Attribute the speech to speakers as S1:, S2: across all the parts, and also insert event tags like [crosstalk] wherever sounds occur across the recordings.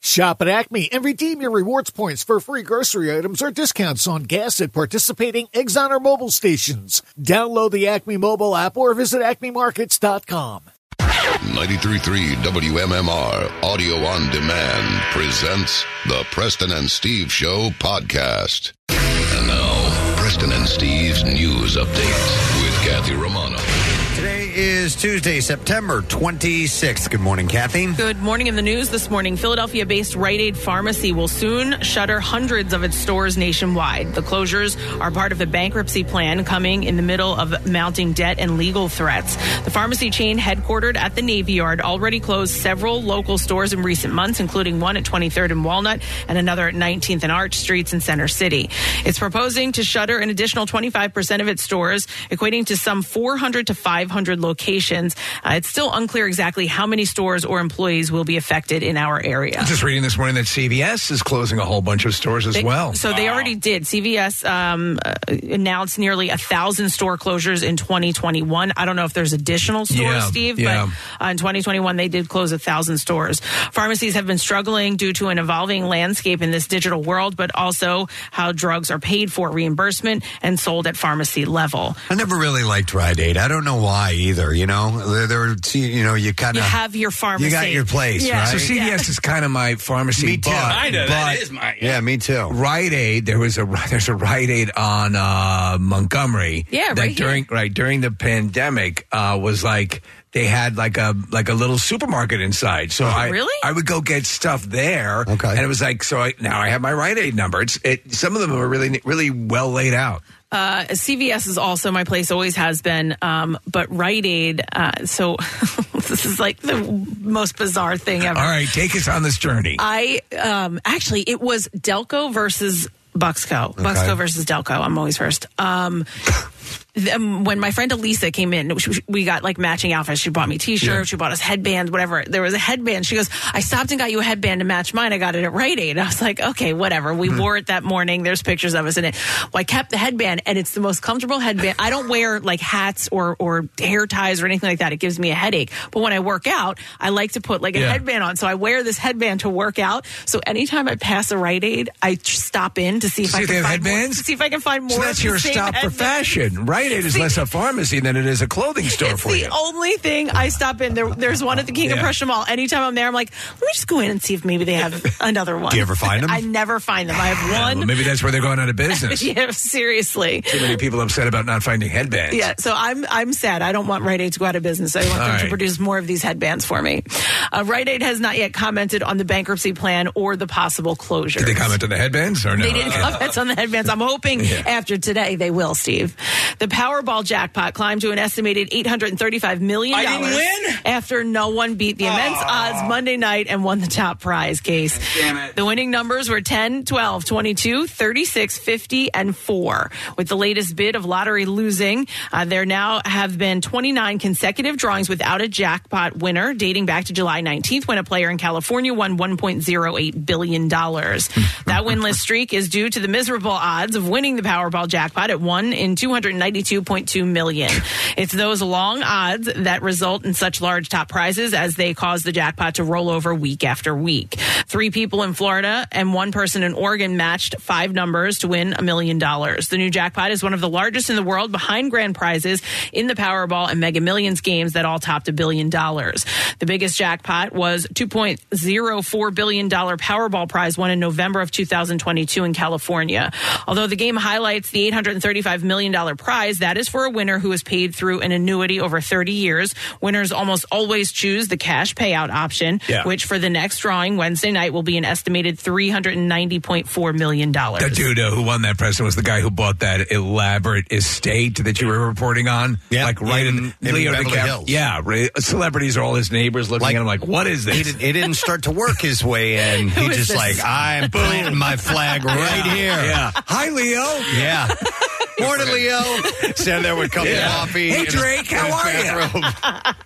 S1: Shop at Acme and redeem your rewards points for free grocery items or discounts on gas at participating Exxon or mobile stations. Download the Acme mobile app or visit acmemarkets.com.
S2: 93.3 WMMR Audio on Demand presents the Preston and Steve Show podcast. And now, Preston and Steve's news update with Kathy Romano.
S3: Today is Tuesday, September 26th. Good morning, Kathy.
S4: Good morning. In the news this morning, Philadelphia based Rite Aid Pharmacy will soon shutter hundreds of its stores nationwide. The closures are part of a bankruptcy plan coming in the middle of mounting debt and legal threats. The pharmacy chain, headquartered at the Navy Yard, already closed several local stores in recent months, including one at 23rd and Walnut and another at 19th and Arch Streets in Center City. It's proposing to shutter an additional 25% of its stores, equating to some 400 to 500 locations. Uh, it's still unclear exactly how many stores or employees will be affected in our area.
S5: Just reading this morning that CVS is closing a whole bunch of stores as
S4: They-
S5: well.
S4: So they already did. CVS um, uh, announced nearly a thousand store closures in 2021. I don't know if there's additional stores,
S5: Yeah,
S4: Steve,
S5: yeah.
S4: but uh, in 2021 they did close a thousand stores. Pharmacies have been struggling due to an evolving landscape in this digital world, but also how drugs are paid for, reimbursement, and sold at pharmacy level.
S3: I never really liked Rite Aid. I don't know why either. You know, there, there were- see, you know, you kind
S4: You
S3: of
S4: have your pharmacy.
S3: you got your place,
S4: Yeah.
S3: right?
S5: So CVS is kind of my pharmacy,
S3: me too.
S5: but,
S6: Kinda, that
S5: but
S6: is my-
S3: yeah, me too.
S5: Rite Aid, there was a [laughs] there's a Rite Aid on uh, Montgomery.
S4: Yeah,
S5: that
S4: right here.
S5: during right during the pandemic uh, was like they had like a like a little supermarket inside. So I
S4: really?
S5: I would go get stuff there.
S3: Okay.
S5: and it was like so I, now I have my Rite Aid number. It's it, some of them are really really well laid out.
S4: Uh, CVS is also my place, always has been. Um, but Rite Aid, uh, so [laughs] this is like the most bizarre thing ever.
S5: All right, take us on this journey.
S4: I um, actually it was Delco versus Buxco. Buxco versus Delco. I'm always first. Um, th- um, when my friend Elisa came in, she- we got like matching outfits. She bought me t-shirts. She bought us headbands, whatever. There was a headband. She goes, I stopped and got you a headband to match mine. I got it at Rite Aid. I was like, okay, whatever. We
S5: Hmm.
S4: wore it that morning. There's pictures of us in it. Well, I kept the headband and it's the most comfortable headband. I don't wear like hats or, or hair ties or anything like that. It gives me a headache. But when I work out, I like to put like a
S5: Yeah.
S4: headband on. So I wear this headband to work out. So anytime I pass a Rite Aid, I tr- stop in to see if
S5: See
S4: I
S5: if
S4: can
S5: they have
S4: find more-
S5: headbands?
S4: see if I can find more.
S5: So
S4: of
S5: that's
S4: the
S5: your
S4: same
S5: stop for
S4: headband.
S5: fashion. Rite Aid is
S4: [laughs]
S5: less a pharmacy than it is a clothing store
S4: It's
S5: for
S4: the
S5: you.
S4: only thing I stop in. There, there's one at the King of
S5: Yeah.
S4: Prussia Mall. Anytime I'm there, I'm like, let me just go in and see if maybe they
S5: [laughs]
S4: have another one.
S3: Do you ever find 'em?
S4: I never find them. I have
S5: Well,
S4: one.
S5: maybe that's where they're going out of
S4: [laughs]
S5: business.
S4: Yeah, seriously.
S5: Too many people upset about not finding headbands.
S4: Yeah, so I'm I'm sad. I don't want Rite Aid to go out of business. I want
S5: All
S4: them to
S5: right.
S4: produce more of these headbands for me. Uh, Rite Aid has not yet commented on the bankruptcy plan or the possible closure.
S5: Did they comment on the headbands or no?
S4: They didn't comment on the headbands. I'm
S6: [laughs]
S4: hoping after today they will, Steve. The Powerball jackpot climbed to an estimated $835 million
S6: I didn't win?
S4: after no one beat the immense odds Monday night and won the top prize case.
S6: Damn it.
S4: The winning numbers were 10, 12, 22, 36, 50, and 4. With the latest bid of lottery losing, uh, there now have been 29 consecutive drawings without a jackpot winner dating back to July 19th when a player in California won $1.08 billion. that winless streak is due to the miserable odds of winning the Powerball jackpot at 1 in 292.2 million. It's those long odds that result in such large top prizes as they cause the jackpot to roll over week after week. Three people in Florida and one person in Oregon matched five numbers to win a million dollars. The new jackpot is one of the largest in the world behind grand prizes in the Powerball and Mega Millions games that all topped a billion dollars. The biggest jackpot was $2.04 billion Powerball prize won in November of 2022 in California. Although the game highlights the $835 million prize, that is for a winner who is paid through an annuity over 30 years. Winners almost always choose the cash payout option,
S5: Yeah.
S4: which for the next drawing Wednesday night will be an estimated $390.4 million.
S5: The dude uh, who won that Preston was the guy who bought that elaborate estate that you were reporting on.
S3: Yeah,
S5: like right in,
S3: in- in
S5: Leo
S3: Beverly
S5: DiCap-
S3: Hills.
S5: Yeah, right, celebrities are all his neighbors looking
S3: Like-
S5: at him like, "What is
S3: He,
S5: this?"
S3: did, he didn't start to work his way
S4: [laughs]
S3: in. He
S4: Who is
S3: just
S4: this?
S3: like I'm planting my flag right here.
S5: [laughs] Yeah. Hi, Leo. [laughs]
S3: Yeah. Morning, Leo. Stand there with a cup
S5: Yeah.
S3: of coffee.
S5: Hey,
S3: in his-
S5: Drake,
S3: in his
S5: how are ya?
S3: bathrobe.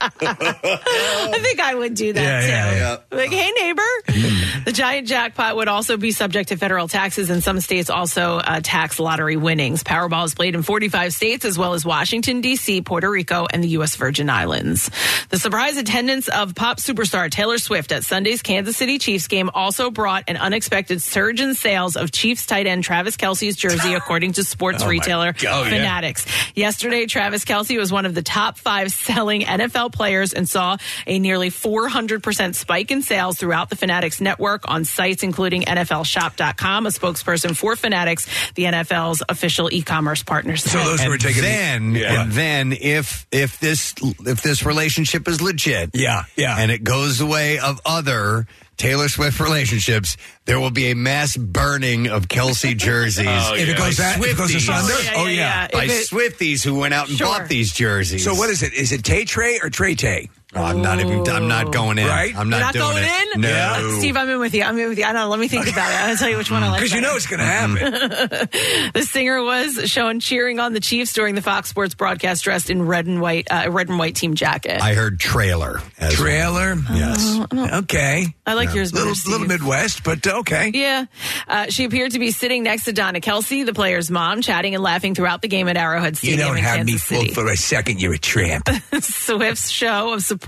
S4: I think I would do that
S5: Yeah,
S4: too.
S5: yeah, Mm.
S4: Like, hey, neighbor. The giant jackpot would also be subject to federal taxes, and some states also uh, tax lottery winnings. Powerball is played in 45 states, as well as Washington, D.C., Puerto Rico, and the U.S. Virgin Islands. The surprise attendance of pop superstar Taylor Swift at Sunday's Kansas City Chiefs game also brought an unexpected surge in sales of Chiefs tight end Travis
S5: [laughs]
S4: Kelsey's jersey, according to sports retailer
S5: Oh, God, yeah.
S4: Fanatics. Yesterday, Travis Kelsey was one of the top five selling NFL players and saw a nearly 400% spike in sales throughout the Fanatics network on sites including NFLShop.com, a spokesperson for Fanatics, the NFL's official e commerce partner.
S5: So
S4: said.
S5: those who are
S3: And
S5: taking the-
S3: then,
S5: Yeah.
S3: and then, if if this if this relationship is legit,
S5: Yeah, yeah.
S3: and it goes the way of other Taylor Swift relationships, there will be a mass burning of
S4: [laughs]
S3: Kelsey jerseys.
S5: If it goes that, if it goes to
S3: Swifties.
S5: Sunday,
S4: Yeah,
S5: oh
S4: yeah,
S5: yeah.
S4: yeah.
S3: by
S4: If it-
S3: Swifties who went out and
S4: Sure.
S3: bought these jerseys.
S5: So what is it? Is it Tay Tray or Tray Tay?
S3: Oh, I'm not even. I'm not going in.
S5: Right?
S3: I'm not, doing
S4: You're not going
S3: it.
S4: in?
S3: No.
S4: Uh, Steve, I'm in with you. I'm in with you. I don't know. Let me think about it. I'll tell you which one I like.
S5: Because you
S4: better.
S5: know it's going to happen.
S4: [laughs] The singer was shown cheering on the Chiefs during the Fox Sports broadcast, dressed in red and white, uh, red and white team jacket. I,
S3: I heard trailer. As
S5: Trailer.
S3: Yes.
S4: Oh,
S5: Okay.
S4: like yours, better,
S5: Little little
S4: Steve.
S5: Midwest, but okay.
S4: Yeah. Uh, she appeared to be sitting next to Donna Kelsey, the player's mom, chatting and laughing throughout the game at Arrowhead
S5: You
S4: Stadium
S5: don't
S4: in
S5: have
S4: Kansas [laughs]
S5: me fooled
S4: City.
S5: for a second. You're a tramp.
S4: Swift's show of support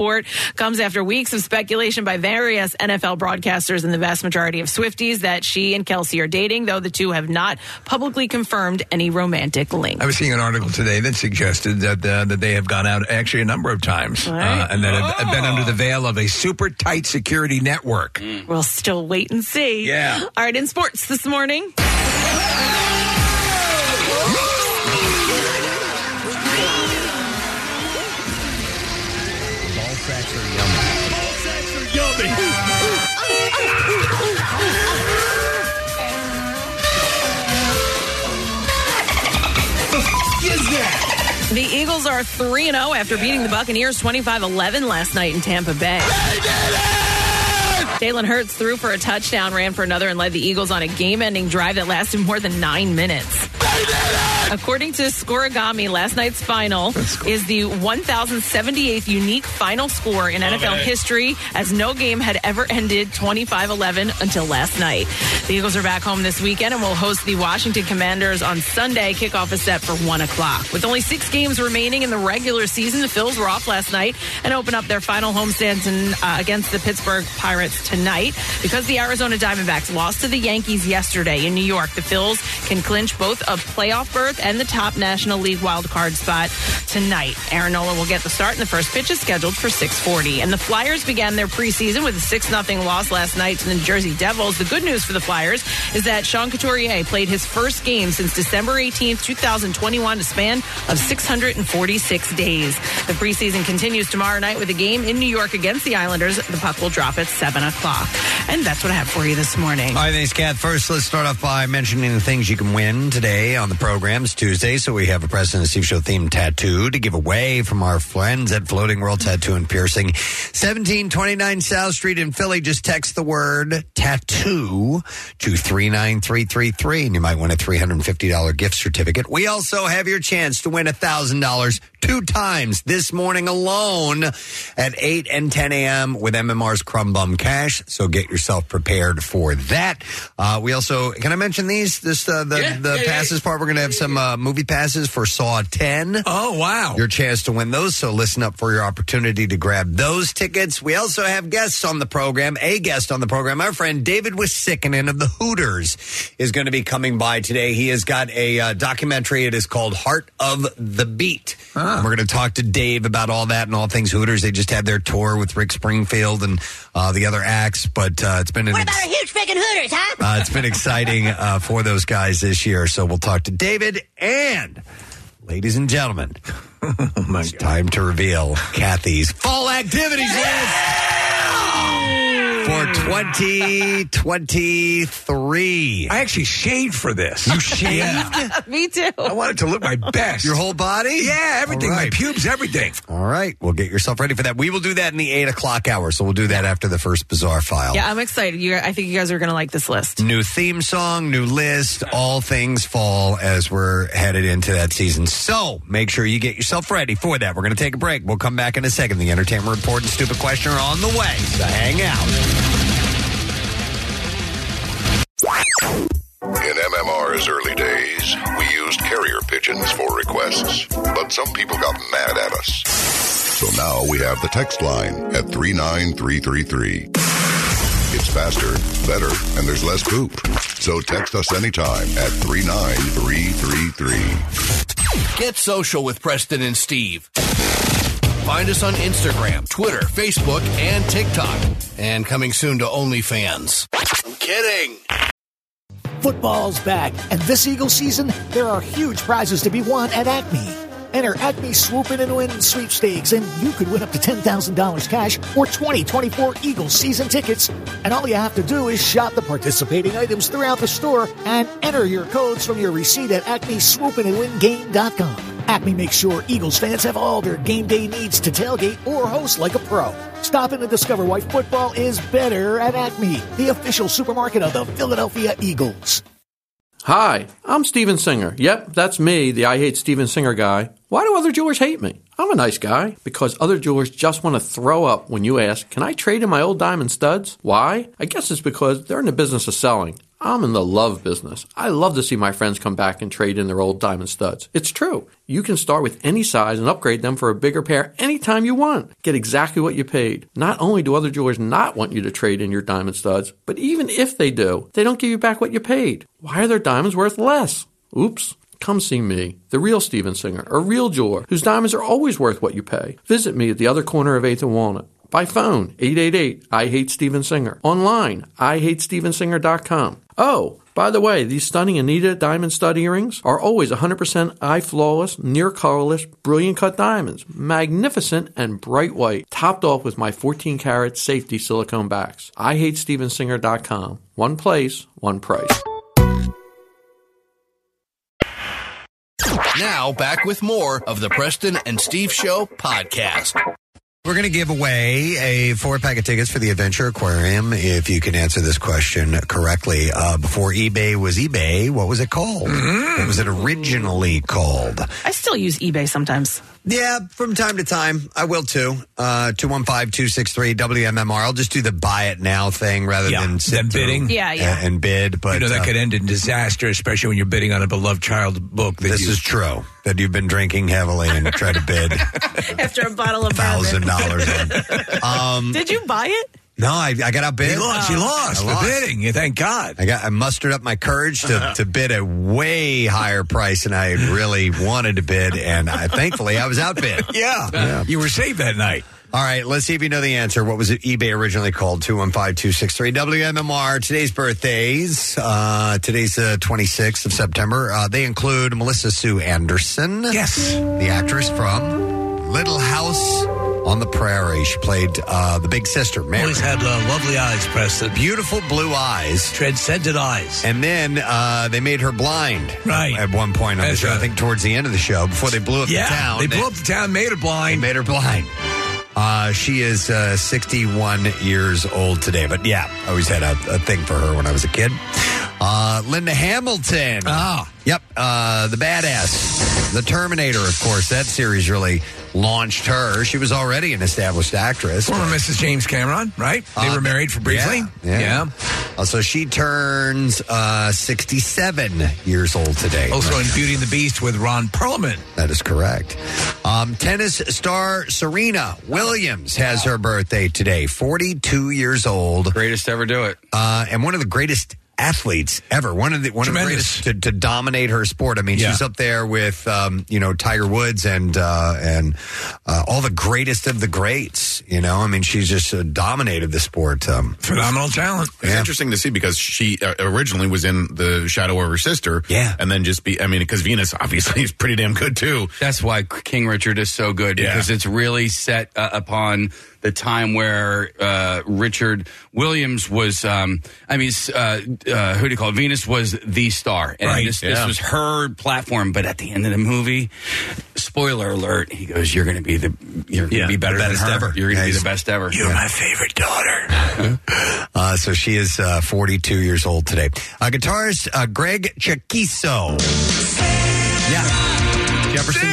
S4: comes after weeks of speculation by various NFL broadcasters and the vast majority of Swifties that she and Kelsey are dating, though the two have not publicly confirmed any romantic link.
S5: I was seeing an article today that suggested that uh, that they have gone out actually a number of times uh,
S4: right.
S5: and that have, have been under the veil of a super tight security network.
S4: We'll still wait and see.
S5: Yeah.
S4: All right, in sports this morning. The Eagles are 3 0 after beating the Buccaneers 25 11 last night in Tampa Bay. Jalen Hurts threw for a touchdown, ran for another, and led the Eagles on a game ending drive that lasted more than nine minutes. According to Scorigami, last night's final is the 1,078th unique final score in NFL history, as no game had ever ended 25 11 until last night. The Eagles are back home this weekend and will host the Washington Commanders on Sunday. Kickoff is set for 1 o'clock. With only six games remaining in the regular season, the Phils were off last night and open up their final homestand in, uh, against the Pittsburgh Pirates tonight. Because the Arizona Diamondbacks lost to the Yankees yesterday in New York, the Phils can clinch both a playoff berth and the top National League wild card spot tonight. Aaron Nola will get the start, and the first pitch is scheduled for 6:40. And the Flyers began their preseason with a six 0 loss last night to the New Jersey Devils. The good news for the Flyers is that Sean Couturier played his first game since December 18th, 2021, a span of 646 days. The preseason continues tomorrow night with a game in New York against the Islanders. The puck will drop at seven o'clock, and that's what I have for you this morning.
S3: All right, thanks, Kat. First, let's start off by mentioning the things you can win today on the programs Tuesday. So we have a President Steve Show themed tattoo to give away from our friends at Floating World Tattoo and Piercing, seventeen twenty nine South Street in Philly. Just text the word tattoo to three nine three three three, and you might win a three hundred and fifty dollar gift certificate. We also have your chance to win thousand dollars two times this morning alone at 8 and 10 a.m. with MMR's Crumb Bum Cash. So get yourself prepared for that. Uh, we also, can I mention these? This uh, The, the passes part, we're going to have some uh, movie passes for Saw 10.
S5: Oh wow!
S3: Your chance to win those, so listen up for your opportunity to grab those tickets. We also have guests on the program, a guest on the program. Our friend David Wisickanen of the Hooters is going to be coming by today. He has got a uh, documentary. It is called Heart of the Beat.
S5: Ah.
S3: And We're going to talk to Dave about all that and all things Hooters. They just had their tour with Rick Springfield and uh, the other acts, but uh, it's been an
S6: What about a huge freaking Hooters, huh?
S3: uh, it's been exciting uh, for those guys this year. So we'll talk to David and, ladies and
S5: [laughs]
S3: gentlemen,
S5: Oh
S3: it's time to reveal Kathy's fall activities list for 2023.
S5: I actually shaved for this. You shaved?
S6: [laughs]
S4: Me too.
S5: I wanted to look my best.
S3: Your whole body?
S5: yeah, everything,
S3: All
S5: my
S3: right.
S5: pubes, everything.
S3: All right. Well, get yourself ready for that. We will do that in the 8 o'clock hour. So we'll do that after the first bizarre file.
S4: Yeah, I'm excited. You, I think you guys are going to like this list. [laughs]
S3: New theme song, new list, all things fall as we're headed into that season. So make sure you get yourself ready for that. We're going to take a break. We'll come back in a second. The entertainment report and stupid question are on the way. So hang out.
S2: pigeons for requests, but some people got mad at us. So now we have the text line at 39333. It's faster, better, and there's less poop. So text us anytime at 39333.
S7: Get social with Preston and Steve. Find us on Instagram, Twitter, Facebook, and TikTok. And coming soon to OnlyFans. I'm kidding.
S1: Football's back, and this Eagles season, there are huge prizes to be won at Acme. Enter Acme Swoop In and Win sweepstakes, and you could win up to $10,000 cash or 2024 Eagles season tickets. And all you have to do is shop the participating items throughout the store and enter your codes from your receipt at acmeswoopinandwingame.com. Acme makes sure Eagles fans have all their game day needs to tailgate or host like a pro. Stop in and discover why football is better at Acme, the official supermarket of the Philadelphia Eagles.
S8: Hi, I'm Steven Singer. Yep, that's me, the I Hate Steven Singer guy. Why do other jewelers hate me? I'm a nice guy. Because other jewelers just want to throw up when you ask, Can I trade in my old diamond studs? Why? I guess it's because they're in the business of selling. I'm in the love business. I love to see my friends come back and trade in their old diamond studs. It's true. You can start with any size and upgrade them for a bigger pair anytime you want. Get exactly what you paid. Not only do other jewelers not want you to trade in your diamond studs, but even if they do, they don't give you back what you paid. Why are their diamonds worth less? Oops. Come see me, the real Steven Singer, a real jeweler whose diamonds are always worth what you pay. Visit me at the other corner of 8th and Walnut. By phone, 888 I Hate Steven Singer. Online, I Hate IHateStevenSinger.com. Oh, by the way, these stunning Anita diamond stud earrings are always 100% eye flawless, near colorless, brilliant cut diamonds, magnificent and bright white, topped off with my 14 carat safety silicone backs. I Hate IHateStevenSinger.com. One place, one price.
S7: Now, back with more of the Preston and Steve Show podcast.
S3: We're going to give away a four pack of tickets for the Adventure Aquarium if you can answer this question correctly. Uh, before eBay was eBay, what was it called? What was it originally called?
S4: Mm. I still use eBay sometimes.
S3: Yeah, from time to time, I will too. Uh, 215-263-WMMR. I'll just do the buy it now thing rather
S5: Yeah,
S3: than sit
S5: than
S3: through
S5: bidding.
S4: Yeah, yeah.
S3: And, and bid. But
S5: you know that
S3: uh,
S5: could end in disaster, especially when you're bidding on a beloved child book. That
S3: this
S5: you,
S3: is true that you've been drinking heavily and tried to bid
S4: After a bottle of
S3: thousand
S4: bourbon.
S3: dollars.
S5: [laughs]
S3: Um,
S4: Did you buy it?
S3: no, I, I got outbid.
S5: he lost. He lost
S3: I
S5: the
S3: lost.
S5: bidding. Yeah, Thank God.
S3: I got I mustered up my courage
S5: [laughs]
S3: to, to bid a way higher price than I had really wanted to bid, and I, thankfully I was outbid.
S5: [laughs] Yeah. you were saved that night.
S3: All right, let's see if you know the answer. What was it eBay originally called? 215263 WMMR. Today's birthdays. Uh, today's the 26th of September. Uh, they include Melissa Sue Anderson.
S5: Yes.
S3: The actress from Little House on the Prairie. She played uh, the big sister, Mary.
S5: Always had uh, lovely eyes, Preston.
S3: Beautiful blue eyes.
S5: Transcendent eyes.
S3: And then uh, they made her blind
S5: Right.
S3: at one point on
S5: That's
S3: the show. I
S5: right.
S3: think towards the end of the show, before they blew up
S5: yeah.
S3: the town.
S5: they blew up the town, made her
S3: They
S5: blind.
S3: made her blind. Uh, she is uh, 61 years old today. But yeah, I always had a, a thing for her when I was a kid. Uh, Linda Hamilton.
S5: Ah.
S3: Yep. Uh, the Badass. The Terminator, of course. That series really launched her. She was already an established actress.
S5: Former Mrs. James Cameron, right? They
S3: Uh,
S5: were married for briefly.
S3: Yeah. yeah. Uh, so she turns uh, 67 years old today.
S5: Also in Beauty and the Beast with Ron Perlman.
S3: That is correct. Um, tennis star Serena Williams has her birthday today, 42 years old,
S9: Greatest to ever do it.
S3: uh, and one of the greatest athletes ever. One of the one
S5: Tremendous.
S3: of the greatest to, to dominate her sport. I mean,
S5: Yeah.
S3: she's up there with um, you know Tiger Woods and uh, and uh, all the greatest of the greats. You know, I mean, she's just uh, dominated the sport. Um,
S5: Phenomenal talent.
S10: It's interesting to see because she uh, originally was in the shadow of her sister.
S3: Yeah.
S10: And then just be, I mean, because Venus obviously is pretty damn good too.
S9: That's why King Richard is so good
S10: Yeah.
S9: because it's really set uh, upon the time where uh, Richard Williams was. Um, I mean, s- uh, uh, who do you call it? Venus was the star, and
S5: Right,
S9: this,
S10: yeah.
S9: this was her platform. But at the end of the movie, spoiler alert, he goes, "You're going to be the you're going to
S5: Yeah,
S9: be better
S3: the
S9: than
S3: best
S9: her.
S3: ever.
S9: You're going to
S3: Yeah,
S9: be
S3: he's-
S9: the best ever."
S5: You're my favorite daughter.
S3: [laughs] Uh, so she is uh, 42 years old today. Uh, guitarist uh, Greg Chiquiso. [laughs]
S5: [laughs]
S3: Yeah. Jefferson,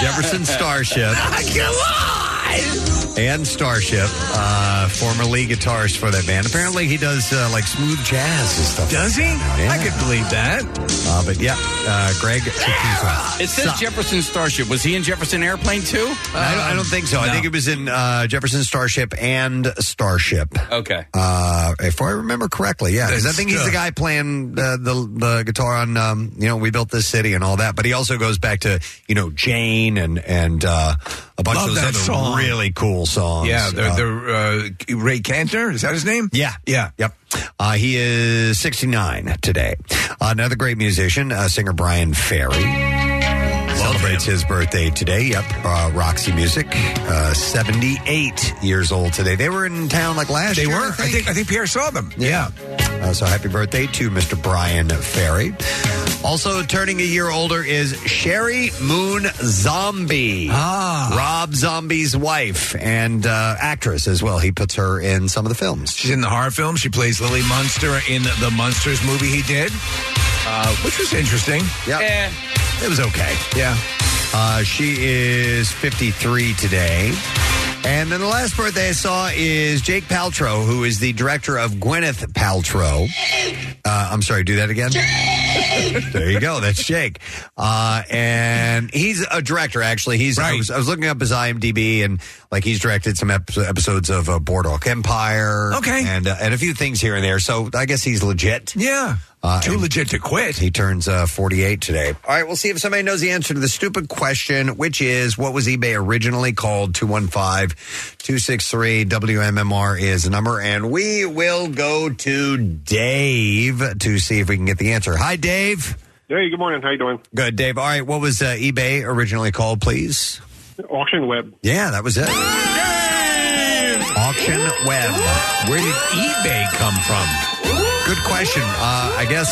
S3: Jefferson Starship.
S5: I can lie.
S3: and Starship, uh, former lead guitarist for that band. Apparently, he does uh, like smooth jazz and stuff.
S5: Does he? I could believe that.
S3: Uh, but yeah, uh, Greg. Sacchino.
S9: It says Jefferson Starship. Was he in Jefferson Airplane too?
S3: I, don't, I don't think so. I think it was in uh, Jefferson Starship and Starship.
S9: Okay.
S3: Uh, if I remember correctly, yeah, 'Cause I think he's the guy playing uh, the the guitar on um, you know we built this city and all that. But he also goes back to you know Jane and and uh, a bunch
S5: Love
S3: of those
S5: that
S3: other
S5: song.
S3: really cool songs.
S5: Yeah, the,
S3: Uh,
S5: the, uh, Ray Cantor is that his name?
S3: Yeah, yeah, yep. Uh, he is 69 today. Another great musician, uh, singer Brian Ferry. Celebrates his birthday today. Yep, uh, Roxy Music, uh, 78 years old today. They were in town like last
S5: They
S3: year.
S5: were. I think. I think Pierre saw them.
S3: Yeah. Uh, so happy birthday to Mr. Brian Ferry. Also turning a year older is Sherry Moon Zombie. Ah. Rob Zombie's wife and uh, actress as well. He puts her in some of the films.
S5: She's in the horror film. She plays Lily Munster in the Munsters movie he did, uh, which was interesting.
S3: Yeah. It was okay. Yeah. Uh, she is 53 today. And then the last birthday I saw is Jake Paltrow, who is the director of Gwyneth Paltrow. Uh, I'm sorry, do that again. there you go. That's Jake. Uh, and he's a director, actually. He's I, was, I was looking up his IMDb, and like he's directed some ep- episodes of uh, Boardwalk Empire.
S5: Okay.
S3: And, uh, and a few things here and there. So I guess he's legit.
S5: Yeah.
S3: Uh,
S5: Too legit to quit.
S3: He turns uh, 48 today. All right, we'll see if somebody knows the answer to the stupid question, which is what was eBay originally called? 215 263 WMMR is the number. And we will go to Dave to see if we can get the answer. Hi, Dave.
S11: Hey, good morning. How you doing?
S3: Good, Dave. All right, what was uh, eBay originally called, please?
S11: Auction web.
S3: Yeah, that was it. Auction web.
S5: Where did eBay come from?
S3: Good question. Uh, I guess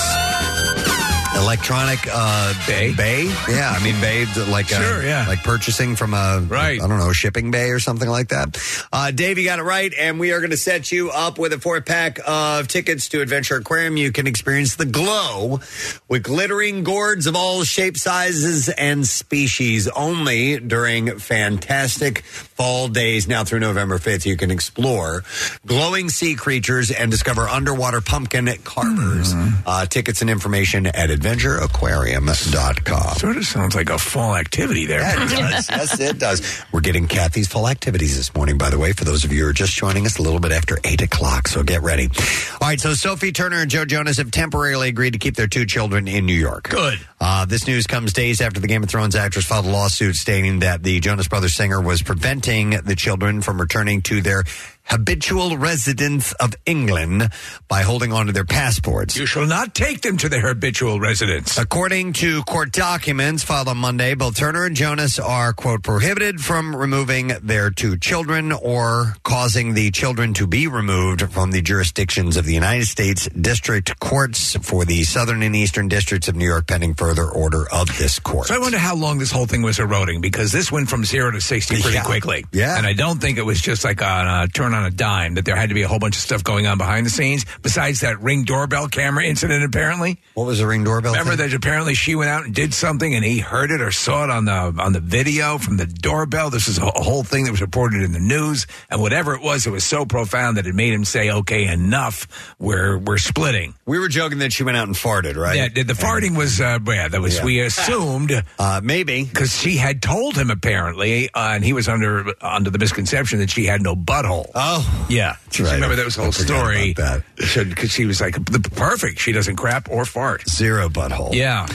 S3: electronic uh, bay. Bay. Yeah, I mean bay like uh,
S5: Sure, yeah.
S3: like purchasing from a right. I don't know shipping bay or something like that. Uh, Dave, you got it right, and we are going to set you up with a four pack of tickets to Adventure Aquarium. You can experience the glow with glittering gourds of all shapes, sizes, and species only during fantastic fall days. Now through November fifth, you can explore glowing sea creatures and discover underwater pumpkin carvers.
S5: Mm-hmm.
S3: Uh, tickets and information at adventureaquarium.com.
S5: Sort of sounds like a fall activity there.
S3: Yeah, it does. yes, it does. We're getting Kathy's fall activities this morning, by the way, for those of you who are just joining us a little bit after 8 o'clock, so get ready. All right, so Sophie Turner and Joe Jonas have temporarily agreed to keep their two children in New York. Good. Uh, this news comes days after the Game of Thrones actress filed a lawsuit stating that the Jonas Brothers singer was preventing the children from returning to their habitual residence of England by holding on to their passports.
S5: You shall not take them to their habitual residence.
S3: According to court documents filed on Monday, both Turner and Jonas are, quote, prohibited from removing their two children or causing the children to be removed from the jurisdictions of the United States District Courts for the Southern and Eastern Districts of New York pending further order of this court.
S5: So I wonder how long this whole thing was eroding because this went from zero to sixty pretty
S3: Yeah.
S5: quickly.
S3: Yeah.
S5: and I don't think it was just like a, a turn on a dime that there had to be a whole bunch of stuff going on behind the scenes. Besides that ring doorbell camera incident, apparently.
S3: What was the ring doorbell?
S5: Remember
S3: thing?
S5: that apparently she went out and did something, and he heard it or saw it on the on the video from the doorbell. This is a wh- whole thing that was reported in the news, and whatever it was, it was so profound that it made him say, "Okay, enough. We're we're splitting."
S3: We were joking that she went out and farted, right?
S5: Yeah, the, the farting was uh, yeah, that was
S3: Yeah.
S5: we assumed
S3: Uh, maybe.
S5: because she had told him apparently, uh, and he was under under the misconception that she had no butthole.
S3: Oh.
S5: yeah,
S3: right.
S5: remember that was the whole
S3: I forgot
S5: story.
S3: about
S5: Because she was like the perfect. She doesn't crap or fart.
S3: Zero butthole.
S5: Yeah,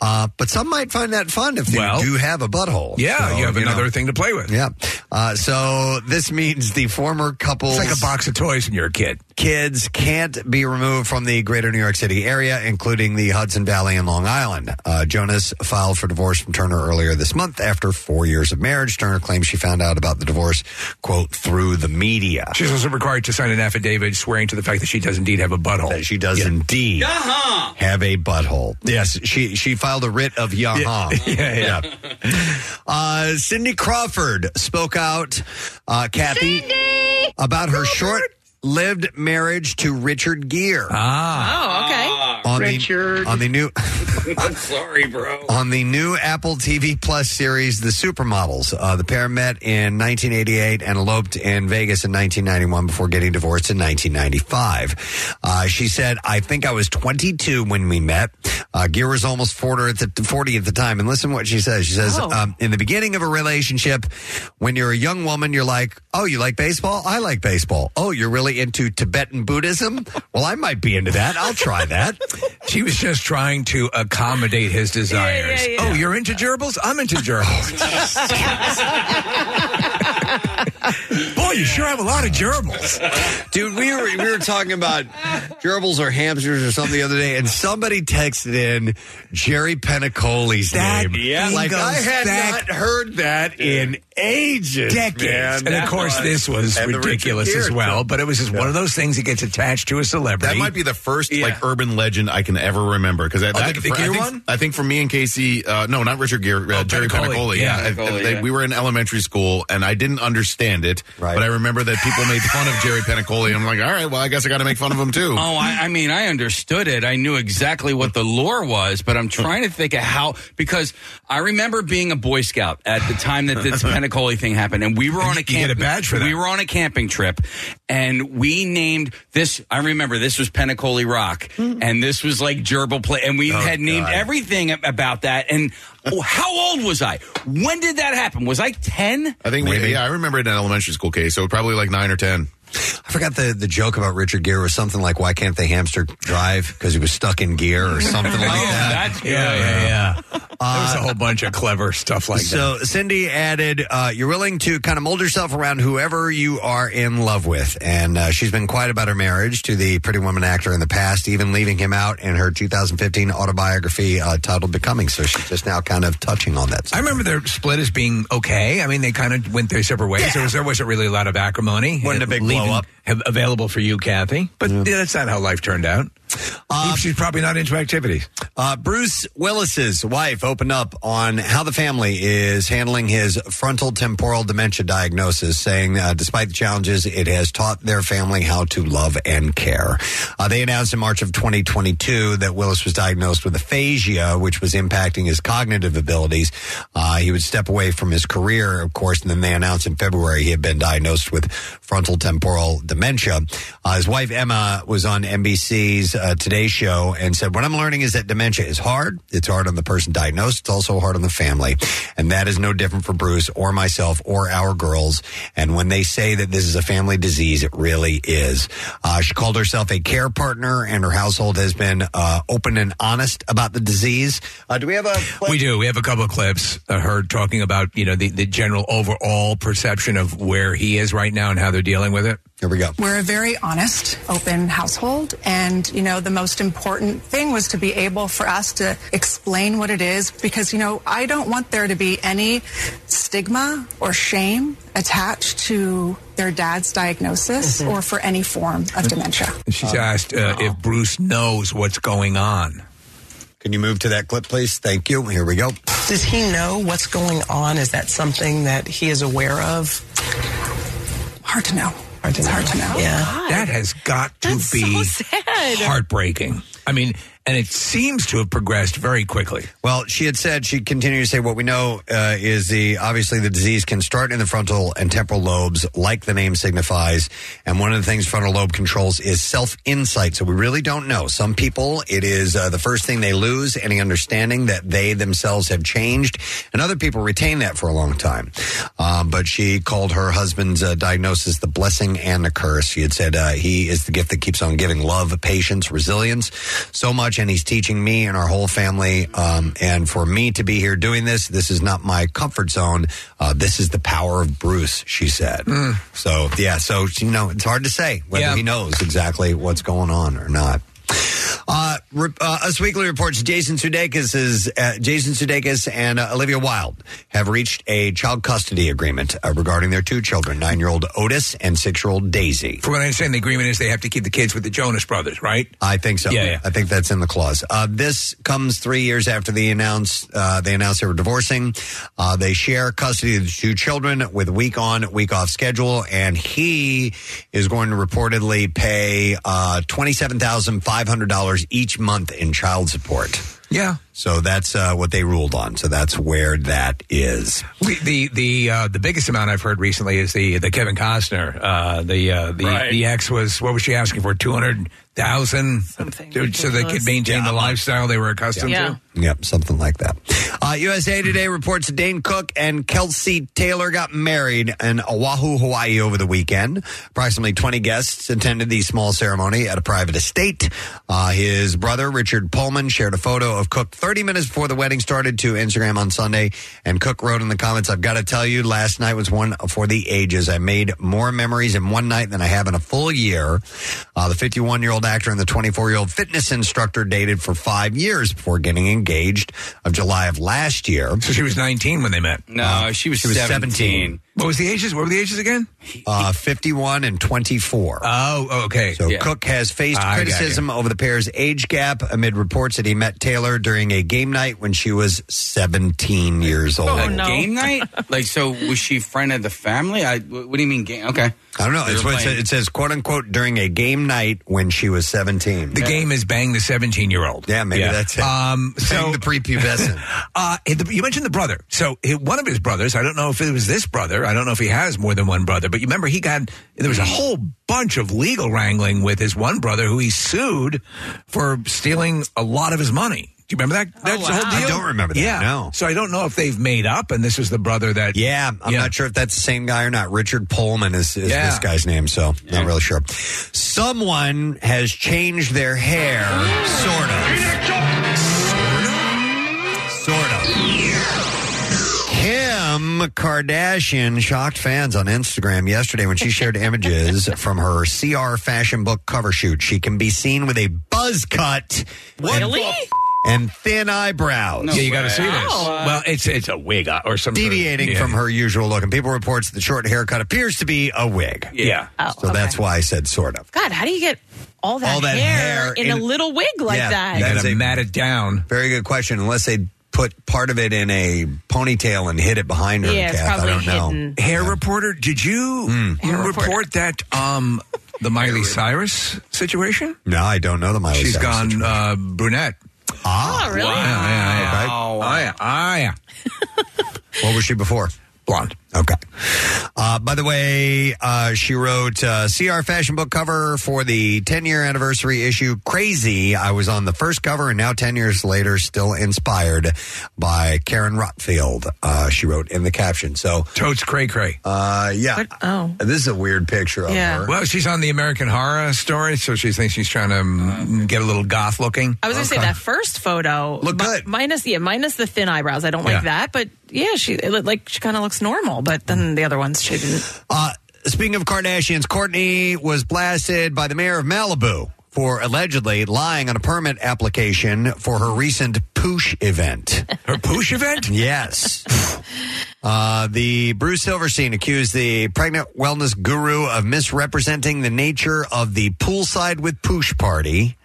S3: Uh, but some might find that fun if they
S5: Well-
S3: do have a butthole.
S5: yeah.
S3: So,
S5: you have
S3: know.
S5: another thing to play with.
S3: Yeah. Uh, so this means the former couple's
S5: It's like a box of toys when you're a kid.
S3: kids can't be removed from the greater New York City area, including the Hudson Valley and Long Island. Uh, Jonas filed for divorce from Turner earlier this month after four years of marriage. Turner claims she found out about the divorce, quote, through the media.
S5: She's also required to sign an affidavit swearing to the fact that she does indeed have a butthole.
S3: that she does indeed have a butthole. Yes, she she filed a writ of yaha.
S5: [laughs] Yeah, yeah.
S3: Uh, Cindy Crawford spoke out, uh, Kathy, about her short-lived marriage to Richard Gere
S5: Ah,
S4: Oh, okay.
S3: on on
S9: Richard.
S3: the on the new [laughs]
S9: I'm sorry, bro.
S3: on the new Apple TV Plus series, The Supermodels. Uh, the pair met in 1988 and eloped in Vegas in 1991 before getting divorced in 1995. Uh, she said, "I think I was 22 when we met. Uh, Gear was almost 40 at the 40 at the time." And listen to what she says. She says,
S12: Oh.
S3: um, "In the beginning of a relationship, when you're a young woman, you're like, oh, you like baseball? I like baseball. Oh, you're really into Tibetan Buddhism? Well, I might be into that. I'll try that."
S5: She was just trying to accommodate his desires. Oh, you're into gerbils? I'm
S3: [laughs]
S5: into
S3: Oh,
S5: gerbils. Boy, you sure have a lot of gerbils.
S3: Dude, we were we were talking about gerbils or hamsters or something the other day, and somebody texted in Jerry Penacoli's name. like I had not heard that in ages,
S5: decades.
S3: man.
S5: And of
S3: That
S5: course,
S3: was-
S5: this was
S3: And the Richard
S5: ridiculous as
S3: Gere
S5: well.
S3: thing.
S5: But it was just one of those things that gets attached to a celebrity.
S10: That might be the first like urban legend I can ever remember because that,
S5: Oh,
S10: that
S5: the- the
S10: for- I,
S5: Gere
S10: think,
S5: one?
S10: I think for me and Casey, uh, no, not Richard Gere, uh, Jerry
S5: Penacoli.
S10: Penacoli.
S5: Yeah.
S10: I- I-
S5: Penacoli,
S10: they-
S5: yeah.
S10: We were in elementary school and I didn't understand it, but I remember that people made fun of Jerry Penacoli. And I'm like, all right, well, I guess I got to make fun of him too.
S9: [laughs] Oh, I, I mean, I understood it. I knew exactly what the lore was, but I'm trying to think of how because I remember being a Boy Scout at the time that this Pentacoli thing happened, and we were on a
S5: you
S9: camp-
S5: get a badge for that.
S9: We were on a camping trip, and we named this. I remember this was Pentacoli Rock, and this was like gerbil play, and we
S13: Oh,
S9: had named
S13: God.
S9: everything ab- about that. And oh, how old was I? When did that happen? Was I ten?
S10: I think, we, yeah, I remember it in elementary school, Casey, so probably like nine or 10.
S3: I forgot the, the joke about Richard Gere was something like, "Why can't the hamster drive? Because he was stuck in gear or something like that."
S5: [laughs]
S9: That's
S5: yeah, yeah, yeah. there was a whole bunch of clever stuff like that.
S3: so Cindy added, uh, "You're willing to kind of mold yourself around whoever you are in love with," and uh, she's been quiet about her marriage to the Pretty Woman actor in the past, even leaving him out in her 2015 autobiography uh, titled "Becoming." So she's just now kind of touching on that.
S5: I remember their split as being okay. I mean, they kind of went their separate ways. There, was, there wasn't really a lot of acrimony. Wasn't a big blow up. available for you, Kathy. But yeah, that's not how life turned out. She's probably not into activities.
S3: Uh, Bruce Willis's wife opened up on how the family is handling his frontal temporal dementia diagnosis, saying, uh, despite the challenges, it has taught their family how to love and care. Uh, they announced in March of 2022 that Willis was diagnosed with aphasia, which was impacting his cognitive abilities. Uh, he would step away from his career, of course, and then they announced in February he had been diagnosed with frontal temporal dementia. Uh, his wife Emma was on NBC's uh, Today Show and said, "What I'm learning is that dementia is hard. It's hard on the person diagnosed. It's also hard on the family, and that is no different for Bruce or myself or our girls. And when they say that this is a family disease, it really is." Uh, she called herself a care partner, and her household has been uh, open and honest about the disease. Uh, do we have a?
S5: We do. We have a couple of clips of her talking about, you know, the, the general overall perception of where he is right now and how they're dealing with it.
S3: Here we go.
S14: We're a very honest, open household. And, you know, the most important thing was to be able for us to explain what it is because, you know, I don't want there to be any stigma or shame attached to their dad's diagnosis or for any form of dementia.
S5: She's asked uh, if Bruce knows what's going on.
S3: Can you move to that clip, please? Thank you. Here we go.
S15: Does he know what's going on? Is that something that he is aware of?
S14: Hard to know.
S5: Hard to know.
S14: Hard to know. Oh,
S15: Yeah.
S5: That has got to be heartbreaking. I mean, and it seems to have progressed very quickly.
S3: Well, she had said she continued to say what we know uh, is the obviously the disease can start in the frontal and temporal lobes, like the name signifies. And one of the things frontal lobe controls is self insight. So we really don't know. Some people, it is uh, the first thing they lose any understanding that they themselves have changed, and other people retain that for a long time. Um, but she called her husband's uh, diagnosis the blessing and the curse. She had said uh, he is the gift that keeps on giving love, patience, resilience, so much, and he's teaching me and our whole family. Um, and for me to be here doing this, this is not my comfort zone. Uh, this is the power of Bruce, she said.
S5: Mm.
S3: So yeah, so you know, it's hard to say whether
S5: Yeah.
S3: he knows exactly what's going on or not. Uh, re- uh, Us Weekly reports Jason Sudeikis is uh, Jason Sudeikis and uh, Olivia Wilde have reached a child custody agreement uh, regarding their two children, nine-year-old Otis and six-year-old Daisy.
S5: From what I understand, the agreement is they have to keep the kids with the Jonas Brothers, right?
S3: I think so.
S5: Yeah, yeah.
S3: I think that's in the clause. Uh, this comes three years after they announced uh, they announced they were divorcing. Uh, they share custody of the two children with week on week off schedule, and he is going to reportedly pay uh, twenty seven thousand five hundred dollars each month in child support.
S5: Yeah.
S3: So that's uh, what they ruled on. So that's where that is.
S5: We, the the uh, the biggest amount I've heard recently is the the Kevin Costner. Uh, the uh, the
S9: Right.
S5: the ex was what was she asking for? Two hundred thousand. So they could
S3: ridiculous.
S5: maintain
S3: Yeah.
S5: the lifestyle they were accustomed to.
S3: Yep, something like that. Uh, USA Today reports that Dane Cook and Kelsey Taylor got married in Oahu, Hawaii over the weekend. Approximately 20 guests attended the small ceremony at a private estate. Uh, his brother, Richard Pullman, shared a photo of Cook 30 minutes before the wedding started to Instagram on Sunday. And Cook wrote in the comments, I've got to tell you, last night was one for the ages. I made more memories in one night than I have in a full year. Uh, the 51 year old actor and the 24 year old fitness instructor dated for five years before getting engaged of July of last year. Uh,
S5: So she was 19 when they met.
S9: No, she was,
S3: she was
S9: 17.
S3: 17.
S5: What was the ages? What were the ages again?
S3: Uh, 51 and 24.
S5: Oh, okay.
S3: So Cook has faced
S5: I got you.
S3: criticism over the pair's age gap amid reports that he met Taylor during a game night when she was 17 years old.
S9: Oh, A game night? like, so was she friend of the family? I. wh- What do you mean game? Okay.
S3: I don't know.
S9: They
S3: It's
S9: were
S3: what it, says,
S9: playing-
S3: it says, quote unquote, during a game night when she was 17.
S5: The game is bang the 17 year old.
S3: Yeah, maybe that's it.
S5: Um, so
S3: Bang the prepubescent.
S5: [laughs] uh, and the- you mentioned the brother. So it, one of his brothers, I don't know if it was this brother. I don't know if he has more than one brother. But you remember he got there was a whole bunch of legal wrangling with his one brother who he sued for stealing a lot of his money. Do you remember that? That's the
S3: wow.
S5: whole
S3: I
S5: deal.
S3: don't remember that,
S5: Yeah.
S3: no.
S5: So I don't know if they've made up, and this was the brother that.
S3: Yeah, I'm not sure if that's the same guy or not. Richard Pullman is, is
S5: Yeah.
S3: this guy's name, so not really sure. Someone has changed their hair, sort of. Sort of. Kim Kardashian shocked fans on Instagram yesterday when she shared images from her CR fashion book cover shoot. She can be seen with a buzz cut.
S5: Really?
S3: And, and thin eyebrows.
S5: yeah, you got to see this.
S3: Oh,
S5: well, it's it's a wig uh, or some sort of-
S3: deviating
S5: yeah.
S3: from her usual look. And people reports that the short haircut appears to be a wig.
S5: Yeah.
S4: Oh,
S3: so that's why I said sort of.
S4: God, how do you get all that,
S3: All that hair
S4: in, a
S3: in-
S4: little wig like that?
S5: gotta mat it down.
S3: Very good question. Unless they put part of it in a ponytail and hid it behind her.
S4: Yeah, it's
S3: Kath. I don't
S4: probably
S3: know.
S4: hidden.
S5: Hair reporter, did you
S3: Hmm.
S5: report that um the Miley Cyrus situation?
S3: No, I don't know the Miley.
S5: She's
S3: Cyrus
S5: gone
S3: situation.
S5: uh, brunette.
S3: Ah,
S4: Oh, really?
S5: Yeah, yeah, yeah.
S9: Wow.
S5: Oh, yeah. Oh, yeah.
S3: [laughs] What was she before?
S5: Blonde.
S3: Okay. Uh, by the way, uh, she wrote uh, CR fashion book cover for the 10 year anniversary issue. Crazy. I was on the first cover and now 10 years later, still inspired by Karen Rotfield. Uh, she wrote in the caption. So,
S5: Totes cray cray.
S3: uh, yeah.
S4: Oh.
S3: This is a weird picture of
S4: Yeah.
S3: her.
S5: Well, she's on the American Horror Story, so she thinks she's trying to mm, get a little goth looking.
S4: I was going to say that first photo
S3: Look
S4: mi-
S3: good.
S4: minus yeah, minus the thin eyebrows. I don't like
S5: Yeah.
S4: that, but yeah, she it, looked like she kind of looks normal, but then the other ones she didn't.
S3: Uh, speaking of Kardashians, Courtney was blasted by the mayor of Malibu for allegedly lying on a permit application for her recent Poosh event.
S5: [laughs] Her poosh event?
S3: Yes. [laughs] Uh, the Bruce Silverstein accused the pregnant wellness guru of misrepresenting the nature of the poolside with poosh party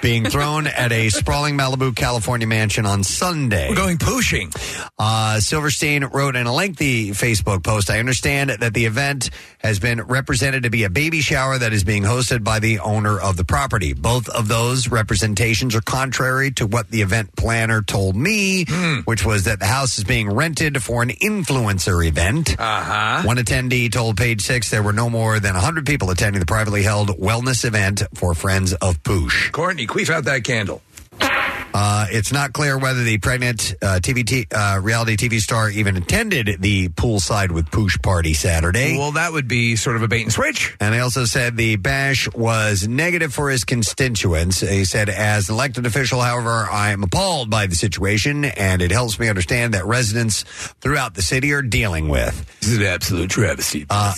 S3: being thrown at a sprawling Malibu, California mansion on Sunday.
S5: We're going pooshing.
S3: Uh, Silverstein wrote in a lengthy Facebook post I understand that the event has been represented to be a baby shower that is being hosted by the owner of the property. Both of those representations are contrary to what the event planner told me,
S5: Hmm.
S3: which was that the house is being rented for an influencer event.
S5: Uh-huh.
S3: One attendee told Page Six there were no more than 100 people attending the privately held wellness event for Friends of Poosh.
S5: Courtney, queef out that candle.
S3: Uh, it's not clear whether the pregnant uh, TV t- uh, reality TV star even attended the poolside with Poosh party Saturday.
S5: Well, that would be sort of a bait and switch.
S3: And they also said the bash was negative for his constituents. He said, as an elected official, however, I am appalled by the situation, and it helps me understand that residents throughout the city are dealing with.
S5: This is an absolute travesty.
S3: Uh,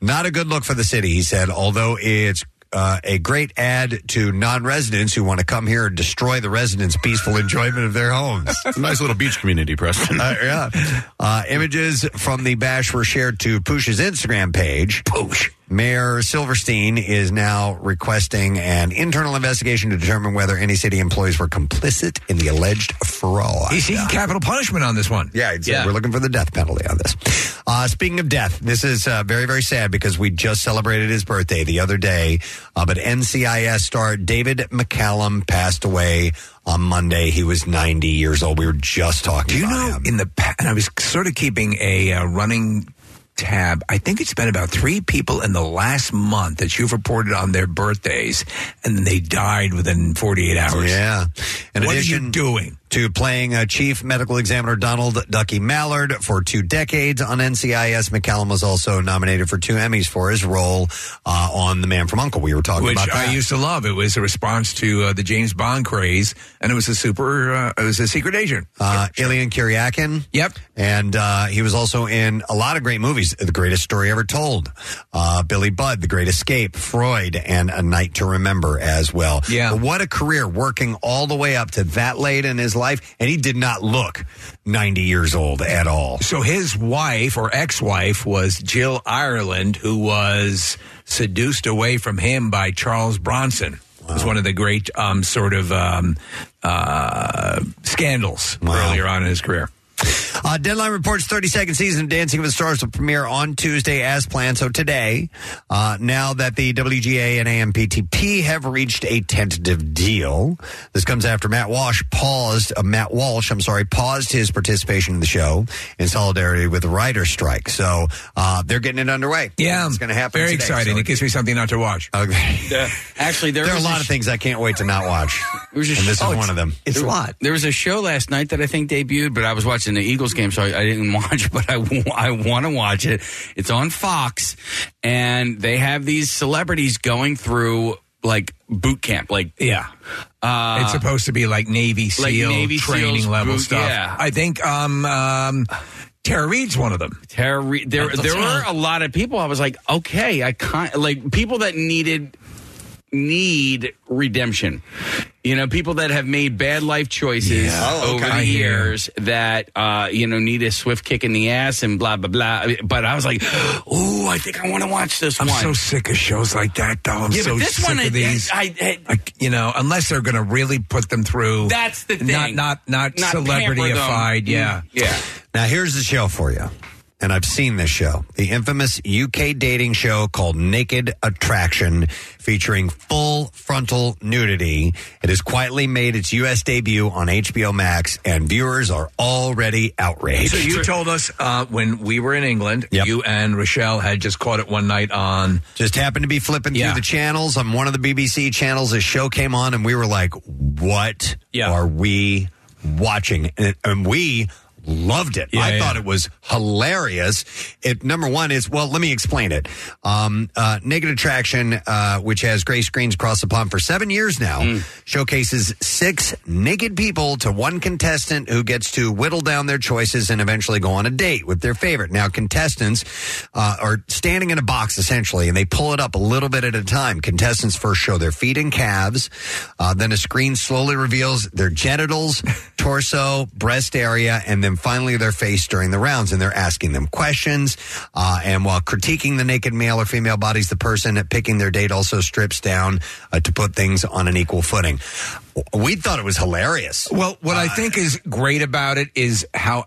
S3: not a good look for the city, he said, although it's uh, a great ad to non residents who want to come here and destroy the residents' peaceful enjoyment of their
S5: [laughs]
S3: homes.
S10: nice little beach community, Preston.
S3: Uh, yeah. Uh, images from the bash were shared to Poosh's Instagram page.
S5: Poosh.
S3: Mayor Silverstein is now requesting an internal investigation to determine whether any city employees were complicit in the alleged fraud.
S5: He's seeking capital punishment on this one.
S3: Yeah, So We're looking for the death penalty on this. Uh, speaking of death, this is uh, very, very sad because we just celebrated his birthday the other day. Uh, but NCIS star David McCallum passed away on Monday. He was 90 years old. We were just talking
S5: Do you
S3: about
S5: know in the past, and I was sort of keeping a uh, running tab. I think it's been about three people in the last month that you've reported on their birthdays, and then they died within 48 hours.
S3: Yeah. In
S5: what are
S3: addition
S5: you doing?
S3: To playing uh, Chief Medical Examiner Donald Ducky Mallard for two decades on NCIS, McCallum was also nominated for two Emmys for his role uh, on The Man from Uncle. We were talking
S5: Which
S3: about that.
S5: I used to love. It was a response to uh, the James Bond craze, and it was a super. Uh, it was a secret agent.
S3: uh, Ilian Kuryakin.
S5: Yep.
S3: And uh, he was also in a lot of great movies The Greatest Story Ever Told, uh, Billy Budd, The Great Escape, Freud, and A Night to Remember as well. Yeah. what a career working all the way up to that late in his life. And he did not look 90 years old at all.
S5: So his wife or ex-wife was Jill Ireland, who was seduced away from him by Charles Bronson. It was one of the great um, sort of um, uh, scandals earlier on in his career.
S3: Uh, Deadline reports 32nd season of Dancing with the Stars will premiere on Tuesday as planned. So today, uh, now that the WGA and AMPTP have reached a tentative deal, this comes after Matt Walsh paused uh, Matt Walsh, I'm sorry, paused his participation in the show in solidarity with the writer's strike. So uh, they're getting it underway.
S5: Yeah,
S3: it's going to happen.
S5: Very
S3: today.
S5: exciting.
S3: So
S5: it gives me something not to watch.
S3: Okay.
S9: Actually, there,
S3: there are [laughs] a
S9: was
S3: lot
S9: sh-
S3: of things I can't wait to not watch.
S9: There was a
S3: and this
S9: sh- oh,
S3: is one of them.
S9: there- There was a show last night that I think debuted, but I was watching the Eagles game, so I, I didn't [laughs] watch. But I, w- I want to watch it. It's on Fox, and they have these celebrities going through like boot camp. Like
S5: yeah,
S9: uh,
S5: it's supposed to be like Navy SEAL
S9: like Navy
S5: training
S9: SEALs
S5: level
S9: boot-
S5: stuff.
S9: yeah.
S5: I think um, um, Tara Reid's one of them.
S9: Tara Reid. There,
S5: That's
S9: there
S5: awesome.
S9: were a lot of people. I was like, okay, I can't like people that needed need redemption. You know, people that have made bad life choices
S5: Yeah. Oh, okay.
S9: over
S5: I
S9: the
S5: hear.
S9: years that uh, you know need a swift kick in the ass and blah blah blah. But I was like, [gasps] oh, I think I want to watch this
S5: I'm
S9: one.
S5: so sick of shows like that, though. I'm
S9: Yeah,
S5: so
S9: but this
S5: sick
S9: one,
S5: of
S9: it-
S5: these.
S9: I- I-
S5: Like, you know, unless they're going to really put them through.
S9: That's the
S5: Oh. Not
S9: thing.
S5: not not, uh,
S9: Not pamper
S5: celebrityfied.
S9: them.
S5: Yeah,
S9: yeah.
S3: Now, here's the show for you. And I've seen this show, the infamous UK dating show called Naked Attraction, featuring full frontal nudity. It has quietly made its U.S. debut on HBO Max, and viewers are already outraged.
S5: So you told us uh, when we were in England, you and Rochelle had just caught it one night on.
S3: Just happened to be flipping
S5: Yeah.
S3: through the channels on one of the BBC channels. This show came on, and we were like, "What are we watching?" And, and we loved it. I thought it was hilarious. It number one is well, let me explain it. Um, uh, Naked Attraction, uh, which has gray screens across the pond for seven years now, showcases six naked people to one contestant who gets to whittle down their choices and eventually go on a date with their favorite. Now, contestants uh, are standing in a box essentially, and they pull it up a little bit at a time. Contestants first show their feet and calves, uh, then a screen slowly reveals their genitals, torso, breast area, and then finally their face during the rounds. And they're asking them questions. Uh, and while critiquing the naked male or female bodies, the person picking their date also strips down uh, to put things on an equal footing. We thought it was hilarious.
S5: [laughs] Well, what I think is great about it is how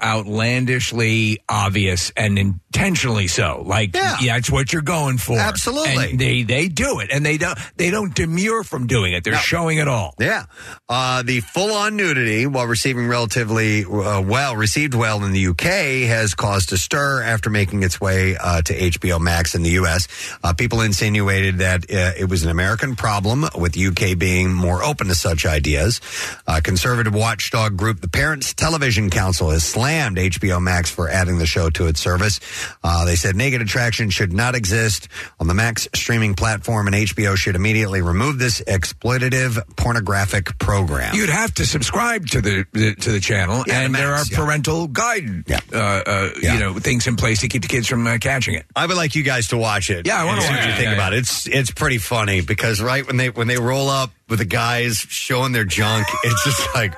S5: outlandishly obvious and intentionally so. Like, yeah, it's what you're going for.
S3: Absolutely.
S5: And they they do it, and they don't they don't demur from doing it. They're showing it all.
S3: Yeah. Uh, the full on nudity, while receiving relatively uh, well, received well in the UK, has caused a stir after making its way uh, to HBO Max in the US. Uh, people insinuated that uh, it was an American problem, with UK being more open to such ideas. Uh, conservative watchdog group, the Parents Television Council, has slammed HBO Max for adding the show to its service. Uh, they said naked attraction should not exist on the Max streaming platform, and HBO should immediately remove this exploitative pornographic program.
S5: You'd have to subscribe to the, the to the channel, and there are parental guide, uh, uh, you know, things in place to keep the kids from uh, catching it.
S3: I would like you guys to watch it.
S5: Yeah, I wanna
S3: and see
S5: watch
S3: what you
S5: it.
S3: think
S5: Yeah,
S3: about it. It's it's pretty funny because right when they when they roll up with the guys showing their junk, [laughs] it's just like,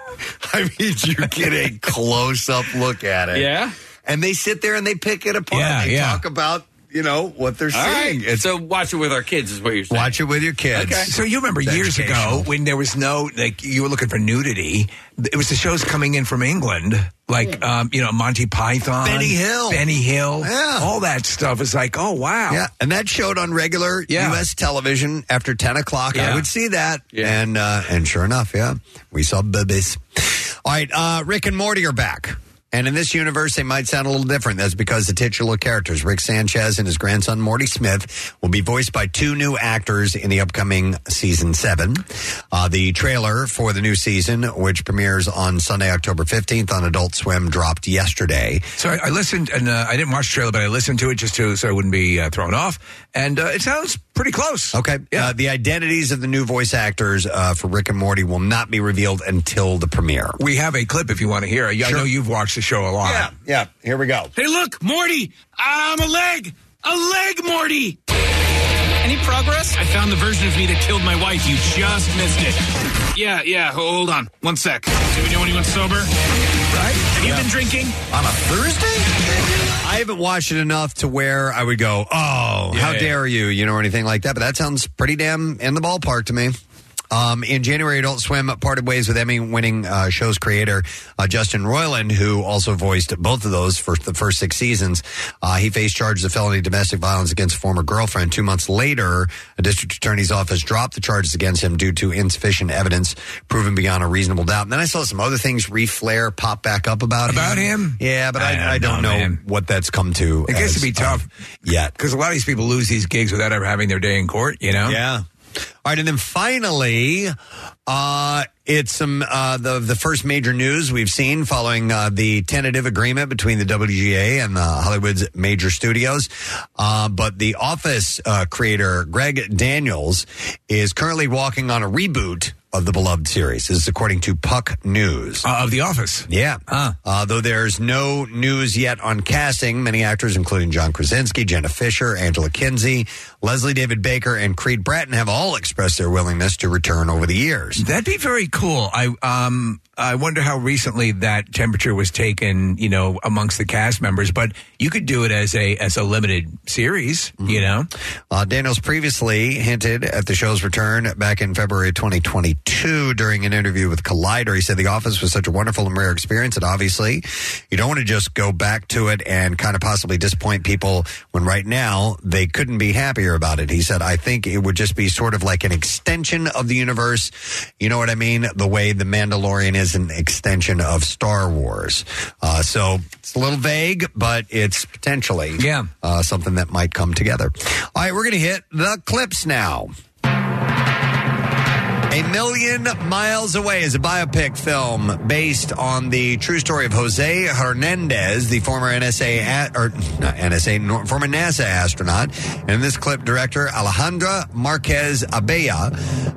S3: I mean, you get a close up look at it.
S9: Yeah.
S3: and they sit there and they pick it apart.
S5: Yeah,
S3: and they
S5: yeah.
S3: talk about
S5: you know what they're
S9: All
S5: saying.
S9: right. So watch it with our kids is what you're saying.
S3: Watch it with your kids.
S9: Okay.
S5: So you remember years ago when there was no like you were looking for nudity. It was the shows coming in from England, like um, you know Monty Python,
S3: Benny Hill.
S5: Benny Hill,
S3: Yeah.
S5: all that stuff. It's like, oh wow,
S3: Yeah, and that showed on regular
S5: Yeah.
S3: U.S. television after ten o'clock. I
S5: Yeah.
S3: would see that, and uh, and sure enough, yeah, we saw boobies. All right, uh, Rick and Morty are back, and in this universe, they might sound a little different. That's because the titular characters, Rick Sanchez and his grandson Morty Smith, will be voiced by two new actors in the upcoming season seven. Uh, the trailer for the new season, which premieres on Sunday, October fifteenth, on Adult Swim, dropped yesterday.
S5: So I, I listened, and uh, I didn't watch the trailer, but I listened to it just to so I wouldn't be uh, thrown off. And uh, it sounds pretty close.
S3: Okay. Uh, the identities of the new voice actors uh, for Rick and Morty will not be revealed until the premiere.
S5: We have a clip if you want to hear it. Yeah, I know you've watched the show a lot. Yeah.
S3: Yeah. Here we go.
S12: Hey, look, Morty! I'm a leg! A leg, Morty! Any progress? I found the version of me that killed my wife. You just missed it. Yeah, yeah, hold on. One sec. Do we know anyone sober? Right? Have you been drinking?
S3: On
S12: [laughs]
S3: a Thursday? I haven't watched it enough to where I would go, oh, how
S12: yeah.
S3: dare you, you know, or anything like that. But that sounds pretty damn in the ballpark to me. Um, in January, Adult Swim parted ways with Emmy winning uh, show's creator, uh, Justin Roiland, who also voiced both of those for the first six seasons. Uh, he faced charges of felony domestic violence against a former girlfriend. Two months later, a district attorney's office dropped the charges against him due to insufficient evidence proven beyond a reasonable doubt. And then I saw some other things reflare pop back up about,
S5: About him?
S3: Yeah, but I, I,
S5: I
S3: don't
S5: don't know,
S3: know
S5: man.
S3: what that's come to.
S5: It gets
S3: as
S5: to be tough.
S3: Yeah.
S5: Because a lot of these people lose these gigs without ever having their day in court, you know?
S3: Yeah. All right, and then finally, uh, it's some uh, the the first major news we've seen following uh, the tentative agreement between the WGA and uh, Hollywood's major studios. Uh, but the Office uh, creator Greg Daniels is currently walking on a reboot of the beloved series. This is according to Puck News.
S5: Uh, of The Office.
S3: Yeah. Uh, though there's no news yet on casting, many actors, including John Krasinski, Jenna Fisher, Angela Kinsey, Leslie David Baker, and Creed Bratton, have all expressed their willingness to return over the years.
S5: That'd be very cool. I um I wonder how recently that temperature was taken, you know, amongst the cast members, but you could do it as a as a limited series, you know.
S3: Uh, Daniels previously hinted at the show's return back in February 2022 during an interview with Collider. He said the office was such a wonderful and rare experience, and obviously, you don't want to just go back to it and kind of possibly disappoint people when right now they couldn't be happier about it. He said, I think it would just be sort of like an extension of the universe. You know what I mean? The way The Mandalorian is an extension of Star Wars. Uh, so it's a little vague, but it's potentially
S5: yeah.
S3: uh, something that might come together. All right, we're going to hit the clips now. A Million Miles Away is a biopic film based on the true story of Jose Hernandez, the former NSA a- or not NSA, nor, former NASA astronaut. And in this clip, director Alejandra Marquez Abella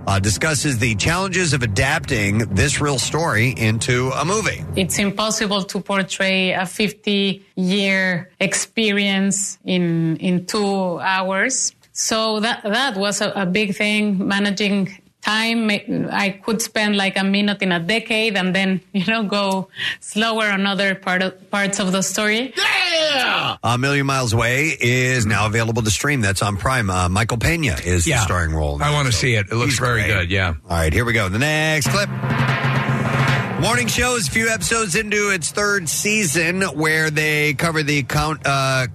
S3: uh, discusses the challenges of adapting this real story into a movie.
S13: It's impossible to portray a 50 year experience in, in two hours. So that, that was a, a big thing, managing time. I could spend like a minute in a decade and then, you know, go slower on other part of, parts of the story.
S3: A Million Miles Away is now available to stream. That's on Prime. Uh, Michael Pena is the
S5: Yeah.
S3: starring role. in
S5: I
S3: that,
S5: want to
S3: so
S5: see it. It looks
S3: he's
S5: very
S3: great.
S5: good, yeah.
S3: All right, here we go. The next clip. Morning show is a few episodes into its third season where they cover the count, uh,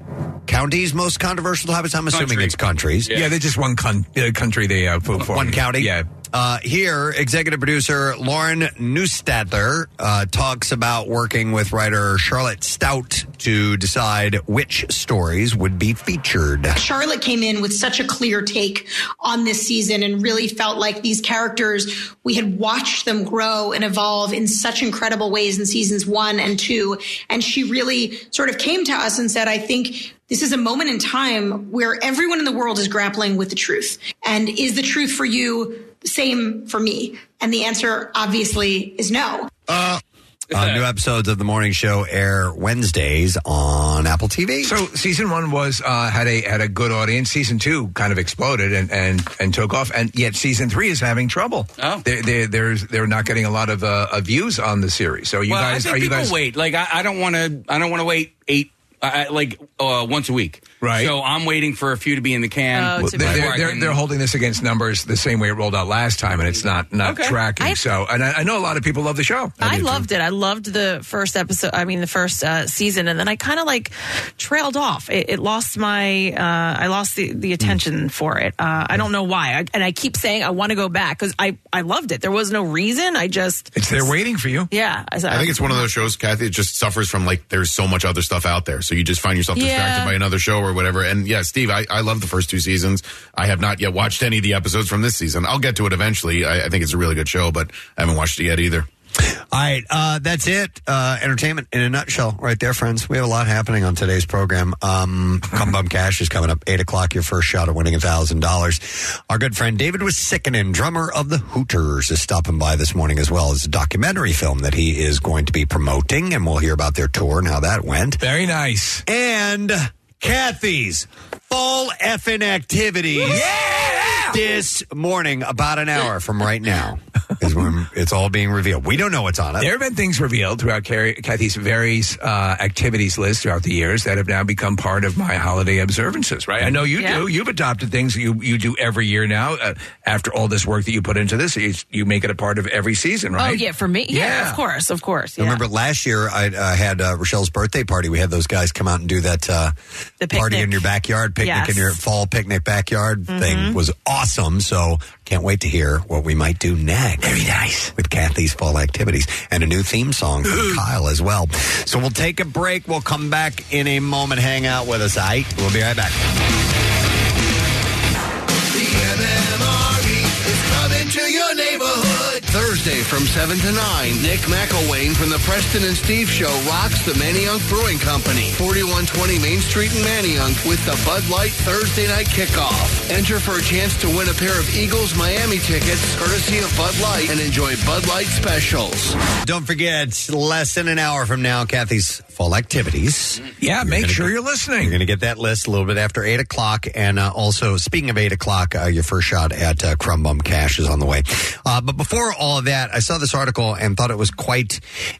S3: county's most controversial topics. I'm assuming it's countries.
S5: Yeah, they're just one con- uh, country they uh, put for
S3: One county.
S5: Yeah.
S3: Uh, here, executive producer Lauren Neustadter uh, talks about working with writer Charlotte Stout to decide which stories would be featured.
S16: Charlotte came in with such a clear take on this season and really felt like these characters, we had watched them grow and evolve in such incredible ways in seasons one and two. And she really sort of came to us and said, I think this is a moment in time where everyone in the world is grappling with the truth. And is the truth for you the same for me? And the answer obviously is no.
S3: Uh, new episodes of the morning show air Wednesdays on Apple TV.
S5: So season one was uh, had a had a good audience. Season two kind of exploded and and, and took off, and yet season three is having trouble. Oh, they they they're, they're not getting a lot of, uh, of views on the series. So you
S9: well,
S5: guys
S9: I think
S5: are you
S9: people
S5: guys
S9: wait. Like I, I don't want to. I don't want to wait eight I, I- like uh, once a week. Right. So I'm waiting for a few uh, to be in the can.
S5: Well, they're, they're, they're, they're holding this against numbers the same way it rolled out last time, and it's not not
S4: Okay.
S5: tracking.
S4: I-
S5: so, and I, I know a lot of people love the show.
S4: I, loved it. I loved the first episode. I mean, the first uh, season, and then I kind of like trailed off. It, it lost my. Uh, I lost the, the attention for it. Uh, I don't know why. I, and I keep saying I want to go back because I I loved it. There was no reason. I just
S5: it's
S10: there waiting
S5: for you.
S4: Yeah, I,
S10: I think it's one of those shows, Kathy. It just suffers from like there's so much other stuff out there, so you just find yourself
S4: Yeah.
S10: distracted by another show or whatever. And yeah, Steve, I, I love the first two seasons. I have not yet watched any of the episodes from this season. I'll get to it eventually. I, I think it's a really good show, but I haven't watched it yet either.
S3: All right, uh, that's it. Uh, entertainment in a nutshell, right there, friends. We have a lot happening on today's program. Um, Come Bum Cash is coming up eight o'clock. Your first shot at winning thousand dollars. Our good friend David was sickening, drummer of the Hooters, is stopping by this morning as well. It's a documentary film that he is going to be promoting, and we'll hear about their tour and how that went.
S5: Very nice.
S3: And Kathy's fall effing activities. This morning, about an hour from right now, is when it's all being revealed. We don't know what's on it.
S5: There have been things revealed throughout Carrie, Kathy's various uh, activities list throughout the years that have now become part of my holiday observances. Right? I know you
S12: Yeah.
S5: do. You've adopted things that you you do every year now. Uh, after all this work that you put into this, you, you make it a part of every season, right?
S4: Oh yeah, for me. Yeah,
S5: Yeah.
S4: of course, of course. Yeah.
S3: I remember last year I uh, had uh, Rochelle's birthday party. We had those guys come out and do that uh,
S4: The
S3: party
S4: picnic.
S3: in your backyard, picnic in
S4: Yes. Mm-hmm.
S3: your fall picnic backyard thing was awesome. So can't wait to hear what we might do next. Very
S5: nice
S3: with Kathy's fall activities and a new theme song
S4: [clears throat]
S3: from Kyle as well. So we'll take a break. We'll come back in a moment. Hang out with us. I we'll be right back.
S7: E Coming to your neighborhood. Thursday from 7 to 9, Nick McElwain from the Preston and Steve Show rocks the Manayunk Brewing Company. 4120 Main Street in Manayunk with the Bud Light Thursday night kickoff. Enter for a chance to win a pair of Eagles Miami tickets courtesy of Bud Light and enjoy Bud Light specials.
S3: Don't forget, less than an hour from now, Kathy's fall activities.
S5: Yeah, make sure you're listening. You're
S3: going to get that list a little bit after 8 o'clock. And uh, also, speaking of 8 o'clock, uh, your first shot at uh, Crumb Bum Cash is on the way. Uh, but before all of that, I saw this article and thought it was quite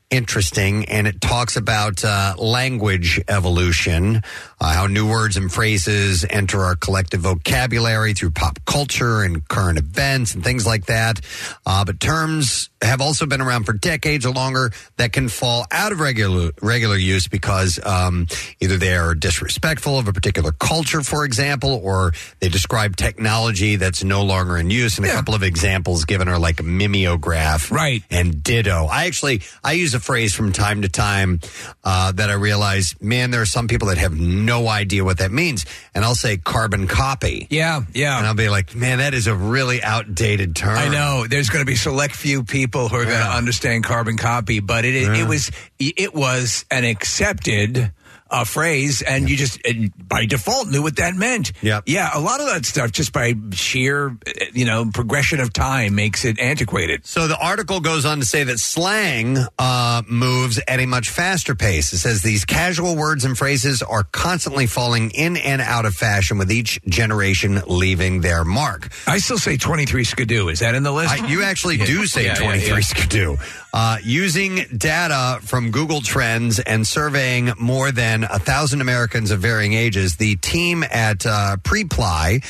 S3: interesting. And it talks about uh, language evolution, uh, how new words and phrases enter our collective vocabulary through pop culture and current events and things like that. Uh, but terms have also been around for decades or longer that can fall out of regular regular use because um, either they are disrespectful of a particular culture, for example, or they describe technology that's no longer in use. And a couple of examples given are like mimeograph, right, and ditto. I actually I use a phrase from time to time uh, that I realize, man, there are some people that have no idea what that means, and I'll say carbon copy.
S5: Yeah, yeah.
S3: And I'll be like, man, that is a really outdated term.
S5: I know there's going to be select few people who are going to understand carbon copy, but it it was it was an accepted uh, phrase, and you just uh by default knew what that meant. Yeah, yeah. A lot of that stuff just by sheer uh, you know progression of time makes it antiquated.
S3: So the article goes on to say that slang uh, moves at a much faster pace. It says these casual words and phrases are constantly falling in and out of fashion, with each generation leaving their mark.
S5: I still say 23 skidoo. Is that in the list?
S3: I- you actually
S5: Yeah.
S3: do say
S5: Yeah, yeah,
S3: 23
S5: yeah.
S3: skidoo. Uh, using data from Google Trends and surveying more than a thousand Americans of varying ages, the team at uh, Preply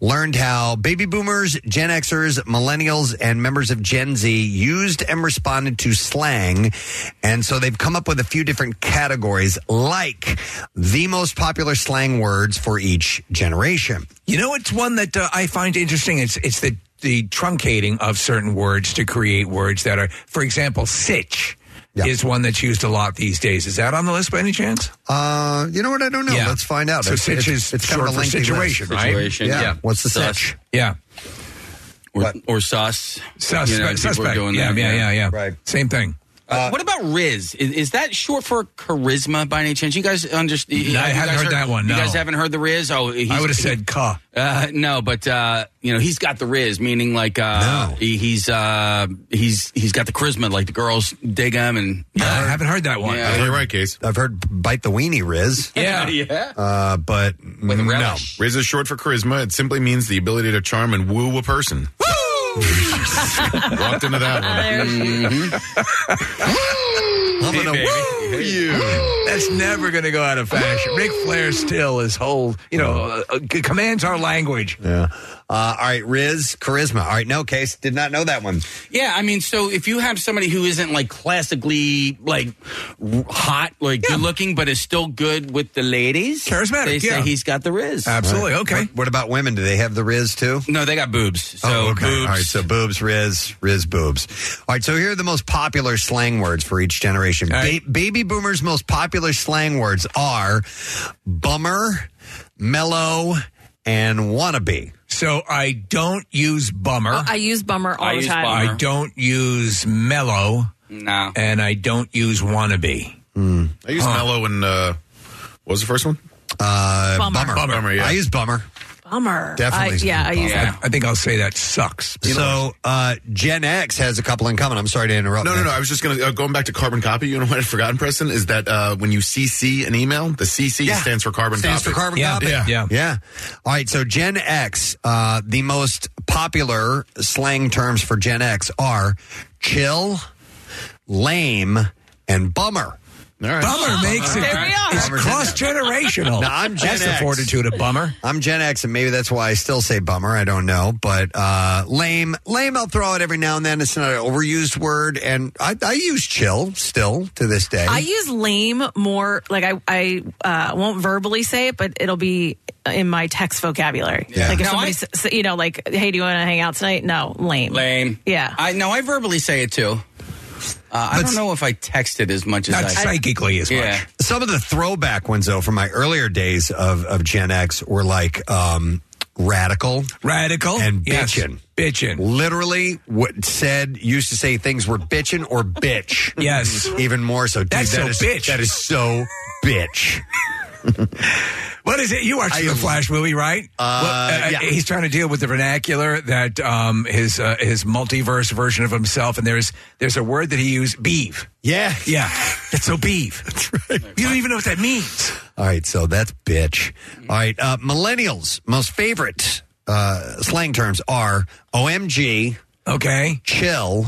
S3: learned how baby boomers, Gen Xers, millennials, and members of Gen Z used and responded to slang. And so they've come up with a few different categories like the most popular slang words for each generation.
S5: You know, it's one that uh, I find interesting. It's it's the the truncating of certain words to create words that are, for example, sitch is one that's used a lot these days. Is that on the list by any chance?
S3: Uh, you know what? I don't know.
S5: Yeah.
S3: Let's find out.
S5: So sitch is short for
S3: lengthy
S5: situation,
S3: list.
S5: right?
S9: Situation, yeah.
S3: What's the
S9: Sus.
S3: sitch?
S5: Yeah.
S9: Or, or sus.
S5: Sus-
S9: people are
S5: suspect. Yeah, yeah, yeah, yeah. Right. Same thing.
S9: Uh, what about Riz? Is, is that short for charisma by any chance? You guys understand?
S5: No, I haven't heard that one,
S9: You
S5: no.
S9: guys haven't heard the Riz? Oh, he's,
S5: I would have said ka.
S9: Uh, no, but uh, you know he's got the Riz, meaning like uh, he, he's uh, he's he's got the charisma, like the girls dig him, and
S5: I haven't heard that one.
S9: Yeah. You're
S10: right, Case.
S3: I've heard bite the weenie, Riz.
S9: Yeah. yeah.
S3: Uh, but
S10: With
S3: no.
S10: Riz is short for charisma. It simply means the ability to charm and woo a person.
S12: [laughs]
S10: Walked into that one.
S3: All
S5: loving a woo you. That's never going to go out of fashion. Ric Flair still is whole. You know, uh, uh, commands our language.
S3: Yeah. Uh, all right, Riz, charisma. All right, no case. Did not know that one.
S9: Yeah, I mean, so if you have somebody who isn't like classically like r- hot, like good looking, but is still good with the ladies,
S5: Charismatic,
S9: They
S5: yeah.
S9: say he's got the riz.
S3: All right. What, what about women? Do they have the Riz too? Oh,
S9: No, they got boobs. So boobs.
S3: All right, so boobs, Riz, Riz, boobs. All right, so here are the most popular slang words for each generation. Ba- baby boomers' most popular slang words are bummer, mellow, and wannabe.
S5: So I don't use bummer.
S4: Oh, I use bummer all the time.
S5: I don't use mellow.
S9: No.
S5: And I don't use wannabe.
S10: Hmm. I use mellow and uh, what was the first one?
S3: Uh,
S4: Bummer. bummer.
S10: yeah.
S3: I use bummer.
S4: Bummer.
S3: Definitely
S4: I- yeah, I use
S5: I think I'll say that sucks.
S3: So uh, Gen X has a couple in common. I'm sorry to interrupt.
S10: No, no,
S3: Nick.
S10: no. I was just going to, uh, going back to carbon copy, you know what I'd forgotten, Preston, is that uh, when you CC an email, the CC stands for carbon
S3: stands
S10: copy.
S3: for carbon copy.
S10: Yeah.
S3: yeah, All right. So Gen X, uh, the most popular slang terms for Gen X are chill, lame, and bummer.
S5: Bummer makes it. It's cross generational.
S3: Now, I'm Gen
S5: That's the
S3: X.
S5: fortitude of bummer.
S3: I'm Gen X, and maybe that's why I still say bummer. I don't know, but uh, lame, lame. I'll throw it every now and then. It's not an overused word, and I, I use chill still to this day.
S4: I use lame more. Like I, I uh, won't verbally say it, but it'll be in my text vocabulary.
S9: Yeah.
S4: Like if
S9: No,
S4: somebody, s s- you know, like, hey, do you want to hang out tonight? No, lame.
S9: Lame.
S4: Yeah.
S9: I no, I verbally say it too. Uh, I don't know if I text it as much as
S3: Not
S9: I
S3: psychically
S5: as
S9: yeah. much.
S3: Some of the throwback ones, though, from my earlier days of, of Gen X were like um, radical,
S5: radical,
S3: and
S5: Yes.
S3: bitchin'.
S5: Bitchin'.
S3: Literally, what said used to say things were bitchin' or bitch.
S5: [laughs] Yes.
S3: even more so. Dude,
S5: That's
S3: that
S5: so
S3: is-
S5: bitch.
S3: That is so bitch.
S5: [laughs] What is it? You watched the Flash movie, right?
S10: uh,
S5: Well,
S3: Uh,
S5: uh,
S3: yeah.
S5: He's trying to deal with the vernacular that um, his uh, his multiverse version of himself, and there's there's a word that he used, beeve.
S3: Yeah,
S5: yeah, that's
S10: [laughs]
S5: so beeve. That's right. You don't even know what that means.
S3: All right, so that's bitch. All right, uh, millennials' most favorite uh, slang terms are OMG,
S5: okay,
S3: chill,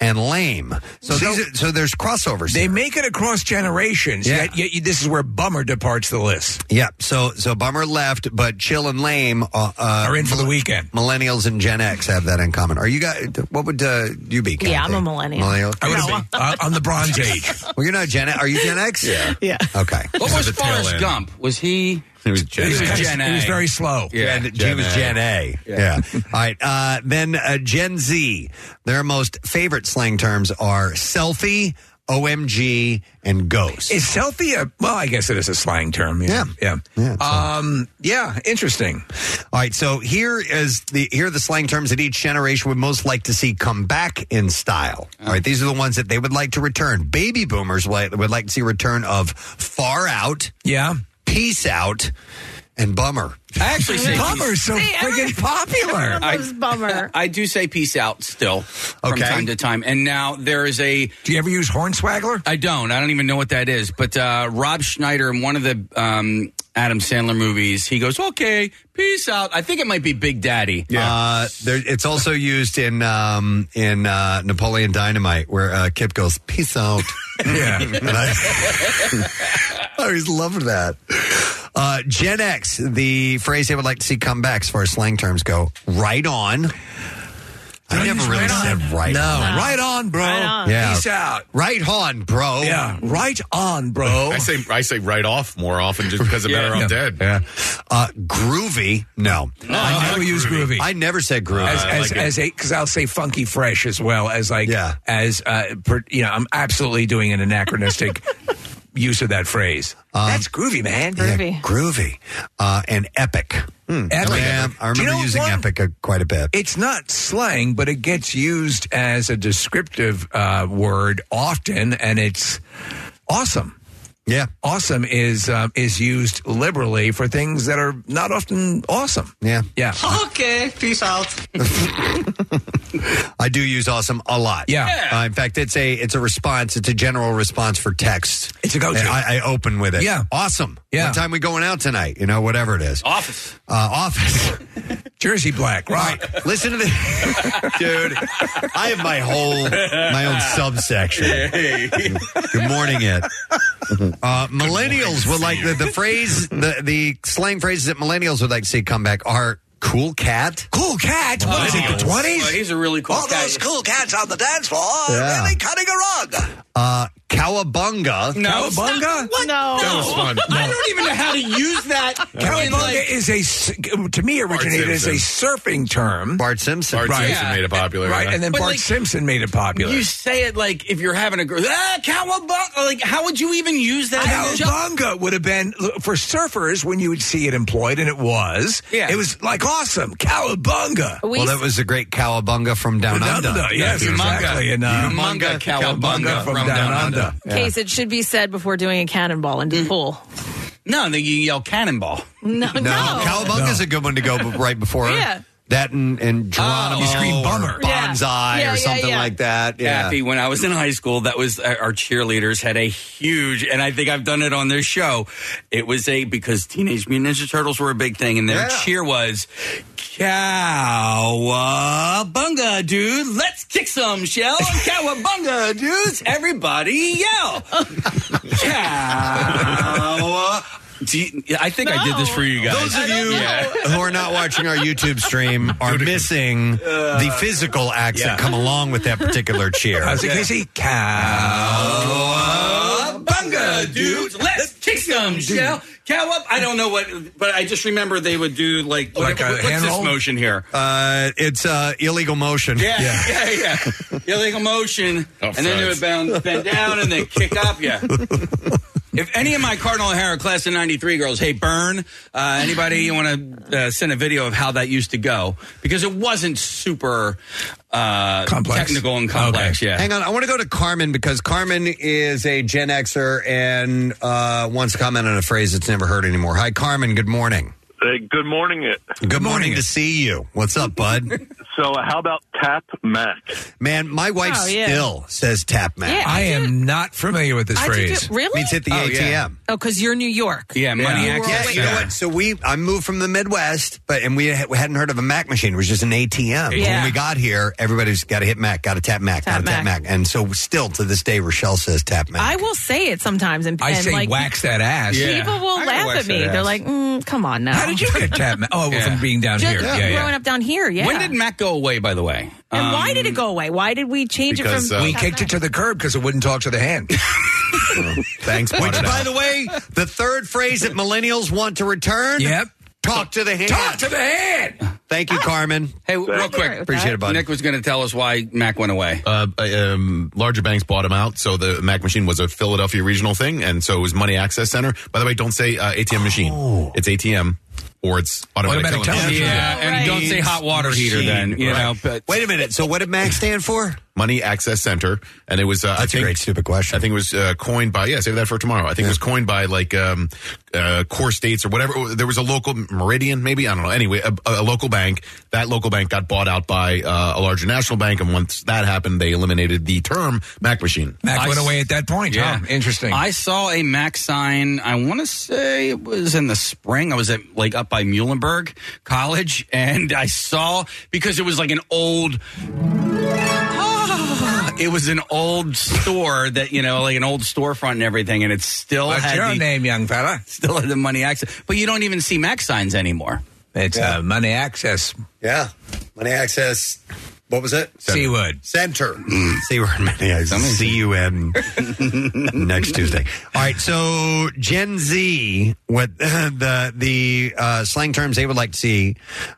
S3: and lame. So,
S5: So-
S3: these are, so there's crossovers.
S5: They
S3: here.
S5: make it across generations.
S3: Yeah.
S5: Yet, yet you- this is where bummer departs the list.
S3: Yeah, so so bummer left, but chill and lame uh, uh,
S5: Are in for the weekend.
S3: Millennials and Gen X have that in common. Are you guys? What would uh, you be?
S4: Yeah, I'm
S3: Kathy?
S4: a millennial.
S5: I would have been uh, on the Bronze Age.
S3: Well, you're not Gen. Are you Gen X?
S5: Yeah.
S4: [laughs] Yeah.
S3: Okay.
S9: What was Forrest Gump? Was he?
S10: It was
S9: Gen He was A. Gen
S5: He was
S9: A.
S5: very slow.
S9: Yeah.
S3: Gen,
S9: Gen
S3: he was
S9: A.
S3: Gen A. Yeah.
S9: [laughs]
S3: All right. Uh, then uh, Gen Z. Their most favorite slang terms are selfie, OMG, and ghost.
S5: Is selfie a well? I guess it is a slang term. Yeah, yeah, yeah. um, yeah interesting.
S3: All right, so here is the here are the slang terms that each generation would most like to see come back in style. All right, these are the ones that they would like to return. Baby boomers li- would like to see return of far out,
S5: Yeah,
S3: peace out, and bummer.
S9: I
S17: [laughs]
S9: actually say
S5: bummer's so
S4: See, everyone-
S5: friggin' popular.
S4: Everyone loves bummer.
S9: [laughs] I do say peace out still from
S3: Okay.
S9: time to time. And now there is a
S5: Do you ever use hornswaggler?
S9: I don't. I don't even know what that is. But uh, Rob Schneider in one of the um, Adam Sandler movies, he goes, "Okay, peace out." I think it might be Big Daddy.
S3: Uh, there, it's also used in um, in uh, Napoleon Dynamite, where uh, Kip goes peace out.
S5: [laughs] Yeah.
S3: And I, [laughs] I always loved that. Uh, Gen X, the phrase they would like to see come back as far as slang terms go, right on. I
S5: Don't
S3: never
S5: use
S3: really
S5: right on.
S3: said right
S5: no,
S3: on.
S5: right on, bro.
S4: Right on.
S3: Yeah.
S5: Peace out.
S3: Right on, bro.
S5: Yeah, right on, bro.
S10: I say I say right off more often just because I'm better off dead.
S5: Yeah.
S3: Uh, groovy, no.
S5: I never use groovy.
S3: I never said groovy.
S5: as
S10: I
S5: as,
S10: like it.
S5: as a because I'll say funky fresh as well as like
S3: Yeah.
S5: as uh per, you know I'm absolutely doing an anachronistic [laughs] use of that phrase. That's groovy, man.
S3: Um, Yeah,
S4: groovy.
S3: groovy. Uh, and epic.
S5: Epic.
S3: Yeah, Hmm, I remember
S5: Do you know
S3: using
S5: one-
S3: epic uh, quite a bit.
S5: it's not slang, but it gets used as a descriptive uh, word often, and it's awesome.
S3: Yeah,
S5: awesome is uh, is used liberally for things that are not often awesome.
S3: Yeah,
S10: [laughs]
S5: yeah.
S17: Okay, peace out.
S3: I do use awesome a lot.
S5: Yeah.
S3: Uh, in fact, it's a it's a response. It's a general response for text.
S5: It's a go-to.
S3: And I, I open with it.
S5: Yeah.
S3: Awesome.
S5: Yeah.
S3: What time we going out tonight? You know, whatever it is.
S17: Office.
S3: Uh, office.
S5: [laughs] Jersey black. Right.
S3: [laughs] Listen to the [laughs] dude. I have my whole [laughs] my own subsection.
S17: Hey.
S3: Good morning, Ed. Uh, millennials would like the, the phrase the the slang phrases that millennials would like to see come back are cool cat.
S5: Cool cat.
S17: What is he, the 20s?
S9: Oh, he's a really cool
S17: All
S9: cat.
S17: those cool cats on the dance floor are
S5: Oh,
S3: Yeah.
S17: really cutting a rug.
S3: Uh, cowabunga.
S5: Cowabunga?
S17: What?
S4: No.
S17: That
S5: was fun.
S17: I
S5: No.
S17: don't even know how to use that.
S5: Cowabunga
S17: in, like-
S5: is a s- to me originated as a surfing term.
S3: Bart Simpson.
S10: Bart
S5: right.
S10: Simpson made it popular.
S5: Right,
S10: yeah.
S5: and then
S9: But,
S5: Bart
S9: like,
S5: Simpson made it popular.
S9: You say it like if you're having a girl. Ah, cowabunga! Like, how would you even use that? in a joke?
S5: Cowabunga would have been look, for surfers when you would see it employed, and it was.
S9: Yeah.
S5: It was like awesome. Cowabunga.
S4: We
S3: well, that was the great cowabunga from down
S5: Down
S3: under.
S5: Under, yes, exactly. And, uh,
S9: Humanga cowabunga
S5: from Down Under.
S4: Case it should be said before doing a cannonball into the pool.
S9: Mm. No, then you yell cannonball.
S5: [laughs]
S4: No, no.
S3: No, cowabunga's a good one to go b- right before.
S4: Yeah.
S3: That and, and Geronimo.
S5: You scream
S3: or
S5: bummer.
S4: Yeah.
S3: Bonsai
S4: Yeah,
S3: or
S4: yeah,
S3: something
S4: yeah.
S3: like that. Yeah.
S9: Kathy, when I was in high school, that was uh, our cheerleaders had a huge, and I think I've done it on this show. It was a because Teenage Mutant Ninja Turtles were a big thing, and their
S3: Yeah.
S9: cheer was "Cowabunga, [laughs] dude! Let's kick some shell! Cowabunga, dudes! Everybody yell! Cow!" Do you- I think I did this for you guys.
S3: Those of you [laughs] who are not watching our YouTube
S5: [laughs]
S3: stream are
S5: Uh,
S3: missing the physical acts that come along with that
S5: [laughs]
S3: particular cheer.
S5: How's it, Casey? Cow.
S9: Cowabunga, dudes! Let's kick some shell. Cowab. I don't know what, but I just remember they would do like,
S5: Like a
S9: what- what's
S5: hand
S9: this
S5: roll?
S9: motion here?
S3: Uh, it's uh, illegal motion.
S9: yeah, [laughs] yeah, yeah. Illegal motion,
S5: Oh,
S9: and then they
S10: Fred.
S9: would bend, bend down and then kick
S5: [laughs]
S9: up. Yeah. If any of my Cardinal O'Hara class of '93 girls, hey, burn! Uh, anybody you want to uh, send a video of how that used to go because it wasn't super uh,
S5: Complex.
S9: technical and complex.
S5: Okay.
S9: Yeah.
S3: Hang on, I want to go to Carmen because Carmen is a Gen Xer and uh, wants to comment on a phrase that's never heard anymore. Hi, Carmen. Good morning.
S11: Hey, good morning. It.
S3: Good morning, to see you. What's up, bud?
S4: [laughs]
S11: So, uh, how about Tap Mac?
S3: Man, my wife
S4: Oh, yeah.
S3: still says tap man.
S4: Yeah.
S5: I am not familiar with this
S4: I did
S5: phrase.
S4: it, really?
S3: Means hit the
S9: Oh,
S3: ATM.
S9: yeah.
S4: Oh, because you're New York.
S9: Yeah, money
S4: Yeah.
S9: access.
S3: Yeah, you know
S5: Yeah.
S3: what? So we, I moved from the Midwest, but and we, ha- we hadn't heard of a Mac machine, which is an ATM. When
S4: Yeah.
S3: we got here, everybody's got to hit Mac, got to tap Mac, got
S4: Tap
S3: to tap Mac,
S4: Mac.
S3: and so still to this day, Rochelle says tap Mac.
S4: I will say it sometimes, and,
S5: I
S4: and,
S5: say
S4: like
S5: wax that ass.
S9: Yeah.
S4: people will
S9: I gotta
S4: laugh
S9: wax
S4: at me.
S9: that
S4: They're
S9: ass.
S4: like, mm, "Come on now."
S5: How did you
S4: [laughs]
S5: get tap? ma- Oh, well,
S9: Yeah.
S5: from being down
S4: Just
S5: here. Yeah, yeah.
S4: growing up down here? Yeah.
S9: When did Mac go away? By the way,
S4: And
S9: Um,
S4: why did it go away? Why did we change
S10: because,
S4: it from?
S10: uh,
S5: We
S4: Tap
S5: kicked it
S4: Mac?
S5: to the curb because it wouldn't talk to the
S3: [laughs]
S5: hand.
S3: Thanks, which by the way, the third phrase that millennials want to return.
S5: Yep.
S3: Talk to the hand.
S5: talk to the hand.
S3: Thank you, Carmen.
S9: Hey, real
S4: All right
S9: quick,
S4: with
S3: Appreciate it, bud.
S9: Nick was going to tell us why Mac went away.
S10: uh, um, larger banks bought them out, so the Mac machine was a Philadelphia regional thing, and so it was Money Access Center. By the way, don't say uh, ATM machine; it's ATM or it's automatic,
S5: Oh. Automatic
S10: teller
S5: teller.
S10: machine.
S9: Yeah,
S4: Right.
S9: and don't say hot water heater then. You know, but
S3: Wait a minute. So what did Mac stand for?
S10: Money Access Center, and it was uh, I
S3: That's
S10: think
S3: a great stupid question.
S10: I think it was uh, coined by yeah, save that for tomorrow. I think it was coined by like um, uh, core states or whatever. There was a local Meridian, maybe I don't know. Anyway, a, a local bank. That local bank got bought out by uh, a larger national bank, and once that happened, they eliminated the term Mac machine.
S5: Mac
S9: I
S5: went
S9: s-
S5: away at that point.
S9: Yeah.
S5: huh? Interesting.
S9: I saw a Mac sign. I want to say it was in the spring. I was at like up by Muhlenberg College, and I saw because it was like an old. Ah, It was an old store that you know, like an old storefront and everything, and it still
S5: What's
S9: had
S5: your
S9: the,
S5: name, young fella?
S9: still had the money access. But you don't even see Mac signs anymore.
S5: It's uh, money access.
S3: Yeah. Money access. What was it?
S5: C word.
S3: Center.
S5: Mm.
S3: C word. Money access. C U M. [laughs]
S5: [laughs]
S3: Next Tuesday. All right. So Gen Z, what [laughs] the the uh, slang terms they would like to see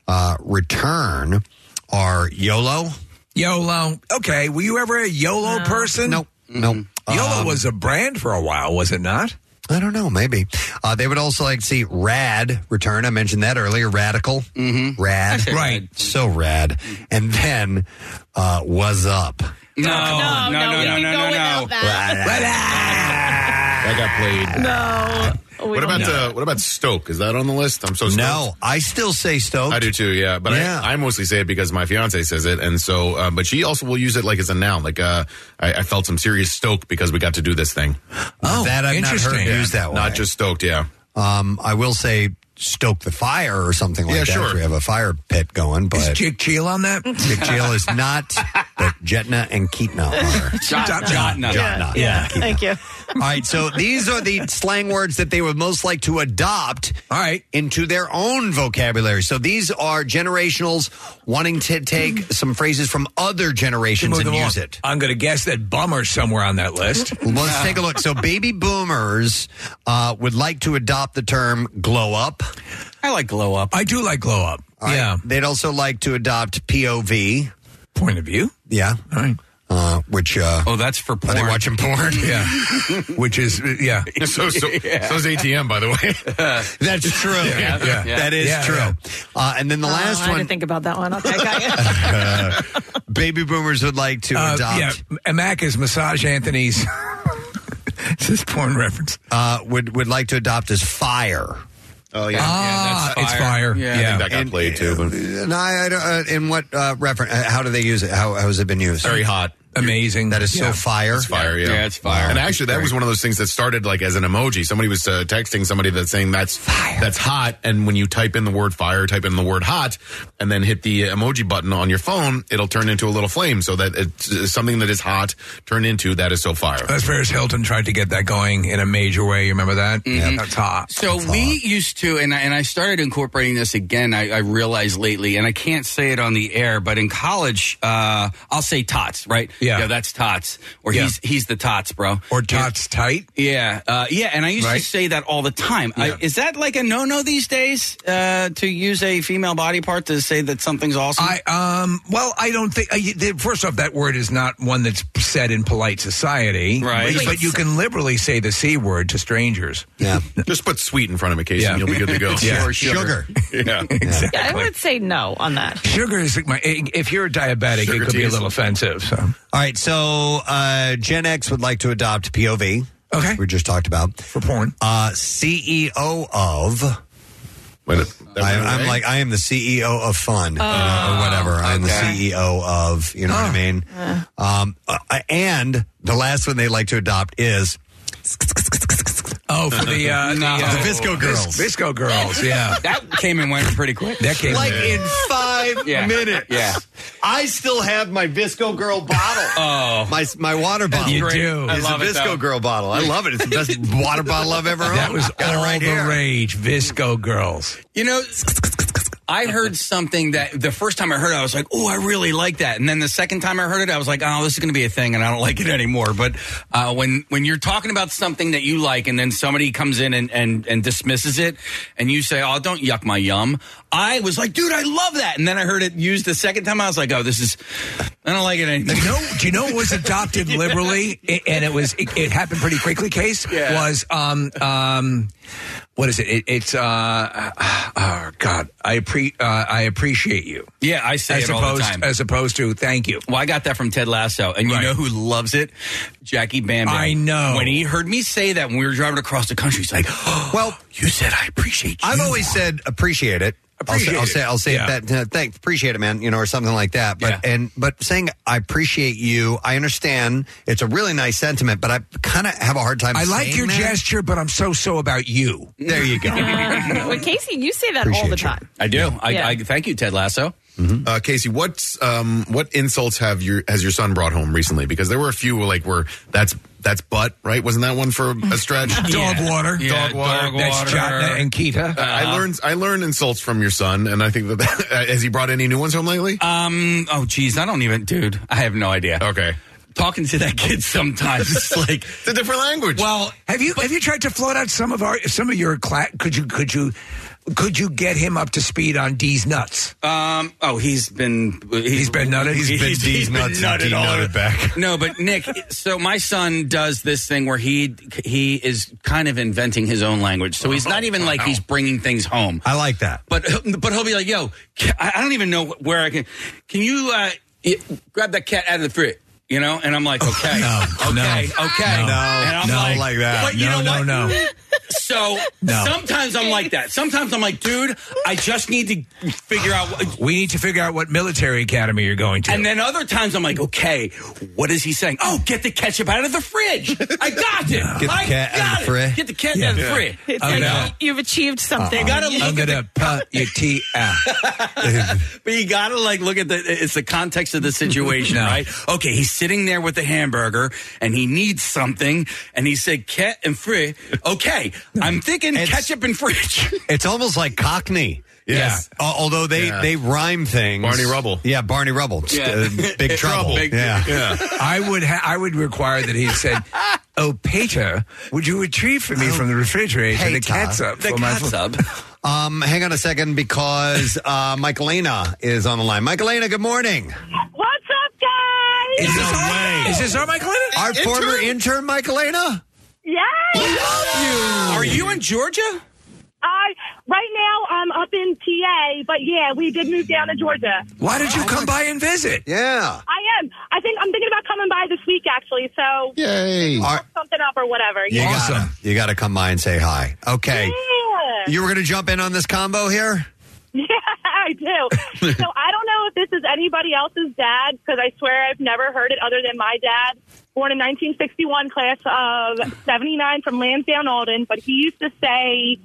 S3: uh, return are YOLO.
S5: YOLO. Okay, were you ever a YOLO person?
S3: Nope. Nope.
S5: YOLO
S3: Um,
S5: was a brand for a while, was it not?
S3: I don't know. Maybe uh, they would also like to see rad return. I mentioned that earlier. Radical, mm-hmm. rad,
S9: Actually, Right.
S3: So rad. And then uh, was up.
S9: No,
S4: no, no, we can go without that.
S3: Rad.
S10: That got played.
S4: No.
S10: What about uh, what about Stoke? Is that on the list? I'm so stoked.
S3: No, I still say Stoke.
S10: I do too. Yeah, but
S3: Yeah.
S10: I, I mostly say it because my fiance says it, and so uh, but she also will use it like as a noun. Like uh, I, I felt some serious Stoke because we got to do this thing.
S3: Oh, that I've not heard
S10: Yeah,
S3: used that way.
S10: Not just stoked. Yeah.
S3: Um, I will say stoke the fire or something like
S10: Yeah,
S3: that. if
S10: sure.
S3: we have a fire pit going, but
S5: Is Jake Cheel
S3: [laughs]
S5: on that?
S3: Jake Jail is
S5: [laughs]
S3: not, but Jetna and Keatna are. [laughs]
S9: Jotna.
S3: Jotna.
S9: Yeah.
S3: Jotna.
S9: Yeah.
S3: Keatna.
S4: Thank you.
S3: All right, so these are the slang words that they would most like to adopt All right. into their own vocabulary. So these are generationals wanting to take some phrases from other generations and use it.
S5: I'm going to guess that bummer somewhere on that list.
S3: Well, let's take a look. So, baby boomers uh, would like to adopt the term glow up.
S9: I like glow up.
S5: I do like glow up.
S3: yeah. They'd also like to adopt POV.
S5: Point of view.
S3: Yeah.
S5: All right.
S3: Uh, which [laughs] uh,
S9: oh, that's for
S3: porn. Are they watching porn?
S5: Yeah. Which is yeah.
S10: So so,
S5: Yeah.
S10: so's ATM by the way.
S3: That's true.
S10: Yeah, yeah, yeah.
S3: That is
S10: Yeah,
S3: true.
S10: yeah.
S3: Uh, and then the
S4: Oh,
S3: last
S4: I
S3: one,
S4: didn't think about that one. Okay,
S5: [laughs]
S4: got you.
S3: uh, baby boomers would like to
S5: Uh,
S3: adopt.
S5: yeah. And Mac is massage Anthony's. [laughs] it's this porn reference.
S3: Uh, would would like to adopt as fire.
S10: Oh
S5: yeah. Ah, Yeah, that's it's fire. fire. Yeah. Yeah.
S10: that got
S3: And-
S10: played too. But
S3: And I, I don't- uh, in what uh, reference? Uh, how do they use it? How, how has it been used?
S10: very hot.
S5: Amazing.
S3: That is
S10: Yeah.
S3: so fire.
S10: It's fire, yeah.
S9: Yeah, it's fire.
S10: And actually, that was one of those things that started like as an emoji. Somebody was uh, texting somebody that's saying that's fire. that's hot, and when you type in the word fire, type in the word hot, and then hit the emoji button on your phone, it'll turn into a little flame. So that it's uh, something that is hot turned into that is so fire.
S5: As Paris Hilton tried to get that going in a major way. You remember that?
S3: Mm-hmm.
S5: Yeah, that's hot.
S9: So we used to, and I, and I started incorporating this again. I, I realized lately, and I can't say it on the air, but in college, uh, I'll say tots, right?
S5: Yeah.
S9: that's tots, or
S5: Yeah.
S9: he's he's the tots, bro,
S5: or tots tight.
S9: Yeah, uh, yeah. And I used
S5: Right.
S9: to say that all the time. I, is that like a no no these days uh, to use a female body part to say that something's awesome?
S5: I um well I don't think I, the- first off that word is not one that's said in polite society
S9: Right.
S5: but, but you can liberally say the c word to strangers [laughs]
S3: yeah
S10: Just put sweet in front of it, Casey,
S5: Yeah.
S10: and you'll be good to go.
S5: [laughs] Yeah. Or
S3: sugar.
S10: yeah.
S4: Yeah, I would say no
S5: [laughs]
S4: on that.
S5: sugar is like my if you're a diabetic
S10: Sugar
S5: it could be a
S10: teas.
S5: little offensive so
S3: All right, so uh, Gen X would like to adopt POV.
S5: Okay.
S3: we just talked about
S5: for porn
S3: uh, CEO of.
S10: Wait, that went
S3: I, I'm
S10: away?
S3: like I am the CEO of fun you
S9: Oh,
S3: know, or whatever. I'm the CEO of you know what I mean. Um, uh, and the last one they like to adopt is
S5: oh for the uh
S9: [laughs] No.
S5: the, uh,
S3: The Visco Girls.
S5: Vis- visco girls yeah
S9: [laughs] that came and went pretty quick.
S5: that came
S3: like
S5: in.
S3: in five
S9: Yeah.
S3: minutes.
S9: Yeah.
S3: I still have my Visco Girl bottle.
S9: Oh.
S3: my my water bottle.
S5: You
S3: It's
S5: do.
S9: I love
S3: a
S9: it,
S3: Visco
S9: though.
S3: Girl bottle. I love it. It's the best water bottle I've ever owned.
S5: that was
S3: Got it
S5: all
S3: right
S5: the
S3: here.
S5: rage visco girls
S9: You know, I heard something that the first time I heard it, I was like, oh, I really like that. And then the second time I heard it, I was like, oh, this is going to be a thing and I don't like it anymore. But uh, when, when you're talking about something that you like and then somebody comes in and, and, and dismisses it and you say, oh, don't yuck my yum, I was like, dude, I love that. And then I heard it used the second time. I was like, oh, this is, I don't like it anymore.
S5: No, do you know what was adopted
S9: [laughs]
S5: liberally I- and it was it, it happened pretty quickly? Case
S9: Yeah.
S5: was um um what is it? it it's uh, uh oh God, I pre uh, I appreciate you
S9: Yeah, I say
S5: as
S9: it all the
S5: opposed
S9: time.
S5: as opposed to thank you.
S9: Well, I got that from Ted Lasso, and you
S5: Right.
S9: know who loves it? Jackie Bam Bam.
S5: I know.
S9: When he heard me say that when we were driving across the country,
S5: [gasps]
S9: he's like,
S3: Well,
S9: you said I appreciate you."
S3: I've always said appreciate it.
S5: Appreciate
S3: I'll
S5: it.
S3: say I'll say, I'll say
S5: Yeah.
S3: that uh, thank appreciate it, man. You know, or something like that. But
S9: Yeah.
S3: and but saying I appreciate you, I understand. It's a really nice sentiment, but I kind of have a hard time.
S5: I like
S3: saying
S5: your
S3: that.
S5: gesture, but I'm so so about you.
S3: There you go.
S4: Uh, but Casey, you say that all
S3: Appreciate
S4: the
S3: you.
S4: time.
S9: I do. I,
S4: Yeah.
S9: I thank you, Ted Lasso.
S10: Uh, Casey, what's um, what insults have your has your son brought home recently? Because there were a few like where that's that's butt right? Wasn't that one for a stretch?
S5: [laughs] Dog water.
S9: Yeah,
S10: Dog water. Uh,
S9: dog
S5: That's
S9: water. Uh-huh.
S5: Jatna and Keita.
S10: I learned I learned insults from your son, and I think that, [laughs] has he brought any new ones home lately?
S9: Um. Oh, geez, I don't even, dude. I have no idea.
S10: okay,
S9: Talking [laughs] to that kid
S5: [laughs]
S9: sometimes, it's like,
S10: it's a different language.
S5: Well, have you have you tried to float out some of our some of your class? Could you could you could you get him up to speed on D's nuts?
S9: um. Oh, he's been
S5: He's been nutted.
S9: [laughs]
S5: He's been
S9: he's
S5: D's
S9: been
S5: nuts and
S9: nutted all
S5: denutted
S9: over.
S5: back.
S9: [laughs] No, but Nick. So my son does this thing where he he is kind of inventing his own language. So
S5: Oh,
S9: he's not even like he's bringing things home.
S3: I like
S5: [laughs]
S3: that.
S9: But but he'll be like, "Yo, ca- I I don't even know where I can. Can you uh, y- grab that cat out of the fridge? You know, and I'm like, okay, okay,
S5: Oh, no,
S9: okay,
S5: no,
S9: and I'm
S5: no, like that.
S9: But you
S5: No,
S9: know
S5: no,
S9: what?
S5: no.
S9: So
S5: No.
S9: sometimes I'm like that. Sometimes I'm like, dude, I just need to figure out. What,
S5: We need to figure out what military academy you're going to.
S9: and then other times I'm like, okay, what is he saying? Oh, get the ketchup out of the fridge. I got
S5: Get
S9: it.
S5: the
S9: I
S5: cat out of
S9: got
S5: the
S9: it.
S5: fridge.
S9: Get the cat
S5: Yeah.
S9: out of the
S5: Yeah.
S9: fridge.
S4: It's
S5: I'm
S4: like
S5: gonna-
S4: you've achieved something.
S9: You gotta
S5: I'm
S9: look at
S5: gonna put your tea out.
S9: [laughs] but you gotta like look at the it's the context of the situation, right? Okay, he's sitting there with the hamburger and he needs something, and he said cat and fridge. Okay, I'm thinking ketchup and fridge. [laughs]
S3: It's almost like Cockney.
S9: Yeah.
S3: Al- although they,
S9: Yeah.
S3: they rhyme things.
S9: Barney Rubble.
S3: Yeah, Barney Rubble. It's, uh, big [laughs]
S5: [laughs]
S3: trouble. yeah.
S5: I would ha- I would require that he said,
S3: [laughs]
S5: "Oh, Peter, would you retrieve for
S3: Oh.
S5: me from the refrigerator the ketchup for my fo-" [laughs]
S3: Um, hang on a second because uh, Michaelina is on the line. Michaelina, good morning.
S18: What's up, guys?
S3: Is this No our- way. is this our
S9: Michaelina?
S3: Our
S18: Intern?
S3: former intern, Michaelina.
S18: Yes.
S9: Are you in Georgia?
S18: I right now I'm up in PA, but yeah, we did move down to Georgia.
S5: Why did you come by and visit?
S3: Yeah.
S18: I am. I think I'm thinking about coming by this week, actually. So
S3: Yay.
S18: Look
S3: All right.
S18: something up or whatever.
S3: You
S18: yeah.
S3: gotta, you gotta come by and say hi. Okay.
S18: Yeah.
S3: You were gonna jump in on this combo here?
S18: [laughs] Yeah, I do. so I don't know if this is anybody else's dad because I swear I've never heard it other than my dad. Born in 1961, class of 79 from Lansdowne, Alden, but he used to say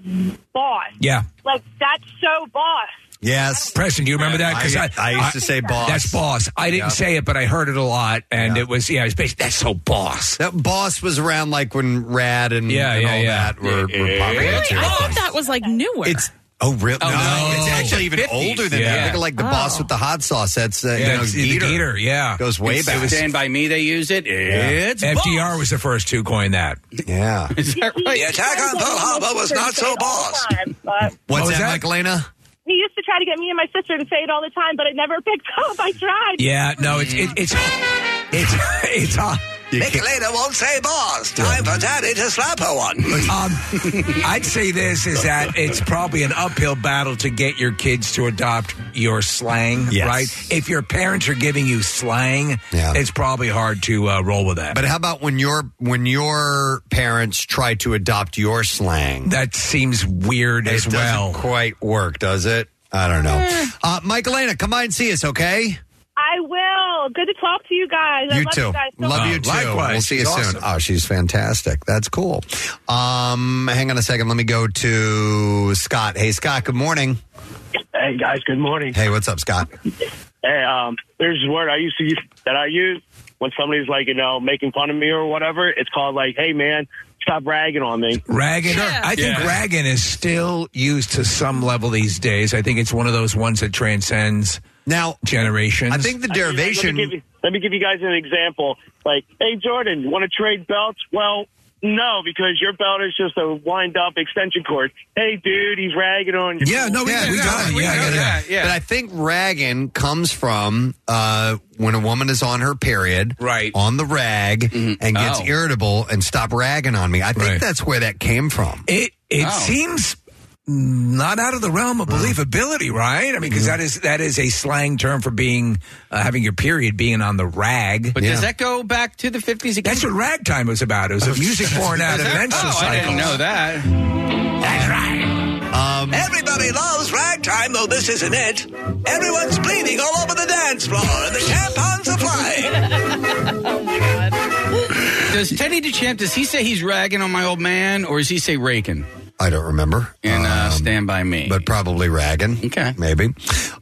S18: boss.
S5: Yeah.
S18: Like, that's so boss.
S3: Yes.
S5: Preston, do you remember that?
S3: I, I used to say boss.
S5: That's boss. I didn't
S3: Yeah.
S5: say it, but I heard it a lot, and it was yeah. It's basically that's so boss.
S3: That boss was around like when Rad and,
S5: Yeah,
S3: and
S5: yeah,
S3: all
S5: yeah.
S3: that were, were popping
S9: Oh.
S4: Really?
S3: up
S4: I thought that was like newer.
S3: It's oh, real?
S5: Oh,
S3: no,
S5: no.
S3: it's actually even
S5: 50s.
S3: older than
S5: Yeah.
S3: that. Look at like the
S5: Oh.
S3: boss with the hot sauce. That's uh, you know,
S5: That's- the
S3: Gator.
S5: Gator, yeah.
S3: goes way
S9: It's-
S3: back.
S9: It was Stand by me. They use it.
S4: [laughs]
S9: It's
S5: FDR was the first to coin that.
S3: Yeah.
S9: [laughs] Is that right?
S17: The attack on Pearl
S9: Oh,
S17: Harbor was not so boss.
S18: Time, but
S3: What's
S5: was
S3: that,
S5: Oh, that?
S3: Michaelina?
S18: he used to try to get me and my sister to say it all the time, but it never [laughs] picked up. I tried.
S5: Yeah, no, it's it, it's it's it's uh, hot.
S17: Nicolina won't say boss. Time for daddy to slap her one.
S5: [laughs] Um, I'd say this is that it's probably an uphill battle to get your kids to adopt your slang,
S3: Yes.
S5: right? If your parents are giving you slang,
S3: Yeah.
S5: it's probably hard to uh, roll with that.
S3: But how about when your when your parents try to adopt your slang?
S5: that seems weird
S3: It
S5: as
S3: doesn't
S5: well.
S3: quite work, does it? I don't
S4: Hmm.
S3: know. Uh, Michaelina, come by and see us, okay?
S18: I will. Good to talk to you guys. I
S3: you
S18: love
S3: too.
S18: You guys so
S3: love
S18: much.
S3: you too.
S5: likewise.
S3: We'll see you
S5: She's
S3: soon.
S5: awesome.
S3: Oh, she's fantastic. That's cool. Um, hang on a second. Let me go to Scott. Hey, Scott. Good morning.
S19: Hey guys, good morning.
S3: Hey, what's up, Scott?
S19: Hey, um, there's a word I used to use that I use when somebody's like, you know, making fun of me or whatever. It's called like, hey man, stop ragging on me.
S5: Ragging,
S19: Yeah.
S5: I think
S19: Yeah.
S5: ragging is still used to some level these days. I think it's one of those ones that transcends
S3: now
S5: generations.
S3: I think the
S19: I mean, like,
S3: derivation.
S19: let, me give you, let me give you guys an example. Like, hey Jordan, want to trade belts? Well, no, because your belt is just a wind up extension cord. Hey dude, he's ragging on you.
S5: we got it. Yeah, yeah, yeah.
S3: But I think ragging comes from uh, when a woman is on her period,
S5: Right.
S3: on the rag, and gets
S9: Oh.
S3: irritable and stop ragging on me. I think
S5: Right.
S3: that's where that came from.
S5: It it
S9: Oh.
S5: seems not out of the realm of believability, right? I mean,
S9: Mm-hmm.
S5: because that is that is a slang term for being uh, having your period being on the rag.
S9: But does that go back to the 50s again?
S5: That's what ragtime was about. It was a music born out of menstrual
S9: [laughs] oh,
S5: cycles.
S9: I didn't know that.
S3: Um,
S17: Everybody loves ragtime, though this isn't it. Everyone's bleeding all over the dance floor, and the tampons are flying.
S9: Does Teddy DeChamp, does he say he's ragging on my old man, or does he say raking?
S3: I don't remember.
S9: And uh,
S3: Um,
S9: Stand By Me.
S3: but probably ragging.
S9: Okay.
S3: maybe.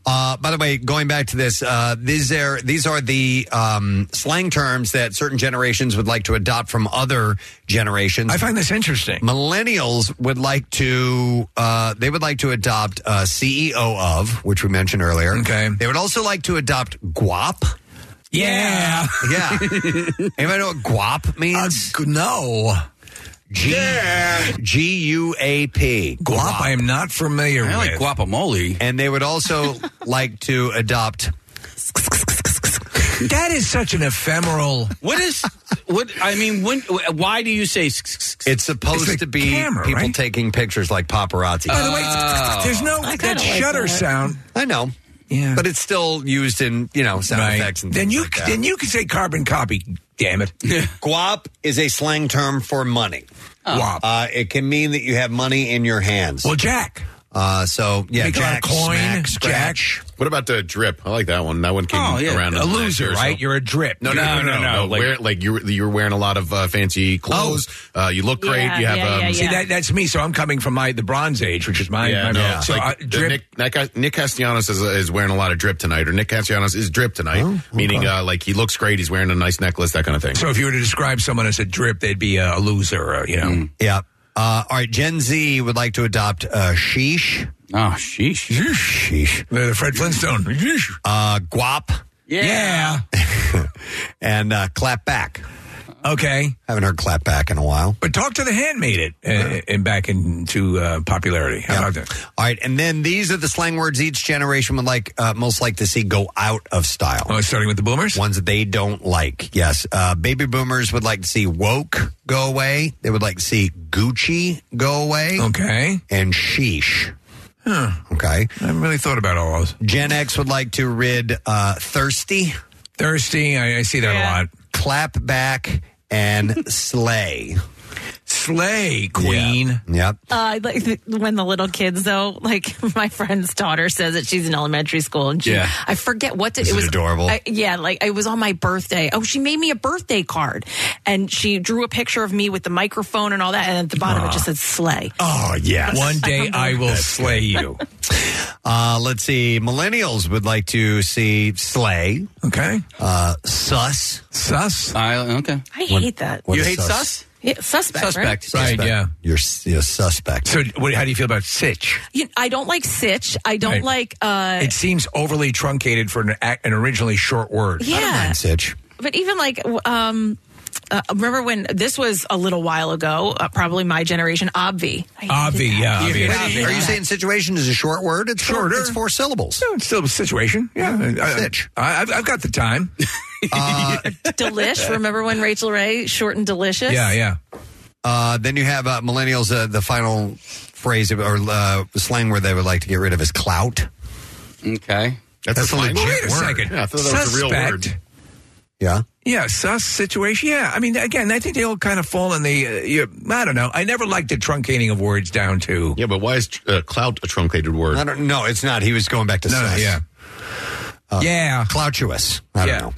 S3: Uh, by the way, going back to this, uh, these are these are the um, slang terms that certain generations would like to adopt from other generations.
S5: I find this interesting.
S3: Millennials would like to uh, they would like to adopt uh, CEO of, which we mentioned earlier.
S5: Okay.
S3: They would also like to adopt guap.
S5: Yeah. [laughs] Uh,
S3: Yeah. Anybody know what guap means?
S5: no.
S3: G G U A P.
S5: Guap, I am not familiar
S9: I like
S5: with.
S9: guacamole.
S3: And they would also [laughs] like to adopt
S5: That is such an ephemeral.
S9: What is, what, I mean, when, why do you say, s- s- s-
S3: It's supposed
S5: It's the
S3: to be
S5: camera,
S3: people
S5: right?
S3: taking pictures like paparazzi.
S5: By the way, there's no
S4: Oh. I
S5: that
S4: kinda like
S5: shutter
S4: that.
S5: sound.
S3: I know.
S5: Yeah.
S3: But it's still used in, you know, sound effects and
S5: Then
S3: things
S5: you
S3: like that.
S5: then you can say carbon copy. Damn it.
S3: [laughs] Guap is a slang term for money. Guap. Uh, it can mean that you have money in your hands. Well,
S5: Jack.
S3: Uh, so, yeah,
S10: Make a lot of
S3: Jack,
S10: coin,
S3: smack,
S10: Jack.
S3: scratch.
S10: What about the drip? I like that one. That one came
S5: Oh, yeah.
S10: around.
S5: A
S10: in the last
S5: loser,
S10: year or so.
S5: right? You're a drip.
S10: No, no, no, no. no, Like, wear, like you, were- you were wearing a lot of uh, fancy clothes. Uh, you look great. you have. um,
S5: Oh. See, that, that's me. So I'm coming from my the Bronze Age, which is my.
S10: yeah,
S5: my
S10: no.
S5: So
S10: like,
S5: uh,
S10: the
S5: drip.
S10: Nick, Nick, Nick Castellanos is, is wearing a lot of drip tonight, or Nick Castellanos is drip tonight, meaning uh, like he looks great. He's wearing a nice necklace, that kind of thing.
S5: Oh, so if you were to describe someone as a drip, they'd be a, a loser. uh, you know.
S3: Yeah. Uh, all right, Gen Z would like to adopt uh, sheesh.
S9: Oh, sheesh.
S3: Sheesh.
S5: The Fred Flintstone.
S3: Uh, guap.
S5: Yeah.
S3: [laughs] and uh, clap back.
S5: Okay.
S3: Haven't heard clap back in a while.
S5: But talk to the handmaid it uh, and back into uh, popularity. How about that?
S3: All right, and then these are the slang words each generation would like uh, most like to see go out of style.
S5: Oh, starting with the boomers,
S3: ones that they don't like. Yes, uh, baby boomers would like to see woke go away. They would like to see Gucci go away.
S5: Okay,
S3: and sheesh.
S5: Huh.
S3: Okay,
S5: I haven't really thought about all those.
S3: Gen X would like to rid uh, thirsty,
S5: thirsty. I, I see that a lot.
S3: Clap back and [laughs] slay.
S5: Slay queen.
S3: Yep.
S4: Uh, like th- when the little kids though, like [laughs] my friend's daughter says that she's in elementary school, and she,
S3: Yeah.
S4: I forget what to,
S3: Isn't
S4: it was
S3: it adorable?
S4: I- yeah, like it was on my birthday. Oh, she made me a birthday card, and she drew a picture of me with the microphone and all that, and at the bottom it just said "slay."
S3: Oh yes.
S5: One day I will
S3: That's
S5: slay
S3: good.
S5: you.
S3: [laughs] Uh, let's see. Millennials would like to see slay.
S5: Okay.
S3: Uh, sus.
S5: Sus.
S9: I, okay.
S4: I hate that.
S3: what You is hate sus? sus?
S4: Yeah, suspect. right?
S5: Right. Yeah.
S3: You're, you're suspect.
S5: So, what, how do you feel about sitch?
S4: You- I don't like sitch. I don't
S5: Right.
S4: like. uh
S5: it seems overly truncated for an, ac- an originally short word.
S4: Yeah. I don't mind
S3: sitch.
S4: But even like, w- um, uh, remember when this was a little while ago? Uh, probably my generation. Obvi. I-
S5: Obvi, yeah.
S3: Wait,
S5: Obvi.
S3: Are you saying situation is a short word? It's shorter. it's four syllables.
S5: No, it's still a situation. Yeah.
S3: Sitch. Uh,
S5: I, I, I've, I've got
S3: [laughs]
S5: the time. [laughs]
S4: Delish. Remember when Rachel Ray shortened delicious?
S5: yeah.
S3: Uh, then you have uh, millennials. Uh, the final phrase of- or uh, slang word they would like to get rid of is clout.
S9: Okay.
S10: That's,
S3: a legit
S5: Wait a
S3: word.
S5: second.
S10: Yeah, I thought that was a real word.
S3: Yeah.
S5: Yeah, sus situation. Yeah, I mean, again, I think they all kind of fall in the. Uh, you, I don't know. I never liked the truncating of words down to.
S10: Yeah, but why is uh, clout a truncated word?
S3: I don't. No, it's not. He was going back to
S5: No,
S3: sus.
S5: yeah.
S3: Uh,
S5: yeah.
S3: Cloutuous. I
S5: Yeah. [laughs]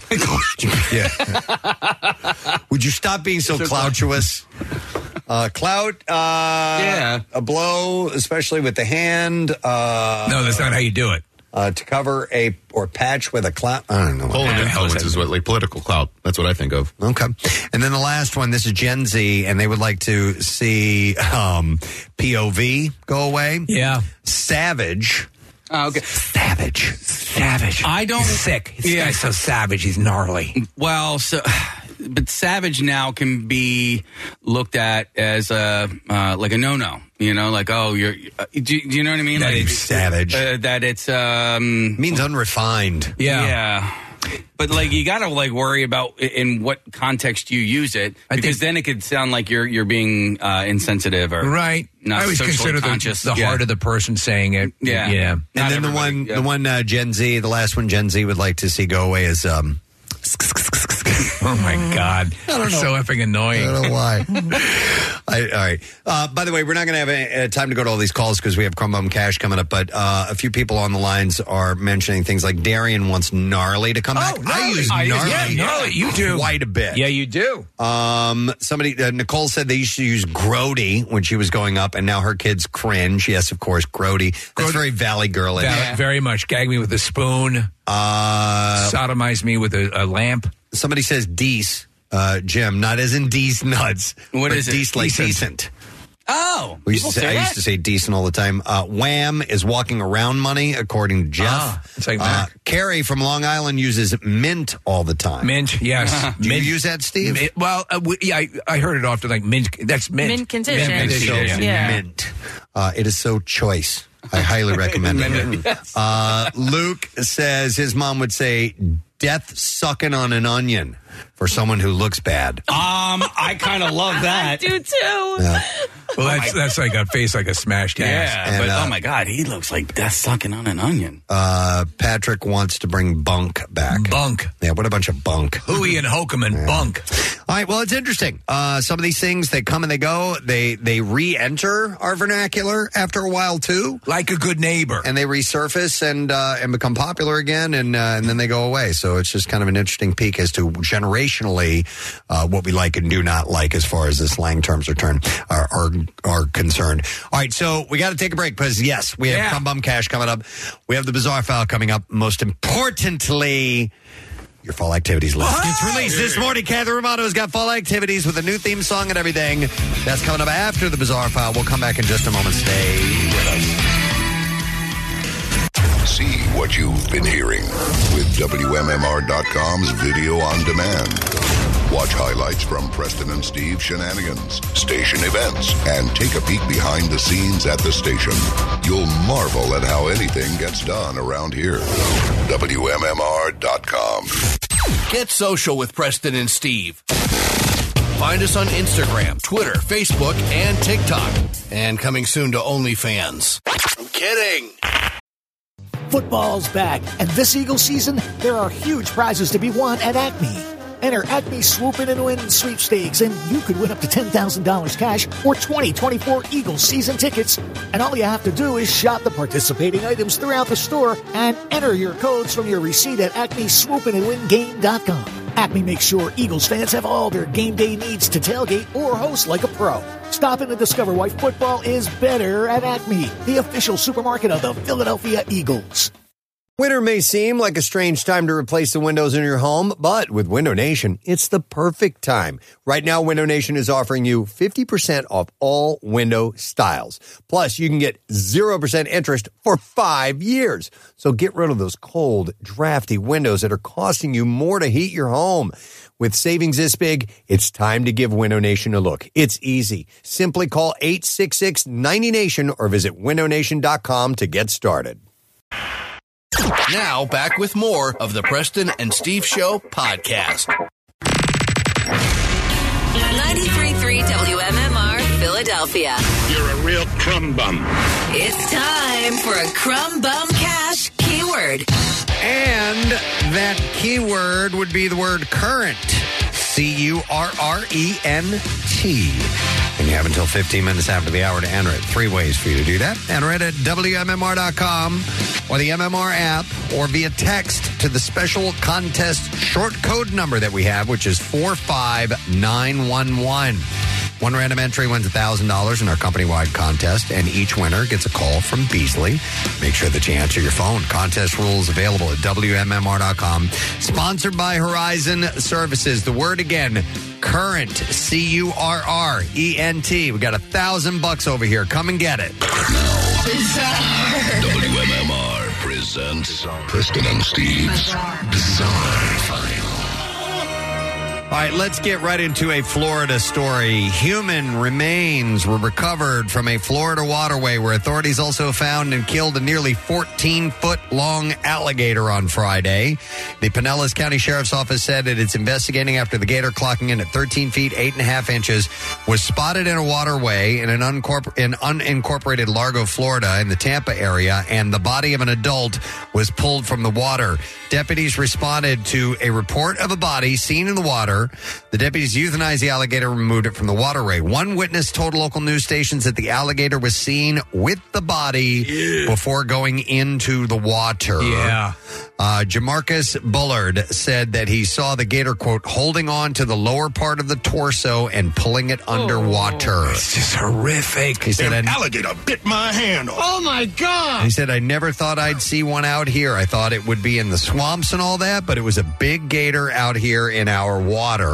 S3: don't know. yeah. Would you stop being so cloutuous? Uh, clout. Uh, yeah. A blow, especially with the hand. Uh,
S5: No, that's not how you do it.
S3: Uh, to cover a or patch with a clout. I don't know. what
S10: Poland
S3: that is.
S10: influence is what like political clout. That's what I think of.
S3: Okay. And then the last one, this is Gen Z, and they would like to see um, POV go away.
S5: Yeah. Ah,
S3: Savage.
S9: Oh, okay.
S3: Savage.
S5: Savage.
S9: I don't.
S5: He's sick. This
S9: Yeah.
S5: guy's so savage. He's gnarly.
S9: Well, so, but savage now can be looked at as a uh, like a no no. You know, like oh, you're. Uh, do, do you know what I mean?
S3: That
S9: like,
S3: is savage.
S9: Uh, that it's um.
S3: Means unrefined.
S5: Yeah.
S9: Yeah. But like you gotta like worry about i- in what context you use it because then it could sound like you're you're being uh, insensitive or
S5: Right.
S9: Not
S5: I always
S9: socially
S5: consider
S9: conscious.
S5: the, the
S9: Yeah.
S5: heart of the person saying it.
S9: Yeah.
S5: Yeah.
S3: And then the one, the one uh, Gen Z, the last one Gen Z would like to see go away is um,
S5: [laughs] Oh my God.
S3: I don't know.
S5: They're so effing annoying.
S3: I don't know
S5: [laughs]
S3: why. I, all right. Uh, by the way, we're not going to have any, uh, time to go to all these calls because we have Crumb Bum Cash coming up. But uh, a few people on the lines are mentioning things like Darian wants gnarly to come back. I
S5: gnarly.
S3: use
S5: I use-
S3: Oh, gnarly.
S5: yeah, gnarly. You do.
S3: quite a bit.
S5: Yeah, you do.
S3: Um, somebody uh, Nicole said they used to use grody when she was growing up, and now her kids cringe. Yes, of course, grody. That's very Valley girlish.
S5: Val- Very much. Gag me with a spoon.
S3: Uh,
S5: sodomize me with a, a lamp.
S3: somebody says Dees, uh, Jim, not as in Dees nuts.
S9: What
S3: but
S9: is it?
S3: Dees like
S5: Decent.
S3: decent.
S9: Oh,
S3: We used to
S9: people
S3: say, I
S9: that.
S3: used to say decent all the time. Uh, wham is walking around money, according to Jeff.
S5: Ah, it's like
S3: uh,
S5: Mac.
S3: Carrie from Long Island uses mint all the time.
S5: Mint, yes.
S3: [laughs] Do you
S5: mint.
S3: use that, Steve?
S5: mint- well, uh, we, yeah, I, I heard it often. Like mint, that's mint.
S4: Mint condition.
S5: Mint condition.
S4: Yeah.
S3: Mint. Uh, it is so choice. I
S5: [laughs]
S3: highly recommend it. Uh, Luke says his mom would say death sucking on an onion for someone who looks bad.
S9: Um, I kind of love
S4: [laughs] I
S9: that.
S4: do too.
S5: Well, that's, that's like a face like a smashed ass.
S9: Oh, Yeah, but oh my god, he looks like that's sucking on an onion.
S3: Uh, Patrick wants to bring Bunk back.
S5: Bunk.
S3: Yeah, what a bunch of bunk.
S5: Hooey and Hokum and Bunk.
S3: All right. Well, it's interesting. Uh, some of these things they come and they go. They they re-enter our vernacular after a while too,
S5: like a good neighbor,
S3: and they resurface and uh, and become popular again, and uh, and then they go away. So it's just kind of an interesting peek as to generationally uh, what we like and do not like as far as the slang terms are turned are are, are concerned. All right. So we got to take a break because yes, we have Cum Bum Cash coming up. We have the Bizarre File coming up. Most importantly. Your fall activities list. [laughs] It's released this morning. Catherine Romano's got fall activities with a new theme song and everything. That's coming up after the Bizarre File. We'll come back in just a moment. Stay with us.
S2: See what you've been hearing with WMMR.com's video on demand. Watch highlights from Preston and Steve shenanigans, station events, and take a peek behind the scenes at the station. You'll marvel at how anything gets done around here. WMMR.com.
S7: Get social with Preston and Steve. Find us on Instagram, Twitter, Facebook, and TikTok. And coming soon to OnlyFans. I'm kidding.
S1: Football's back, and this Eagle season, there are huge prizes to be won at Acme. Enter Acme Swoop In and Win sweepstakes, and you could win up to $10,000 cash or 2024 Eagles season tickets. And all you have to do is shop the participating items throughout the store and enter your codes from your receipt at acmeswoopinandwingame.com. Acme makes sure Eagles fans have all their game day needs to tailgate or host like a pro. Stop in to discover why football is better at Acme, the official supermarket of the Philadelphia Eagles.
S3: Winter may seem like a strange time to replace the windows in your home, but with Window Nation, it's the perfect time. Right now, Window Nation is offering you 50% off all window styles. Plus, you can get 0% interest for five years. So get rid of those cold, drafty windows that are costing you more to heat your home. With savings this big, it's time to give Window Nation a look. It's easy. Simply call 866 90Nation or visit windownation.com to get started.
S7: Now, back with more of the Preston and Steve Show podcast.
S20: 93.3 WMMR Philadelphia.
S11: You're a real crumb bum.
S20: It's time for a crumb bum cash keyword.
S3: And that keyword would be the word current. C U R R E N T. And you have until 15 minutes after the hour to enter it. Three ways for you to do that. Enter it at WMMR.com or the MMR app or via text to the special contest short code number that we have, which is 45911. One random entry wins $1,000 in our company wide contest, and each winner gets a call from Beasley. Make sure that you answer your phone. Contest rules available at WMMR.com. Sponsored by Horizon Services. The word again current C U R R E N T. We got a thousand bucks over here. Come and get it.
S2: WMMR presents Preston and Steve's Bizarre File.
S3: All right, let's get right into a Florida story. Human remains were recovered from a Florida waterway where authorities also found and killed a nearly 14 foot long alligator on Friday. The Pinellas County Sheriff's Office said that it's investigating after the gator clocking in at 13 feet, 8 and a half inches, was spotted in a waterway in an uncorpor- in unincorporated Largo, Florida, in the Tampa area, and the body of an adult was pulled from the water. Deputies responded to a report of a body seen in the water. The deputies euthanized the alligator and removed it from the waterway. One witness told local news stations that the alligator was seen with the body before going into the water.
S5: Yeah.
S3: Uh, Jamarcus Bullard said that he saw the gator, quote, holding on to the lower part of the torso and pulling it underwater. It's
S5: Oh. just horrific.
S3: He said,
S5: Damn
S3: "I-
S11: Alligator bit my hand off. Oh my
S3: and [laughs] He
S11: god!
S3: said, I never thought I'd see one out here. I thought it would be in the swamps and all that, but it was a big gator out here in our water.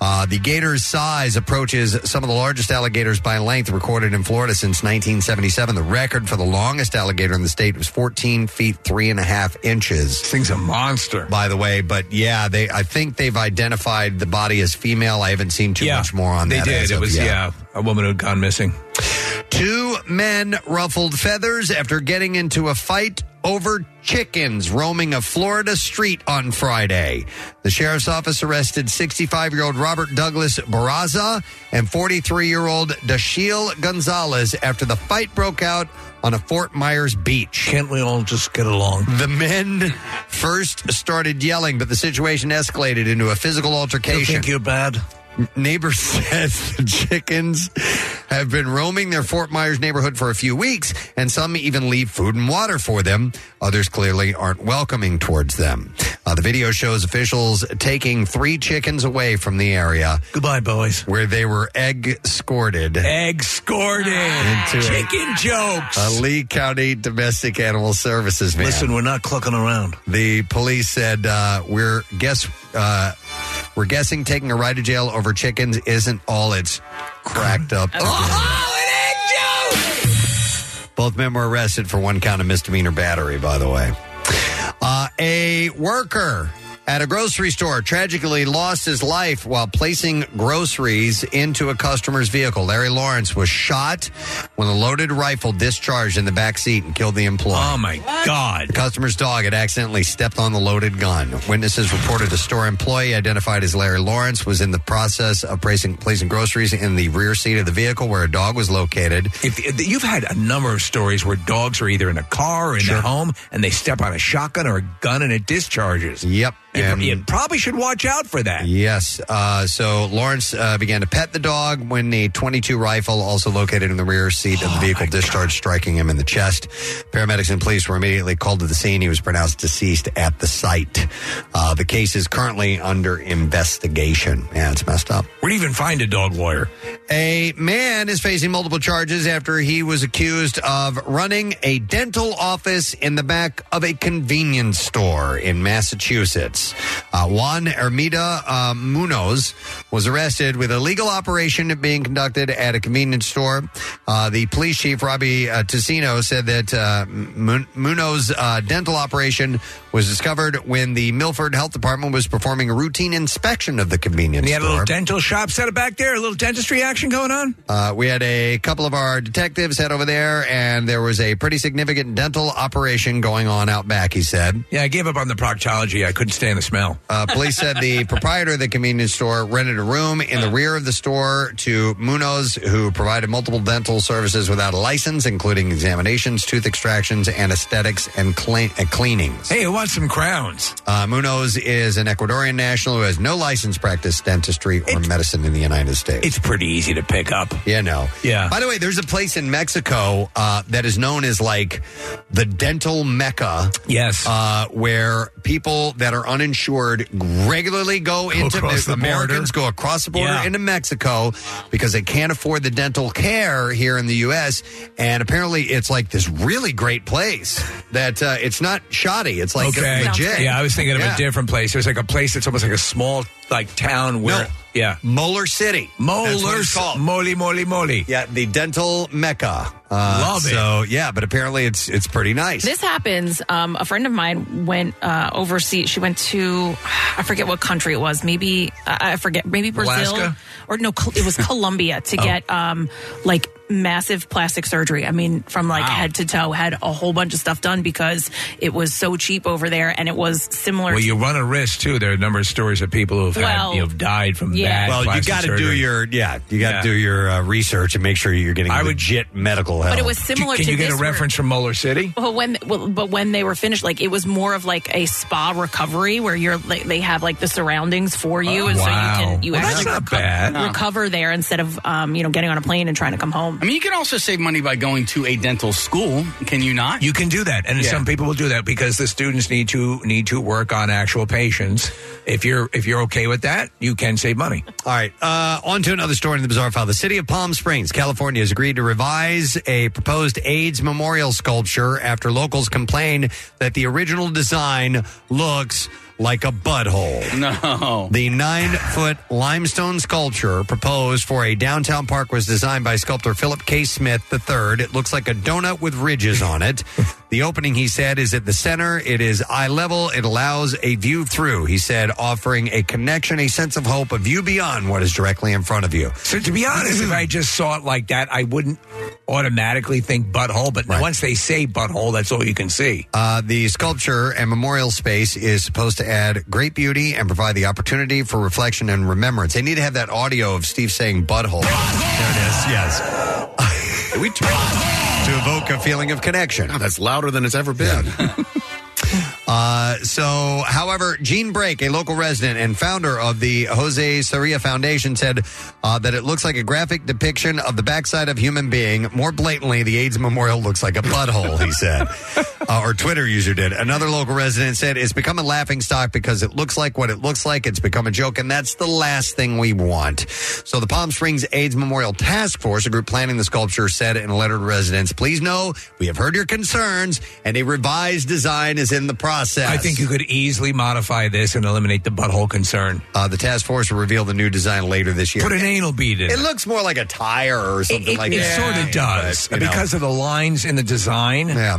S3: Uh, the gator's size approaches some of the largest alligators by length recorded in Florida since 1977. The record for the longest alligator in the state was 14 feet, three and a half inches. This
S5: thing's a monster.
S3: By the way, but yeah, they I think they've identified the body as female. I haven't seen too much more on
S5: they
S3: that.
S5: did.
S3: as
S5: It
S3: of
S5: was,
S3: yet.
S5: yeah, a woman who had gone missing.
S3: Two men ruffled feathers after getting into a fight over chickens roaming a Florida street on Friday. The sheriff's office arrested 65 year old Robert Douglas Barraza and 43 year old Dashiel Gonzalez after the fight broke out on a Fort Myers beach.
S5: Can't we all just get along?
S3: The men first started yelling, but the situation escalated into a physical altercation.
S5: think you're bad?
S3: Neighbors [laughs] says the chickens have been roaming their Fort Myers neighborhood for a few weeks, and some even leave food and water for them. Others clearly aren't welcoming towards them. Uh, the video shows officials taking three chickens away from the area.
S5: Goodbye, boys.
S3: Where they were egg scorted.
S5: Egg scorted.
S3: Into a-
S5: Chicken jokes.
S3: a Lee County Domestic Animal Services van.
S5: Listen, we're not clucking around.
S3: The police said uh, we're guess uh, we're guessing taking a ride to jail over chickens isn't all it's cracked up. to be. Both men were arrested for one count of misdemeanor battery. By the way, uh, a worker at a grocery store tragically lost his life while placing groceries into a customer's vehicle. Larry Lawrence was shot when a loaded rifle discharged in the back seat and killed the employee. Oh
S5: my God.
S3: The customer's dog had accidentally stepped on the loaded gun. Witnesses reported a store employee identified as Larry Lawrence was in the process of placing, placing groceries in the rear seat of the vehicle where a dog was located.
S5: If, if- you've had a number of stories where dogs are either in a car or in their home and they step on a shotgun or a gun and it discharges.
S3: Yep.
S5: You, pr-
S3: And-
S5: you probably should watch out for that.
S3: Yes. Uh, so Lawrence uh, began to pet the dog when a 22 rifle, also located in the rear seat
S5: Oh,
S3: of the vehicle, discharged, striking him in the chest. Paramedics and police were immediately called to the scene. He was pronounced deceased at the site. Uh, the case is currently under investigation. Yeah, it's messed up.
S5: Where'd you even find a dog lawyer?
S3: A man is facing multiple charges after he was accused of running a dental office in the back of a convenience store in Massachusetts. Uh, Juan Ermita uh, Munoz was arrested with a legal operation being conducted at a convenience store. Uh, the police chief, Robbie uh, Ticino, said that uh, Mun- Munoz' uh, dental operation was discovered when the Milford Health Department was performing a routine inspection of the convenience
S5: And you had a
S3: store.
S5: little dental shop set up back there, a little dentistry action going on?
S3: Uh, we had a couple of our detectives head over there, and there was a pretty significant dental operation going on out back, he said.
S5: Yeah, I gave up on the proctology. I couldn't stand the smell.
S3: Uh, police said
S5: [laughs]
S3: the proprietor of the convenience store rented a room in
S5: Uh.
S3: the rear of the store to Munoz, who provided multiple dental services without a license, including examinations, tooth extractions, anesthetics, and clean- uh, cleanings.
S5: Hey, who wants some crowns?
S3: Uh, Munoz is an Ecuadorian national who has no license to practice dentistry or medicine in the United States.
S5: It's pretty easy to pick up.
S3: Yeah, no.
S5: Yeah.
S3: By the way, there's a place in Mexico uh, that is known as like the dental mecca.
S5: Yes.
S3: Uh, where people that are uninsured regularly go, into
S5: across the
S3: Americans go across the border
S5: Yeah.
S3: into Mexico because they can't afford the dental care here in the U.S. And apparently, it's like this really great place that uh, it's not shoddy. It's like
S5: okay.
S3: legit.
S5: Yeah, I was thinking of
S3: Yeah.
S5: a different place. It was like a place that's almost like a small like town where
S3: No.
S5: yeah.
S3: Molar City. That's what
S5: Molar
S3: it's called.
S5: Moly Moly Moly.
S3: Yeah, the dental mecca. Uh,
S5: Love it.
S3: So yeah, but apparently it's it's pretty nice.
S4: This happens. Um, a friend of mine went uh, overseas. She went to, I forget what country it was. Maybe I I forget. Maybe Brazil
S5: Alaska? Oh.
S4: or no, Col-
S5: [laughs]
S4: it was Colombia to get um, like massive plastic surgery. I mean, from like head to toe, had a whole bunch of stuff done because it was so cheap over there, and it was similar.
S5: Well,
S4: to-
S5: you run a risk too. There are a number of stories of people who've
S4: Well,
S5: had, you've died from that.
S4: yeah.
S3: Well, you
S5: got
S3: gotta do
S5: to
S3: your- yeah. You got to
S5: Yeah.
S3: do your uh, research and make sure you're getting
S5: I would-
S3: legit medical help.
S4: But it was similar
S5: Can
S4: to
S5: you get
S4: this
S5: a
S4: where-
S5: reference from Molar City?
S4: Well, when well, but when they were finished, like it was more of like a spa recovery where you're like they have like the surroundings for you, and so you
S9: Oh, wow.
S4: can you
S9: Well, that's
S4: actually
S9: not
S4: reco-
S9: bad. No.
S4: recover there instead of um, you know getting on a plane and trying to come home.
S9: I mean, you can also save money by going to a dental school. Can you not?
S5: You can do that, and
S9: Yeah.
S5: some people will do that because the students need to need to work on actual patients. If you're if you're okay with that, you can save money.
S3: All right, uh, on to another story in the bizarre file. The city of Palm Springs, California, has agreed to revise a proposed AIDS memorial sculpture after locals complain that the original design looks like a butthole.
S9: [laughs] No.
S3: The nine foot limestone sculpture proposed for a downtown park was designed by sculptor Philip K. Smith III. It looks like a donut with ridges on it. The opening, he said, is at the center. It is eye level. It allows a view through, he said, offering a connection, a sense of hope, a view beyond what is directly in front of you.
S5: So to be honest, if I just saw it like that, I wouldn't automatically think butthole. But once they say butthole, that's all you can see.
S3: Uh, the sculpture and memorial space is supposed to add great beauty and provide the opportunity for reflection and remembrance. They need to have that audio of Steve saying butthole. There it is. Yes. [laughs]
S10: we
S3: to evoke a feeling of connection.
S10: Oh, that's louder than it's ever been.
S3: [laughs] Uh, so, however, Gene Brake, a local resident and founder of the Jose Saria Foundation, said uh, that it looks like a graphic depiction of the backside of human being. More blatantly, the AIDS memorial looks like a butthole.
S10: [laughs]
S3: He said, [laughs] uh, or Twitter user did. Another local resident said it's become a laughing stock because it looks like what it looks like. It's become a joke, and that's the last thing we want. So, the Palm Springs AIDS Memorial Task Force, a group planning the sculpture, said in a letter to residents, "Please know we have heard your concerns, and a revised design is in the process."
S5: I think you could easily modify this and eliminate the butthole concern.
S3: Uh, the task force will reveal the new design later this year.
S5: Put an anal bead in.
S3: It looks more like a tire or something
S5: it,
S3: like
S5: it
S3: that.
S5: sort of does
S3: But, you know.
S5: because of the lines in the design.
S3: Yeah.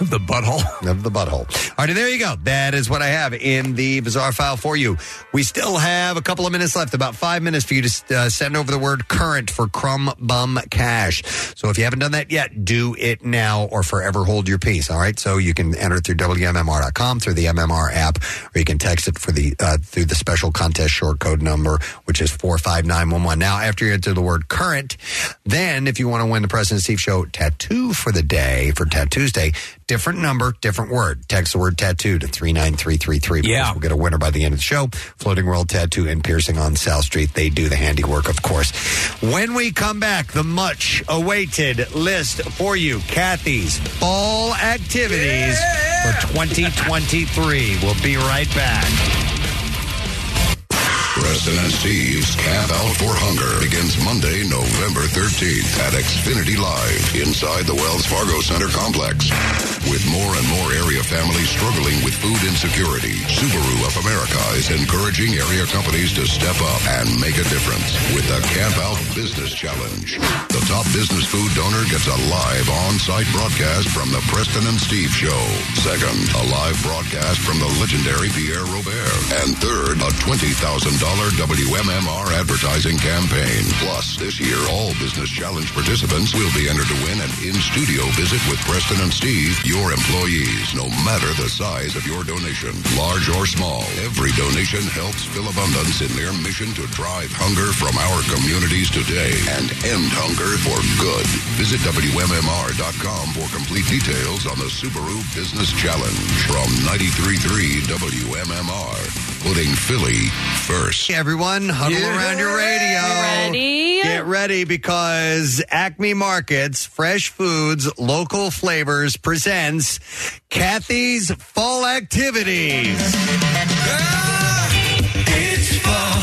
S5: Of the butthole.
S3: Of the butthole. All righty, there you go. That is what I have in the bizarre file for you. We still have a couple of minutes left, about five minutes for you to uh, send over the word current for crumb bum cash. So if you haven't done that yet, do it now or forever hold your peace. All right. So you can enter through WMMR.com through the MMR app, or you can text it for the uh, through the special contest short code number, which is 45911. Now, after you enter the word current, then if you want to win the President Steve Show tattoo for the day, for Tattoos Day, different number, different word. Text the word tattoo to 39333 because
S5: Yeah.
S3: we'll get a winner by the end of the show. Floating World Tattoo and Piercing on South Street. They do the handiwork, of course. When we come back, the much awaited list for you Kathy's fall activities for 2023. We'll be right back.
S2: Preston and Steve's Camp Out for Hunger begins Monday, November 13th at Xfinity Live inside the Wells Fargo Center complex. With more and more area families struggling with food insecurity, Subaru of America is encouraging area companies to step up and make a difference with the Camp Out Business Challenge. The top business food donor gets a live on-site broadcast from the Preston and Steve Show. Second, a live broadcast from the legendary Pierre Robert. And third, a $20,000 WMMR advertising campaign. Plus, this year, all Business Challenge participants will be entered to win an in-studio visit with Preston and Steve, your employees, no matter the size of your donation, large or small. Every donation helps fill abundance in their mission to drive hunger from our communities today and end hunger for good. Visit WMMR.com for complete details on the Subaru Business Challenge from 93.3 WMMR. Putting Philly first.
S3: Hey, everyone, huddle
S2: Yeah.
S3: around your radio.
S2: Ready?
S3: Get ready because Acme Markets, Fresh Foods, Local Flavors presents Kathy's Fall Activities.
S17: It's fall.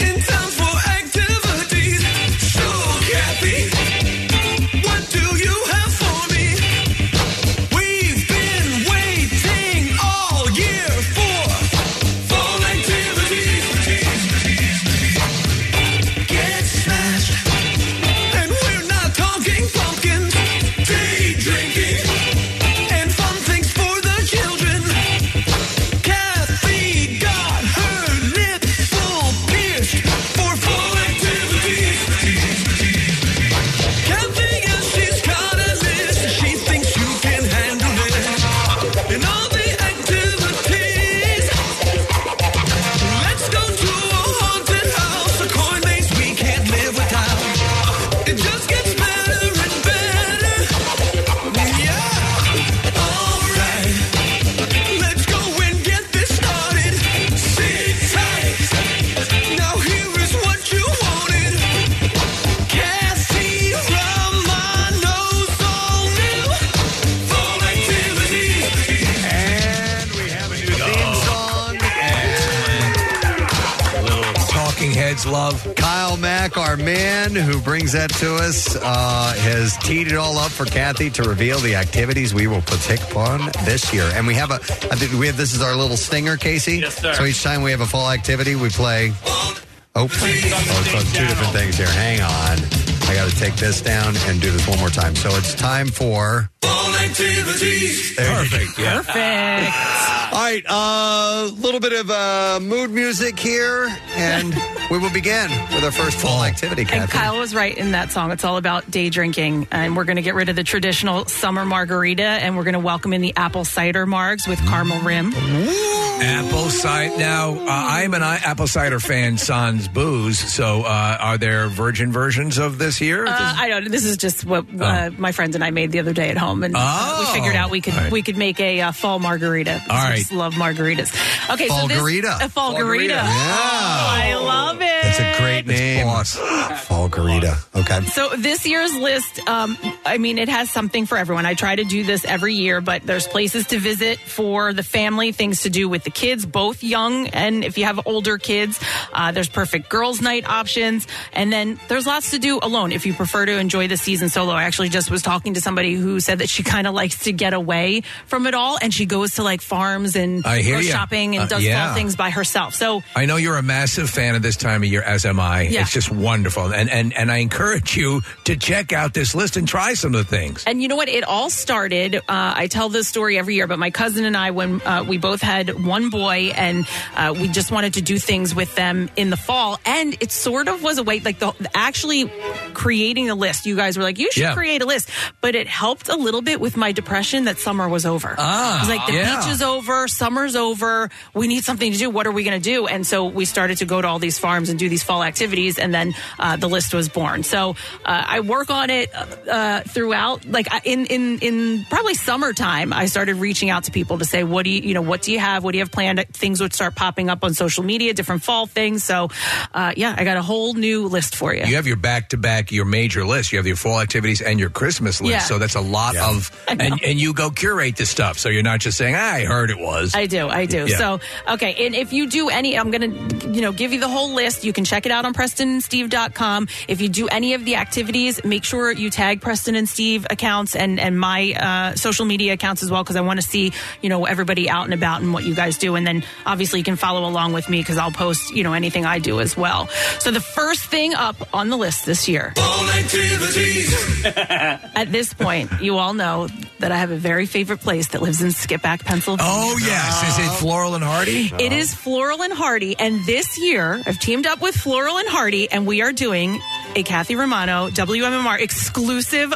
S17: In time for activities. So, Kathy, what do you have for me? We've been waiting all year for fall activities. Get smashed. And we're not talking pumpkins. Day drinking. And fun things for the children. Kathy got her nipple pierced for full activity. Kathy and she's got a list. She thinks you can handle it. In all the activities, let's go to a haunted house, a coin maze we can't live without. It just gets better and better. Yeah, all right. Let's go and get this started. Sit tight. Now here is what you wanted. Cassie Romano's all new fall activity.
S3: And we have a new theme song.
S5: Talking Heads love.
S3: Kyle Mack, our man who brings that to us, uh, has teed it all up for Kathy to reveal the activities we will partake on this year. And we have a, I think we have this is our little stinger, Casey. Yes,
S17: sir.
S3: So each time we have a oh, fall activity, we play. Oh, oh it's on two different things here. Hang on. I got to take this down and do this one more time. So it's time for.
S17: All activities.
S3: Perfect.
S4: Perfect.
S3: All right, a little bit of uh, mood music here, and we will begin with our first fall activity.
S4: Oh. And
S3: Kathy.
S4: Kyle was right in that song. It's all about day drinking. And we're going to get rid of the traditional summer margarita and we're going to welcome in the apple cider margs with caramel rim.
S5: Apple cider. Now, uh, I'm an I- apple cider fan, sans booze. So, uh, are there virgin versions of this here?
S4: Uh, I don't. This is just what uh, my friends and I made the other day at home, and uh,
S5: Oh.
S4: we figured out we could
S5: All right.
S4: we could make a uh, fall margarita.
S5: All
S4: I just love margaritas. Okay, so this
S3: Falgarita.
S4: a falgarita.
S3: Falgarita. Yeah.
S4: Oh, I love it.
S3: That's a great name. Fall Garita. Okay.
S4: So this year's list, um, I mean, it has something for everyone. I try to do this every year, but there's places to visit for the family, things to do with the kids, both young and if you have older kids. Uh, there's perfect girls' night options, and then there's lots to do alone if you prefer to enjoy the season solo. I actually just was talking to somebody who said that she [laughs] kind of likes to get away from it all, and she goes to like farms and
S5: I hear
S4: goes
S5: ya.
S4: shopping and
S5: Uh,
S4: does
S5: yeah.
S4: fall things by herself. So
S5: I know you're a massive fan of this time of year, as am I.
S4: Yeah.
S5: It's just wonderful, and and and I encourage you to check out this list and try some of the things.
S4: And you know what? It all started. Uh, I tell this story every year, but my cousin and I, when uh, we both had one boy, and uh, we just wanted to do things with them in the fall, and it sort of was a way, like the actually creating a list. You guys were like, you should
S17: Yeah.
S4: create a list, but it helped a little bit with my depression that summer was over.
S17: Ah,
S4: it was like the
S17: yeah.
S4: beach is over, summer's over. We need something to do. What are we going to do? And so we started to go to all these farms and do these fall activities, and then uh, the list was born. So uh, I work on it uh, throughout. Like I- in in in probably summertime, I started reaching out to people to say, "What do you you know? What do you have? What do you have planned?" Things would start popping up on social media, different fall things. So uh, yeah, I got a whole new list for you.
S5: You have your back to back, your major list. You have your fall activities and your Christmas list.
S4: Yeah.
S5: So that's a lot of, and, and you go curate the stuff. So you're not just saying, I heard it was.
S4: I do, I do.
S5: Yeah.
S4: So, okay, and if you do any, I'm going to, you know, give you the whole list. You can check it out on PrestonandSteve.com. If you do any of the activities, make sure you tag Preston and Steve accounts and and my uh, social media accounts as well, because I want to see, you know, everybody out and about and what you guys do. And then obviously you can follow along with me because I'll post, you know, anything I do as well. So the first thing up on the list this year.
S17: All activities.
S4: At this point, you all know that I have a very favorite place that lives in Skipack, Pennsylvania.
S5: Oh, yes. Is it Floral and Hardy?
S4: It is Floral and Hardy, and this year I've teamed up with Floral and Hardy, and we are doing a Kathy Romano WMMR exclusive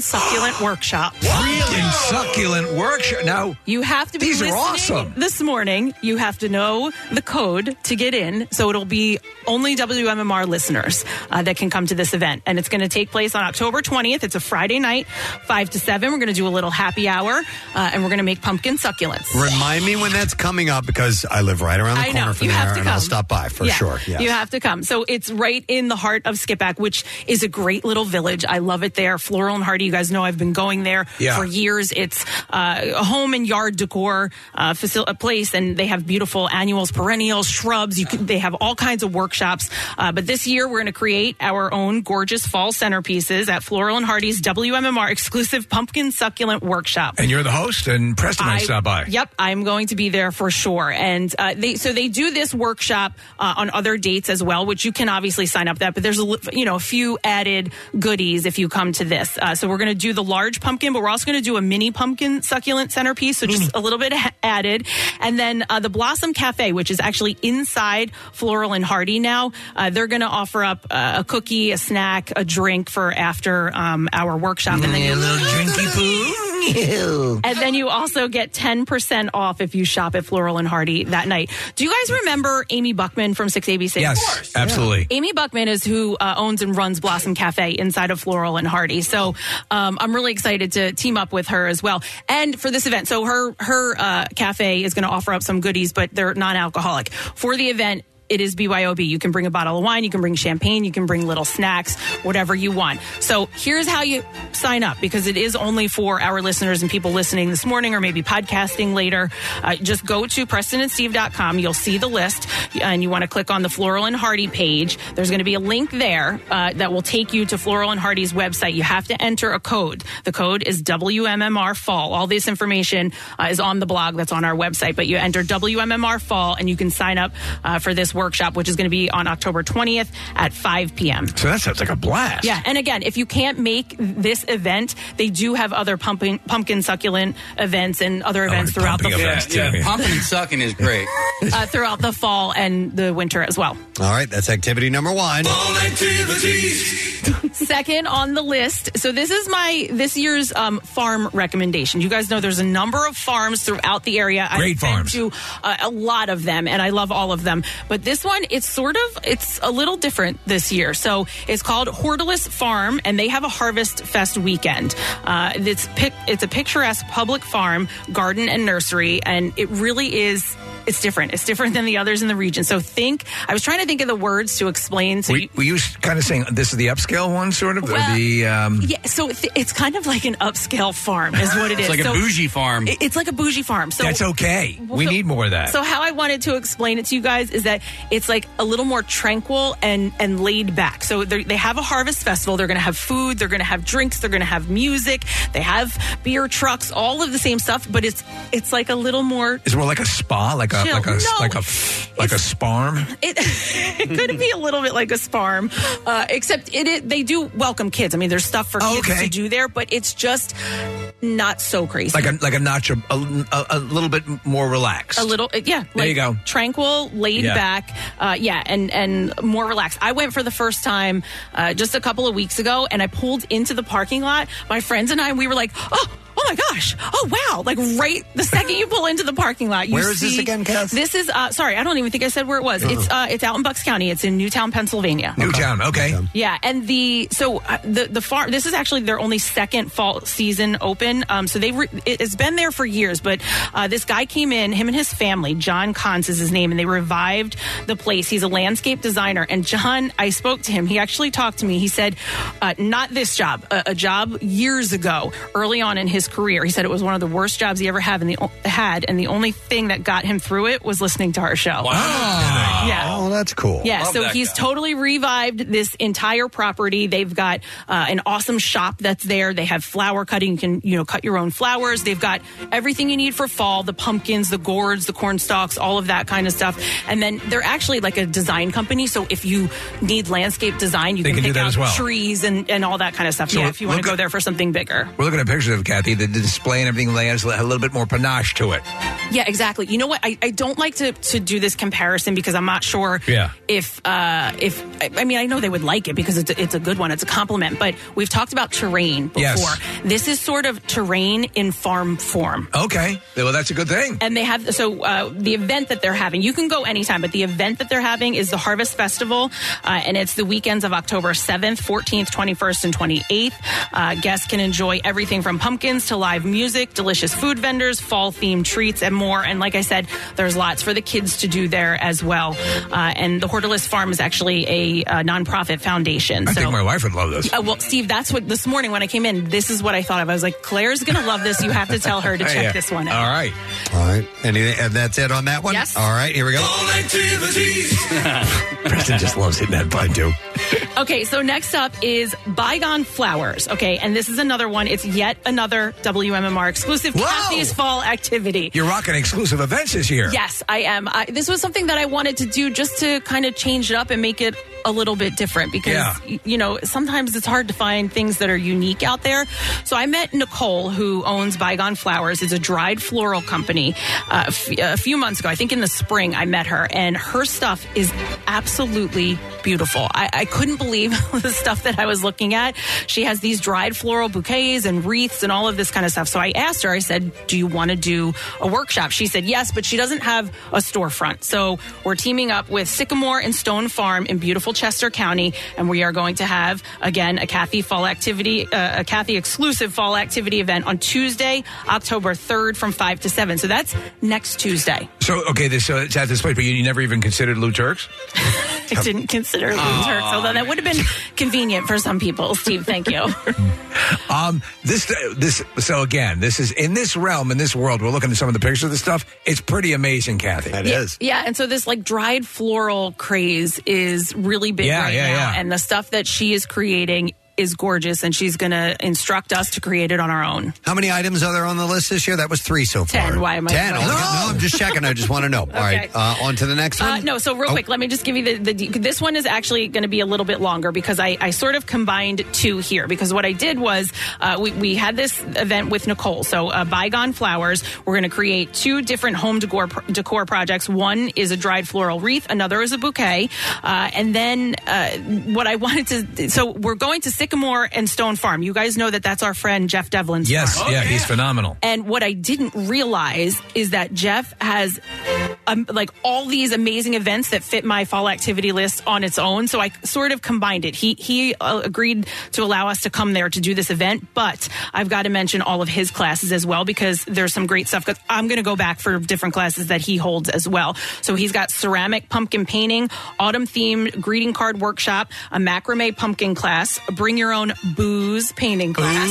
S5: [gasps]
S4: succulent workshop.
S5: Really succulent workshop. Now,
S4: You have to be
S5: These are
S4: listening
S5: awesome.
S4: this morning. You have to know the code to get in, so it'll be only WMMR listeners uh, that can come to this event, and it's going to take place on October 20th. It's a Friday night, five to seven. We're going to do a little happy hour, uh, and we're going to make pumpkin succulents.
S3: Remind me when that's coming up because I live right around the
S4: I know.
S3: corner from
S4: You
S3: there,
S4: have to
S3: and I'll
S4: come.
S3: stop by for
S4: Yeah.
S3: sure. Yes.
S4: You have to come. So it's right in the heart of Skipack, which is a great little village. I love it there. Floral and Hardy, you guys know I've been going there
S17: Yeah.
S4: for years. It's uh, a home and yard decor uh, facil- a place, and they have beautiful annuals, perennials, shrubs. You can, they have all kinds of workshops. Uh, but this year, we're going to create our own gorgeous fall centerpieces at Floral and Hardy's WMMR exclusive pumpkin succulent workshop.
S5: And you're the host, and Preston might
S4: I-
S5: stop by.
S4: Yep, I'm going to be there for sure. And uh, they so they do this workshop uh, on other dates as well, which you can obviously sign up that. But there's a li- you know a few added goodies if you come to this. Uh, so we're going to do the large pumpkin, but we're also going to do a mini pumpkin succulent centerpiece. So just a little bit [laughs] ha- added, and then uh, the Blossom Cafe, which is actually inside Floral and Hardy now. Uh, they're going to offer up uh, a cookie, a snack, a drink for after um, our workshop, and then you
S5: Mm, drinky
S4: [laughs] and then you also get 10% off if you shop at Floral and Hardy that night. Do you guys remember Amy Buckman from 6ABC?
S5: Yes, Of course. absolutely.
S4: Amy Buckman is who uh, owns and runs Blossom Cafe inside of Floral and Hardy. So um, I'm really excited to team up with her as well. And for this event, so her, her uh, cafe is going to offer up some goodies, but they're non alcoholic. For the event, it is BYOB. You can bring a bottle of wine, you can bring champagne, you can bring little snacks, whatever you want. So here's how you sign up because it is only for our listeners and people listening this morning or maybe podcasting later. Uh, just go to PrestonandSteve.com. You'll see the list and you want to click on the Floral and Hardy page. There's going to be a link there uh, that will take you to Floral and Hardy's website. You have to enter a code. The code is WMMR Fall. All this information uh, is on the blog that's on our website, but you enter WMMR Fall and you can sign up uh, for this workshop workshop, which is going to be on October 20th at 5 p.m.
S5: So that sounds like a blast.
S4: Yeah, and again, if you can't make this event, they do have other pumpkin, pumpkin succulent events and other events throughout the
S9: yeah, yeah. Pumping and sucking is great.
S4: [laughs] uh, throughout the fall and the winter as well.
S3: [laughs] All right, that's activity number one.
S4: Second on the list. So this is my this year's um, farm recommendation. You guys know there's a number of farms throughout the area.
S5: Great
S4: I've been
S5: farms.
S4: To uh, a lot of them, and I love all of them. But this one, it's sort of it's a little different this year. So it's called Hortalus Farm, and they have a Harvest Fest weekend. Uh, it's pic- it's a picturesque public farm, garden, and nursery, and it really is. It's different. It's different than the others in the region. So think. I was trying to think of the words to explain. So
S5: Were,
S4: you-
S5: were you kind of saying this is the upscale one, sort of? Or
S4: Well,
S5: the um,
S4: yeah, so th- it's kind of like an upscale farm, is what
S5: [laughs]
S4: it
S5: It's
S4: is.
S5: like a
S4: So-
S5: bougie farm.
S4: I- It's like a bougie farm. So
S5: That's okay.
S4: Well,
S5: we
S4: so-
S5: need more of that.
S4: So how I wanted to explain it to you guys is that it's like a little more tranquil and and laid back. So they they have a harvest festival. They're going to have food. They're going to have drinks. They're going to have music. They have beer trucks. All of the same stuff, but it's it's like a little more [laughs]
S5: it's more like a spa, like a
S4: Chill.
S5: like a
S4: No,
S5: like a like a sparm.
S4: it, it could be a little bit like a sparm, uh, except it, it they do welcome kids. I mean, there's stuff for kids
S5: Okay.
S4: to do there, but it's just not so crazy.
S5: Like a like a notch, a, a, a little bit more relaxed.
S4: a little, uh, yeah.
S5: There you go.
S4: Tranquil, laid
S5: Yeah.
S4: back, uh, yeah, and and more relaxed. I went for the first time uh, just a couple of weeks ago, and I pulled into the parking lot. My friends and I, we were like, oh. Oh my gosh! Oh wow! Like right the second you pull into the parking lot, you
S3: Where is this
S4: see-
S3: again, Cass?
S4: This is uh, sorry, I don't even think I said where it was. It's uh, it's out in Bucks County. It's in Newtown, Pennsylvania.
S5: Uh-huh. Newtown, okay.
S4: Yeah, and the so uh, the the farm. This is actually their only second fall season open. Um, so they re- it- it's been there for years, but uh, this guy came in, him and his family. John Cons is his name, and they revived the place. He's a landscape designer, and John, I spoke to him. He actually talked to me. He said, uh, "Not this job. A, a job years ago, early on in his career. He said it was one of the worst jobs he ever had, and the o- had, and the only thing that got him through it was listening to our show." Yeah.
S3: Oh, that's cool.
S4: Yeah, so he's totally revived this entire property. They've got uh, an awesome shop that's there. They have flower cutting. You can, you know, cut your own flowers. They've got everything you need for fall the pumpkins, the gourds, the corn stalks, all of that kind of stuff. And then they're actually like a design company. So if you need landscape design, you
S5: They
S4: can,
S5: can do
S4: pick
S5: that
S4: out
S5: as well.
S4: trees and, and all that kind of stuff.
S5: So
S4: yeah, if you want to
S5: look
S4: go
S5: at-
S4: there for something bigger.
S5: We're looking at pictures of Kathy. The the display and everything has a little bit more panache to it.
S4: Yeah, exactly. You know what? I, I don't like to, to do this comparison because I'm not sure
S5: Yeah.
S4: if uh, if I I mean I know they would like it because it's a, it's a good one. It's a compliment. But we've talked about terrain before.
S5: Yes.
S4: This is sort of terrain in farm form.
S5: Okay, well that's a good thing.
S4: And they have so uh, the event that they're having. You can go anytime, but the event that they're having is the Harvest Festival, uh, and it's the weekends of October seventh, fourteenth, twenty first, and twenty eighth. Uh, guests can enjoy everything from pumpkins to live music, delicious food vendors, fall themed treats, and more. And like I said, there's lots for the kids to do there as well. Uh, and the Hortalist Farm is actually a, uh nonprofit foundation.
S5: I
S4: so.
S5: think my wife would love this.
S4: Uh, well, Steve, that's what this morning when I came in, this is what I thought of. I was like, Claire's going to love this. You have to
S5: [laughs]
S4: tell her to check
S3: Yeah.
S4: this one out.
S5: All right.
S3: All right. Anything, and that's it on that one?
S4: Yes.
S3: All right, here we go. [laughs]
S5: Preston just loves hitting that button, too.
S4: Okay, so next up is Bygone Flowers. Okay, and this is another one. It's yet another WMMR exclusive
S5: Whoa!
S4: Kathy's Fall activity.
S5: You're rocking exclusive events this year.
S4: Yes, I am. I, this was something that I wanted to do just to kind of change it up and make it a little bit different because,
S5: Yeah.
S4: y- you know, sometimes it's hard to find things that are unique out there. So I met Nicole, who owns Bygone Flowers. It's a dried floral company. Uh, a f- a few months ago, I think in the spring, I met her, and her stuff is absolutely beautiful. I, I couldn't believe [laughs] the stuff that I was looking at. She has these dried floral bouquets and wreaths and all of this kind of stuff. So I asked her, I said, Do you want to do a workshop? She said, Yes, but she doesn't have a storefront. So we're teaming up with Sycamore and Stone Farm in beautiful Chester County. And we are going to have, again, a Kathy Fall activity, uh, a Kathy exclusive fall activity event on Tuesday, October 3rd from 5 to 7. So that's next Tuesday.
S5: So, okay, this, so it's at this place, but you, you never even considered Lou Turks?
S4: [laughs] I didn't consider Loon Turks, although that would have been convenient for some people. Steve, thank you.
S5: Um, this, this, so again, this is in this realm, in this world, we're looking at some of the pictures of this stuff. It's pretty amazing, Kathy. It is.
S4: yeah, Yeah, and so this like dried floral craze is really big
S5: Yeah,
S4: right
S5: yeah,
S4: now,
S5: yeah.
S4: and the stuff that she is creating is gorgeous, and she's going to instruct us to create it on our own.
S3: How many items are there on the list this year? That was three so far.
S4: Ten. Why am I-
S3: Ten.
S4: why-
S3: Oh, no, I'm just checking. I just want to
S4: [laughs]
S3: know. All right. Uh, on to the next one.
S4: Uh, no, so real
S3: Oh.
S4: quick, let me just give you the, the. de- This one is actually going to be a little bit longer because I, I sort of combined two here because what I did was uh, we, we had this event with Nicole. So, uh, Bygone Flowers, we're going to create two different home decor, decor projects. One is a dried floral wreath, another is a bouquet. Uh, and then uh, what I [laughs] wanted to. So, we're going to Sycamore and Stone Farm. You guys know that that's our friend Jeff Devlin's
S5: Yes,
S4: farm.
S5: yeah, he's phenomenal.
S4: And what I didn't realize is that Jeff has um, like all these amazing events that fit my fall activity list on its own. So I sort of combined it. He he uh, agreed to allow us to come there to do this event, but I've got to mention all of his classes as well because there's some great stuff. 'Cause I'm going to go back for different classes that he holds as well. So he's got ceramic pumpkin painting, autumn themed greeting card workshop, a macrame pumpkin class, a bring your own booze painting class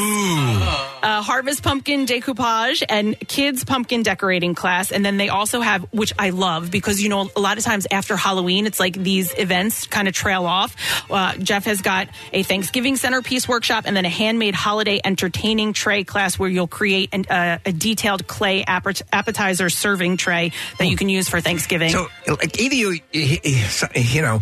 S4: uh, harvest pumpkin decoupage and kids pumpkin decorating class and then they also have which i love because you know a lot of times after halloween it's like these events kind of trail off uh, jeff has got a thanksgiving centerpiece workshop and then a handmade holiday entertaining tray class where you'll create an, uh, a detailed clay appet- appetizer serving tray that you can use for thanksgiving
S5: So, like, either you, y- y- so- you know,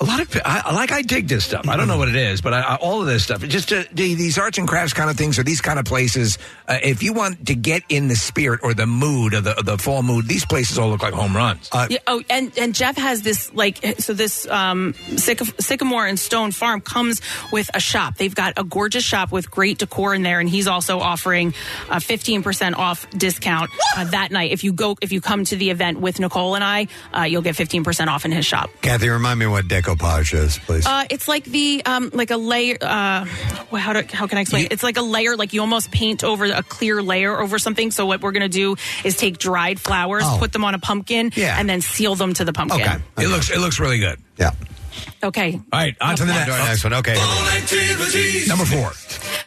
S5: a lot of I, I- like I dig this stuff. I don't know what it is, but I, I, all of this stuff, it just uh, the, these arts and crafts kind of things or these kind of places. Uh, if you want to get in the spirit or the mood of the the fall mood, these places all look like home runs. Uh,
S4: Yeah, oh, and and Jeff has this like so this um, Syc- sycamore and stone farm comes with a shop. They've got a gorgeous shop with great decor in there, and he's also offering a fifteen percent off discount uh, that night. If you go, if you come to the event with Nicole and I, uh, you'll get fifteen percent off in his shop.
S3: Kathy, remind me what decoupage is, please.
S4: Uh, it's like the um, like a layer. Uh, well, how do, how can I explain? it? It's like a layer, like you almost paint over a clear layer over something. So what we're gonna do is take dried flowers, put them on a pumpkin, and then seal them to the pumpkin.
S5: Okay. It looks it looks really good.
S3: Yeah.
S4: Okay.
S5: All right, on to the next,
S3: next one. Okay.
S5: Number four.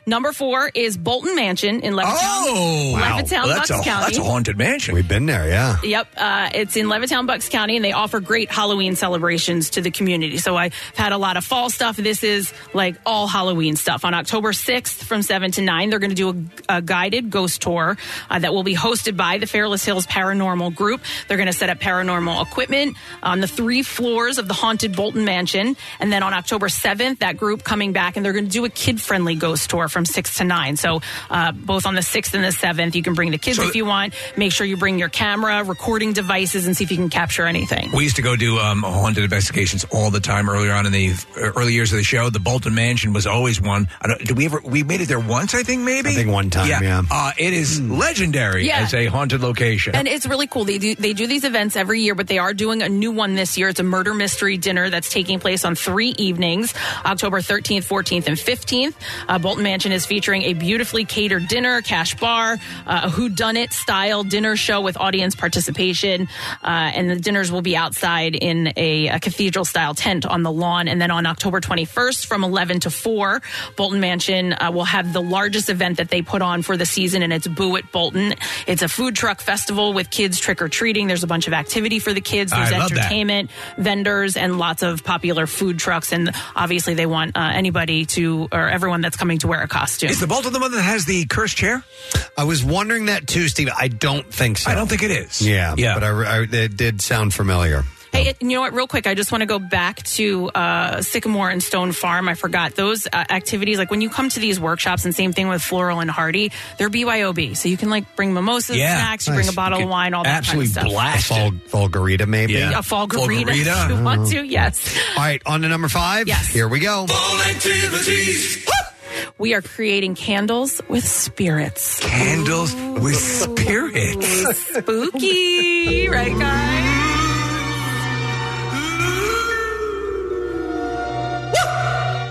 S4: Number four is Bolton Mansion in Levittown. Levittown,
S5: Oh, that's
S4: Bucks
S5: a,
S4: County.
S5: That's a haunted mansion.
S3: We've been there, yeah.
S4: Yep, uh, it's in Levittown, Bucks County, and they offer great Halloween celebrations to the community. So I've had a lot of fall stuff. This is like all Halloween stuff. On October 6th from 7 to 9, they're going to do a, a guided ghost tour uh, that will be hosted by the Fairless Hills Paranormal Group. They're going to set up paranormal equipment on the three floors of the haunted Bolton Mansion. And then on October 7th, that group coming back, and they're going to do a kid friendly ghost tour from 6 to 9. So uh, both on the 6th and the 7th, you can bring the kids
S5: So-
S4: if you want. Make sure you bring your camera, recording devices, and see if you can capture anything.
S5: We used to go do um, haunted investigations all the time earlier on in the early years of the show. The Bolton Mansion was always one. I don't, did we ever? We made it there once, I think. Maybe I think one
S3: time, yeah. Hmm.
S5: Uh, it is legendary
S4: Yeah.
S5: as a haunted location.
S4: And it's really cool. They do, they do these events every year, but they are doing a new one this year. It's a murder mystery dinner that's taking place on three evenings October 13th, 14th, and 15th. Uh, Bolton Mansion is featuring a beautifully catered dinner, cash bar, uh, a whodunit style dinner show with audience participation. Uh, and the dinners will be outside in a, a cathedral style tent on the lawn. And then on October 21st from 11 to 4, Bolton Mansion uh, will have the largest event that they put on for the season, and it's Boo at Bolton. It's a food truck festival with kids trick or treating. There's a bunch of activity for the kids.
S5: I
S4: There's
S5: love that.
S4: entertainment, vendors, and lots of popular food trucks. And obviously, they want uh, anybody to or everyone that's coming to wear a costume.
S5: Is the Bolton the one that has the cursed chair?
S3: I was wondering that too, Steve. I don't think so.
S5: I don't think it is.
S3: Yeah, yeah. But I, I, it did sound familiar.
S4: Hey, it- you know what? Real quick, I just want to go back to uh, Sycamore and Stone Farm. I forgot those uh, activities. Like when you come to these workshops, and same thing with Floral and Hardy, they're BYOB, so you can like bring mimosas,
S3: Yeah.
S4: snacks, you bring
S3: Nice.
S4: a bottle of wine, all that kind of stuff.
S3: Vul- vulgarita, maybe.
S4: A fall garita, if you want to? Yes.
S3: Uh-huh. All right, on to number five. Yes. Here we go.
S4: We are creating candles with spirits.
S5: Candles with spirits.
S4: Spooky, right, guys?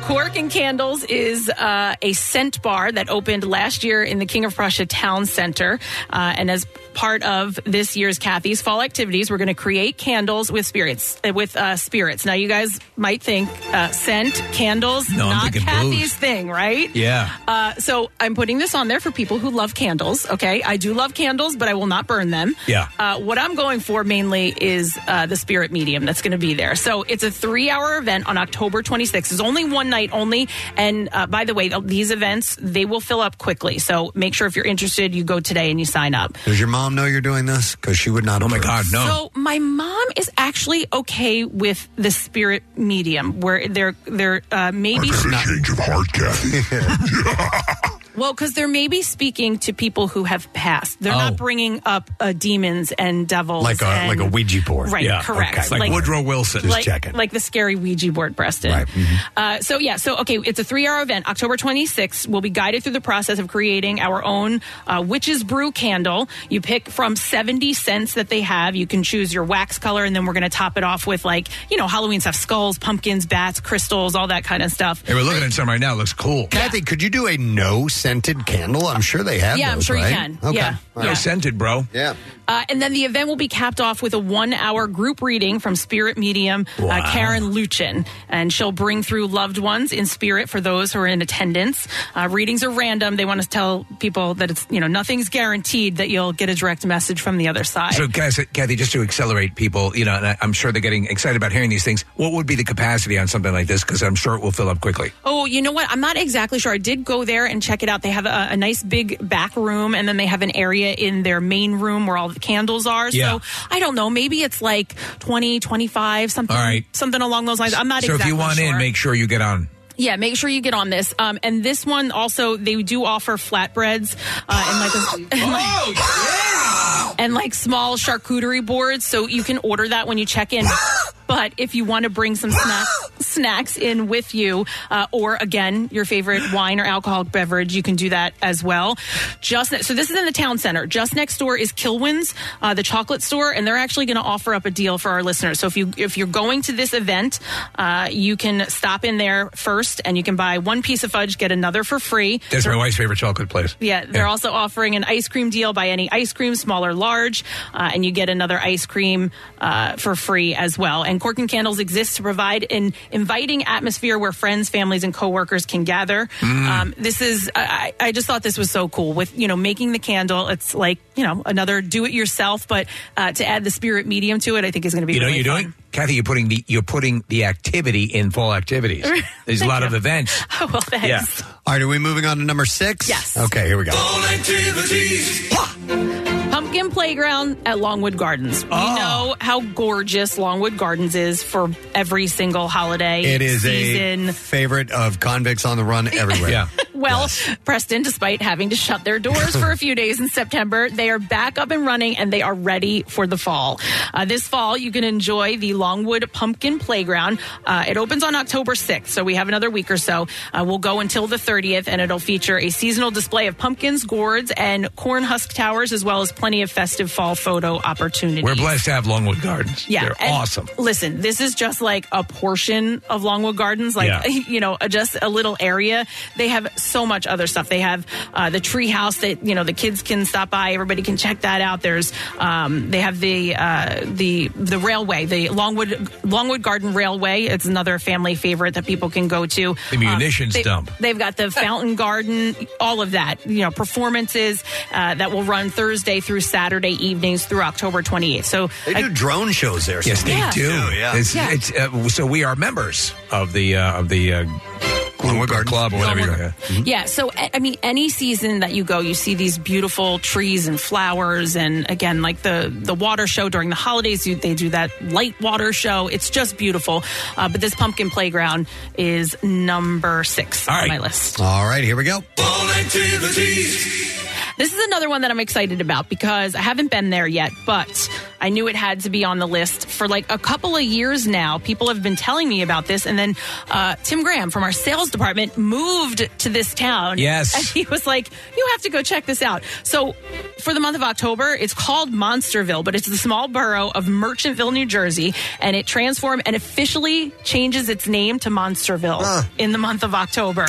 S4: Cork and Candles is uh, a scent bar that opened last year in the King of Prussia Town Center. Uh, and as part of this year's Kathy's fall activities. We're going to create candles with spirits. uh, With uh, spirits. Now, you guys might think uh, scent candles,
S5: No, I'm
S4: not
S5: thinking
S4: Kathy's
S5: booze.
S4: thing, right?
S5: Yeah.
S4: Uh, so I'm putting this on there for people who love candles. Okay, I do love candles, but I will not burn them.
S5: Yeah.
S4: Uh, what I'm going for mainly is uh, the spirit medium that's going to be there. So it's a three-hour event on October 26th. It's only one night only. And uh, by the way, th- these events they will fill up quickly. So make sure if you're interested, you go today and you sign up.
S3: Does your mom know you're doing this? Because she would not. Oh my God,
S4: So my mom is actually okay with the spirit medium, where there there uh, maybe
S17: change of heart, Kathy.
S4: Well, because they're maybe speaking to people who have passed. They're not bringing up uh, demons and devils,
S3: Oh. like a
S4: and-
S3: like a Ouija board,
S4: Right, correct.
S3: okay. Just
S4: like,
S3: checking.
S4: like the scary Ouija board, Preston.
S3: Right, mm-hmm.
S4: Uh, so yeah, so okay, it's a three-hour event. October 26th, we'll be guided through the process of creating our own uh, witch's brew candle. You pick from 70 cents that they have. You can choose your wax color, and then we're going to top it off with like you know Halloween stuff: skulls, pumpkins, bats, crystals, all that kind of stuff.
S5: Hey, we're looking at some right now. It looks cool.
S3: Kathy, could you do a no scented candle? I'm sure they have.
S4: Yeah, I'm
S3: those,
S4: sure you
S3: right?
S4: can.
S3: Okay.
S4: Yeah.
S5: No scented, bro.
S3: Yeah.
S4: Uh, and then the event will be capped off with a one hour group reading from spirit medium uh,
S5: Wow.
S4: Karen Luchin. And she'll bring through loved ones in spirit for those who are in attendance. Uh, readings are random. They want to tell people that it's, you know, nothing's guaranteed that you'll get a direct message from the other side.
S5: So, Kathy, Kathy, just to accelerate people, you know, and I, I'm sure they're getting excited about hearing these things. What would be the capacity on something like this? Because I'm sure it will fill up quickly.
S4: Oh, you know what? I'm not exactly sure. I did go there and check it out. They have a, a nice big back room, and then they have an area in their main room where all the candles are.
S5: Yeah.
S4: So I don't know. Maybe it's like 20, 25, something,
S5: All right.
S4: something along those lines. I'm not
S5: so
S4: exactly
S5: if you want
S4: sure.
S5: in, make sure you get on.
S4: Yeah, make sure you get on this. Um, and this one also, they do offer flatbreads uh, and like, a, and, like and like small charcuterie boards, so you can order that when you check in. But if you want to bring some snacks, snacks in with you, uh, or again your favorite wine or alcoholic beverage, you can do that as well. Just ne- so this is in the town center. Just next door is Kilwins, uh, the chocolate store, and they're actually going to offer up a deal for our listeners. So if you if you're going to this event, uh, you can stop in there first, and you can buy one piece of fudge, get another for free.
S5: That's my wife's favorite chocolate place.
S4: Yeah, they're also offering an ice cream deal by any ice cream, small or large, uh, and you get another ice cream uh, for free as well. And Cork and Candles exists to provide an inviting atmosphere where friends, families, and coworkers can gather.
S17: Mm.
S4: Um, this is, I, I I just thought this was so cool with, you know, making the candle. It's like, you know, another do it yourself, but uh, to add the spirit medium to it, I think is going to be
S5: You know what
S4: really
S5: you're
S4: fun.
S5: doing, Kathy. You're putting the you're putting the activity in fall
S4: [laughs]
S5: activities. There's a lot of events.
S4: Oh, [laughs] well, thanks.
S5: Yeah.
S3: All right, are we moving on to number six? Yes. Okay, here we go.
S4: Pumpkin Playground at Longwood Gardens.
S3: Ah.
S4: We know how gorgeous Longwood Gardens is for every single holiday.
S3: It is
S4: season.
S3: a favorite of convicts on the run
S4: [laughs]
S3: everywhere. yeah.
S4: Well, Preston, despite having to shut their doors for a few days in September, they are back up and running and they are ready for the fall. Uh, this fall, you can enjoy the Longwood Pumpkin Playground. Uh, it opens on October 6th, so we have another week or so. Uh, we'll go until the 30th, and it'll feature a seasonal display of pumpkins, gourds, and corn husk towers, as well as plenty of festive fall photo opportunities.
S5: We're blessed to have Longwood Gardens.
S4: Yeah,
S5: they're
S4: and
S5: awesome.
S4: Listen, this is just like a portion of Longwood Gardens, like
S5: Yeah.
S4: [laughs] you know, uh, just a little area. They have so much other stuff. They have uh, the tree house that you know the kids can stop by. Everybody can check that out. There's um, they have the uh, the the railway, the Longwood Longwood Garden Railway. It's another family favorite that people can go to. Um,
S5: The munitions
S4: uh, they-
S5: dump.
S4: They've got the fountain garden, all of that. You know, performances uh, that will run Thursday through Saturday evenings through October 28th. So
S3: They do
S4: I-
S3: drone shows there.
S5: Yes, they
S4: Yeah.
S5: do.
S4: Yeah.
S5: It's,
S4: Yeah.
S5: It's, uh, so we are members of the uh, of the uh, Longwood Garden Club or whatever. You're, yeah.
S4: Yeah, so I I mean, any season that you go, you see these beautiful trees and flowers, and again, like the the water show during the holidays, you, they do that light water show. It's just beautiful. Uh, but this pumpkin playground is number six on my list.
S3: All right, here we go.
S4: This is another one that I'm excited about because I haven't been there yet, but I knew it had to be on the list for like a couple of years now. People have been telling me about this, and then uh, Tim Graham from our sales department moved to this town.
S5: Yes.
S4: and he was like, "You have to go check this out." So for the month of October, it's called Monsterville, but it's the small borough of Merchantville, New Jersey, and it transformed and officially changes its name to Monsterville in the month of October.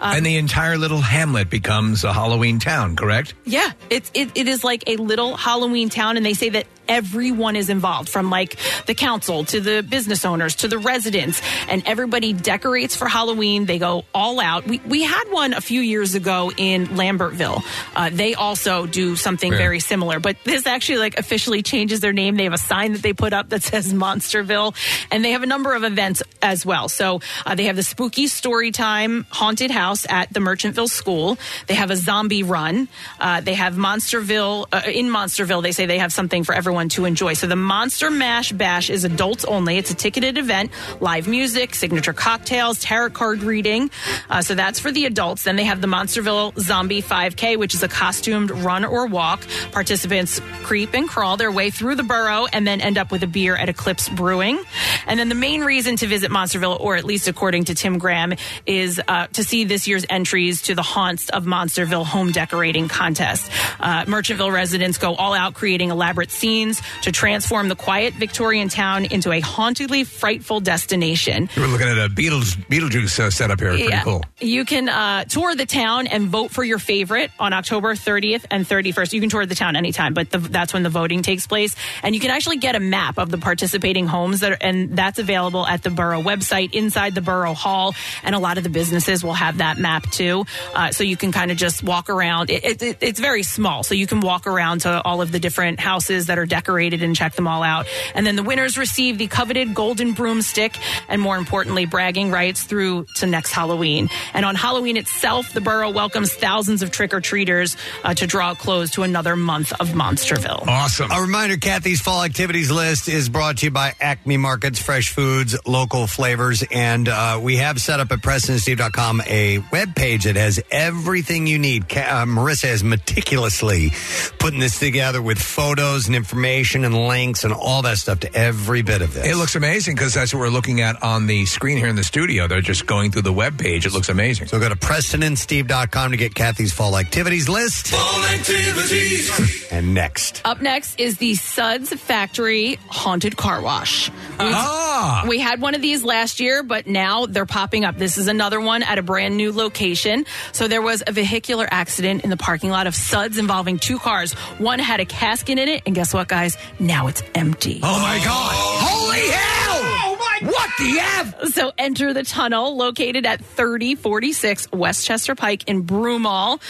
S4: Um,
S5: and the entire little hamlet becomes a Halloween town, correct?
S4: yeah, it's it, it is like a little Halloween town, and they say that everyone is involved, from like the council to the business owners to the residents, and everybody decorates for Halloween. They go all out. We we had one a few years ago in Lambertville. Uh, they also do something
S17: Yeah.
S4: very similar, but this actually like officially changes their name. They have a sign that they put up that [laughs] says Monsterville, and they have a number of events as well. So uh, they have the spooky story time haunted house at the Merchantville School. They have a zombie run. Uh, they have Monsterville uh, in Monsterville. They say they have something for everyone to enjoy. So the Monster Mash Bash is adults only. It's a ticketed event, live music, signature cocktails, tarot card reading. Uh, so that's for the adults. Then they have the Monsterville Zombie 5K, which is a costumed run or walk. Participants creep and crawl their way through the borough and then end up with a beer at Eclipse Brewing. And then the main reason to visit Monsterville, or at least according to Tim Graham, is uh, to see this year's entries to the haunts of Monsterville home decorating contest. Uh, Merchantville residents go all out creating elaborate scenes to transform the quiet Victorian town into a hauntedly frightful destination.
S5: We're looking at a Beatles, Beetlejuice uh, setup here. Pretty
S4: Yeah.
S5: cool.
S4: You can uh, tour the town and vote for your favorite on October 30th and 31st. You can tour the town anytime, but the, that's when the voting takes place. And you can actually get a map of the participating homes that are, and that's available at the borough website inside the borough hall. And a lot of the businesses will have that map too, uh, so you can kind of just walk around. It, it, it- it's very small, so you can walk around to all of the different houses that are decorated and check them all out. And then the winners receive the coveted golden broomstick and, more importantly, bragging rights through to next Halloween. And on Halloween itself, the borough welcomes thousands of trick or treaters uh, to draw a close to another month of Monsterville.
S5: Awesome.
S3: A reminder Kathy's fall activities list is brought to you by Acme Markets, fresh foods, local flavors. And uh, we have set up at PrestonandSteve.com a webpage that has everything you need. Ca- uh, Marissa is meticulously putting this together with photos and information and links and all that stuff to every bit of this.
S5: It looks amazing because that's what we're looking at on the screen here in the studio. They're just going through the web page. It looks amazing.
S3: So go to PrestonandSteve.com to get Kathy's fall activities list.
S17: Fall activities.
S3: And next.
S4: Up next is the Suds Factory Haunted Car Wash. We've-
S17: Ah.
S4: We had one of these last year, but now they're popping up. This is another one at a brand new location. So there was a vehicular accident in the parking lot of Suds involving two cars. One had a casket in it, and guess what, guys? Now it's empty.
S17: Oh my God. Holy hell. Oh my God. What the F?
S4: So enter the tunnel located at 3046 Westchester Pike in Broomall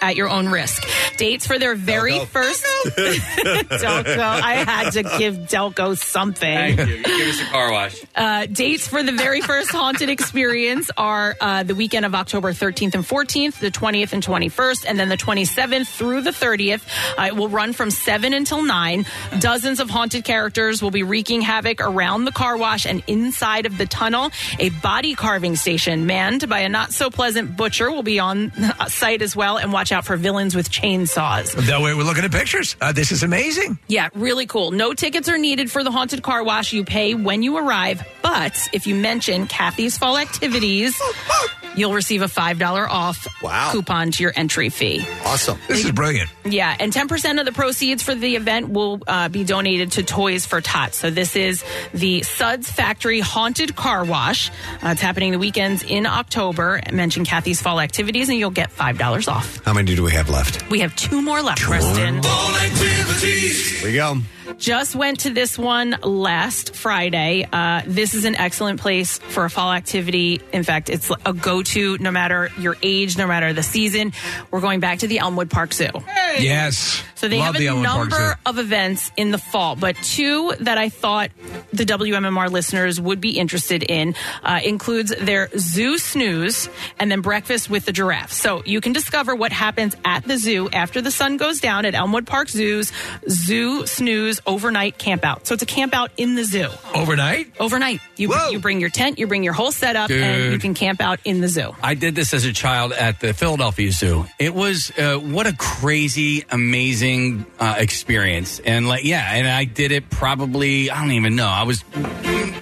S4: at your own risk. Dates for their very first [laughs] Delco. I had to give Delco something.
S9: Thank you. You give us a car wash.
S4: Uh, dates for the very first haunted experience are uh, the weekend of October 13th and 14th, the 20th and 21st, and then the 27th through the 30th. Uh, it will run from 7 until 9. Dozens of haunted characters will be wreaking havoc around the car wash and inside of the tunnel. A body carving station manned by a not so pleasant butcher will be on site as well, and watch out for villains with chainsaws.
S5: That way, we're looking at pictures. Uh, this is amazing.
S4: Yeah, really cool. No tickets are needed for the haunted car wash. You pay when you arrive, but if you mention Kathy's fall activities, you'll receive a five dollar off coupon to your entry fee.
S3: Awesome.
S5: This is brilliant.
S4: Yeah, and ten percent of the proceeds for the event will uh, be donated to Toys for Tots. So this is the Suds Factory Haunted Car Wash. Uh, it's happening the weekends in October. Mention Kathy's fall activities, and you'll get five dollars off.
S3: How many do we have left?
S4: We have two more left, Preston.
S3: Here we go.
S4: Just went to this one last Friday. Uh, this is an excellent place for a fall activity. In fact, it's a go to no matter your age, no matter the season. We're going back to the Elmwood Park Zoo.
S5: Yes.
S4: So they
S5: Love
S4: have a
S5: the Elmwood Park Zoo.
S4: number of events in the fall, but two that I thought the WMMR listeners would be interested in uh, includes their zoo snooze and then breakfast with the giraffe. So you can discover what happens at the zoo after the sun goes down at Elmwood Park Zoo's Zoo Snooze is overnight camp out. So it's a camp out in the zoo.
S5: Overnight?
S4: Overnight. You, you bring your tent, you bring your whole setup, and
S9: Dude.
S4: you can camp out in the zoo.
S9: I did this as a child at the Philadelphia Zoo. It was uh, what a crazy, amazing uh, experience, and like yeah, and I did it probably I don't even know. I was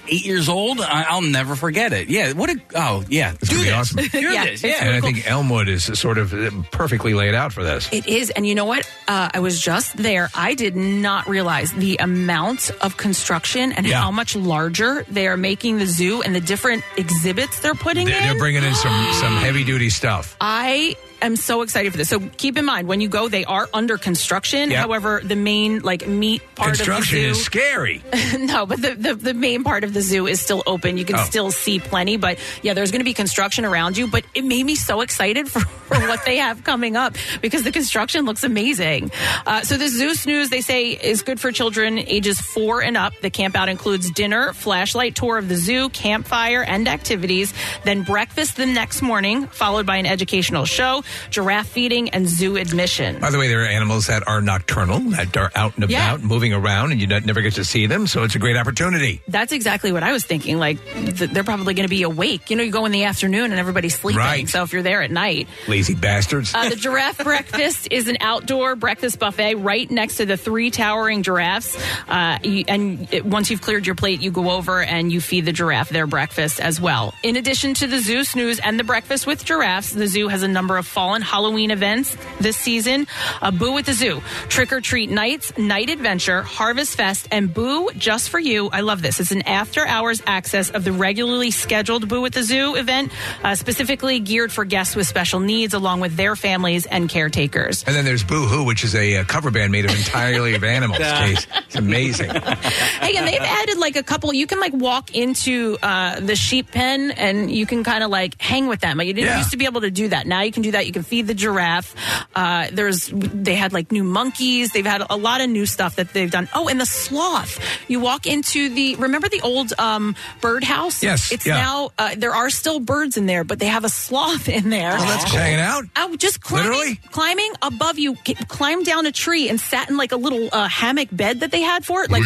S9: eight years old. I, I'll never forget it. Yeah, what a oh yeah, do this. [laughs]
S5: Awesome.
S9: Do this. Yeah,
S5: and I think Elmwood is sort of uh, perfectly laid out for this.
S4: It is. And you know what? Uh, I was just there. I did not realize the amount of construction and
S5: Yeah.
S4: how much larger they are making the zoo and the different exhibits they're putting
S5: They're,
S4: in.
S5: they're bringing in some some heavy duty stuff.
S4: I am so excited for this. So keep in mind when you go, they are under construction.
S5: Yeah.
S4: However, the main like meat part
S5: Construction
S4: of the zoo
S5: is scary.
S4: [laughs] no, but the, the the main part of the zoo is still open. You can
S5: Oh.
S4: still see plenty, but yeah, there's going to be construction around you. But it made me so excited [laughs] for, for what they have coming up because the construction looks amazing. Uh, so the zoo snooze they say is good for children ages four and up. The camp out includes dinner, flashlight tour of the zoo, campfire, and activities. Then breakfast the next morning, followed by an educational show, giraffe feeding, and zoo admission.
S5: By the way, there are animals that are nocturnal, that are out and about,
S4: Yeah.
S5: moving around, and you not- never get to see them. So it's a great opportunity.
S4: That's exactly what I was thinking. Like, th- they're probably going to be awake. You know, you go in the afternoon and everybody's sleeping.
S5: Right.
S4: So if you're there at night,
S5: Lazy bastards.
S4: uh, the giraffe breakfast is an outdoor breakfast buffet right next to the three towering giraffes. Uh, you, and it, once you've cleared your plate, you go over and you feed the giraffe their breakfast as well. In addition to the zoo snooze and the breakfast with giraffes, the zoo has a number of fall and Halloween events this season. Uh, Boo at the Zoo, Trick or Treat Nights, Night Adventure, Harvest Fest, and Boo Just for You. I love this. It's an after hours access of the regularly scheduled Boo at the Zoo event, uh, specifically geared for guests with special needs, along with their families and caretakers.
S5: And then there's Boo Hoo, which is a uh, cover band made of entirely of animals.
S4: [laughs] Yeah.
S5: Case. It's amazing.
S4: hey, and they've added like a couple. You can like walk into uh, the sheep pen and you can kind of like hang with them. Like, you didn't
S5: Yeah.
S4: used to be able to do that. Now you can do that. You can feed the giraffe. Uh, there's they had like new monkeys. They've had a lot of new stuff that they've done. Oh, and the sloth. You walk into the remember the old um, birdhouse.
S5: Yes,
S4: it's
S5: yeah.
S4: now uh, there are still birds in there, but they have a sloth in there.
S5: Oh, that's cool. Hanging out?
S4: Oh, just climbing,
S5: Literally?
S4: climbing above you, c- climbed down a tree and sat in like a little uh, hammock bed that they had for it, like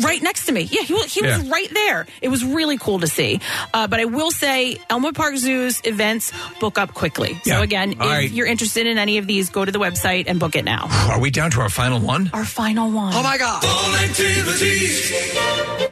S4: right next to me. Yeah, he, wa- he was
S17: Yeah.
S4: right there. It was really cool to see. Uh, but I will say, Elmwood Park Zoo's events book up quickly.
S5: Yeah.
S4: So again, if
S5: All right.
S4: you're interested in any of these, go to the website and book it now.
S5: Are we down to our final one?
S4: Our final one. Oh my god!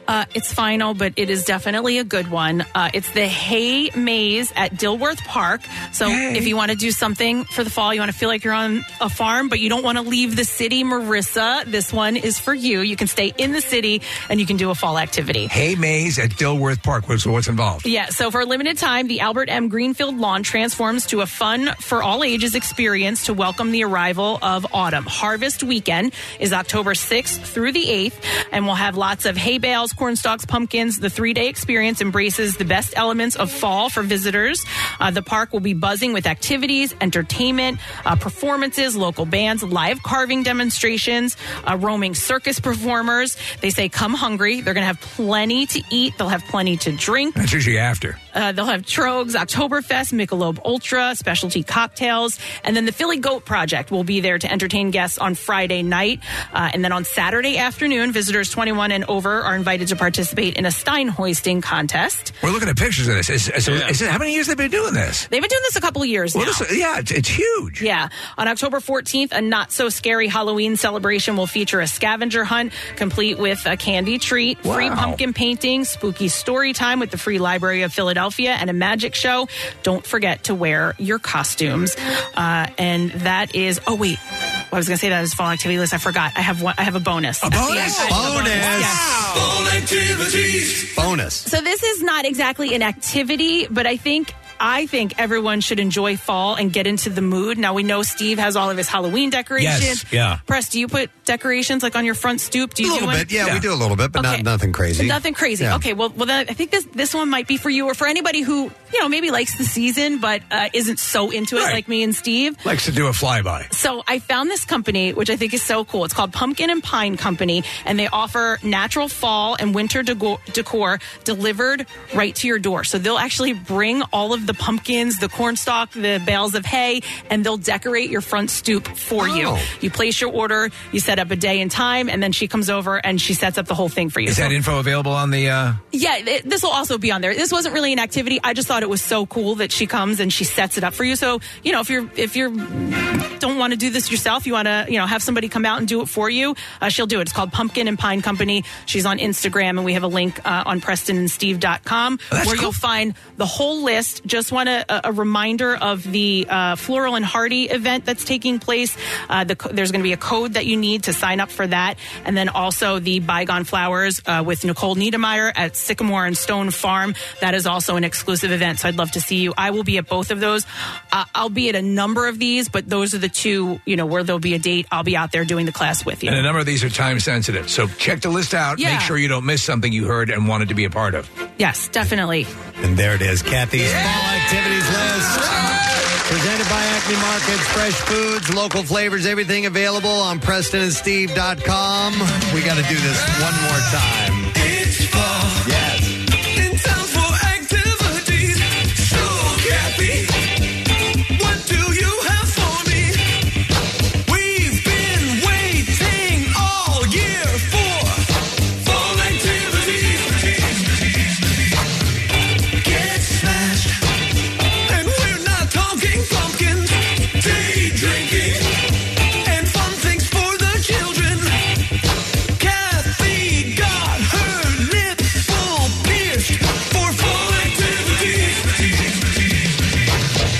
S4: Uh, it's final, but it is definitely a good one. Uh, it's the Hay Maze at Dilworth Park. So if you want to do something for the fall, you want to feel like you're on a farm, but you don't want to leave the city, Marissa, this one is for you. You can stay in the city and you can do a fall activity.
S5: Hay Maze at Dilworth Park. What's, what's involved?
S4: Yeah, so for a limited time, the Albert M. Greenfield Lawn transforms to a fun for all ages experience to welcome the arrival of autumn. Harvest weekend is October 6th through the 8th, and we'll have lots of hay bales, corn stalks, pumpkins. The three day experience embraces the best elements of fall for visitors. Uh, the park will be buzzing with activities, entertainment, uh, performances, local bands, live carving demonstrations, uh, roaming circus performers. They say come hungry. They're going to have plenty to eat, they'll have plenty to drink.
S5: That's usually after.
S4: Uh, they'll have Trogs, Oktoberfest, Michelob Ultra, specialty cocktails, and then the Philly Goat Project will be there to entertain guests on Friday night. Uh, and then on Saturday afternoon, visitors 21 and over are invited to participate in a Stein hoisting contest.
S5: We're looking at pictures of this. Is, is, is it, how many years have they been doing this?
S4: They've been doing this a couple of years
S5: Well,
S4: now.
S5: this- yeah, it's, it's huge.
S4: Yeah. On October 14th, a not so scary Halloween celebration will feature a scavenger hunt complete with a candy treat, free
S17: Wow.
S4: pumpkin painting, spooky story time with the Free Library of Philadelphia, and a magic show. Don't forget to wear your costumes. Uh, and that is, oh, wait. I was going to say that as fall activity list. I forgot. I have one. I have a bonus. at the end.
S17: bonus?
S4: I have a
S17: Bonus.
S4: Yeah.
S3: Bonus.
S4: So this is not exactly an activity, but I think I think everyone should enjoy fall and get into the mood. Now we know Steve has all of his Halloween decorations.
S3: Yes, yeah.
S4: Press, do you put decorations like on your front stoop? Do
S3: A
S4: you
S3: little
S4: do one?
S3: bit. Yeah, we do a little bit, but not nothing crazy.
S4: Nothing crazy.
S3: Yeah.
S4: Okay, well, well, then I think this this one might be for you or for anybody who you know, maybe likes the season but uh, isn't so into it like me and Steve.
S5: Likes to do a flyby.
S4: So I found this company, which I think is so cool. It's called Pumpkin and Pine Company, and they offer natural fall and winter deco- decor delivered right to your door. So they'll actually bring all of the pumpkins, the cornstalk, the bales of hay, and they'll decorate your front stoop for you.
S5: Oh.
S4: You place your order, you set up a day and time, and then she comes over and she sets up the whole thing for you.
S5: Is that
S4: So-
S5: info available on the? Uh,
S4: yeah, th- this will also be on there. This wasn't really an activity. I just thought it was so cool that she comes and she sets it up for you. So you know, if you're if you're don't want to do this yourself, you want to you know have somebody come out and do it for you. Uh, she'll do it. It's called Pumpkin and Pine Company. She's on Instagram, and we have a link uh, on PrestonandSteve.com where you'll find the whole list. Just want a, a- a reminder of the uh, Floral and Hardy event that's taking place. Uh, the, co- there's going to be a code that you need to sign up for that, and then also the Bygone Flowers uh, with Nicole Niedermeyer at Sycamore and Stone Farm. That is also an exclusive event, so I'd love to see you. I will be at both of those. Uh, I'll be at a number of these, but those are the two. You know where there'll be a date. I'll be out there doing the class with you.
S5: And a number of these are time sensitive, so check the list out.
S4: Yeah.
S5: Make sure you don't miss something you heard and wanted to be a part of.
S4: Yes, definitely.
S3: And there it is, Kathy's fall activities list. Presented by Acme Markets, fresh foods, local flavors, everything available on PrestonandSteve.com. We got to do this one more time.
S17: It's fall.
S3: Yes.
S17: In time for activities. So, Kathy, what do you have for me? We've been waiting all year for fall activities. Get smashed. And we're not talking pumpkins. Day drinking. And fun things for the children. Kathy got her nipple pierced for full activity.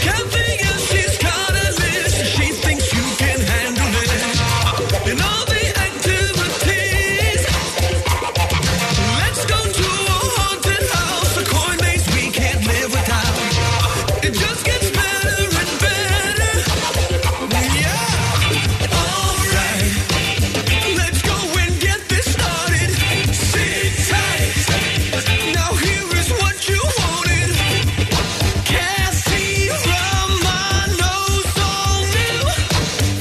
S17: Kathy and she's got a list. She thinks you can handle it. In all the activities, let's go to a haunted house. A coin maze we can't live without. It just gets better and better. Yeah. All right. Let's go and get this started. Sit tight. Now here is what you wanted. Cassie Romano's all new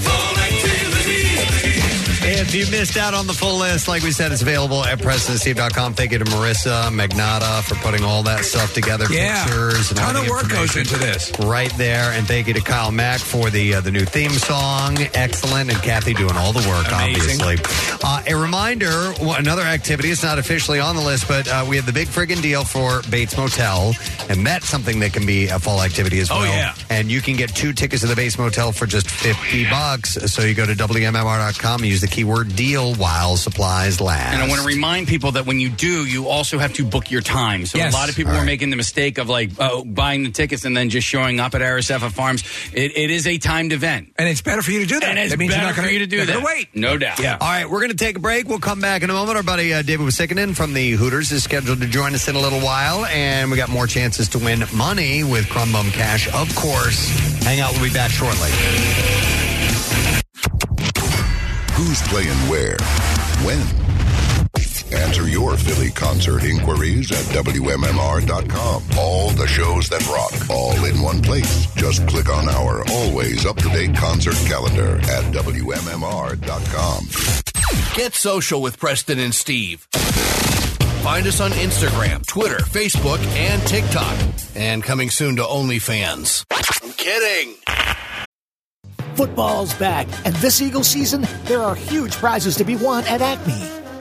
S17: fall activities.
S3: If you missed out on the full list, like we said, it's available at PrestonandSteve.com. Thank you to Marissa Magnata for putting all that stuff together.
S5: Yeah.
S3: pictures, and all
S5: Ton
S3: the
S5: of work goes
S3: information
S5: into this.
S3: right there. And thank you to Kyle Mack for the uh, the new theme song. Excellent, and Kathy doing all the work,
S5: Amazing.
S3: obviously. Uh, a reminder, well, another activity. It's not officially on the list, but uh, we have the big friggin' deal for Bates Motel, and that's something that can be a fall activity as
S5: Oh,
S3: well.
S5: yeah.
S3: And you can get two tickets to the Base Motel for just 50 bucks. So you go to WMMR.com, use the keyword deal while supplies last.
S9: And I want to remind people that when you do, you also have to book your time. So
S3: Yes.
S9: a lot of people
S3: All
S9: were
S3: right.
S9: making the mistake of like uh, buying the tickets and then just showing up at RSF Farms. It, it is a timed event.
S5: And it's better for you to do that.
S9: And it's
S5: That means you're
S9: better
S5: not gonna-
S9: for you to do
S5: you're
S9: that.
S5: gonna wait.
S9: No doubt.
S5: Yeah.
S3: All right, we're going to take a break. We'll come back in a moment. Our buddy uh, David Wasikanen from the Hooters is scheduled to join us in a little while, and we got more chances to win money with Crumb Bum Cash, of course. Hang out. We'll be back shortly.
S2: Who's playing where? When? Answer your Philly concert inquiries at WMMR.com. All the shows that rock, all in one place. Just click on our always up to date concert calendar at WMMR.com.
S7: Get social with Preston and Steve. Find us on Instagram, Twitter, Facebook, and TikTok. And coming soon to OnlyFans. I'm kidding.
S1: Football's back, and this Eagles season, there are huge prizes to be won at Acme.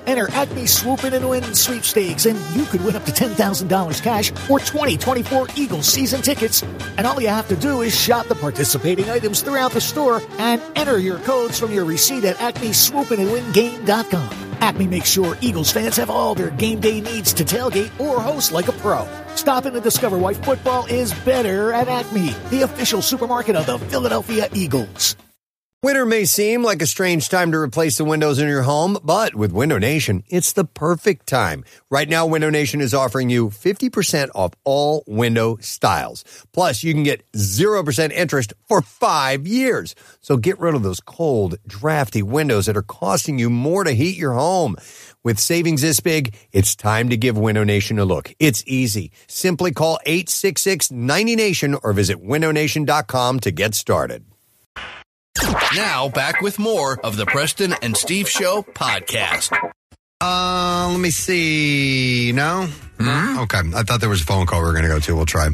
S1: Enter Acme Swoop In and Win sweepstakes, and you could win up to $10,000 cash or 2024 Eagles season tickets. And all you have to do is shop the participating items throughout the store and enter your codes from your receipt at acmeswoopinandwingame.com. Acme makes sure Eagles fans have all their game day needs to tailgate or host like a pro. Stop in to discover why football is better at Acme, the official supermarket of the Philadelphia Eagles.
S3: Winter may seem like a strange time to replace the windows in your home, but with Window Nation, it's the perfect time. Right now, Window Nation is offering you 50% off all window styles. Plus, you can get 0% interest for five years. So get rid of those cold, drafty windows that are costing you more to heat your home. With savings this big, it's time to give Window Nation a look. It's easy. Simply call 866 90Nation or visit windownation.com to get started.
S7: Now, back with more of the Preston and Steve Show podcast.
S3: Uh, let me see. No? No? Okay. I thought there was a phone call we were going to go to. We'll try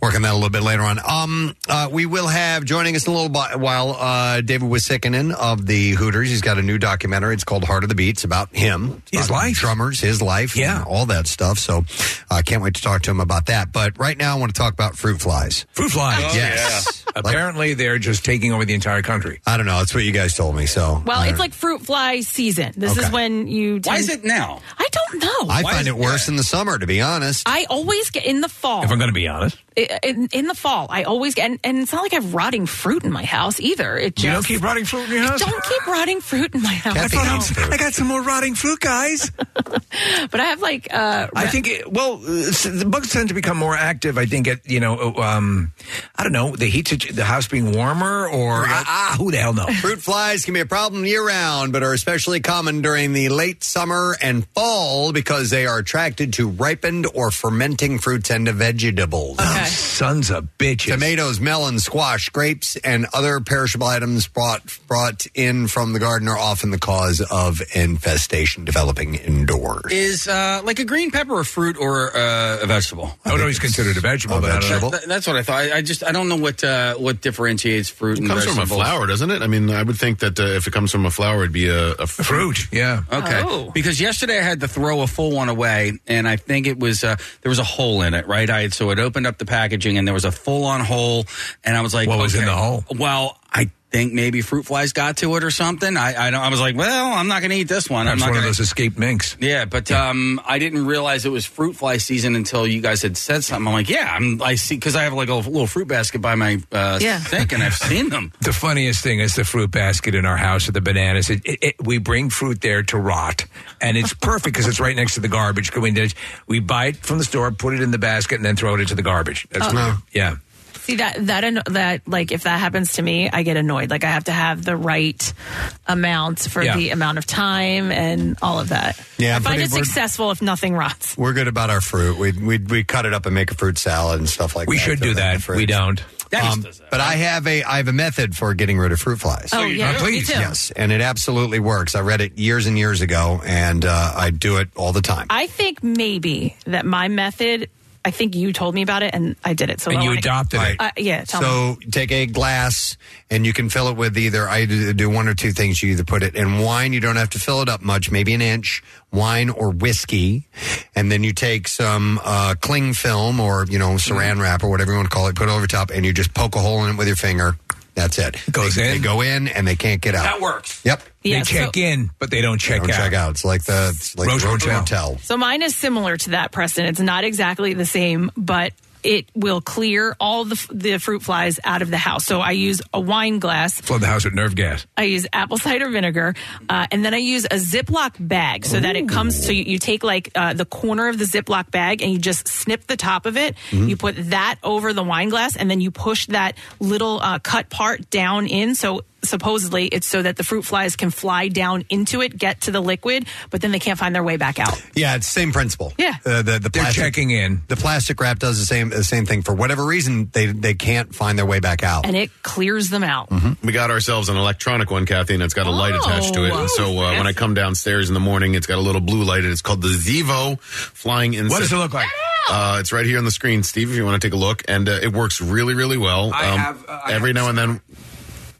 S3: work on that a little bit later on. Um, uh, we will have joining us in a little bi- while uh, David Wissikinen of the Hooters. He's got a new documentary. It's called Heart of the Beat. It's about him, his life, drummers, his life, yeah, all that stuff. So I uh, can't wait to talk to him about that. But right now, I want to talk about fruit flies.
S5: Fruit flies.
S3: Oh, yes.
S5: Apparently, they're just taking over the entire country.
S3: I don't know. That's what you guys told me. So
S4: Well, it's like fruit fly season. This is
S3: Okay.
S4: when you. Tend- Why is it
S9: now?
S4: I don't know.
S3: I find it worse in the summer, to be honest.
S4: I always get in the fall.
S5: going to be honest,
S4: I- in, in the fall, I always get, and, and it's not like I have rotting fruit in my house either. It just
S5: You don't keep rotting fruit in your house?
S4: I don't keep rotting fruit in my house.
S5: I, found- I got some more rotting fruit, guys.
S4: [laughs] but I have like uh,
S5: I think it, well, uh, s- the bugs tend to become more active. I think at you know, uh, um, I don't know, the heat, situ- the house being warmer, or ah, ah, who the hell knows?
S3: Fruit flies can be a problem year round, but are especially common during the late summer and fall because they are attracted to ripened or fermenting fruits and vegetables.
S5: Oh, sons of bitches.
S3: Tomatoes, melons, squash, grapes, and other perishable items brought brought in from the garden are often the cause of infestation developing indoors.
S9: Is uh, like a green pepper a fruit or uh, a vegetable?
S5: I would always consider it a vegetable, but I don't know.
S9: That- that's what I thought. I, I just I don't know what uh, what differentiates fruit.
S10: It
S9: and
S10: comes from a
S9: vegetables.
S10: flower, doesn't it? I mean, I would think that uh, if it comes from a flower, it'd be a, a fruit.
S5: Yeah.
S9: Okay. Because yesterday I had to throw a full one away, and I think it was uh, there was a hole in it, right? I so it opened up the packaging, and there was a full on hole, and I was like,
S5: What was in
S9: okay.
S5: the hole?
S9: Well, I think maybe fruit flies got to it or something. I I, don't, I was like, well, I'm not going to eat this one. I'm
S5: That's
S9: not
S5: one of
S9: gonna-
S5: those escaped minks.
S9: Yeah, but um, I didn't realize it was fruit fly season until you guys had said something. I'm like, yeah, I'm, I see, because I have like a little fruit basket by my uh,
S5: Yeah.
S9: sink, and
S5: [laughs]
S9: I've seen them.
S5: The funniest thing is the fruit basket in our house with the bananas. It, it, it, we bring fruit there to rot, and it's perfect because it's right next to the garbage. Can We just- we buy it from the store, put it in the basket, and then throw it into the garbage. That's
S4: Oh.
S5: what we do. yeah.
S4: See that that anno- that like if that happens to me, I get annoyed. Like I have to have the right amount for
S3: Yeah.
S4: the amount of time and all of that.
S3: Yeah,
S4: I
S3: I'm
S4: find
S3: pretty
S4: it
S3: bored.
S4: successful if nothing rots.
S3: We're good about our fruit. We we we cut it up and make a fruit salad and stuff like
S5: We
S3: that.
S5: should do that. We don't.
S3: Um, but I have a I have a method for getting rid of fruit flies. Uh,
S17: Oh, Oh, you yeah. do? Please. Me too.
S3: Yes, and it absolutely works. I read it years and years ago, and uh, I do it all the time.
S4: I think maybe that my method. I think you told me about it, and I did it. So I wanna- Uh, yeah. Tell me.
S3: so take a glass and you can fill it with either I do do one or two things. You either put it in wine, you don't have to fill it up much, maybe an inch, wine or whiskey, and then you take some uh, cling film or you know saran
S4: Mm.
S3: wrap or whatever you want to call it, put it over top, and you just poke a hole in it with your finger. That's it. Goes they, in. They go in and they can't get out.
S5: That works.
S3: Yep.
S4: Yeah,
S5: they check in, but they don't check
S3: Don't
S5: out.
S3: check out. It's like the it's like
S5: Roach
S3: Roach
S5: Hotel.
S3: Hotel.
S4: So mine is similar to that, Preston. It's not exactly the same, but it will clear all the, f- the fruit flies out of the house. So I use a wine glass.
S5: Flood the house with nerve gas.
S4: I use apple cider vinegar, uh, and then I use a Ziploc bag so that it comes. So you, you take like uh, the corner of the Ziploc bag and you just snip the top of it.
S17: Mhm.
S4: You put that over the wine glass, and then you push that little uh, cut part down in. So supposedly it's so that the fruit flies can fly down into it, get to the liquid, but then they can't find their way back out.
S3: Yeah, it's the same principle.
S4: Yeah.
S3: Uh, the the plastic,
S5: checking in.
S3: The plastic wrap does the same the same thing. For whatever reason, they they can't find their way back out.
S4: and it clears them out.
S10: Mm-hmm. We got ourselves an electronic one, Kathy, and it's got a light attached to it. And so uh, when I come downstairs in the morning, it's got a little blue light, and it's called the Zevo Flying Insect.
S5: What does it look like?
S10: Uh, it's right here on the screen, Steve. If you want to take a look, and uh, it works really, really well.
S5: I
S10: Um,
S5: have, uh, I
S10: every
S5: have
S10: now and then.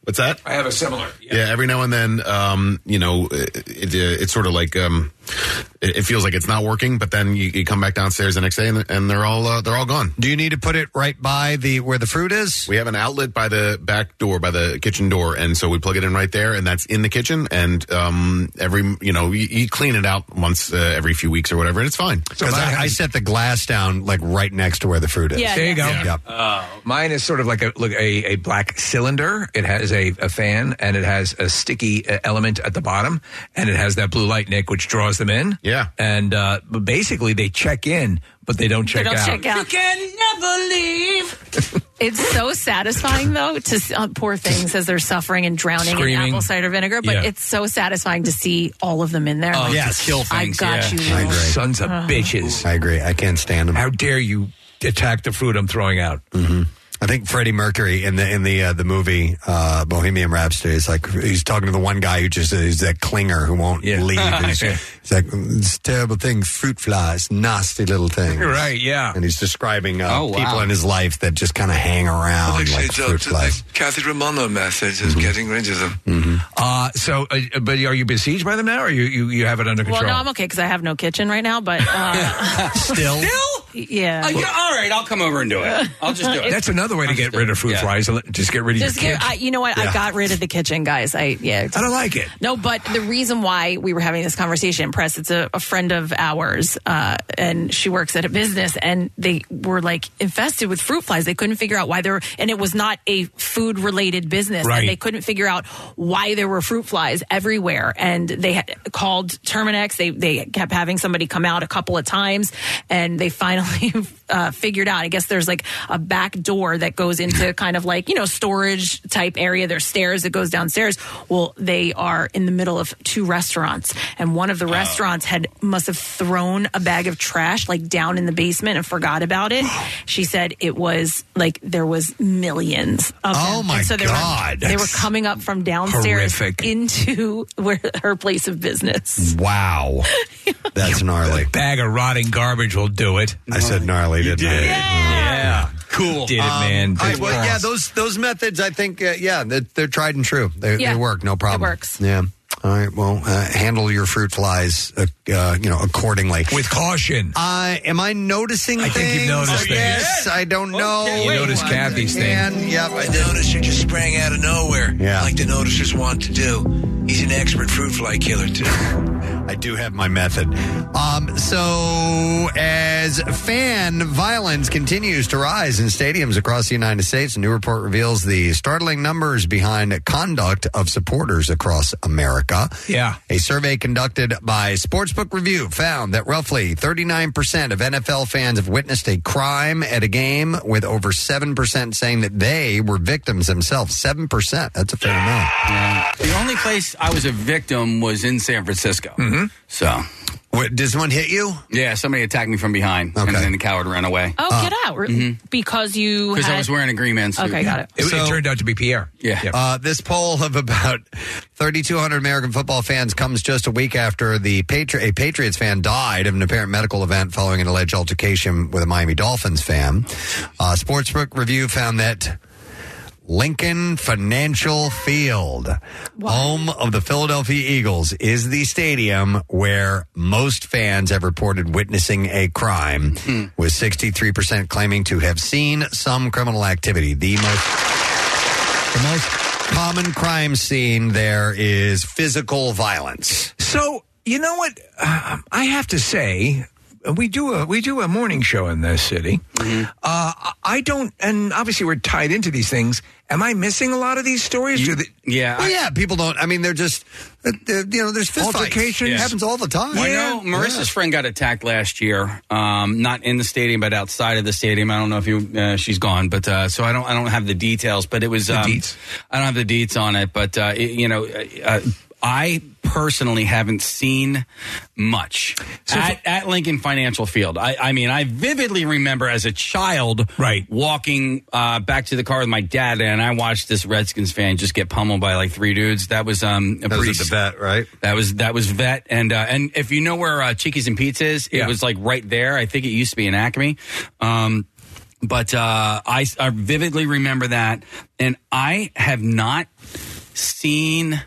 S10: What's that?
S5: I have a similar.
S10: Yeah, every now and then, um, you know, it, it, it's sort of like um, it, it feels like it's not working. But then you, you come back downstairs the next day and, and they're all uh, they're all gone.
S3: Do you need to put it right by the where the fruit is?
S10: We have an outlet by the back door, by the kitchen door, and so we plug it in right there, and that's in the kitchen. And um, every you know you, you clean it out once uh, every few weeks or whatever, and it's fine.
S3: So I, I set the glass down like right next to where the fruit is.
S5: there you go.
S3: Yep.
S5: Mine is sort of like a look a, a black cylinder. It has a, a fan and it has a sticky uh, element at the bottom, and it has that blue light, Nick, which draws them in.
S10: Yeah,
S5: and uh, but basically they check in, but they don't check
S4: Check out.
S5: out.
S4: Check out. You can never leave. [laughs] it's so satisfying, though, to s- uh, poor things as they're suffering and drowning in
S5: Screaming.
S4: apple cider vinegar. But
S5: Yeah.
S4: it's so satisfying to see all of them in there.
S5: Oh,
S4: Like,
S5: just kill things.
S4: I got
S5: yeah.
S4: you. Lord.
S5: Sons of
S4: Uh.
S5: bitches.
S3: I agree. I can't stand them.
S5: How dare you attack the fruit I'm throwing out?
S3: hmm I think Freddie Mercury in the in the uh, the movie uh, Bohemian Rhapsody is like he's talking to the one guy who just is that clinger who won't
S5: [laughs]
S3: leave. He's,
S5: Yeah.
S3: he's like "Mm, this terrible thing, fruit flies, nasty little thing.
S5: Right, yeah.
S3: And he's describing uh,
S5: Oh, wow.
S3: people in his life that just kind of hang around like fruit flies. Mm-hmm.
S5: Kathy Romano method of getting rid of them. Uh, so, uh, but are you besieged by them now, or you you, you have it under
S4: Well,
S5: control?
S4: no, I'm okay because I have no kitchen right now. But uh,
S5: [laughs] Still?
S4: [laughs] yeah.
S9: Oh, yeah, all right, I'll come over and do it. I'll just do it.
S5: That's another way to get rid of fruit flies. Just get rid of
S4: Just
S5: your
S4: get, I, you know what? I got rid of the kitchen, guys. I yeah.
S5: I don't like it.
S4: No, but the reason why we were having this conversation, press, it's a, a friend of ours, uh, and she works at a business, and they were like infested with fruit flies. They couldn't figure out why there, were, and it was not a food related business,
S17: Right.
S4: and they couldn't figure out why there were fruit flies everywhere. And they had called Terminex. They they kept having somebody come out a couple of times, and they [laughs] finally uh, figured out. I guess there's like a back door that goes into kind of like you know storage type area. There's stairs that goes downstairs. Well, they are in the middle of two restaurants, and one of the restaurants had must have thrown a bag of trash like down in the basement and forgot about it. She said it was like there was millions of
S17: Oh,
S4: them.
S17: my
S4: And so they
S17: God.
S4: Were, they were coming up from downstairs
S17: Horrific.
S4: into [laughs] where her place of business. [laughs]
S3: Wow, that's gnarly.
S5: bag of rotting garbage will do it.
S3: I said gnarly, didn't I?
S5: Yeah. Cool. Did it,
S3: Um,
S5: man.
S3: all right,
S5: Good
S3: well, yeah,
S5: boss.
S3: those those methods, I think, uh, yeah, they're, they're tried and true. They,
S4: Yeah,
S3: they work, no problem.
S4: works.
S3: Yeah. All right. Well, uh, handle your fruit flies, uh, uh, you know, accordingly
S5: With caution.
S3: Uh, am I noticing I
S5: think you've noticed things.
S3: Yes, I don't know.
S5: You
S3: Wait,
S5: noticed
S3: I
S5: Kathy's thing.
S3: can. Yep, I did.
S13: noticer just sprang out of nowhere.
S3: Yeah.
S13: Like the noticers want to do. He's an expert fruit fly killer, too.
S3: [laughs] I do have my method. Um, so, as fan violence continues to rise in stadiums across the United States, a new report reveals the startling numbers behind conduct of supporters across America.
S5: Yeah.
S3: A survey conducted by Sportsbook Review found that roughly 39% of NFL fans have witnessed a crime at a game, with over 7% saying that they were victims themselves. 7%. That's a fair amount.
S9: The only place I was a victim was in San Francisco. So.
S3: Mm-hmm. What, did someone hit you?
S9: Yeah, somebody attacked me from behind, and then the coward ran away.
S4: Oh, get out! Re-
S9: mhm.
S4: Because you
S9: Because
S4: had,
S9: I was wearing a green man suit.
S4: Okay, got it.
S5: It, it turned out to be Pierre.
S9: Yeah.
S3: Uh, this poll of about 3,200 American football fans comes just a week after the Patri- a Patriots fan died of an apparent medical event following an alleged altercation with a Miami Dolphins fan. Uh, Sportsbook Review found that Lincoln Financial Field, home of the Philadelphia Eagles, is the stadium where most fans have reported witnessing a crime, with 63% claiming to have seen some criminal activity. The most. The most common crime scene there is physical violence.
S5: So you know what um, I have to say. We do a we do a morning show in this city.
S13: Mm-hmm.
S5: Uh, I- I don't, and obviously we're tied into these things. Am I missing a lot of these stories? do they,
S9: yeah,
S3: Well, yeah, people don't. I mean, they're just, uh, uh, you know, there's fistfights.
S9: Altercations.
S3: It happens all the time.
S9: I know Marissa's friend got attacked last year, um, not in the stadium, but outside of the stadium. I don't know if you uh, she's gone, but uh, so I don't I don't have the details. But it was um, I don't have the deets on it, but uh, it- you know. Uh, I personally haven't seen much at, at Lincoln Financial Field. I, I mean, I vividly remember as a child, right, walking uh, back to the car with my dad, and I watched this Redskins fan just get pummeled by like three dudes. That was um, a
S3: That was
S9: pretty
S3: at the vet, right?
S9: that was that was vet, and uh, and if you know where uh, Cheeky's and Pizza is, it
S5: Yeah.
S9: was like right there. I think it used to be an Acme. Um, but uh, I, I vividly remember that, and I have not seen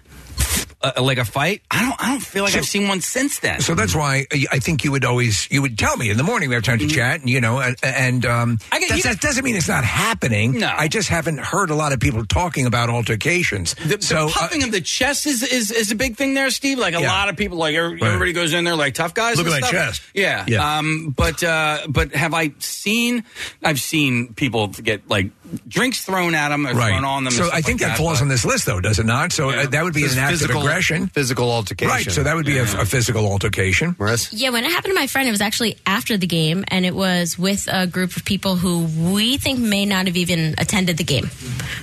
S9: a, like a fight. I don't. I don't feel like I've seen one since then.
S5: So that's why I I think you would always you would tell me in the morning we have time to chat, and you know, and, and um,
S9: Mm-hmm. I get-
S5: that's-
S9: you
S5: that doesn't mean it's not happening. No, I just haven't heard a lot of people talking about altercations. so uh,
S9: the puffing of the chest is, is is a big thing there, Steve. Like a
S5: Yeah.
S9: lot of people, like every- everybody goes in there like tough guys.
S5: Look
S9: and
S5: at my
S9: stuff.
S5: chest.
S9: Yeah.
S5: Yeah.
S9: Um. But uh. But have I seen? I've seen people get like drinks thrown at them or thrown on them. and
S5: uh, So
S9: stuff
S5: I think
S9: like
S5: that falls
S9: but-
S5: on this list, though, does it not? So uh, that would be
S3: There's
S5: an act
S3: physical-
S5: of aggression,
S3: physical altercation.
S5: right? So that would be a, a physical altercation.
S21: Yeah, when it happened to my friend, it was actually after the game, and it was with a group of people who we think may not have even attended the game.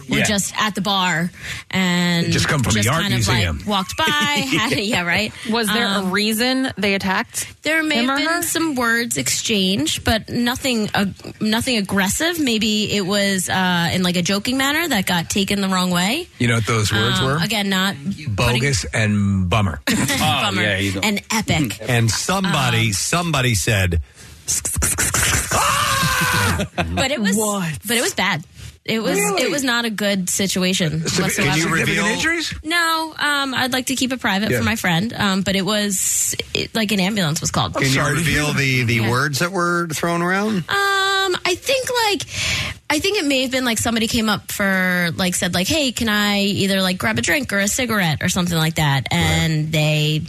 S21: We're
S5: Yeah.
S21: just at the bar and
S5: They just come from the art
S21: kind of,
S5: museum.
S21: Like, walked
S5: [laughs]
S21: by, [laughs] had, yeah, right.
S4: Was there a
S21: reason they attacked? There may
S4: him
S21: have
S4: or
S21: been
S4: her?
S21: some words exchanged, but nothing, ag nothing aggressive. Maybe it was uh, in like a joking manner that got taken the wrong way.
S5: You know what those words
S21: Um,
S5: were? Oh,
S21: again, not [laughs]
S5: Bogus and bummer.
S9: Oh,
S21: bummer and epic.
S3: And somebody, somebody said,
S21: but it was but it was bad. It was
S5: Really?
S21: it was not a good situation.
S5: So
S21: whatsoever.
S5: can you reveal injuries?
S21: No, um, I'd like to keep it private
S3: Yeah.
S21: for my friend. Um, but it was it, like an ambulance was called.
S3: Can you reveal the, the
S21: Yeah.
S3: words that were thrown around?
S21: Um, I think like I think it may have been like somebody came up for like said like, hey, can I either like grab a drink or a cigarette or something like that, and they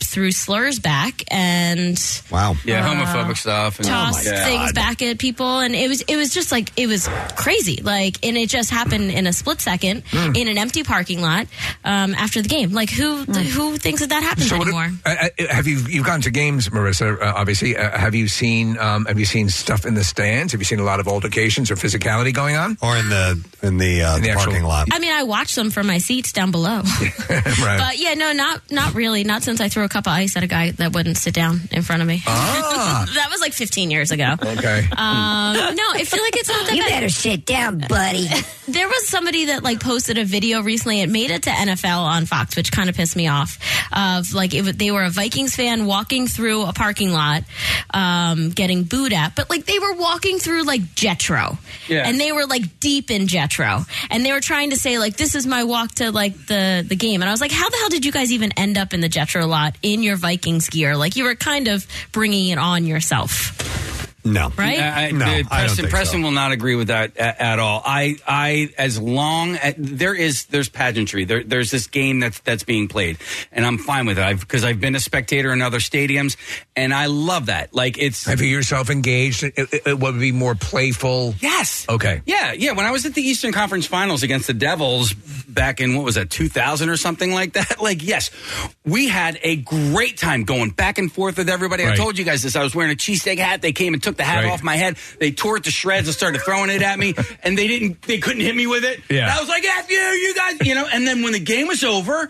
S21: threw slurs back and
S3: Wow.
S9: Yeah.
S21: Uh,
S9: Homophobic stuff. And
S21: tossed things back at people and it was it was just like it was crazy like and it just happened in a split second
S5: Mm.
S21: in an empty parking lot um, after the game like who who thinks that that happens
S5: So what-
S21: anymore
S5: uh, uh, have you you've gone to games, Marissa? Uh, obviously, uh, have you seen um, have you seen stuff in the stands? Have you seen a lot of altercations or physicality going on,
S3: or in the in the, uh,
S5: parking lot?
S21: I mean I watched them from my seats down below
S5: Um, [laughs] right.
S21: but yeah no not not really not since I threw a cup of ice at a guy that wouldn't sit down in front of me
S5: Ah.
S21: that was like 15 years ago
S5: okay
S21: Um, no, I feel like it's not that
S17: You
S21: bad.
S17: better sit down, buddy.
S21: [laughs] There was somebody that like posted a video recently. It made it to NFL on Fox, which kind of pissed me off. Of like it, wa- they were a Vikings fan walking through a parking lot, um, getting booed at, but like they were walking through like Jetro,
S17: Yeah.
S21: and they were like deep in Jetro, and they were trying to say like this is my walk to like the the game, and I was like, how the hell did you guys even end up in the Jetro lot in your Vikings gear? Like you were kind of bringing it on yourself.
S3: No.
S21: Right?
S9: I, I,
S21: No,
S9: Uh, the-
S21: I don't
S9: Preston,
S21: think
S9: Preston
S21: so.
S9: will not agree with that at, at all. I, I, as long as there is, there's pageantry. There, there's this game that's that's being played, and I'm fine with it because I've, been a spectator in other stadiums, and I love that. Like it's.
S5: Have you yourself engaged? It, it, it would be more playful.
S9: Yes.
S5: Okay.
S9: Yeah, yeah. When I was at the Eastern Conference Finals against the Devils back in what was that, 2000 or something like that? [laughs] Like, yes, we had a great time going back and forth with everybody. I
S22: Right.
S9: told you guys this. I was wearing a cheesesteak hat. They came and took the hat
S22: Right.
S9: off my head. They tore it to shreds and started throwing it at me, and they didn't. They couldn't hit me with it.
S22: Yeah.
S9: And I was like, "F you, you guys," you know. And then when the game was over.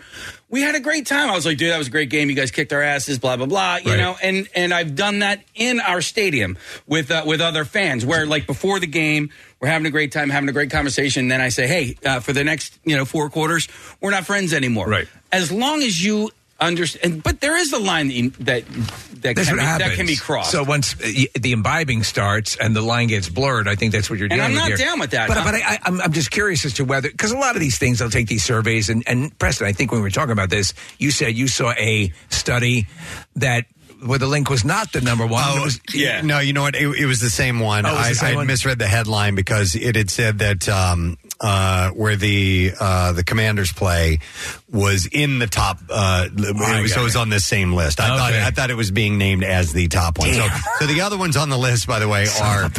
S9: We had a great time. I was like, dude, that was a great game. You guys kicked our asses, blah blah blah. You
S22: Right.
S9: know, and and I've done that in our stadium with uh, with other fans, where like before the game, we're having a great time, having a great conversation. then I say, hey, uh, for the next you know four quarters, we're not friends anymore. Right. As long as you understand, but there is a line that you- that that,
S5: That's
S9: can
S5: what
S9: be,
S5: happens.
S9: that can be crossed.
S5: So once uh, y- the imbibing starts and the line gets blurred, I think that's what you're
S9: And
S5: dealing
S9: I'm
S5: with
S9: not
S5: here.
S9: down with that.
S5: But,
S9: I'm-
S5: but I, I, I'm, I'm just curious as to whether because a lot of these things, they'll take these surveys and, and Preston, I think when we were talking about this, you said you saw a study that where the link was not the number one. it was,
S3: yeah. Oh, No, you know what? It, it was the same one.
S5: Oh, it was the
S3: I,
S5: same
S3: I had
S5: one?
S3: misread the headline because it had said that um, uh, where the uh, the Commanders play was in the top. Uh,
S5: Oh,
S3: it was, so it was on this same list. I thought
S5: Okay.
S3: I thought it was being named as the top one. So, so the other ones on the list, by the way, are uh,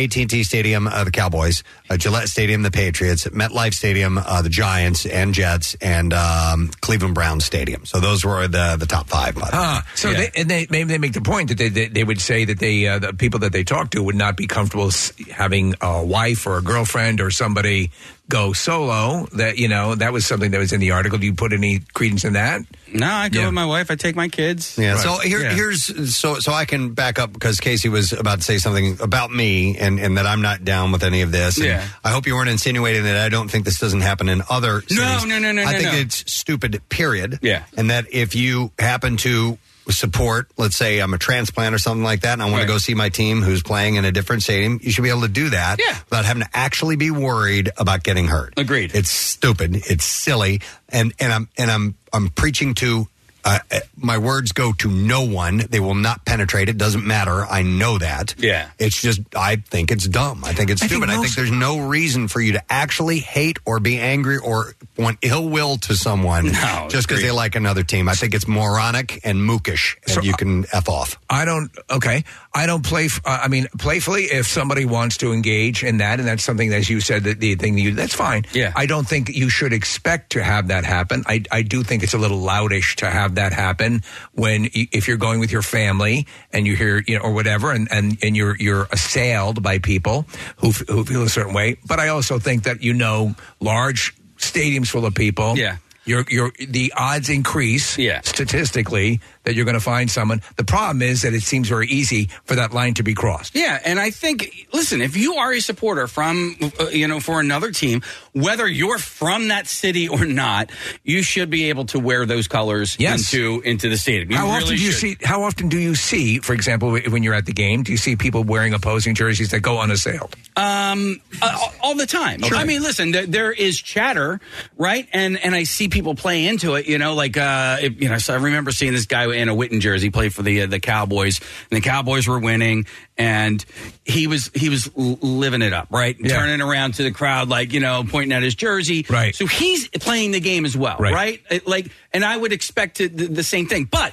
S3: AT and T Stadium, uh, the Cowboys, uh, Gillette Stadium, the Patriots, MetLife Stadium, uh, the Giants and Jets, and um, Cleveland Brown Stadium. So those were the the top five. By the way.
S5: Huh. Ah, So they, and they maybe they make the point that they they, they would say that they uh, the people that they talk to would not be comfortable s- having a wife or a girlfriend or somebody go solo. That you know that was something that was in the article. Do you put any credence in that?
S9: no, I go
S5: Yeah.
S9: with my wife. I take my kids.
S3: Yeah. So here, here's so so I can back up because Casey was about to say something about me and and that I'm not down with any of this. And
S9: Yeah.
S3: I hope you weren't insinuating that I don't think this doesn't happen in other.
S9: No,
S3: cities.
S9: no, no, no,
S3: I
S9: no,
S3: think
S9: no.
S3: it's stupid. Period.
S9: Yeah.
S3: And that if you happen to support, let's say I'm a transplant or something like that, and I want to go see my team who's playing in a different stadium, you should be able to do that without having to actually be worried about getting hurt. Agreed. It's stupid. It's silly, and and I'm and I'm I'm preaching to. Uh, uh, my words go to no one. They will not penetrate. It doesn't matter. I know that.
S9: Yeah.
S3: It's just, I think it's dumb. I think it's
S9: I think
S3: stupid. I think
S9: most-
S3: there's no reason for you to actually hate or be angry or want ill will to someone
S5: No,
S3: just because
S5: agreed.
S3: they like another team. I think it's moronic and mookish, and you can f off.
S5: I don't. Okay, I don't play. f- Uh, I mean, playfully. If somebody wants to engage in that, and that's something that you said that the thing that you that's fine. Yeah. I don't think you should expect to have that happen. I I do think it's a little loudish to have that happen when y- if you're going with your family and you hear you know or whatever, and and and you're you're assailed by people who f- who feel a certain way. But I also think that you know large stadiums full of people. Yeah. Your your the odds increase statistically that you're going to find someone. The problem is that it seems very easy for that line to be crossed.
S9: Yeah, and I think listen, if you are a supporter from uh, you know for another team, whether you're from that city or not, you should be able to wear those colors
S5: Yes.
S9: into into the stadium. You
S5: how
S9: really
S5: often do you
S9: should.
S5: see? How often do you see, for example, wh- when you're at the game, do you see people wearing opposing jerseys that go unassailed?
S9: Um, uh, all the time. I mean, listen, th- there is chatter, right? And and I see people play into it. You know, like uh, if- you know, so I remember seeing this guy in a Witten jersey play for the uh, the Cowboys, and the Cowboys were winning, and he was he was l- living it up, right?
S5: Yeah.
S9: Turning around to the crowd, like you know, pointing at his jersey, right? So he's playing the game as well,
S5: Right.
S9: right? It- Like, and I would expect it, the, the same thing, but.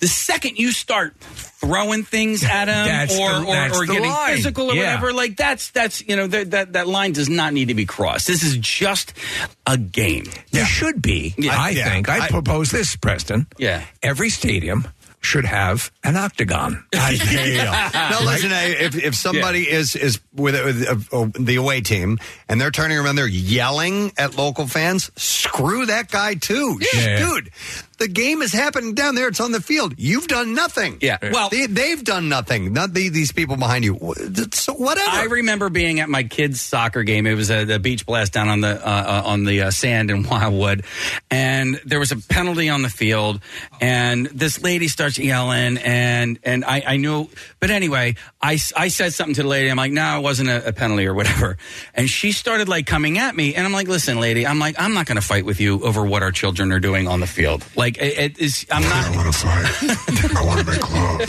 S9: The second you start throwing things at him
S5: That's the-
S9: or, or,
S5: that's
S9: or
S5: the
S9: getting
S5: line.
S9: physical or
S5: Yeah.
S9: whatever, like that's that's you know that that that line does not need to be crossed. This is just a game.
S5: There should be. I
S9: Yeah.
S5: think. I,
S9: I-
S5: propose this, Preston.
S9: Yeah.
S5: Every stadium should have an
S9: [laughs]
S5: octagon.
S3: [laughs] Now listen, I- if if somebody is is with, with uh, uh, the away team and they're turning around, they're yelling at local fans. Screw that guy too,
S17: Yeah.
S3: dude. The game is happening down there. It's on the field. You've done nothing.
S9: Yeah. Well-
S3: they, they've done nothing. Not the, these people behind you. Wh- So whatever.
S9: I remember being at my kids' soccer game. It was a, the beach blast down on the uh, uh, on the uh, sand in [laughs] Wildwood, and there was a penalty on the field, and this lady starts yelling, and and I, I knew, but anyway, I, s- I said something to the lady. I'm like, no, it wasn't a, a penalty or whatever, and she started like coming at me, and I'm like, listen, lady, I'm like, I'm not going to fight with you over what our children are doing on the field. Like, it, it is, I'm not. I want to fight. I want to make love.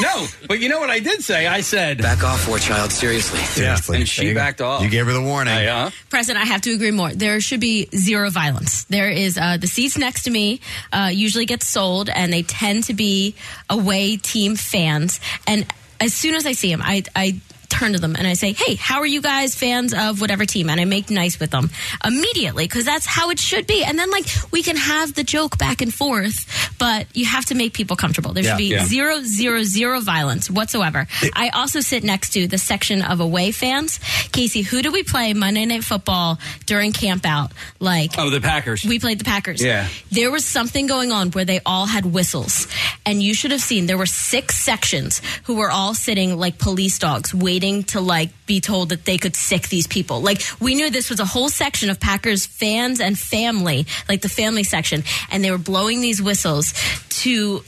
S9: no, but you know what I did say? I said, back off, war child. Seriously.
S3: Seriously.
S9: And she backed off. uh, You
S3: gave her the warning.
S9: Yeah.
S21: President, I have to agree more. There should be zero violence. There is uh, the seats next to me uh, usually get sold, and they tend to be away team fans. And as soon as I see them, I. I Turn to them and I say, "Hey, how are you guys fans of whatever team?" And I make nice with them immediately because that's how it should be. And then, like, we can have the joke back and forth, but you have to make people comfortable. There Yeah. should be Yeah. zero zero zero zero violence whatsoever. I also sit next to the section of away fans. Casey, who do we play Monday Night Football during camp out? Like
S9: Oh, the Packers.
S21: we played the Packers.
S9: Yeah.
S21: There was something going on where they all had whistles. And you should have seen there were six sections who were all sitting like police dogs waiting to like be told that they could sick these people. Like we knew this was a whole section of Packers fans and family, like the family section, and they were blowing these whistles to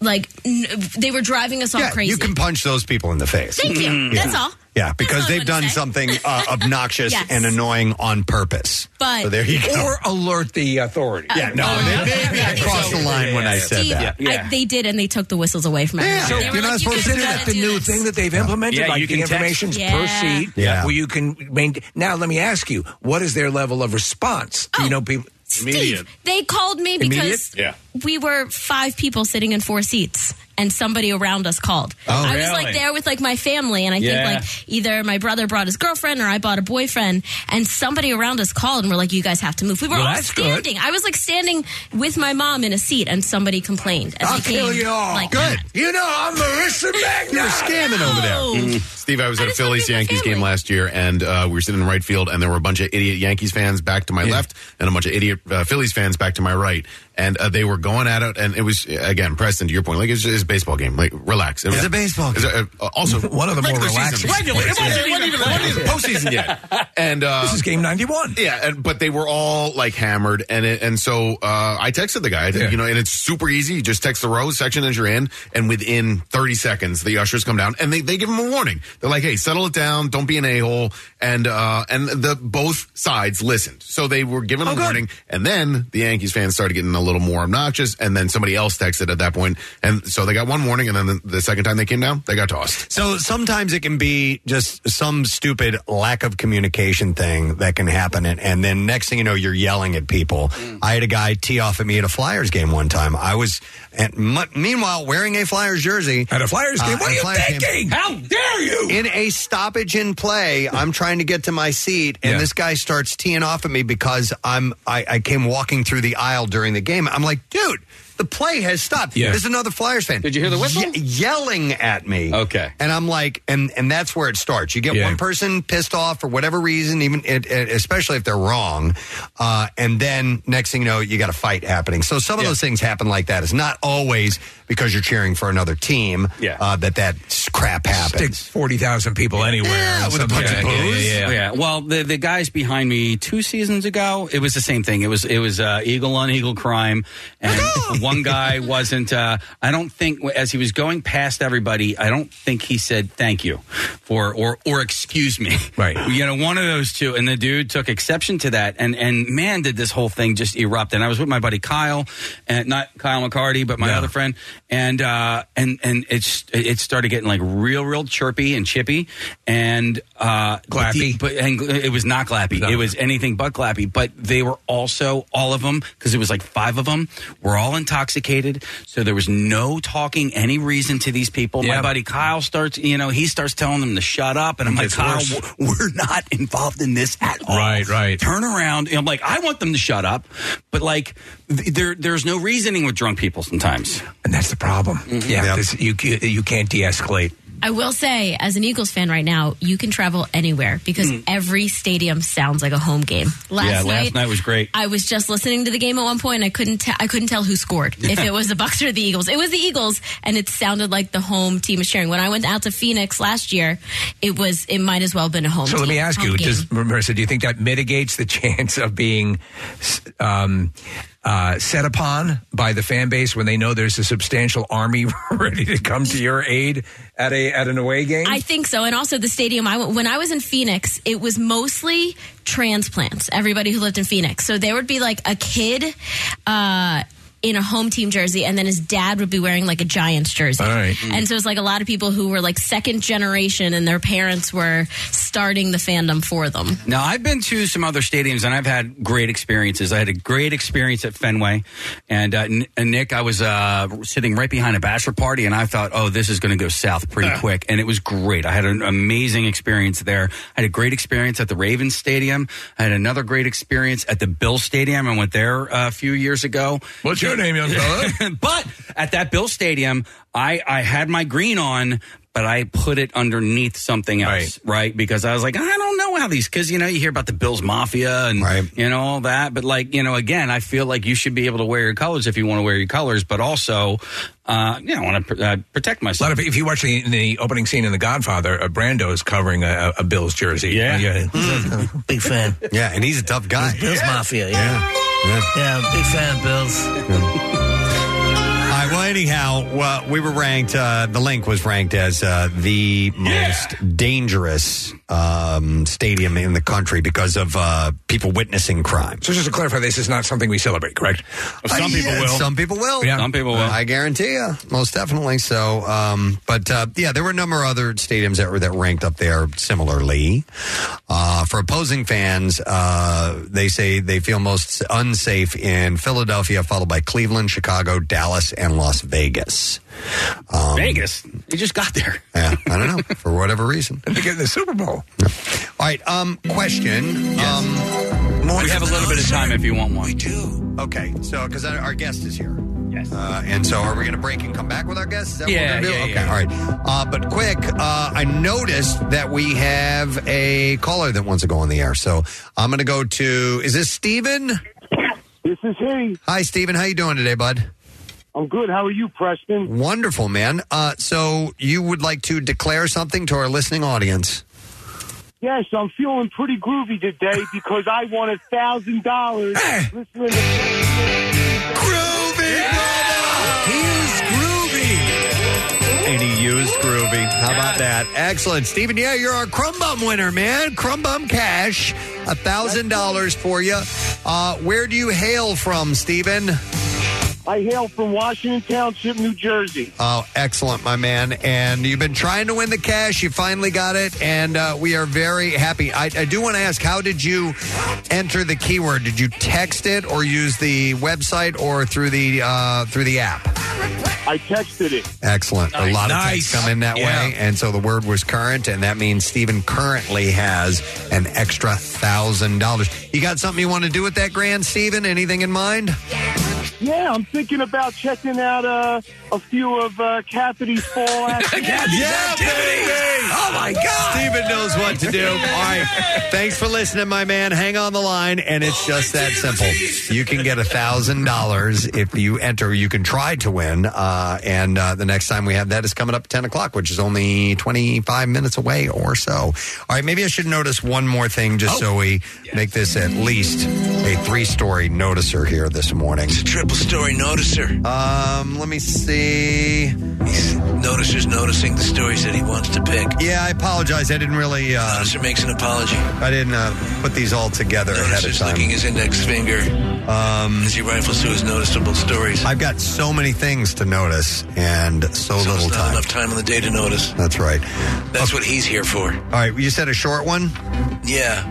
S21: like n- they were driving us all
S3: yeah,
S21: crazy.
S3: you can punch those people in the face. Mm-hmm.
S21: Thank you.
S3: Yeah.
S21: That's all.
S3: Yeah, because they've done something
S21: [laughs]
S3: uh, obnoxious
S21: Yes.
S3: and annoying on purpose.
S21: But- Uh,
S3: so there you go.
S5: Or alert the authorities.
S3: Yeah, no, they,
S9: [laughs]
S3: maybe I crossed the line when I said
S21: Steve,
S3: that.
S21: I- they did, and they took the whistles away from everyone.
S5: So
S21: They were
S5: you're not
S21: like,
S5: supposed to
S21: guys
S5: do
S21: gotta
S5: that. The new thing that they've implemented,
S9: Yeah,
S5: like
S9: you
S5: the
S9: can text.
S5: information's per
S21: Yeah.
S5: seat,
S9: Yeah.
S5: where you can maintain. Now, let me ask you, what is their level of response? Do you know people?
S21: Steve, they called me because
S5: Immediate?
S21: we were five people sitting in four seats. And somebody around us called.
S5: Oh,
S21: I was
S5: really?
S21: like there with like my family, and I
S5: Yeah.
S21: think like either my brother brought his girlfriend or I bought a boyfriend, and somebody around us called and we're like, "You guys have to move." We were
S5: Well,
S21: all
S5: that's good.
S21: standing. I was like standing with my mom in a seat, and somebody complained. And
S5: I'll
S21: they
S5: kill
S21: came,
S5: you all.
S21: Like,
S5: Good. You know, I'm Marissa Magna.
S10: You're scamming over there. Steve, I was at a Phillies Yankees game last year, and uh, we were sitting in right field, and there were a bunch of idiot Yankees fans back to my left and a bunch of idiot uh, Phillies fans back to my right. and uh, they were going at it, and it was again, Preston, to your point, like it's just a baseball game. Like relax. It was
S3: a baseball.
S10: Game. also, one
S5: of the more relaxing
S10: Regular, it wasn't, it wasn't even, it wasn't even postseason
S5: [laughs]
S10: yet. And uh,
S5: This is game 91.
S10: Yeah, and, but they were all like hammered, and it, and so uh, I texted the guy, I said, you know, and it's super easy. You just text the rows section as you're in, and within 30 seconds, the ushers come down and they, they give them a warning. They're like, hey, settle it down, don't be an a hole, and uh, and the both sides listened, so they were given
S5: Oh,
S10: a warning, and then the Yankees fans started getting a little more obnoxious, and then somebody else texted at that point, and so they got one warning, and then the, the second time they came down, they got tossed.
S3: So sometimes it can be just some stupid lack of communication thing that can happen, and, and then next thing you know, you're yelling at people.
S5: Mm.
S3: I had a guy tee off at me at a Flyers game one time. I was, and mu meanwhile, wearing a Flyers jersey Uh,
S5: At a Flyers game? What
S3: at
S5: are
S3: a
S5: you
S3: Flyers game.
S5: thinking? How dare you?
S3: In a stoppage in play, I'm trying to get to my seat, and
S5: Yeah.
S3: this guy starts teeing off at me because I'm I, I came walking through the aisle during the game. I'm like, dude. The play has stopped.
S9: Yeah.
S3: There's another Flyers fan. Did you hear the whistle? yelling at me. Okay. And I'm like, and and that's where it starts. You get
S9: Yeah.
S3: one person pissed off for whatever reason, even it, it- especially if they're wrong, uh, and then next thing you know, you got a fight happening. So some of those things happen like that. It's not always because you're cheering for another team uh, that that s- crap happens.
S5: Forty thousand people anywhere.
S3: Yeah,
S5: or something.
S9: yeah, Yeah, yeah, yeah. Well, the the guys behind me two seasons ago, it was the same thing. It was it was uh, eagle on eagle crime, and [laughs] one guy wasn't. Uh, I don't think as he was going past everybody, I don't think he said thank you, or or or excuse me. Right. [laughs] You know, one of those two, and the dude took exception to that, and and man, did this whole thing just erupt. And I was with my buddy Kyle, and not Kyle McCarty, but my
S5: No.
S9: other friend, and uh, and and it's it started getting like real, real chirpy and chippy, and uh, but the-
S5: Glappy.
S9: but and it was not glappy. It was anything but glappy. But they were also all of them because it was like five of them were all intoxicated, so there was no talking any reason to these people.
S5: Yeah.
S9: My buddy Kyle starts, you know, he starts telling them to shut up, and I'm like,
S5: It's
S9: Kyle,
S5: worse.
S9: w- we're not involved in this at all.
S5: Right, right.
S9: Turn around. And I'm like, I want them to shut up, but like, th- there there's no reasoning with drunk people sometimes. Mm-hmm.
S5: And that's the problem. Yeah, This, you you can't de-escalate.
S21: I will say, as an Eagles fan right now, you can travel anywhere because
S5: Hmm.
S21: every stadium sounds like a home game. Last
S9: yeah,
S21: night,
S9: last night was great.
S21: I was just listening to the game at one point. I couldn't te- I couldn't tell who scored if it was the Bucks or the Eagles. It was the Eagles, and it sounded like the home team was cheering. When I went out to Phoenix last year, it was it might as well have been a home.
S5: So let
S21: team-
S5: me ask
S21: home
S5: you,
S21: game.
S5: does Marissa, do you think that mitigates the [laughs] chance of being s- um, uh, set upon by the fan base when they know there's a substantial army [laughs] ready to come to your aid at a at an away game?
S21: I think so, and also the stadium. I went, when I was in Phoenix, it was mostly transplants. Everybody who lived in Phoenix, so there would be like a kid. Uh, in a home team jersey, and then his dad would be wearing like a Giants jersey.
S17: All right. Mm.
S21: And so it's like a lot of people who were like second generation and their parents were starting the fandom for them.
S9: Now I've been to some other stadiums and I've had great experiences. I had a great experience at Fenway, and, uh, N- and Nick, I was uh, sitting right behind a bachelor party, and I thought, oh, this is going to go south pretty quick, and it was great. I had an amazing experience there. I had a great experience at the Ravens Stadium. I had another great experience at the Bill Stadium. I went there uh, a few years ago.
S5: What's your name, young fella?
S9: [laughs] but at that Bill Stadium, I, I had my green on, but I put it underneath something else, right? Because I was like, I don't know how these, because you know, you hear about the Bills Mafia and you know all that, but like you know, again, I feel like you should be able to wear your colors if you want to wear your colors, but also, uh, you know, I want to pr- uh, protect
S5: A
S9: myself.
S5: lot of if you watch the, the opening scene in The Godfather, uh, Brando is covering a, a Bills jersey.
S9: Yeah.
S12: Hmm.
S6: Hmm. Big fan.
S3: Yeah, and he's a tough guy.
S6: Bills Mafia, yeah.
S3: Yeah.
S6: big fan of Bills.
S3: All right. Well, anyhow, well, we were ranked. Uh, the link was ranked as uh, the most dangerous um, stadium in the country because of uh, people witnessing crime.
S5: So just to clarify, this is not something we celebrate, correct?
S3: Uh, yeah, Some people will. Uh,
S5: Yeah. Some people will.
S3: I guarantee you, most definitely. So, um, but uh, yeah, there were a number of other stadiums that were that ranked up there similarly. Uh, for opposing fans, uh, they say they feel most unsafe in Philadelphia, followed by Cleveland, Chicago, Dallas, and Las Vegas. Um,
S9: Vegas, you just got there.
S3: Yeah, I don't know for whatever reason.
S5: They get in the Super Bowl.
S3: All right. Um, question. Um,
S9: we have a little bit of time if you want one. We
S3: do. Okay. So, because our guest is here. Yes. Uh, and so, are we going to break and come back with our guest? Is that
S17: Yeah,
S3: what we're
S17: yeah,
S3: going to do?
S17: yeah.
S3: Okay. All right. Uh, but quick, uh, I noticed that we have a caller that wants to go on the air. So, I'm going to go to. Is this Steven?
S8: This is he.
S3: Hi, Steven. How you doing today, bud?
S8: I'm good. How are you, Preston?
S3: Wonderful, man. Uh, so you would like to declare something to our listening audience?
S8: Yes, I'm feeling pretty groovy today because I won a thousand dollars listening to Groovy
S3: He's groovy. And he used groovy. How about that? Excellent, Steven. Yeah, you're our crumb bum winner, man. Crumb bum cash, a thousand dollars for you. Uh, where do you hail from, Steven?
S8: I hail from Washington Township, New Jersey.
S3: Oh, excellent, my man. And you've been trying to win the cash. You finally got it. And uh, we are very happy. I, I do want to ask how did you enter the keyword? Did you text it or use the website or through the, uh, through the app?
S8: I texted it.
S3: Excellent. A
S8: Nice.
S3: lot of
S8: Nice.
S3: texts come in that
S8: Yeah.
S3: way. And so the word was current, and that means Steven currently has an extra thousand dollars. You got something you want to do with that grand, Steven? Anything in mind?
S8: Yeah, I'm thinking about checking out uh, a few of uh, Cassidy's fall [laughs] activities.
S3: yeah, baby! Oh my God! Steven knows what to do. All right. Thanks for listening, my man. Hang on the line, and it's just that simple. You can get a thousand dollars if you enter. You can try to win, uh, and uh, the next time we have that is coming up at ten o'clock, which is only twenty five minutes away or so. All right. Maybe I should notice one more thing, just so we make this at least a three story noticer here this morning. It's a
S12: triple story noticer.
S3: Um, let me see.
S12: He's noticers noticing the stories that he wants to pick.
S3: Yeah, I apologize. I didn't really. Uh,
S12: Noticer makes an apology.
S3: I didn't uh, put these all together ahead of
S12: Noticer's
S3: time.
S12: licking his index finger
S3: um,
S12: as he rifles through his noticeable stories.
S3: I've got so many things to notice and so,
S12: So
S3: little
S12: it's not
S3: time.
S12: enough time in the day to notice.
S3: That's right.
S12: That's what he's here for.
S3: All right, you said a short one.
S12: Yeah.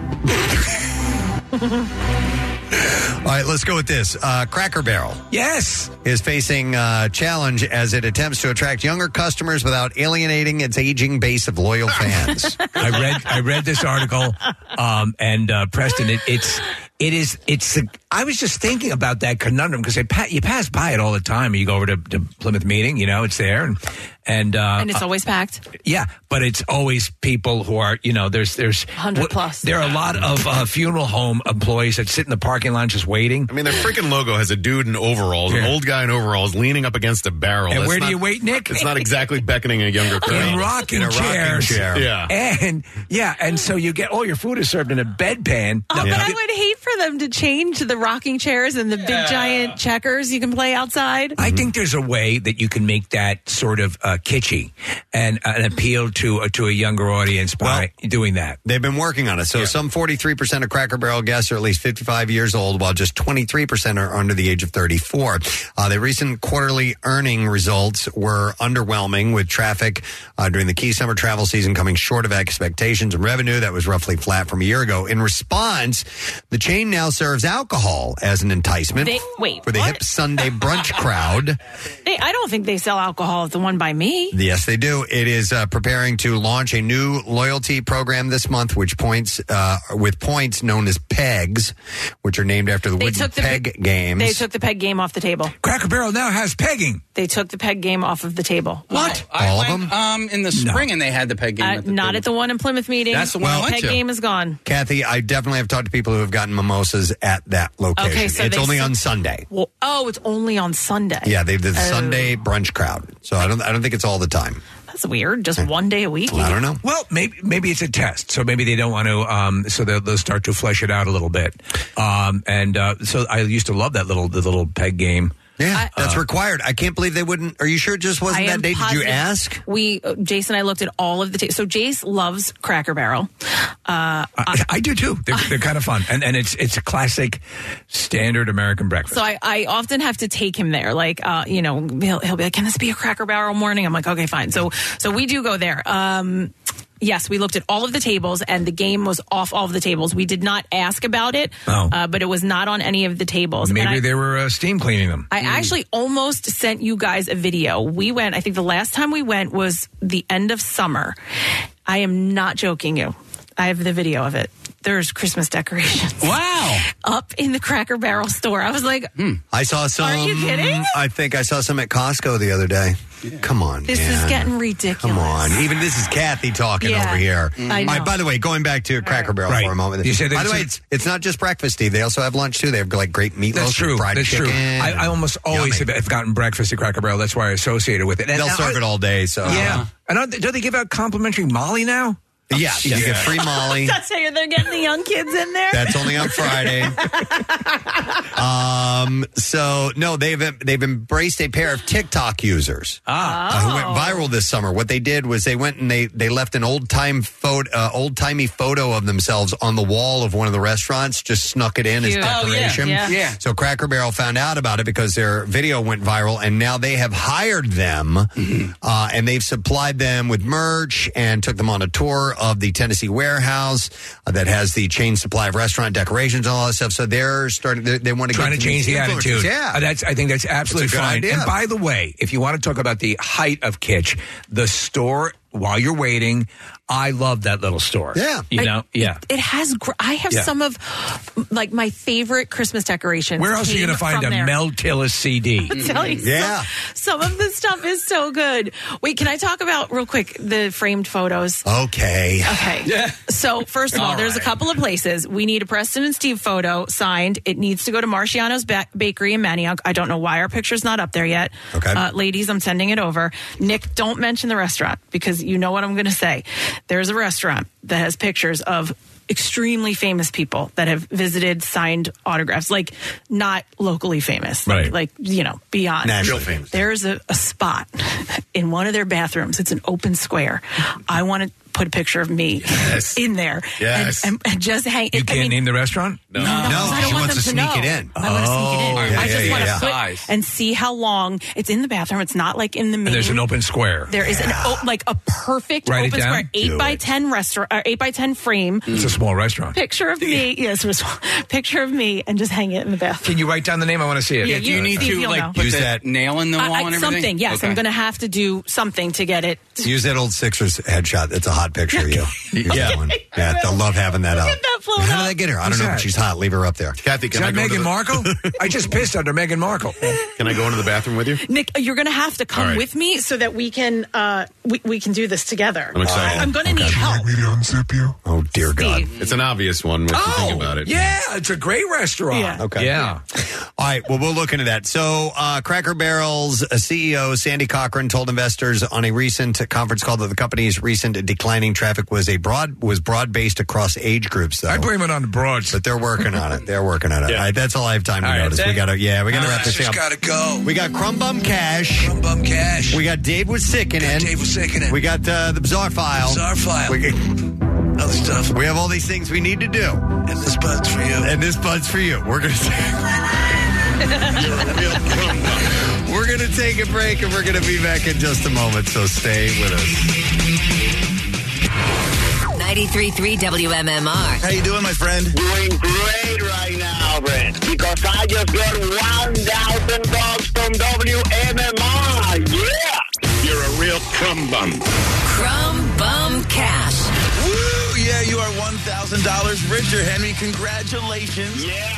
S3: [laughs] All right, let's go with this. Uh, Cracker Barrel.
S5: Yes.
S3: Is facing a challenge as it attempts to attract younger customers without alienating its aging base of loyal fans.
S5: I read I read this article, um, and uh, Preston, it, it's it is it's. the- I was just thinking about that conundrum because pa- you pass by it all the time. You go over to, to Plymouth meeting, you know, it's there, and and uh,
S4: and it's
S5: uh,
S4: always packed.
S5: yeah, but it's always people who are you know there's there's
S4: 100
S5: what-
S4: plus.
S5: There are a lot of uh, funeral home employees that sit in the parking lot just waiting.
S10: I mean, their freaking logo has a dude in overalls, an old guy in overalls, leaning up against a barrel.
S5: And
S10: That's
S5: where do
S10: not-
S5: you wait, Nick?
S10: It's not exactly beckoning a younger crowd.
S5: in rocking
S10: In a rocking
S5: chairs.
S10: chair. Yeah.
S5: and yeah, and so you get all your food is served in a bedpan.
S4: Oh,
S5: Yeah.
S4: but I would hate for them to change the rocking chairs and the big giant checkers you can play outside.
S3: Mm-hmm.
S5: I think there's a way that you can make that sort of uh, kitschy and uh, an appeal to uh, to a younger audience by doing that.
S3: They've been working on it. So some 43% of Cracker Barrel guests are at least 55 years old, while just 23% are under the age of 34. Uh, the recent quarterly earning results were underwhelming, with traffic uh, during the key summer travel season coming short of expectations and revenue that was roughly flat from a year ago. In response, the chain now serves alcohol as an enticement
S4: They- wait,
S3: for the hip Sunday brunch crowd.
S4: [laughs] They, I don't think they sell alcohol at the one by me.
S3: Yes, they do. It is uh, preparing to launch a new loyalty program this month, which points uh, with points known as pegs, which are named after the
S4: They
S3: wooden
S4: took the
S3: peg games.
S4: They took the peg game off the table.
S5: Cracker Barrel now has pegging.
S4: They took the peg game off of the table.
S9: What? All of them?
S16: Uh,
S4: [laughs]
S9: Um, in the spring, and they had the peg game.
S4: Uh,
S9: at the
S4: not
S9: table.
S4: at the one in Plymouth meeting.
S9: That's the one I
S4: The
S9: went
S4: peg
S9: to.
S4: game is gone.
S3: Kathy, I definitely have talked to people who have gotten mimosas at that location.
S4: Okay, so
S3: it's
S4: they
S3: only
S4: s-
S3: on Sunday.
S4: Well, oh, it's only on Sunday.
S3: Yeah, they did the
S4: Oh,
S3: Sunday brunch crowd. So I don't I don't think it's all the time.
S4: That's weird. Just one day a week.
S3: Hmm. I don't know.
S5: Well, maybe maybe it's a test. So maybe they don't want to. Um, so they'll, they'll start to flesh it out a little bit. Um, and uh, so I used to love that little the little peg game.
S3: Yeah, that's
S5: Uh,
S3: required. I can't believe they wouldn't. Are you sure it just wasn't
S4: I
S3: that
S4: am
S3: day? Did
S4: positive-
S3: you ask?
S4: We, uh, Jason, and I looked at all of the. Ta- so Jace loves Cracker Barrel. Uh,
S5: I, I do too. They're, they're kind of fun, and and it's it's a classic, standard American breakfast.
S4: So I, I often have to take him there. Like, uh, you know, he'll, he'll be like, can this be a Cracker Barrel morning? I'm like, okay, fine. So, so we do go there. Um, yes, we looked at all of the tables and the game was off all of the tables. We did not ask about it,
S5: Oh.
S4: uh, but it was not on any of the tables. And
S5: Maybe
S4: I-
S5: they were uh, steam cleaning them.
S4: I actually almost sent you guys a video. We went, I think the last time we went was the end of summer. I am not joking you. I have the video of it. there's Christmas decorations.
S9: Wow.
S4: [laughs] Up in the Cracker Barrel store. I was like,
S5: Hmm.
S3: I saw some.
S4: Are you kidding?
S3: I think I saw some at Costco the other day. Come on,
S4: this is
S3: man.
S4: getting ridiculous.
S3: Come on, even this is Kathy talking
S4: Yeah, Mm.
S3: over here.
S4: I
S3: All right,
S4: know.
S3: by the way, going back to Cracker Barrel
S5: Right.
S3: for a moment.
S5: You said
S3: by the
S5: it's-
S3: way, it's, it's not just breakfast, Steve. They also have lunch too. They have like great meatloaf,
S5: That's true.
S3: And fried
S5: That's
S3: chicken.
S5: true. I, I almost always have, have gotten breakfast at Cracker Barrel. That's why I associate it with it.
S3: They'll
S5: now
S3: serve
S5: I-
S3: it all day. So uh-huh.
S5: Yeah. And don't they, don't they give out complimentary Molly now?
S3: Yeah, you
S5: yeah.
S3: get free Molly.
S4: [laughs] That's how they're getting the young kids in there.
S3: That's only on Friday.
S4: [laughs]
S3: um, so no, they've they've embraced a pair of TikTok users
S5: Oh.
S3: uh, who went
S17: Oh.
S3: viral this summer. What they did was they went and they they left an old time photo, uh, old timey photo of themselves on the wall of one of the restaurants, just snuck it in
S17: Cute.
S3: as
S17: Oh, yeah,
S3: decoration.
S17: yeah. Yeah.
S3: So Cracker Barrel found out about it because their video went viral, and now they have hired them,
S5: Mm-hmm.
S3: uh, and they've supplied them with merch and took them on a tour of the Tennessee warehouse uh, that has the chain supply of restaurant decorations and all that stuff. So they're starting. They, they want to
S5: [laughs] trying to
S3: get
S5: change the
S3: these influencers.
S5: attitude.
S3: Yeah,
S5: Uh, that's. I think that's absolutely
S3: That's a good
S5: fine.
S3: idea.
S5: And by the way, if you want to talk about the height of kitsch, the store while you're waiting, I love that little store.
S4: Yeah.
S5: you
S4: I-
S5: know, yeah.
S4: It has. Gr- I have
S5: Yeah.
S4: some of like my favorite Christmas decorations.
S5: Where else are you
S4: came
S5: going to find
S4: from
S5: a
S4: there.
S5: Mel Tillis
S4: [laughs]
S5: CD?
S4: I'm telling you,
S5: Mm-hmm. yeah.
S4: Some, some of this stuff is so good. Wait, can I talk about real quick the framed photos?
S5: Ah.
S3: Okay.
S4: Okay. So first of all,
S3: All
S4: there's a
S3: right.
S4: couple of places we need a Preston and Steve photo signed. It needs to go to Marciano's ba- Bakery in Manioc. I don't know why our picture's not up there yet.
S17: Okay.
S4: Uh, ladies, I'm sending it over. Nick, don't mention the restaurant because you know what I'm going to say. There's a restaurant that has pictures of extremely famous people that have visited signed autographs like not locally famous
S17: Right.
S4: like you know beyond
S17: Nationally famous.
S4: there's a, a spot in one of their bathrooms. It's an open square. I want to put a picture of me in there.
S5: Yes.
S4: And, and, and just hang.
S5: You
S4: I
S5: can't
S4: mean,
S5: name the restaurant? Oh.
S4: No, because I don't want them know. I want to sneak it in. I just want to put and see how long it's in the bathroom. It's not like in the main.
S5: And there's an open square.
S4: There is an o- like a perfect
S5: Write it
S4: open
S5: down.
S4: square eight
S5: Do
S4: by ten restaurant or eight by ten frame.
S5: It's a small restaurant.
S4: Picture of me, yes, it was- picture of me, and just hang it in the bathroom.
S5: Can you write down the name? I want to see it.
S4: Yeah, you need to, You'll like, know. put
S9: Use that nail in the
S4: I-
S9: wall
S4: I-
S9: and everything.
S4: something, yes, I'm
S9: Okay.
S4: going to have to do something to get it.
S3: Use that old Sixers headshot. That's a hot picture of you. Use that one. Yeah, I love having that
S5: uh,
S3: up. How did I get her? I don't
S5: Who's
S3: know,
S5: that?
S3: but she's hot. Leave her up there.
S10: Kathy,
S5: Is that Meghan [laughs] Markle? I just pissed under Meghan Markle.
S10: Can I go into the bathroom with you?
S4: Nick, you're going to have to come
S10: All right.
S4: with me so that we can uh, we, we can do this together.
S10: I'm excited.
S4: I- I'm going
S5: [laughs]
S4: to need help.
S10: me to unzip you?
S3: Oh dear God!
S10: It's an obvious one. When you think about it.
S5: Oh, Yeah, it's a great restaurant.
S10: Yeah.
S3: Okay.
S10: Yeah.
S3: All right. Well, we'll look into that. So, uh, Cracker Barrel's uh, CEO Sandy Cochran told investors on a recent conference call that the company's recent declining traffic was a broad was broad based across age groups. Though I blame
S5: it on the broads,
S3: but they're working on it. They're working on it. All right, that's all I have time to notice. We got to yeah, we got to wrap this thing up.
S17: Gotta go.
S3: We got crumb bum cash.
S17: Crumb bum cash.
S3: We got Dave was sickening. Dave
S17: was sickening.
S3: We got uh, the bizarre file.
S17: Bizarre file.
S3: We,
S17: Other stuff.
S3: we have all these things we need to do. And
S17: this bud's for you.
S3: And this bud's for you. We're gonna. [laughs] We're going to take a break and we're going to be back in just a moment, so stay with us.
S20: 93.3 WMMR.
S14: How you doing, my friend? Doing great right now, Brent. Because I just got one thousand bucks from WMMR. Yeah.
S11: You're a real crumb bum.
S14: Oh
S20: Crumb Bum Cash.
S14: Woo! Yeah, you are one thousand dollars richer, Henry. Congratulations. Yeah.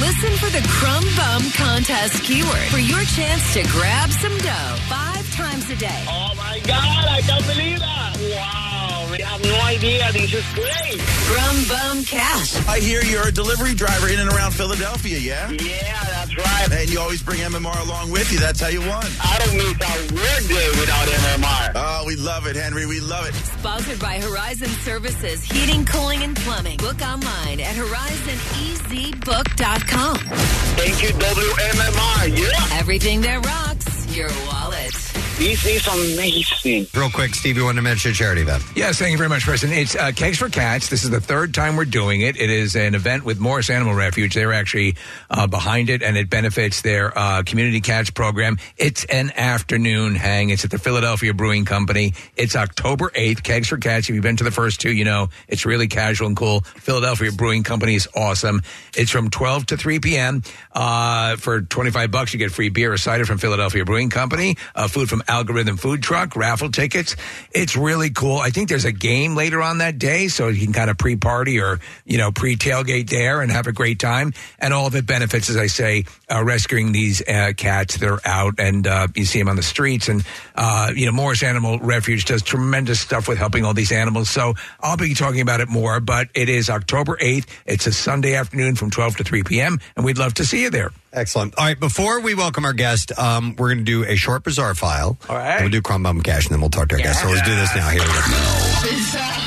S20: Listen for the Crumb Bum Contest keyword for your chance to grab some dough five times a day.
S14: Oh my God! I can't believe that. Wow. I have no idea. This is great.
S20: Crumb Bum Cash.
S14: I hear you're a delivery driver in and around Philadelphia, yeah? Yeah, that's right. And you always bring MMR along with you. That's how you won. I don't miss a weird day without MMR. Oh, we love it, Henry. We love it.
S20: Sponsored by Horizon Services, Heating, Cooling, and Plumbing. Book online at E horizoneasybook.com.
S14: Thank you, WMMR. Yeah.
S20: Everything that rocks your wallet.
S14: This is amazing.
S3: Real quick, Steve, you want to mention a charity event?
S5: Yes, thank you very much, Preston. It's uh, Kegs for Cats. This is the third time we're doing it. It is an event with Morris Animal Refuge. They're actually uh, behind it, and it benefits their uh, community cats program. It's an afternoon hang. It's at the Philadelphia Brewing Company. It's October 8th. Kegs for Cats. If you've been to the first two, you know it's really casual and cool. Philadelphia Brewing Company is awesome. It's from 12 to 3 p.m. Uh, for 25 bucks, you get free beer or cider from Philadelphia Brewing Company, uh, food from algorithm food truck raffle tickets. It's really cool. I think there's a game later on that day, so you can kind of pre party or, you know, pre tailgate there and have a great time. And all of it benefits, as I say, uh, rescuing these uh, cats that are out and uh, you see them on the streets. And, uh, you know, Morris Animal Refuge does tremendous stuff with helping all these animals. So I'll be talking about it more, but it is October 8th. It's a Sunday afternoon from 12 to 3 p.m., and we'd love to see you there.
S3: Excellent. All right, before we welcome our guest, um, we're going to do a short bizarre file. All right. We'll do crumb bum cash, and then we'll talk to our guest. So let's do this now. Here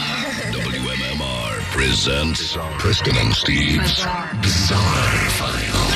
S3: we go.
S2: WMMR presents Preston and Steve's Bizarre File.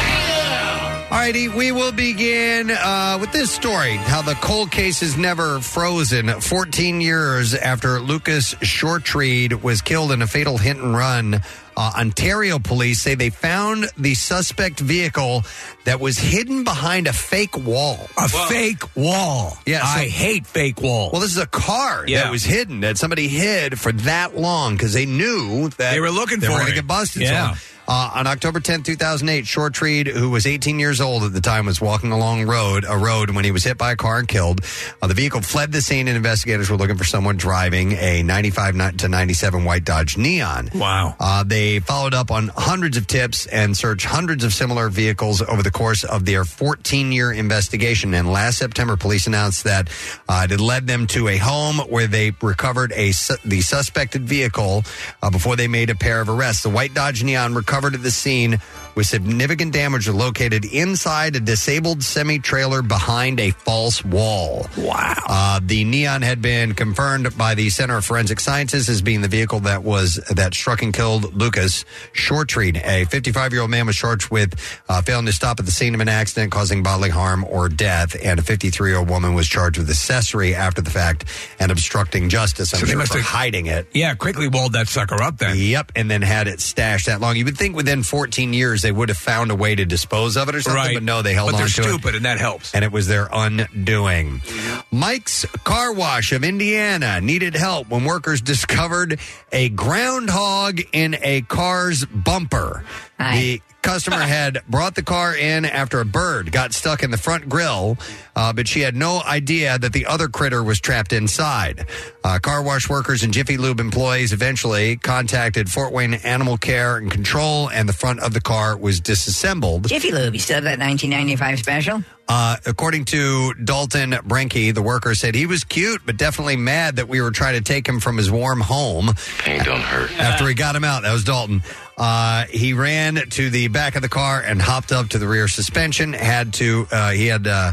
S3: All righty, we will begin uh, with this story how the cold case is never frozen 14 years after Lucas Shortreed was killed in a fatal hit and run. Uh, Ontario police say they found the suspect vehicle that was hidden behind a fake wall.
S5: A fake wall.
S3: Yeah, so-
S5: I hate fake walls.
S3: Well, this is a car
S5: Yeah.
S3: that was hidden that somebody hid for that long because they knew that
S5: They were looking
S3: they were
S5: for
S3: going to
S5: it.
S3: get busted.
S5: Yeah.
S3: So, uh, on October 10th, 2008, Shortreed, who was 18 years old at the time, was walking along road a road when he was hit by a car and killed. Uh, the vehicle fled the scene, and investigators were looking for someone driving a 95 ni- to 97 white Dodge Neon.
S5: Wow.
S3: Uh, they followed up on hundreds of tips and searched hundreds of similar vehicles over the course of their 14 year investigation. And last September, police announced that uh, it had led them to a home where they recovered a su- the suspected vehicle uh, before they made a pair of arrests. The white Dodge Neon recovered at the scene with significant damage located inside a disabled semi trailer behind a false wall.
S5: Wow.
S3: Uh, the neon had been confirmed by the Center of Forensic Sciences as being the vehicle that was that struck and killed Lucas Shortreed. A 55 year old man was charged with uh, failing to stop at the scene of an accident, causing bodily harm or death, and a 53 year old woman was charged with accessory after the fact and obstructing justice. I'm
S5: So they
S3: sure
S5: must
S3: for
S5: have-
S3: hiding it.
S5: Yeah, quickly walled that sucker up then.
S3: Yep, and then had it stashed that long. You would think within 14 years they would have found a way to dispose of it or something,
S5: Right.
S3: but no, they held
S5: But
S3: on
S5: they're
S3: to it.
S5: stupid, and that helps.
S3: And it was their undoing. Mike's Car Wash of Indiana needed help when workers discovered a groundhog in a car's bumper. The customer had brought the car in after a bird got stuck in the front grill, uh, but she had no idea that the other critter was trapped inside. Uh, car wash workers and Jiffy Lube employees eventually contacted Fort Wayne Animal Care and Control, and the front of the car was disassembled.
S15: Jiffy Lube, you still have that 1995 special?
S3: Uh, according to Dalton Brenke, the worker said he was cute, but definitely mad that we were trying to take him from his warm home.
S2: Ain't done hurt.
S3: After we got him out, that was Dalton. Uh, he ran to the back of the car and hopped up to the rear suspension. Had to uh, he had uh,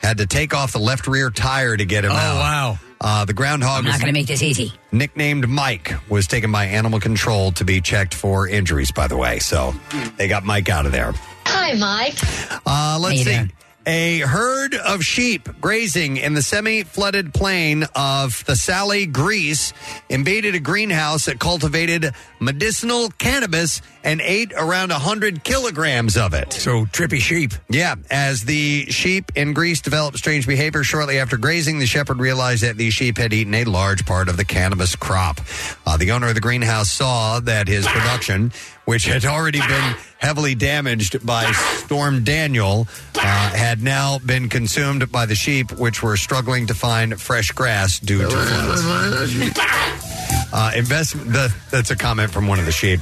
S3: had to take off the left rear tire to get him
S15: Oh,
S3: out.
S15: wow.
S3: Uh, the groundhog.
S15: I'm not
S3: was-
S15: going to make this easy.
S3: Nicknamed Mike was taken by animal control to be checked for injuries. By the way, so they got Mike out of there.
S17: Hi, Mike.
S3: Uh, let's see. A herd of sheep grazing in the semi flooded plain of Thessaly, Greece, invaded a greenhouse that cultivated medicinal cannabis and ate around 100 kilograms of it.
S5: So, trippy sheep.
S3: Yeah. As the sheep in Greece developed strange behavior shortly after grazing, the shepherd realized that the sheep had eaten a large part of the cannabis crop. Uh, the owner of the greenhouse saw that his production, which had already been heavily damaged by Storm Daniel, uh, had now been consumed by the sheep, which were struggling to find fresh grass due to floods. Uh, investment. The, that's a comment from one of the sheep.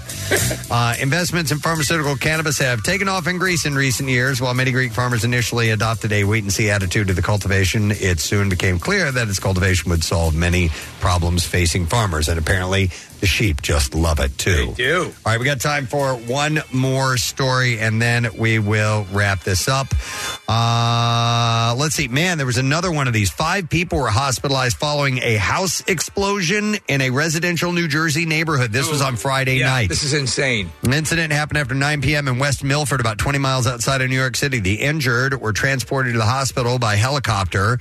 S3: Uh, investments in pharmaceutical cannabis have taken off in Greece in recent years. While many Greek farmers initially adopted a wait and see attitude to the cultivation, it soon became clear that its cultivation would solve many problems facing farmers. And apparently, the sheep just love it too. They do. All right, we got time for one more story, and then we will wrap this up. Uh, let's see. Man, there was another one of these. Five people were hospitalized following a house explosion in a residential New Jersey neighborhood. This was on Friday
S5: Yeah,
S3: night.
S5: This is insane.
S3: An incident happened after 9 p.m. in West Milford, about 20 miles outside of New York City. The injured were transported to the hospital by helicopter.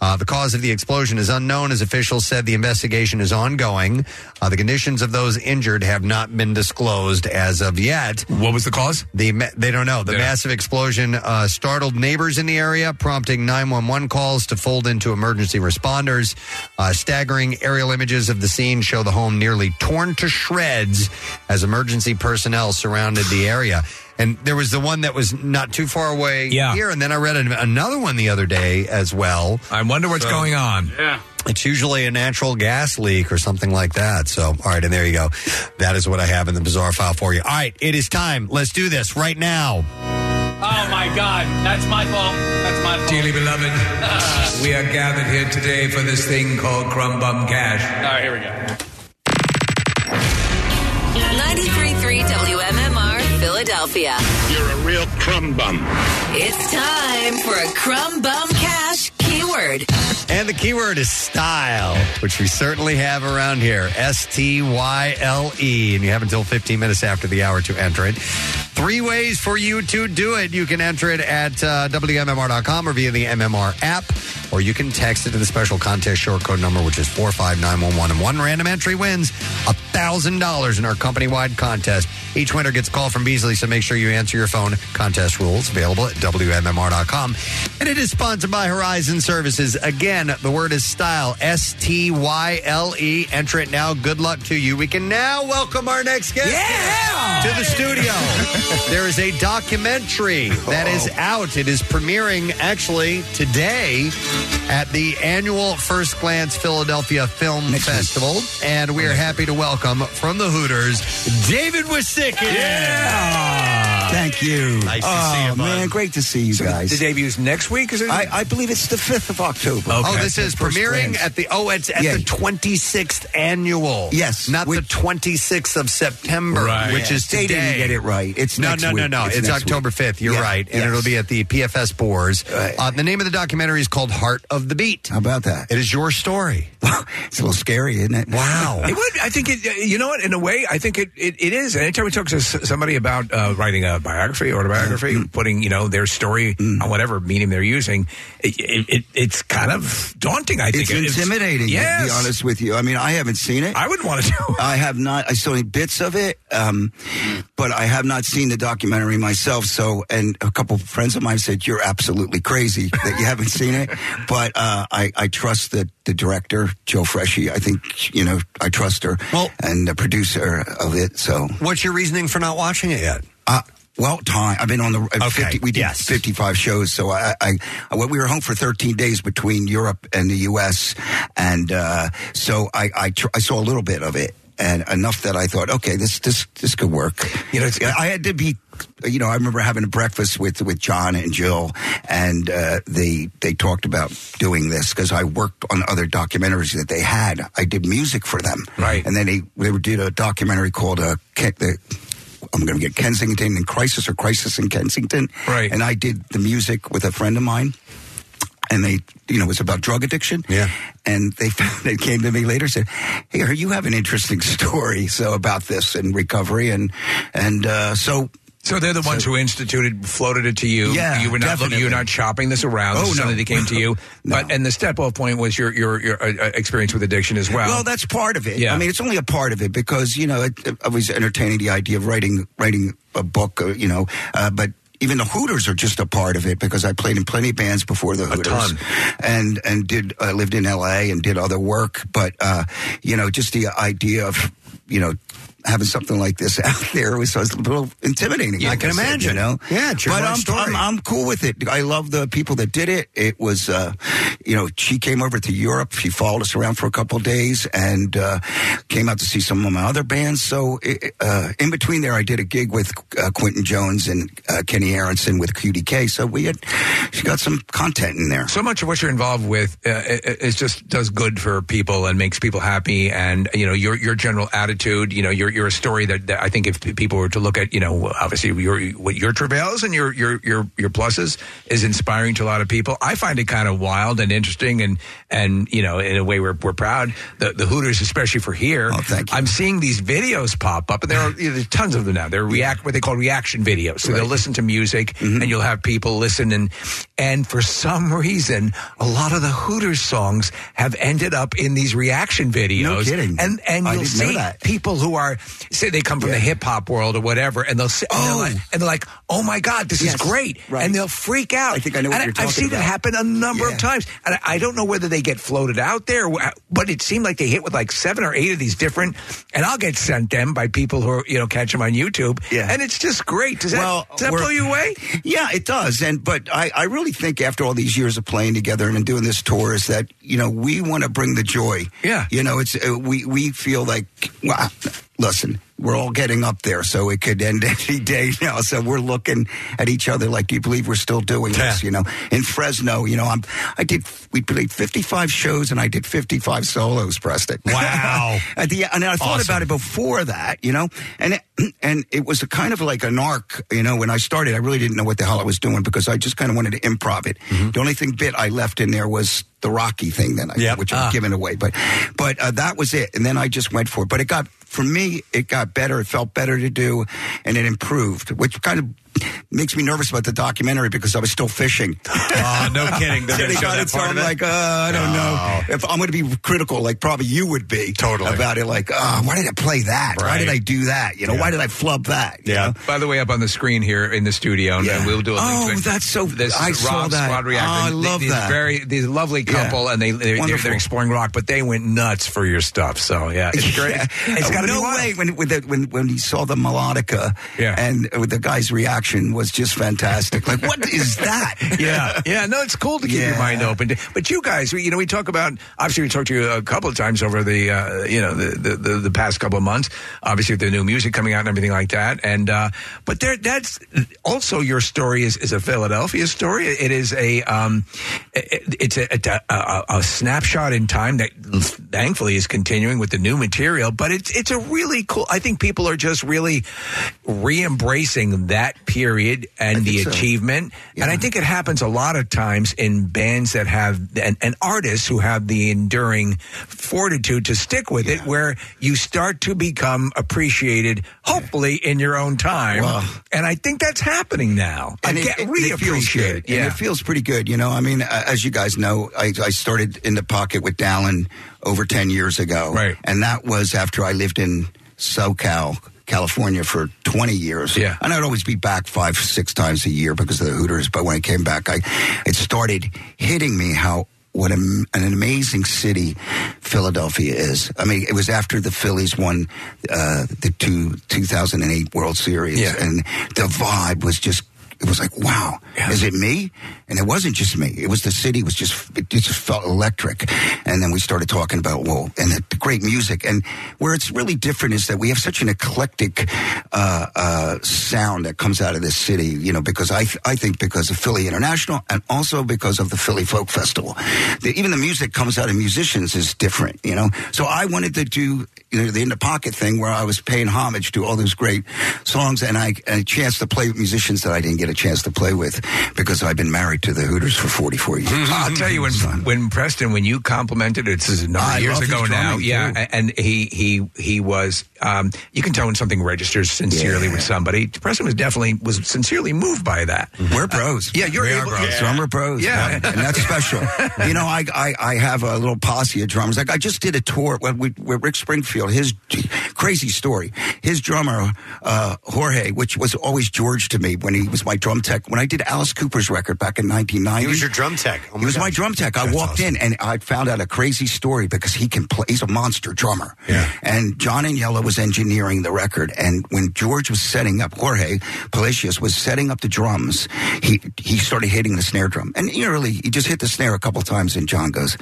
S3: Uh, the cause of the explosion is unknown, as officials said the investigation is ongoing. Uh, the conditions of those injured have not been disclosed as of yet.
S5: What was the cause?
S3: The ma- they don't know. The
S5: Yeah.
S3: massive explosion uh, startled neighbors in the area, prompting 911 calls to fold into emergency responders. Uh, staggering aerial images of the scene show the home nearly torn to shreds as emergency personnel surrounded the area. And there was the one that was not too far away
S17: Yeah.
S3: here. And then I read an, another one the other day as well.
S5: I wonder what's going on.
S12: Yeah.
S3: It's usually a natural gas leak or something like that. So, all right, and there you go. That is what I have in the bizarre file for you. All right, it is time. Let's do this right now.
S12: Oh my God, that's my fault. That's my fault. [laughs]
S5: Dearly beloved, we are gathered here today for this thing called Crumb Bum Cash. All
S12: right, here we go.
S20: 93.3 WMMR, Philadelphia.
S11: You're a real crumb bum.
S20: It's time for a crumb bum cash keyword.
S3: And the keyword is style, which we certainly have around here. S T Y L E. And you have until 15 minutes after the hour to enter it. Three ways for you to do it. You can enter it at uh, WMMR.com or via the MMR app, or you can text it to the special contest short code number, which is 45911. And one random entry wins $1,000 in our company wide contest. Each winner gets a call from Beasley, so make sure you answer your phone. Contest rules available at WMMR.com. And it is sponsored by Horizon Services. Again, the word is style S T Y L E. Enter it now. Good luck to you. We can now welcome our next guest to the studio. there is a documentary that is out. It is premiering actually today at the annual First Glance Philadelphia Film Festival. And we are happy to welcome from the Hooters, David Wisicki. Yeah.
S16: Thank you.
S3: Nice to
S16: oh,
S3: see you, bud.
S16: man. Great to see you guys.
S5: The debut's next week, is it?
S16: I, I believe it's the 5th of October.
S3: Oh, this is premiering at the oh, it's at
S16: Yeah.
S3: the 26th annual. Yes, not the 26th of September,
S16: Right.
S3: which
S16: Yeah.
S3: is
S16: They
S3: today.
S16: didn't get it right. It's
S3: no,
S16: next
S3: no, no,
S16: week.
S3: no.
S16: It's
S3: It's,
S16: next
S3: October
S16: week.
S3: 5th. You're
S16: Yeah.
S3: right, and
S16: Yes.
S3: it'll be at the PFS Boars. Uh, the name of the documentary is called Heart of the Beat. How
S16: about that?
S3: It is your story.
S16: [laughs] it's a little scary, isn't it?
S3: Wow.
S5: It would. I think it. You know what? In a way, I think it. It, it is. And Anytime we talk to s- somebody about uh, writing a biography, autobiography,
S16: Mm-hmm.
S5: putting you know their story on whatever medium they're using, it, it, it, it's kind of daunting. I think
S16: it's intimidating.
S5: Yes.
S16: to be honest with you. I mean, I haven't seen it. I
S5: would want to do.
S16: I have not. I saw any bits of it, um, but I have not seen the documentary myself. So, and a couple of friends of mine said you're absolutely crazy that you haven't seen it. But uh, I, I trust that the director Joe Freshy. I think you know I trust her. and the producer of it. So,
S3: what's your reasoning for not watching it yet?
S16: Uh, well, time. I've been on the uh, 50, we [laughs] did 55 shows, so I, I, I well, we were home for 13 days between Europe and the U.S., and uh, so I I, tr- I saw a little bit of it and enough that I thought, okay, this this this could work. You know, I had to be. You know, I remember having a breakfast with with John and Jill, and uh, they they talked about doing this because I worked on other documentaries that they had. I did music for them, right? And then they they did a documentary called uh, Ke- the I'm going to get Kensington and Crisis or Crisis in Kensington. Right. And I did the music with a friend of mine. And they, you know, it was about drug addiction. Yeah. And they [laughs] found it came to me later said, "Hey, I heard you have an interesting [laughs] story so about this and recovery and and uh, so."
S5: So they're the ones who instituted, floated it to you.
S16: Yeah,
S5: you were not
S16: definitely.
S5: you're not chopping this around. This
S16: Oh,
S5: is
S16: [laughs]
S5: something
S16: no.
S5: that came to you. But and the step off point was your your your uh, uh, experience with addiction as well.
S16: Well, that's part of it.
S5: Yeah.
S16: I mean, it's only a part of it because you know it, I was entertaining the idea of writing writing a book, uh, you know, uh, but. Even the Hooters are just a part of it because I played in plenty of bands before the Hooters,
S5: ton.
S16: and and did I lived in L.A. and did other work, but uh, you know just the idea of you know having something like this [laughs] out there was, was a little intimidating.
S3: I
S16: like
S3: can
S16: said,
S3: imagine.
S16: you know,
S3: Yeah, it's your
S16: but
S3: life
S16: I'm,
S3: story.
S16: I'm I'm cool with it. I love the people that did it. It was, uh, you know, she came over to Europe. She followed us around for a couple of days and uh, came out to see some of my other bands. So it, uh, in between there, I did a gig with uh, Quentin Jones and uh, Kenny Aronson with QDK. So we had, she got some content in there.
S5: so much of what you're involved with uh, i- i- is just does good for people and makes people happy and you know your your general attitude you know you're, you're a story that, that i think if people were to look at you know obviously your what your travails and your your your your pluses is inspiring to a lot of people i find it kind of wild and interesting and and you know in a way we're, we're proud the, the hooters especially for here
S16: Oh,
S5: i'm seeing these videos pop up and there are you know, there's tons of them now they're react what they call reaction videos so they'll listen to music
S16: Mm-hmm.
S5: and you'll have people listen and and for some reason a lot of the hooters songs have ended up in these reaction videos
S16: kidding.
S5: and and
S16: I
S5: you'll
S16: didn't know
S5: see
S16: that.
S5: people who are say they come from the hip hop world or whatever, and they'll say, and, they're like, and they're like, oh my God, this is great. And they'll freak out. I think I know
S16: what
S5: and
S16: you're
S5: I've
S16: talking
S5: seen it
S16: about.
S5: happen a number
S16: Yeah.
S5: of times. And I, I don't know whether they get floated out there, wh- but it seemed like they hit with like seven or eight of these different, and I'll get sent them by people who are, you know, catch them on YouTube. Yeah. And it's just great. Does that, does that blow you away?
S16: Yeah, it does. And but I, I really think after all these years of playing together and doing this tour is that you know we want to bring the joy. Yeah, you know it's uh, we we feel like wow, listen. We're all getting up there, so it could end [laughs] any day now. So we're looking at each other like, "Do you believe we're still doing this?" You know, in Fresno, you know, I'm I did we played 55 shows and I did 55 solos, Preston.
S3: Wow.
S16: at the and I thought
S3: Awesome.
S16: about it before that, you know, and it, [clears throat] and it was a kind of like an arc, you know. When I started, I really didn't know what the hell I was doing because I just kind of wanted to improv it.
S3: Mm-hmm.
S16: The only thing bit I left in there was the Rocky thing, then I which
S3: Ah.
S16: I was giving away, but but uh, that was it, and then I just went for it. But it got for me, it got better. It felt better to do, and it improved, which kind of. Makes me nervous about the documentary because I was still
S3: [laughs]
S16: fishing. Uh,
S3: Oh,
S16: [laughs]
S3: no kidding. They're
S16: So
S3: gonna
S16: they
S3: show
S16: got
S3: that
S16: it, so
S3: part
S16: I'm
S3: of it?
S16: like, uh, I don't know. If I'm going to be critical, like probably you would be, totally about it. Like, uh, why did I play that? Why
S5: Right.
S16: did I do that? You know,
S5: Yeah.
S16: why did I flub that?
S5: Yeah. By the way, up on the screen here in the studio, and
S16: Yeah.
S5: we'll do a link
S16: Oh,
S5: to it.
S16: that's so-
S5: This
S16: I
S5: Rob
S16: saw that.
S5: Squad Reactor.
S16: Oh, I
S5: Th-
S16: love
S5: these
S16: that.
S5: Very, these lovely
S16: Yeah.
S5: couple, and they they're, they're,
S16: Wonderful.
S5: they're exploring rock, but they went nuts for your stuff. So yeah,
S16: [laughs]
S5: it's great. It's got to
S16: no
S5: be wild.
S16: way when, when, the, when when he saw the melodica and uh, the guy's reaction was just fantastic. Like, what is that?
S5: [laughs] yeah, yeah. No, it's cool to keep your mind open. But you guys, we- you know, we talk about obviously we talked to you a couple of times over the uh, you know the, the the the past couple of months. Obviously with the new music coming out and everything like that. And uh, but there, that's also your story is is a Philadelphia story. It is a um, it, it's a, a, a a snapshot in time that thankfully is continuing with the new material. But it's it's a really cool. I think people are just really re-embracing that period and the
S16: so.
S5: achievement. And I think it happens a lot of times in bands that have and, and artists who have the enduring fortitude to stick with it, where you start to become appreciated, hopefully in your own time. and I think that's happening now. I
S16: it-
S5: get
S16: it-
S5: really
S16: it feels
S5: appreciated.
S16: good. And it feels pretty good. You know, I mean, uh, as you guys know, I, I started in the pocket with Dallin over 10 years ago. Right. And that was after I lived in SoCal. California for 20 years. Yeah. And I'd always be back five, six times a year because of the Hooters. But when I came back, I, it started hitting me how what am, an amazing city Philadelphia is. I mean, it was after the Phillies won uh, the two, 2008 World Series, and the vibe was just. It was like, wow, is it me? And it wasn't just me. It was the city was just it just felt electric. And then we started talking about whoa, and the, the great music. And where it's really different is that we have such an eclectic uh, uh, sound that comes out of this city. You know, because I I think because of Philly International and also because of the Philly Folk Festival, the, even the music comes out of musicians is different. You know, so I wanted to do you know, the in the pocket thing where I was paying homage to all those great songs and I and a chance to play with musicians that I didn't get a chance to play with because I've been married to the Hooters for 44 years.
S5: [laughs] I'll tell you when when Preston when you complimented it, this is a number of
S16: I
S5: years
S16: love
S5: ago
S16: his
S5: now.
S16: drumming,
S5: Yeah,
S16: too.
S5: a- and he he he was. Um, you can tell when something registers sincerely with somebody. Preston was definitely was sincerely moved by that.
S16: We're pros.
S5: yeah, you're
S16: we
S5: able,
S16: are pros.
S5: Yeah.
S16: Drummer pros.
S5: Yeah.
S16: man. and that's special. you know, I, I I have a little posse of drummers. Like I just did a tour when we with Rick Springfield. His crazy story. His drummer uh, Jorge, which was always George to me when he was my drum tech. When I did Alice Cooper's record back in 1990,
S18: He was your drum
S3: [laughs]
S18: tech. Oh
S16: he was my drum tech. I walked in and I found out a crazy story because he can play. He's a monster drummer. Yeah. And John Aniello was engineering the record. And when George was setting up, Jorge Palacios was setting up the drums. He he started hitting the snare drum, and eerily he just hit the snare a couple times. And John goes,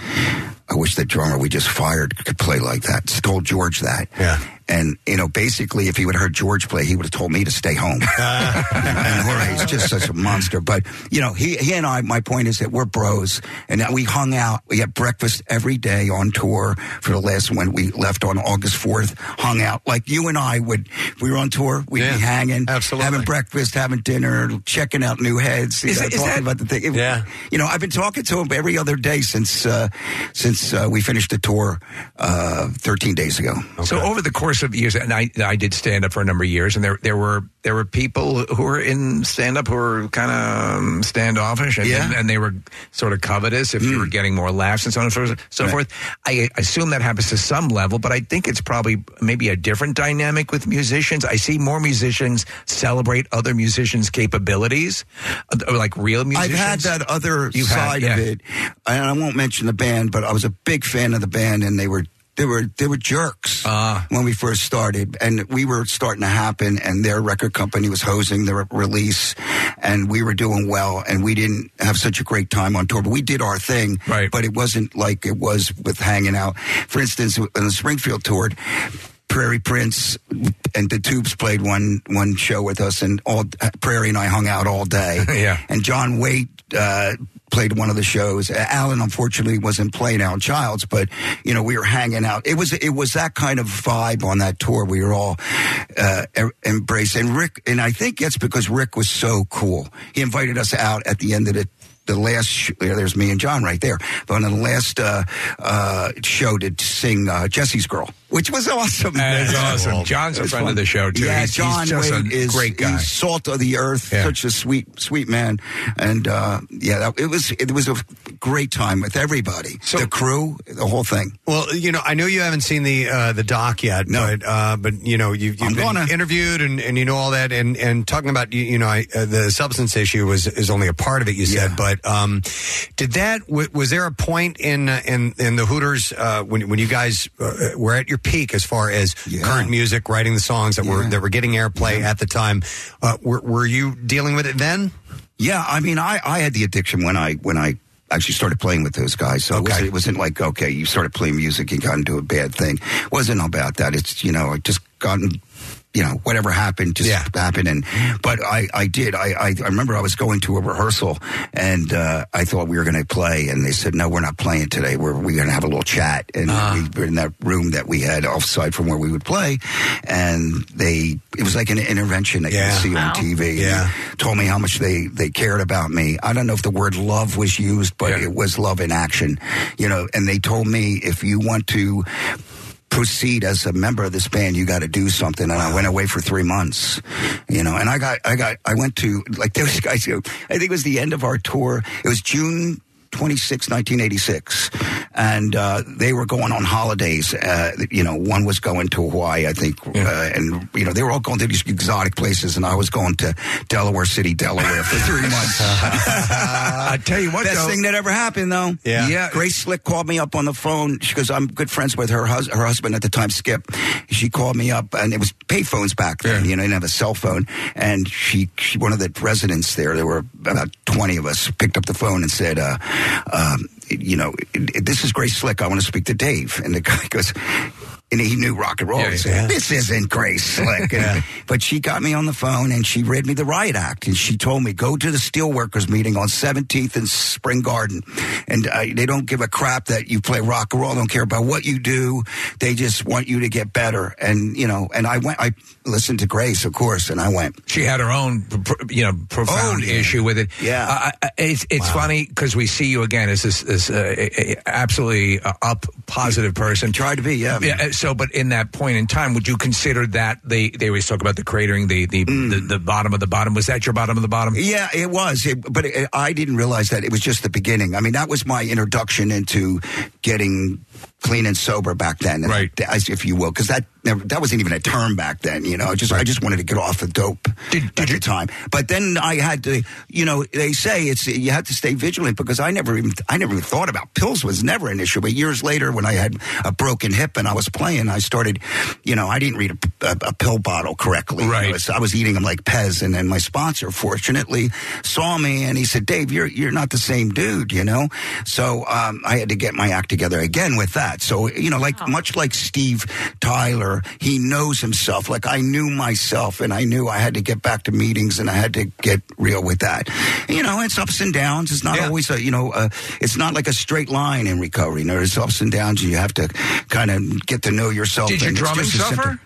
S16: "I wish the drummer we just fired could play like that." Told George that. Yeah. And you know, basically, if he would have heard George play, he would have told me to stay home.
S3: Uh,
S16: and Jorge's just such a monster. But you know, he he and I. My point is that we're bros, and that we hung out. We had breakfast every day on tour for the last when we left on August fourth. Hung out like you and I would. We were on tour. We'd be hanging, absolutely, having breakfast, having dinner, checking out new heads. You
S5: Is
S16: know,
S5: it- is
S16: talking
S5: that-
S16: about the thing. It- You know, I've been talking to him every other day since uh, since uh, we finished the tour uh, thirteen days ago.
S5: So over the course course of years, and I, I did stand up for a number of years, and there there were there were people who were in stand up who were kind of standoffish, and,
S12: Yeah. Mm.
S5: and, they were sort of covetous if you were getting more laughs and so on and so, forth- so
S12: Right.
S5: forth. I assume that happens to some level, but I think it's probably maybe a different dynamic with musicians. I see more musicians celebrate other musicians' capabilities, uh, like real
S16: I've
S5: musicians.
S16: had that other
S5: You've had-
S16: side
S5: yeah.
S16: of it, and I won't mention the band, but I was a big fan of the band, and they were they were they were jerks
S5: Ah.
S16: when we first started, and we were starting to happen, and their record company was hosing their release, and we were doing well, and we didn't have such a great time on tour, but we did our thing, right? But it wasn't like it was with hanging out. For instance, on the Springfield tour, Prairie Prince and the Tubes played one one show with us, and all Prairie and I hung out all day.
S5: Yeah.
S16: and John Waite uh, played one of the shows. A- Alan unfortunately wasn't playing Alan Childs, but you know we were hanging out. It was it was that kind of vibe on that tour. We were all uh, em- embraced, and Rick, and I think that's because Rick was so cool. He invited us out at the end of the the last sh- yeah, there's me and John right there. But on the last uh, uh, show to sing uh, Jesse's Girl, which was awesome.
S5: That is
S16: It was
S5: awesome.
S16: cool.
S5: John's a
S16: It was
S5: friend of
S16: fun.
S5: the show, too.
S16: Yeah,
S5: He's- he's
S16: John
S5: just a
S16: Wade is
S5: great guy.
S16: he's salt of the earth. Such a sweet, sweet man. And uh, yeah, that, it was it was a great time with everybody, the crew, the whole thing.
S3: Well, you know, I know [laughs] you haven't seen the uh, the doc yet, but uh, but you know, you've, you've been interviewed and, and you know all that, and and talking about you, you know I, uh, the substance issue was is only a part of it. You said, but um, did that w- was there a point in uh, in in the Hooters uh, when when you guys uh, were at your peak as far as current music, writing the songs that were that were getting airplay at the time? Uh, were, were you dealing with it then?
S16: Yeah, I mean, I, I had the addiction when I when I actually started playing with those guys. So it, wasn't, it wasn't like okay, you started playing music and got into a bad thing. It wasn't about that. It's you know, I just gotten. You know, whatever happened just happened, and but I, I did. I, I, I remember I was going to a rehearsal, and uh, I thought we were going to play, and they said, "No, we're not playing today. We're we're going to have a little chat." And we were in that room that we had offside from where we would play, and they it was like an intervention that you
S3: Yeah.
S16: would see
S3: Wow.
S16: on TV.
S3: Yeah.
S16: told me how much they they cared about me. I don't know if the word love was used, but it was love in action. You know, and they told me if you want to proceed as a member of this band you got to do something and i went away for three months you know and i got i got i went to like [laughs] those guys who i think it was the end of our tour it was june 26 1986 and uh, they were going on holidays uh, you know one was going to hawaii i think uh, and you know they were all going to these exotic places and i was going to delaware city delaware for
S5: [laughs]
S16: three months
S5: I tell you what,
S16: Best
S5: though-
S16: thing that ever happened, though.
S5: Yeah. Yeah.
S16: Grace Slick called me up on the phone. She goes, "I'm good friends with her hus- her husband at the time, Skip." She called me up, and it was pay phones back then. You know, I didn't have a cell phone. And she, she, one of the residents there, there were about twenty of us, picked up the phone and said, uh, um, "You know, this is Grace Slick. I want to speak to Dave." And the guy [laughs] goes. And he knew rock and roll.
S17: Yeah,
S16: he said,
S17: yeah.
S16: This isn't Grace [laughs] Slick. And-
S17: Yeah.
S16: uh, but she got me on the phone and she read me the riot act and she told me go to the steelworkers meeting on 17th and spring garden and uh, they don't give a crap that you play rock and roll don't care about what you do they just want you to get better and you know and i went i listened to grace of course and i went
S5: she had her own, pr- you know, profound issue with it. Yeah, uh, I- I- it's it's funny because we see you again as this, this uh, a- a- absolutely uh, up, positive person.
S16: Tried to be, yeah.
S5: Yeah. uh, So, but in that point in time, would you consider that they they always talk about the cratering, the the, the the bottom of the bottom? Was that your bottom of the bottom?
S16: Mm. Yeah, it was. It, but it, I didn't realize that it was just the beginning. I mean, that was my introduction into getting clean and sober back then, right? As if you will, because that never, that wasn't even a term back then. You know, I just I just wanted to get off the dope at the time. But then I had to, you know, they say it's you have to stay vigilant because I never even I never even thought about pills was never an issue. But years later, when I had a broken hip and I was playing, I started, you know, I didn't read a, a, a pill bottle correctly. Right, I was, I was eating them like Pez, and then my sponsor, fortunately, saw me and he said, "Dave, you're you're not the same dude," you know. So um, I had to get my act together again with that. So you know, like much like Steve Tyler, he knows himself. Like I knew myself, and I knew I had to get back to meetings, and I had to get real with that. You know, it's ups and downs. It's not always a you know, uh, it's not like a straight line in recovery. You know, there's ups and downs, and you have to kind of get to know yourself.
S5: Did your
S16: and it's
S5: drumming
S16: just a simple-
S5: suffer?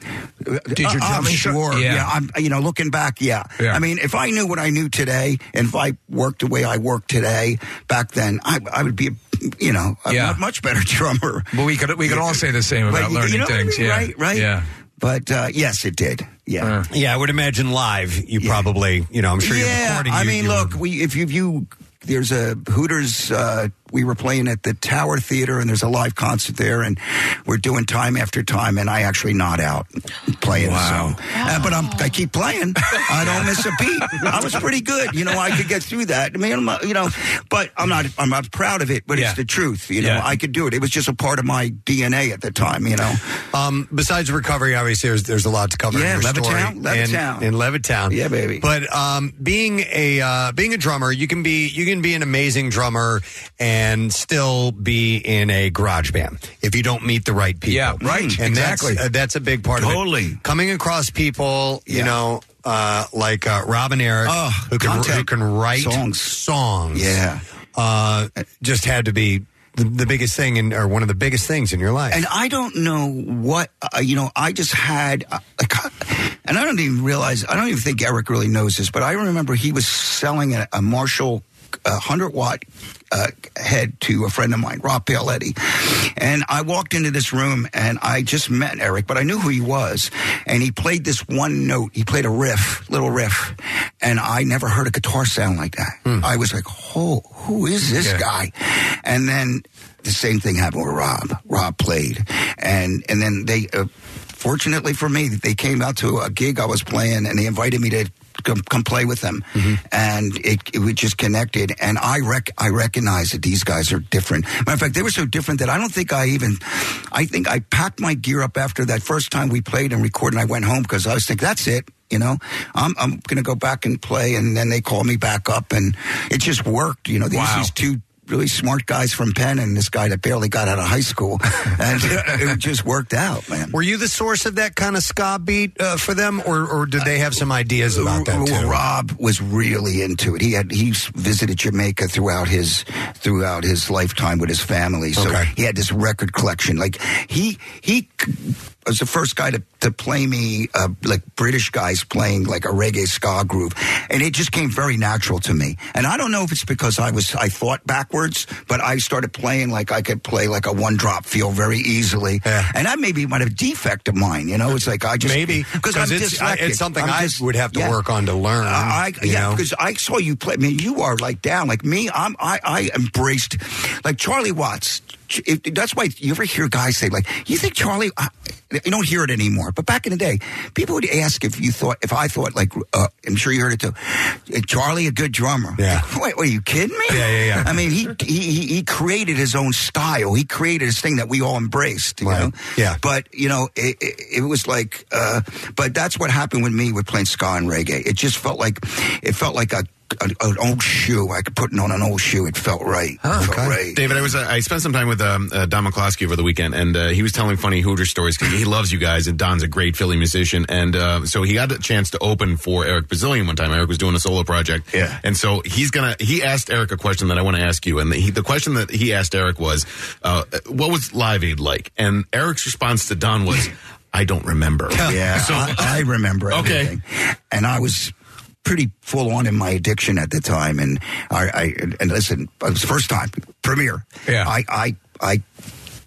S5: Did your
S16: uh, I'm
S5: drumming
S16: sure.
S5: suffer?
S16: Yeah.
S5: Yeah.
S16: I'm. You know, looking back, yeah.
S5: Yeah.
S16: I mean, if I knew what I knew today, and if I worked the way I work today, back then, I, I would be, you know, a
S5: Yeah.
S16: mu- much better [laughs] drummer.
S5: Well, we could we could all say the same
S16: But
S5: about
S16: you- you
S5: learning
S16: know what I
S5: things.
S16: mean,
S5: yeah. Uh.
S16: right, right?
S5: Yeah.
S16: But uh, yes, it did. Yeah.
S3: yeah, I would imagine live. You probably, you know, I'm sure you're
S16: yeah,
S3: recording.
S16: I
S3: you-
S16: mean,
S3: you were-
S16: look, we if you view there's a Hooters. Uh, we were playing at the Tower Theater, and there's a live concert there, and we're doing time after time, and I actually not out playing. Wow! Uh, but I'm, I keep playing. I don't miss a beat. I was pretty good, you know. I could get through that. I mean, I'm not, you know, but I'm not. I'm not proud of it, but
S3: Yeah.
S16: it's the truth. You know,
S3: Yeah.
S16: I could do it. It was just a part of my DNA at the time. You know.
S3: Um, besides recovery, obviously, there's, there's a lot to cover.
S16: Yeah,
S3: in your
S16: Levittown,
S3: story in-
S16: Levittown.
S3: in, Levittown. Yeah,
S16: baby.
S3: But um, being a uh, being a drummer, you can be you can be an amazing drummer and still be in a garage band if you don't meet the right people. Yeah,
S5: right,
S3: And
S5: exactly.
S3: That's, uh, that's a big part of it.
S5: Totally.
S3: coming across people, you know. Uh, like uh, Robin Eric,
S16: Oh,
S3: who can
S16: contact
S3: who can write
S16: songs.
S3: songs,
S16: Yeah.
S3: uh, just had to be the, the biggest thing, in, or one of the biggest things in your life.
S16: And I don't know what uh, you know. I just had, uh, like, and I don't even realize. I don't even think Eric really knows this, but I remember he was selling a, a Marshall uh, hundred watt. Uh, head to a friend of mine, Rob Paoletti. And I walked into this room and I just met Eric, but I knew who he was. And he played this one note. He played a riff, little riff. And I never heard a guitar sound like that. I was like, oh, who is this
S17: Yeah.
S16: guy? And then the same thing happened with Rob. Rob played, and and then they, uh, fortunately for me, they came out to a gig I was playing, and they invited me to. Come, come play with them, and it, it we just connected. And I rec I recognize that these guys are different. Matter of fact, they were so different that I don't think I even, I think I packed my gear up after that first time we played and recorded. and I went home because I was thinking, that's it, you know, I'm I'm gonna go back and play. And then they called me back up, and it just worked. You know, these
S17: Wow.
S16: these two really smart guys from Penn and this guy that barely got out of high
S3: [laughs]
S16: school. And it just worked out, man.
S3: Were you the source of that kind of ska beat uh, for them, or, or did they have some ideas about that too?
S16: Rob was really into it. He had he visited Jamaica throughout his throughout his lifetime with his family. So he had this record collection. Like he he c- was the first guy to, to play me uh, like British guys playing like a reggae ska groove, and it just came very natural to me. And I don't know if it's because I was I thought backwards, but I started playing like I could play like a one drop feel very easily, and that maybe might have a defect of mine. You know, it's like I just
S3: Maybe
S16: because I'm
S3: it's, I-
S16: dyslexic.
S3: it's something
S16: I'm
S3: I
S16: dys-
S3: would have to
S16: yeah.
S3: work on to learn.
S16: I, I-
S3: you
S16: yeah,
S3: know?
S16: because I saw you play. I mean, you are like down. Like me, I'm. I, I embraced, like Charlie Watts. Ch- It, that's why you ever hear guys say, like, you think Charlie. I, you don't hear it anymore. But back in the day, people would ask if you thought, if I thought, like, uh, I'm sure you heard it too. "Uh, Charlie, a good drummer. Yeah. [laughs] Wait, what, are you kidding me? Yeah, yeah, yeah. I mean, he he he- he created his own style. He created his thing that we all embraced. You know?
S3: Yeah.
S16: But you know, it, it, it was like, uh, but that's what happened with me with playing ska and reggae. It just felt like, it felt like a, an an old shoe. I could putting on an old shoe. It felt right. It felt right.
S10: David, I was uh, I spent some time with um, uh, Don McCloskey over the weekend, and uh, he was telling funny Hooters stories because he loves you guys. And Don's a great Philly musician, and uh, so he got a chance to open for Eric Bazillion one time. Eric was doing a solo project, yeah. And so he's gonna he asked Eric a question that I want to ask you, and he, the question that he asked Eric was, uh, "What was Live Aid like?" And Eric's response to Don was, [laughs] "I don't remember."
S16: Yeah,
S10: [laughs] So
S16: I, I remember
S10: Okay.
S16: everything. And I was pretty full on in my addiction at the time. And I, I and listen, it was the first time premiere. Yeah, I, I, I.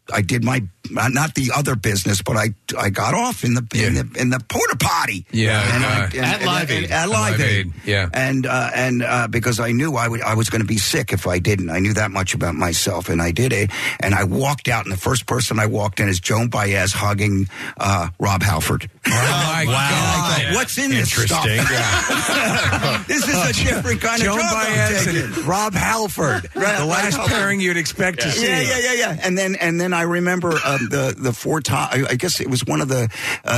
S16: I did my not the other business, but I I got off in the in the in the porta potty.
S17: Yeah,
S16: and I,
S17: uh,
S16: and-
S17: At
S16: and-
S17: Live Aid.
S16: and- at Live Aid.
S17: yeah.
S16: and uh, and uh, because I knew I would I was going to be sick if I didn't. I knew that much about myself, and I did it. And I walked out, and the first person I walked in is Joan Baez hugging uh, Rob Halford. Oh
S17: wow.
S16: What's in this stuff? [laughs] this is a different kind
S5: Joan
S16: of drug I'm
S5: Baez
S16: taking.
S5: and Rob [laughs] Halford,
S16: Right,
S5: the last
S16: Rob-
S5: pairing you'd expect to see.
S16: Yeah, yeah, yeah, yeah. And then and then I remember um, the the four time. I, I guess it was one of the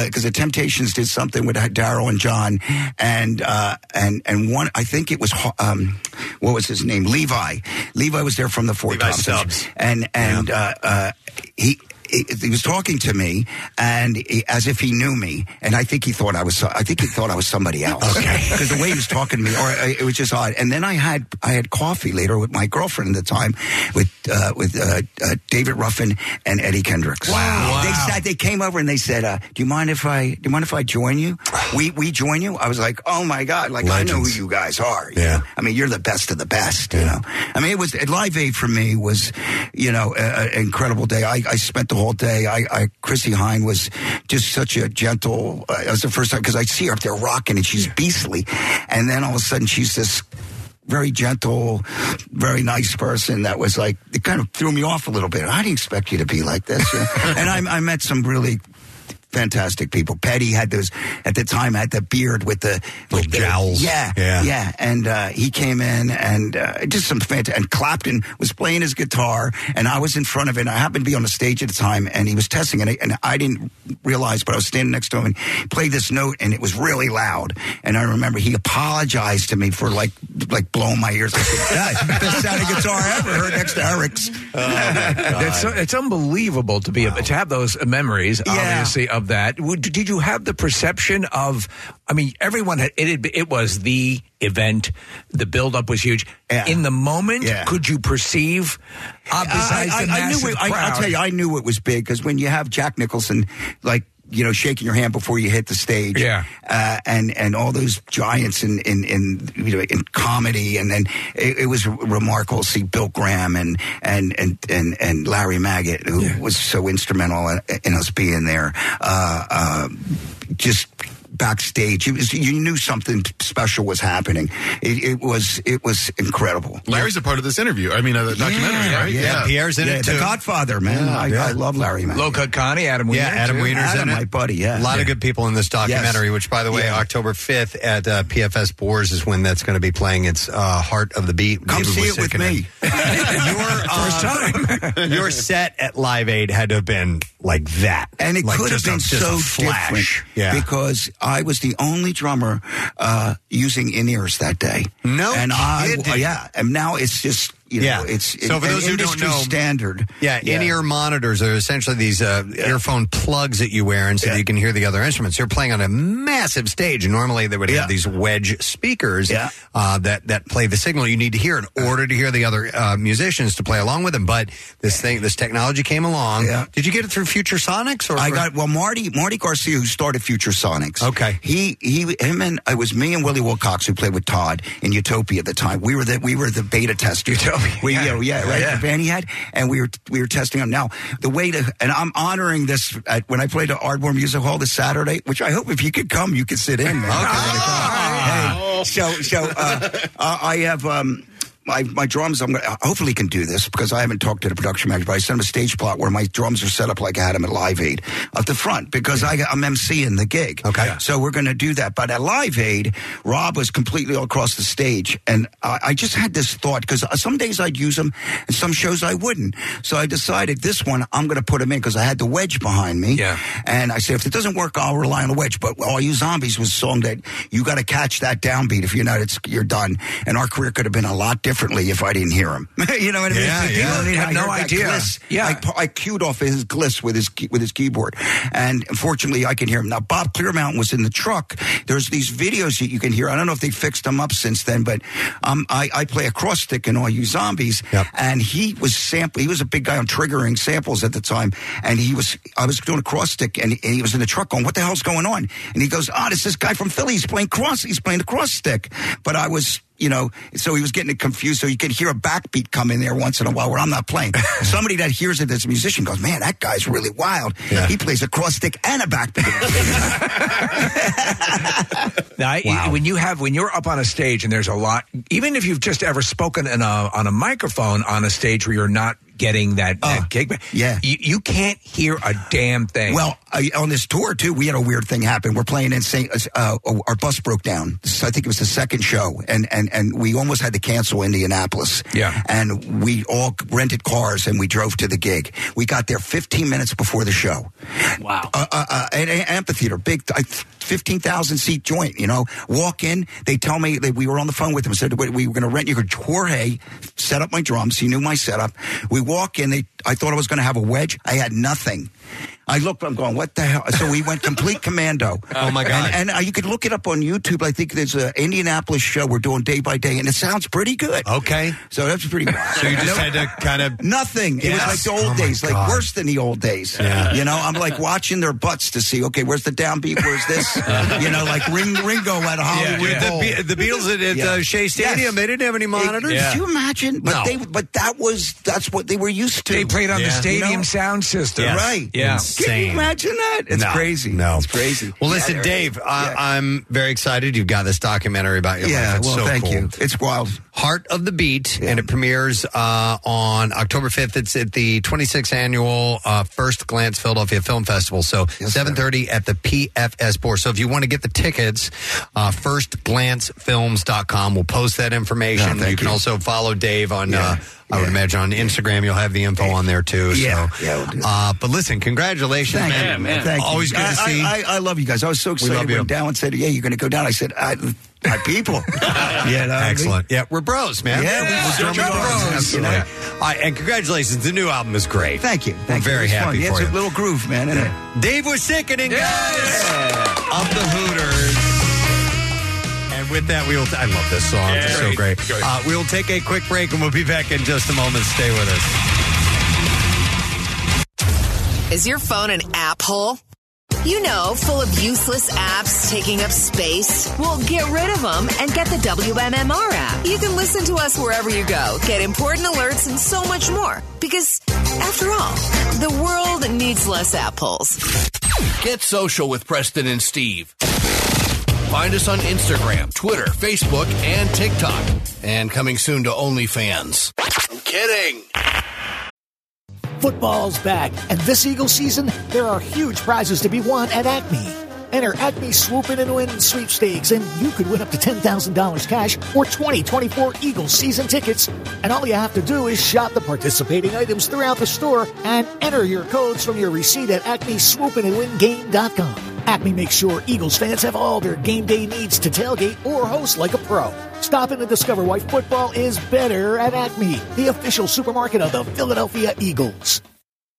S16: because the Temptations did something with Daryl and John, and uh, and and one. I think it was Ho- um, what was his name? Levi. Levi was there from the Four
S17: Levi
S16: Tops.
S17: Stubbs.
S16: And and uh, uh, he. He he was talking to me, and he, as if he knew me, and I think he thought I was. so- I think he thought I was somebody else. [laughs] Okay, because the way he was talking to me, or I, it was just odd. And then I had I had coffee later with my girlfriend at the time, with uh, with uh, uh, David Ruffin and Eddie Kendricks. Wow. They sat, they came over and they said, uh, "Do you mind if I do you mind if I join you? We we join you." I was like, "Oh my god! Like I know who
S17: Legends.
S16: you guys are. Yeah. I mean, you're the best of the best. You know. I mean, it was at Live Aid for me was, you know, a- a- an incredible day. I, I spent the all day. I, I Chrissy Hine was just such a gentle. Uh, it was the first time because I see her up there rocking and she's beastly, and then all of a sudden she's this. Very gentle, very nice person. That was like it kind of threw me off a little bit. I didn't expect you to be like this. and I, I met some really fantastic people. Petty had those at the time had the beard with the with the-
S3: jowls.
S16: Yeah,
S3: Yeah.
S16: yeah, And uh, he came in and uh, just some fantastic. And Clapton was playing his guitar, and I was in front of it. And I happened to be on the stage at the time, and he was testing it, and I didn't realize, but I was standing next to him and he played this note, and it was really loud. And I remember he apologized to me for like like blowing my ears. I said, "Yeah, best sounding guitar I ever heard next to Eric's.
S5: [laughs] That's, it's unbelievable to be able to have those memories, obviously, of that. Would- Did you have the perception of? I mean, everyone had it. Had, it was the event. The buildup was huge. In the moment, could you perceive? Uh, besides the massive
S16: knew it, I,
S5: crowd,
S16: I'll tell you, I knew it was big because when you have Jack Nicholson, like you know, shaking your hand before you hit the stage,
S5: [laughs] Yeah.
S16: uh, and and all those giants in in, in you know in comedy, and then it, it was remarkable to see Bill Graham and and and and, and Larry Maggot, who was so instrumental in, in us being there, uh, uh, just. Backstage, it was, you knew something special was happening. It, it was it was incredible.
S10: Larry's a part of this interview. I mean, uh, the documentary, right?
S16: yeah, The Godfather, man. I, I love Larry, man.
S5: Low Cut Connie, Adam Weiner.
S3: Yeah, Adam
S5: too.
S3: Weiner's in it.
S16: my buddy, yeah.
S3: A lot
S16: Yeah.
S3: of good people in this documentary,
S16: Yes.
S3: which, by the way, October 5th at uh, PFS Boars is when that's going to be playing its uh, Heart of the Beat.
S16: Come see
S3: was
S16: it with
S3: sickening.
S16: me. uh, [laughs]
S3: Your set at Live Aid had to have been like that.
S16: And it
S3: Like,
S16: could have
S3: just a-
S16: been
S3: just a
S16: so
S3: flash.
S16: different
S3: Yeah.
S16: because I was the only drummer uh, using in ears that day.
S3: No
S16: and I,
S3: kidding.
S16: yeah, and now it's just you know
S3: Yeah.
S16: it's
S3: So
S16: it-
S3: for those
S16: an
S3: who don't
S16: industry
S3: know-
S16: standard.
S3: Yeah, in-ear monitors are essentially these uh, earphone plugs that you wear, and so that you can hear the other instruments. You're playing on a massive stage. and Normally, they would have these wedge speakers uh, that that play the signal you need to hear in order to hear the other uh, musicians to play along with them. But this thing, this technology came along. Did you get it through Future Sonics? Or
S16: I
S3: for-
S16: got well Marty Marty Garcia who started Future Sonics.
S3: Okay.
S16: He he him and it was me and Willie Wilcox who played with Todd in Utopia at the time. We were the we were the beta testers. Utopia. We, yeah, yeah, right.
S17: Yeah.
S16: The band he had and we were we were testing them. Now the way to and I'm honoring this at, when I played at Ardmore Music Hall this Saturday, which I hope if you could come you could sit in. Man. Hey, so so uh, I I have um, my my drums. I'm gonna, I hopefully can do this because I haven't talked to the production manager, but I sent him a stage plot where my drums are set up like I had them at Live Aid at the front because I, I'm emceeing the gig. Okay, so we're going to do that. But at Live Aid, Rob was completely all across the stage, and I, I just had this thought because some days I'd use them and some shows I wouldn't. So I decided this one I'm going to put them in because I had the wedge behind me. Yeah. And I said, if it doesn't work, I'll rely on the wedge. But All You Zombies was a song that you got to catch that downbeat. If you're not, it's, you're done. And our career could have been a lot differently if I didn't hear him. [laughs] you know what I mean?
S17: Yeah,
S16: You
S17: yeah.
S16: know what I mean?
S17: Had
S16: I
S17: no
S16: heard that
S17: idea.
S16: gliss. I, pu- I cued off his gliss with his key- with his keyboard, and unfortunately, I can hear him now. Bob Clearmountain was in the truck. There's these videos that you can hear. I don't know if they fixed them up since then, but um, I, I play a cross stick in All You Zombies, and he was sample. He was a big guy on triggering samples at the time, and he was. I was doing a cross stick, and, and he was in the truck going, "What the hell's going on?" And he goes, "Ah, oh, this this guy from Philly. He's playing cross. He's playing the cross stick." But I was you know, so he was getting it confused. So you could hear a backbeat come in there once in a while where I'm not playing. Somebody that hears it as a musician goes, man, that guy's really wild. He plays a cross stick and a backbeat.
S5: Now, I- when you have when you're up on a stage and there's a lot, even if you've just ever spoken in a, on a microphone on a stage where you're not getting that,
S16: Oh,
S5: that kickback, yeah, you, you can't hear a damn thing.
S16: well, I, on this tour too, we had a weird thing happen. We're playing in St. Uh, oh, our bus broke down. So I think it was the second show and, and, and we almost had to cancel Indianapolis.
S17: Yeah.
S16: And we all rented cars and we drove to the gig. We got there 15 minutes before the show.
S17: Wow.
S16: uh, uh, uh, an an amphitheater, big, uh, fifteen thousand seat joint. You know, walk in. They tell me that we were on the phone with them. Said we we were going to rent you. Jorge set up my drums. He knew my setup. We walk in. They, I thought I was going to have a wedge. I had nothing. I looked. I'm going. What the hell? So we went complete commando.
S3: [laughs] Oh, my God.
S16: And, and uh, you could look it up on YouTube. I think there's an Indianapolis show we're doing day by day, and it sounds pretty good.
S3: Okay.
S16: So that's
S3: [laughs]
S16: pretty. Wild.
S3: So you just
S16: No-
S3: had to kind of
S16: nothing. It was like
S3: Yes.
S16: the old
S3: Oh, my
S16: days, like
S3: God.
S16: worse than the old days.
S3: Yeah. [laughs]
S16: You know, I'm like watching their butts to see, okay, where's the downbeat? Where's this? you know, like Ring, Ringo at Hollywood
S3: Yeah,
S16: Bowl.
S3: The, Be- the Beatles at, at uh,
S16: Yeah.
S3: Shea Stadium,
S16: Yes.
S3: they didn't have any monitors.
S16: Could you imagine? But
S3: No.
S16: they, but that was that's what they were used to.
S5: They played on the stadium sound system.
S3: Yes.
S16: right? Can
S3: Yeah. Insane.
S16: you imagine that? It's
S3: No.
S16: crazy.
S3: No.
S16: it's crazy.
S3: Well, listen,
S16: Yeah.
S3: Dave, I, I'm very excited. You've got this documentary about your
S16: Yeah,
S3: life. It's
S16: well,
S3: so
S16: thank
S3: cool.
S16: you. It's wild.
S3: Heart of the Beat, and it premieres uh, on October 5th. It's at the 26th annual uh, First Glance Philadelphia Film Festival. So 7.30 at the PFS Board. So if you want to get the tickets, uh, firstglancefilms.com. We'll post that information. you can also follow Dave on... Uh, I would imagine on Instagram you'll have the info on there too.
S16: Yeah.
S3: so, uh, but listen, congratulations,
S16: Thank
S3: man.
S16: you, man. Thank you.
S3: Always good
S16: I,
S3: to see.
S16: I, I, I love you guys. I was so
S3: We
S16: excited
S3: love you.
S16: when Dallin said, "Yeah, you're going to go down." I said, I, "My
S3: [laughs]
S16: people." yeah,
S3: Excellent. Yeah, we're bros, man.
S16: Yeah, we- we're
S3: we're
S16: drummer
S3: bros.
S16: bros.
S3: Absolutely.
S16: Yeah.
S3: All right, and congratulations. The new album is great.
S16: Thank you. Thank you.
S3: We're very
S16: It was
S3: happy
S16: fun. Yeah,
S3: for
S16: It's a
S3: you.
S16: little groove, man. Isn't it?
S3: Dave was sickening, guys. Of the Hooters. And with that, we will. I love this song.
S17: Yeah.
S3: It's so
S17: Great.
S3: great.
S17: Great.
S3: Uh, we will take a quick break, and we'll be back in just a moment. Stay with us.
S20: Is your phone an app hole? You know, full of useless apps taking up space? Well, get rid of them and get the WMMR app. You can listen to us wherever you go, get important alerts, and so much more. Because, after all, the world needs less app holes.
S7: Get social with Preston and Steve. Find us on Instagram, Twitter, Facebook, and TikTok. And coming soon to OnlyFans. I'm kidding.
S1: Football's back, and this Eagle season, there are huge prizes to be won at Acme. Enter Acme Swoop In and Win sweepstakes, and you could win up to $10,000 cash or 2024 Eagles season tickets. And all you have to do is shop the participating items throughout the store and enter your codes from your receipt at acmeswoopinandwingame.com. Acme makes sure Eagles fans have all their game day needs to tailgate or host like a pro. Stop in and discover why football is better at Acme, the official supermarket of the Philadelphia Eagles.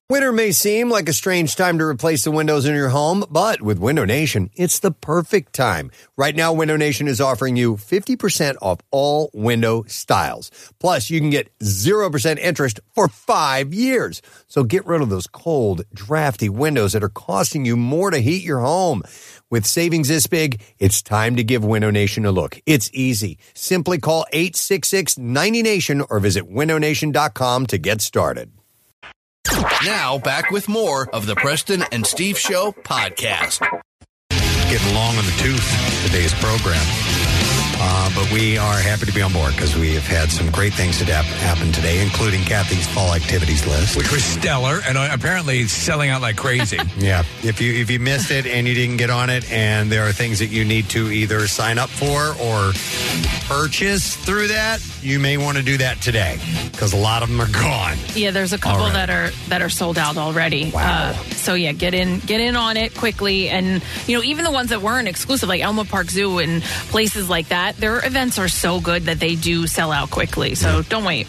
S3: Winter may seem like a strange time to replace the windows in your home, but with Window Nation, it's the perfect time. Right now, Window Nation is offering you 50% off all window styles. Plus, you can get 0% interest for five years. So get rid of those cold, drafty windows that are costing you more to heat your home. With savings this big, it's time to give Window Nation a look. It's easy. Simply call 866 90Nation or visit windownation.com to get started.
S7: Now, back with more of the Preston and Steve Show podcast.
S3: getting long in the tooth today's program. Uh, but we are happy to be on board because we have had some great things that hap- happen today, including Kathy's fall activities list.
S5: Which was stellar, and uh, apparently it's selling out like crazy.
S16: [laughs]
S3: yeah, if you if you missed it and you didn't get on it, and there are things that you need to either sign up for or purchase through that, you may want to do that today because a lot of them are gone.
S4: Yeah, there's a couple
S3: Already.
S4: that are that are sold out already. Uh, so yeah, get in get in on it quickly, and you know even the ones that weren't exclusive, like Elma Park Zoo and places like that, their events are so good that they do sell out quickly. So don't wait.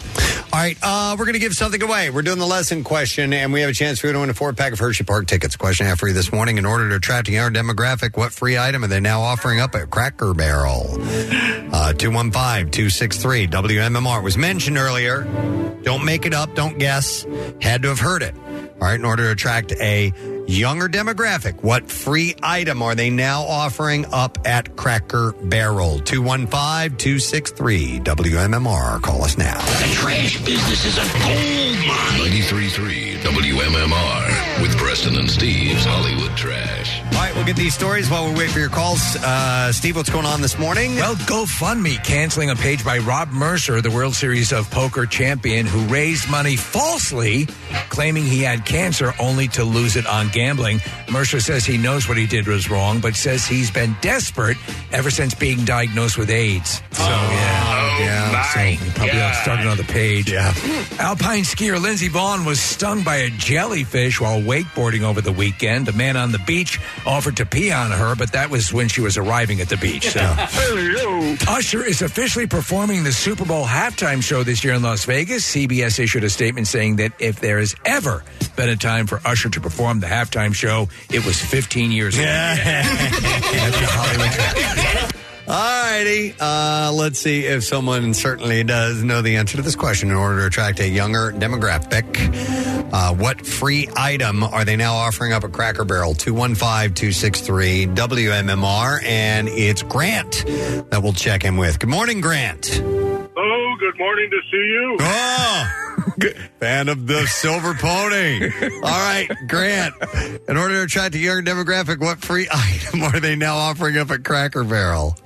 S3: All right, uh, we're going to give something away. We're doing the lesson question, and we have a chance for you to win a four pack of Hershey Park tickets. Question half free this morning. In order to attract a younger demographic, what free item are they now offering up at Cracker Barrel? Uh, 215 263 WMMR was mentioned earlier. Don't make it up, don't guess. Had to have heard it. All right, in order to attract a younger demographic, what free item are they now offering up at Cracker Barrel? 215 263 WMMR. Call us now.
S2: The trash business is a gold mine. 93.3 WMMR with Preston and Steve's Hollywood Trash.
S3: All right, we'll get these stories while we wait for your calls. Uh, Steve, what's going on this morning?
S5: Well, GoFundMe canceling a page by Rob Mercer, the World Series of Poker champion, who raised money falsely, claiming he had cancer only to lose it on gambling. Mercer says he knows what he did was wrong, but says he's been desperate ever since being diagnosed with AIDS. So, yeah. yeah. so, we probably ought to start another page. Yeah. Alpine skier Lindsey Vaughn was stung by a jellyfish while wakeboarding over the weekend. A man on the beach offered to pee on her, but that was when she was arriving at the beach. So. Usher is officially performing the Super Bowl halftime show this year in Las Vegas. CBS issued a statement saying that if there has ever been a time for Usher to perform the halftime show, it was 15 years ago. That's your Hollywood
S3: All righty. Uh, let's see if someone certainly does know the answer to this question in order to attract a younger demographic. Uh, what free item are they now offering up at Cracker Barrel? 215 263 WMMR. And it's Grant that we'll check in with. Good morning, Grant.
S18: Oh, good morning to see you.
S3: Oh, Fan of the Silver Pony. All right, Grant. In order to attract a younger demographic, what free [laughs] item are they now offering up at Cracker Barrel?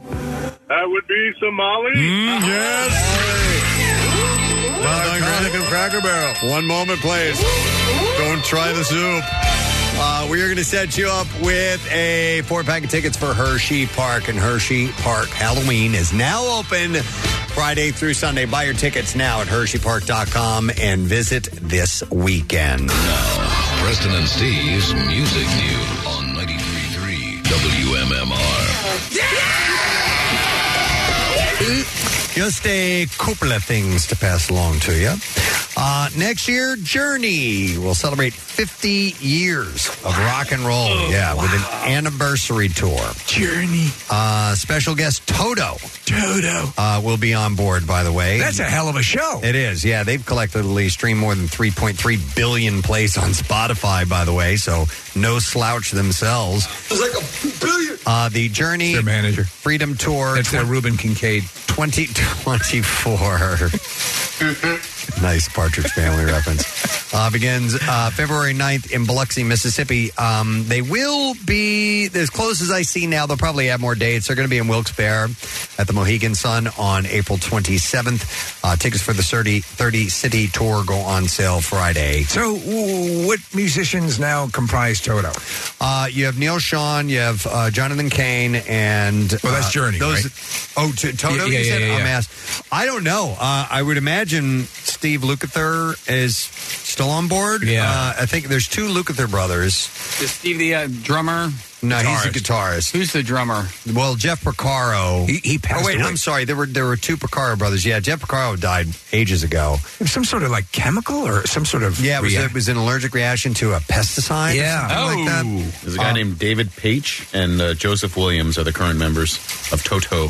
S18: That would be Somali.
S16: Mm,
S3: yes. Well done, Grant. Cracker Barrel. One moment, please. Don't try the soup. Uh, we are going to set you up with a four pack of tickets for Hershey Park, and Hershey Park Halloween is now open Friday through Sunday. Buy your tickets now at HersheyPark.com and visit this weekend.
S2: Now, Preston and Steve's Music News on 93.3 WMMR.
S3: Just a couple of things to pass along to you. Uh, next year, Journey will celebrate 50 years of rock and roll.
S5: Oh,
S3: yeah, with an anniversary tour. Journey. Uh, special guest Toto. Toto. Uh, will be on board, by the way.
S5: That's a hell of a show.
S3: It is. Yeah, they've collectively streamed more than 3.3 billion plays on Spotify, by the way, so no slouch themselves.
S17: It's like a billion.
S3: Uh, the Journey their manager. Freedom Tour. That's their Ruben Kincaid. 2024. nice Partridge Family reference. Uh, begins uh, February 9th in Biloxi, Mississippi. Um, they will be as close as I see now. They'll probably have more dates. They're going to be in Wilkes-Barre at the Mohegan Sun on April 27th. Uh, tickets for the 30, 30 City Tour go on sale Friday.
S5: So, w- what musicians now comprise Toto?
S3: Uh, you have Neil Sean, you have uh, Jonathan Kane, and
S5: Well, that's
S3: uh,
S5: Journey,
S3: Those,
S5: right?
S3: Oh, to, Toto.
S5: Yeah,
S3: you
S5: yeah,
S3: said?
S5: yeah, yeah.
S3: I'm asked. I don't know. Uh, I would imagine Steve Lukather is still on board. Yeah, uh, I think there's two Lukather brothers.
S9: Is Steve the uh, drummer?
S3: No, he's a guitarist.
S9: Who's the drummer?
S3: Well, Jeff Porcaro. He,
S5: passed
S3: Oh wait,
S5: away.
S3: I'm sorry. There were there were two Porcaro brothers. Yeah, Jeff Porcaro died ages ago.
S5: Some sort of like chemical or some sort of
S3: Yeah, it was,
S5: reaction?
S3: it was an allergic reaction to a pesticide. or something
S9: Oh.
S3: like that. Uh,
S10: There's a guy named David Page and uh, Joseph Williams are the current members of Toto.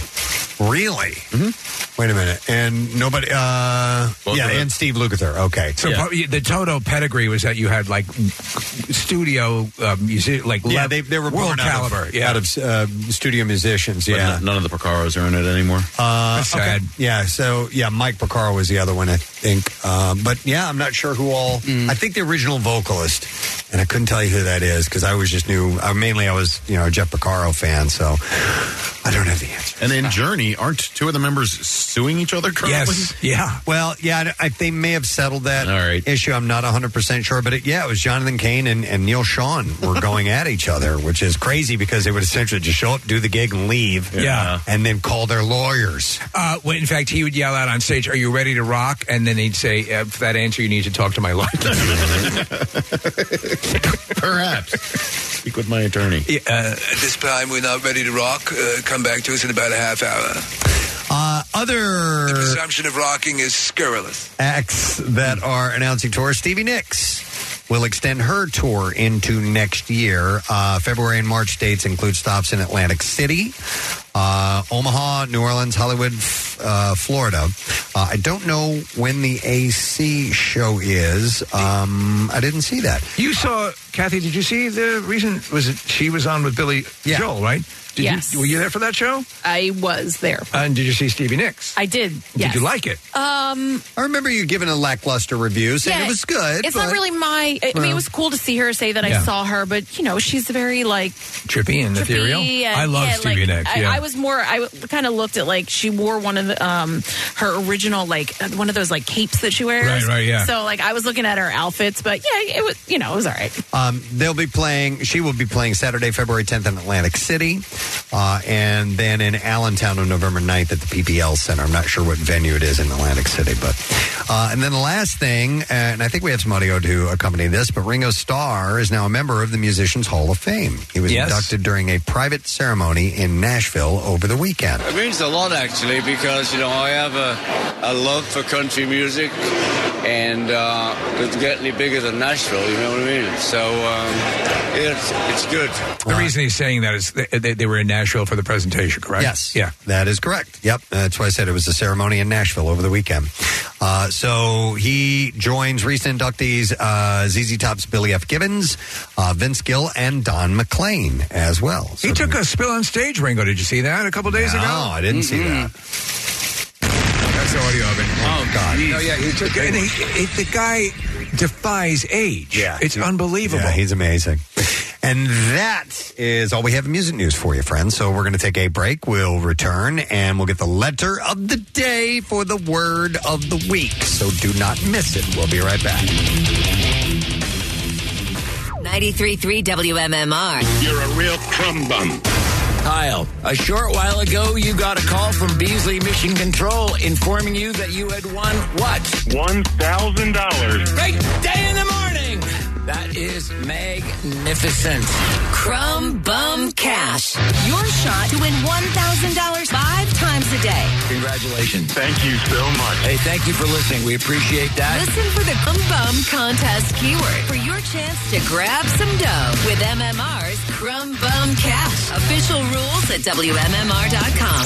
S3: Really?
S5: Mm-hmm.
S3: Wait a minute. And nobody. Uh,
S10: Both
S3: yeah,
S10: of them.
S3: and Steve Lukather. Okay.
S5: So part- the Toto pedigree was that you had like studio uh, music, like
S3: yeah,
S5: le-
S3: they, they were
S5: world
S3: born
S5: caliber.
S3: out of, out of uh, studio musicians.
S10: But
S3: Yeah.
S10: n- none of the Percaros are in it anymore.
S3: Uh,
S10: That's
S3: okay.
S10: sad.
S3: Yeah. So yeah, Mike Picaro was the other one, I think. Um, but yeah, I'm not sure who all. I think the original vocalist, and I couldn't tell you who that is because I was just new. Uh, mainly, I was you know a Jeff Picaro fan, so I don't have the answer.
S10: And in Journey, aren't two of the members suing each other currently?
S5: Yeah.
S3: Well, yeah, I, I- they may have settled that issue. I'm not 100% sure. But it, yeah, it was Jonathan Kane and, and Neil Sean
S10: [laughs]
S3: were going at each other, which is crazy because they would essentially just show up, do the gig, and leave.
S5: Yeah.
S3: And then call their lawyers.
S5: Uh, well, in fact, he would yell out on stage, "Are you ready to rock?" And then he'd say, uh, "For that answer, you need to talk to
S3: [laughs]
S5: my lawyer."
S3: Uh,
S10: Perhaps. [laughs] Speak with my attorney.
S5: uh,
S22: At this time, we're not ready to rock. Uh, come back to us in about a half hour.
S3: Uh, other
S22: Presumption of rocking is scurrilous.
S3: acts that are announcing tours. Stevie Nicks will extend her tour into next year. Uh, February and March dates include stops in Atlantic City, uh, Omaha, New Orleans, Hollywood, f- uh, Florida. Uh, I don't know when the AC show is. Um, I didn't see that.
S5: you saw Kathy? Did you see the recent? Was it she was on with Billy Joel? Right? Did
S4: Yes.
S5: You, were you there for that show?
S4: I was there.
S5: And did you see Stevie Nicks?
S4: I did.
S5: Did you like it?
S4: Um,
S3: I remember you giving a lackluster review saying it was good.
S4: It's not
S3: but-
S4: really my. I mean,
S3: Well.
S4: it was cool to see her say that I
S3: Yeah.
S4: saw her, but you know, she's very like
S5: Trippy and ethereal.
S4: trippy and-
S5: I love
S4: yeah,
S5: Stevie
S4: like,
S5: Nicks. Yeah.
S4: I, I was more. I kind of looked at like she wore one of the, um her original like uh, one of those like capes that she wears.
S3: Right, right, yeah.
S4: So like I was looking at her outfits, but yeah, it was you know it was all right.
S3: Um, they'll be playing. She will be playing Saturday, February 10th in Atlantic City, uh, and then in Allentown on November 9th at the PPL Center. I'm not sure what venue it is in Atlantic City, but uh, and then the last thing, uh, and I think we have some audio to accompany this, but Ringo Starr is now a member of the Musicians Hall of Fame. He was
S23: Yes.
S3: inducted during a private ceremony in Nashville over the weekend.
S23: It means a lot actually because you know I have a, a love for country music
S13: and uh, it's getting bigger than Nashville. You know what I mean? So um, it's it's good.
S5: The reason he's saying that is they, they, they were in Nashville for the presentation, correct?
S3: Yes.
S5: Yeah.
S3: That is correct. Yep. That's why I said it was a ceremony in Nashville over the weekend. Uh, so he joins recent inductees uh, ZZ Top's Billy F. Gibbons, uh, Vince Gill, and Don McLean as well.
S5: He took a spill on stage, Ringo. Did you see that a couple days
S3: No,
S5: ago?
S3: Oh, I didn't see that.
S5: That's the audio of it.
S3: Oh, God.
S5: No, yeah, he took and he, he- the guy defies age. Yeah. It's unbelievable.
S3: Yeah, he's amazing. And that is all we have in music news for you, friends. So we're going to take a break. We'll return and we'll get the letter of the day for the word of the week. So do not miss it. We'll be right back.
S20: 93.3 WMMR.
S11: You're a real crumb bum.
S19: Kyle, a short while ago you got a call from Beasley Mission Control informing you that you had won what?
S18: $1,000.
S19: Great day in the morning! That is magnificent.
S20: Crumb Bum Cash. Your shot to win $1,000 five times a day.
S19: Congratulations. Thank you so much. Hey, thank you for listening. We appreciate that.
S20: Listen for the Crumb Bum Contest keyword for your chance to grab some dough with MMR's Crumb Bum Cash. Official rules at WMMR.com.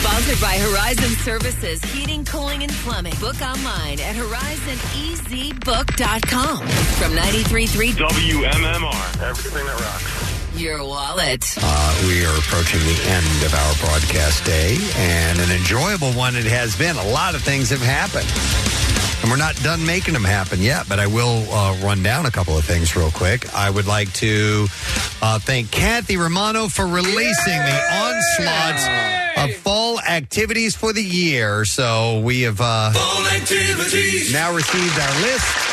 S20: Sponsored by Horizon Services, Heating, Cooling, and Plumbing. Book online at E HorizonEasyBook.com. From 93.3
S19: WMMR.
S18: Everything that rocks.
S20: Your wallet.
S3: Uh, we are approaching the end of our broadcast day, and an enjoyable one it has been. A lot of things have happened, and we're not done making them happen yet. But I will uh, run down a couple of things real quick. I would like to uh, thank Kathy Romano for releasing the onslaught of fall activities for the year. So we have uh,
S17: activities.
S3: now received our list.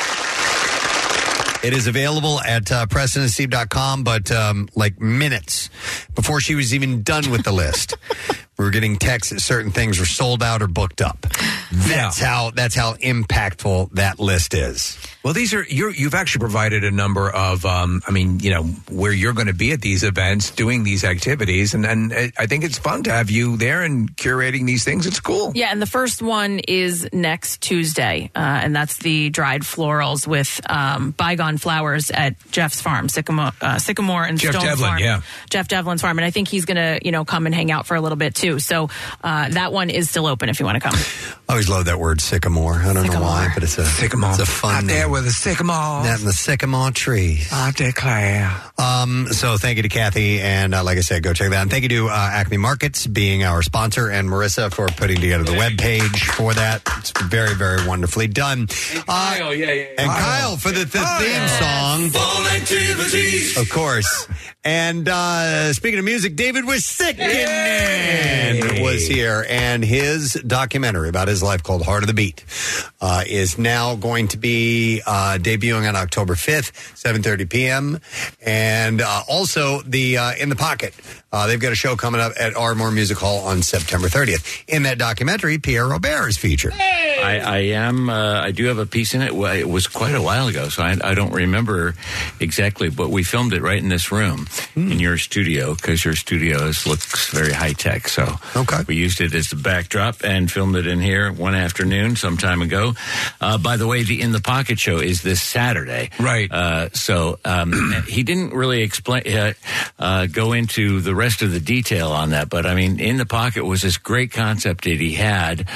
S3: It is available at uh, PresidentSteve.com, but um, like minutes before she was even done with the list, [laughs] we were getting texts that certain things were sold out or booked up. That's how that's how impactful that list is.
S5: Well, these are you're, you've actually provided a number of, um, I mean, you know, where you're going to be at these events, doing these activities, and and I- I think it's fun to have you there and curating these things. It's cool.
S4: Yeah, and the first one is next Tuesday, uh, and that's the dried florals with um, bygone flowers at Jeff's farm, Sycamore, uh, Sycamore and
S5: Jeff
S4: Stone
S5: Devlin,
S4: farm.
S5: yeah.
S4: Jeff Devlin's farm, and I think he's going to you know come and hang out for a little bit too. So uh, that one is still open if you want to come.
S3: I always love that word sycamore. I don't know why, but it's a sycamore. It's a fun
S5: Out there with the sycamores.
S3: That and the sycamore trees.
S5: I declare.
S3: Um, so thank you to Kathy, and uh, like I said, go check that. out. And thank you to uh, Acme Markets being our sponsor, and Marissa for putting together the web page for that. It's very, very wonderfully done. Uh,
S17: Kyle, yeah, yeah. Oh,
S3: And Kyle for the, the theme song,
S17: Fall activities.
S3: of course. And uh, speaking of music, David was sick. And was here, and his documentary about his life called Heart of the Beat uh, is now going to be uh, debuting on October 5th, 7.30 p.m. And uh, also the uh, In the Pocket. Uh, they've got a show coming up at Ardmore Music Hall on September 30th. In that documentary, Pierre Robert is featured.
S23: I, I am. Uh, I do have a piece in it. Well, It was quite a while ago, so I, I don't remember exactly. But we filmed it right in this room in your studio because your studio is, looks very high tech. So okay, we used it as the backdrop and filmed it in here one afternoon some time ago. Uh, by the way, the In the Pocket show is this Saturday, right? Uh, so um, [clears throat] he didn't really explain uh, uh, go into the rest of the detail on that, but I mean, In the Pocket was this great concept that he had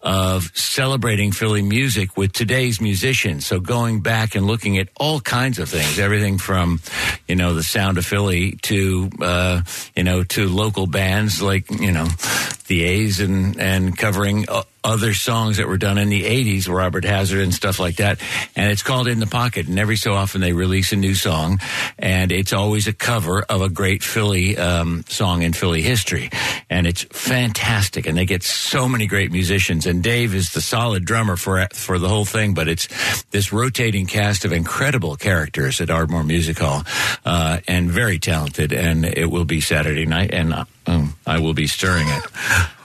S23: of celebrating Philly music with today's musicians. So going back and looking at all kinds of things, everything from, you know, the sound of Philly to, uh, you know, to local bands like, you know, the A's and, and covering uh, other songs that were done in the 80s, Robert Hazard and stuff like that. And it's called In the Pocket. And every so often they release a new song. And it's always a cover of a great Philly um, song in Philly history. And it's fantastic. And they get so many great musicians. And Dave is the solid drummer for, for the whole thing. But it's this rotating cast of incredible characters at Ardmore Music Hall uh, and very talented. And it will be Saturday night. And uh, um, I will be stirring it.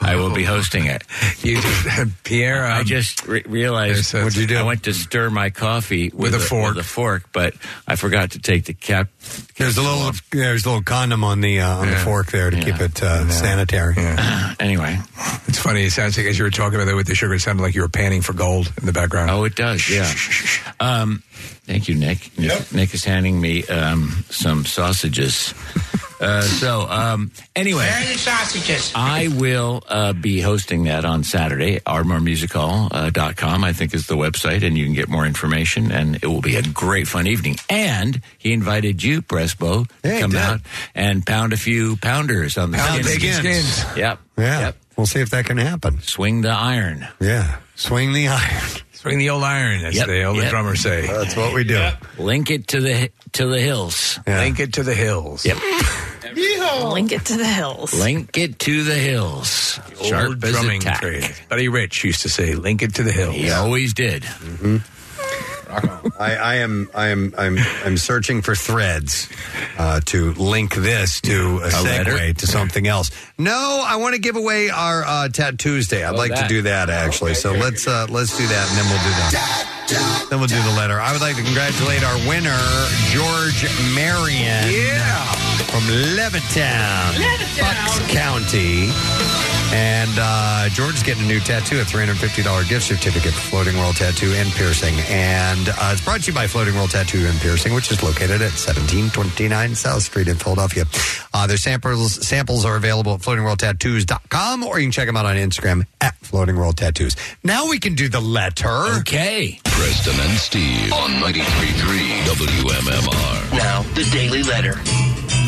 S23: I will be hosting it.
S5: You just Pierre,
S23: I just re- realized what you do? um, I went to stir my coffee with,
S5: With a fork.
S23: with a fork, but I forgot to take the cap.
S3: There's a little there's a little condom on the uh, on the
S23: Yeah.
S3: fork there to keep it uh, sanitary.
S23: anyway,
S5: it's funny. It sounds like as you were talking about that with the sugar, it sounded like you were panning for gold in the background.
S23: Oh, it does. Yeah. Um, thank you, Nick. Nick, Nick is handing me um, some [laughs] sausages. Uh, so, um, anyway.
S17: Where are the sausages?
S23: I will uh, be hosting that on Saturday. ArmorMusicHall.com, I think, is the website, and you can get more information. And it will be a great, fun evening. And he invited you, Presbo, to
S3: he
S23: come
S3: did.
S23: out and pound a few pounders on the
S3: Pound
S23: skins.
S3: the skins.
S23: Yep.
S3: Yeah. We'll see if that can happen.
S23: Swing the iron.
S3: Yeah. Swing the iron.
S5: Swing the old iron, as
S23: Yep,
S5: the old
S23: yep.
S5: drummers say.
S3: That's what we do.
S23: Link it to the to the hills.
S5: Link it to the hills.
S23: Yep.
S4: Link it to the hills.
S23: Link it to the hills.
S5: Sharp drumming trade. Buddy Rich used to say, "Link it to the hills." He
S23: always did.
S3: Mm-hmm. I, I am I am I'm I'm searching for threads uh, to link this to a,
S5: A
S3: segue
S5: letter?
S3: to something else. No, I want to give away our uh, Tattoos Day. I'd
S5: Oh,
S3: like to
S5: that.
S3: do that actually. So let's uh, let's do that and then we'll do that. Then we'll do the letter. I would like to congratulate our winner, George Marion. Yeah, from Levittown, Bucks County. And uh, George's getting a new tattoo, a $350 gift certificate for Floating World Tattoo and Piercing. And uh, it's brought to you by Floating World Tattoo and Piercing, which is located at 1729 South Street in Philadelphia. Uh, their samples samples are available at floatingworldtattoos.com or you can check them out on Instagram at Floating World Tattoos. Now we can do the letter.
S23: Okay.
S2: Preston and Steve on 93.3 WMMR.
S3: Now, the Daily Letter.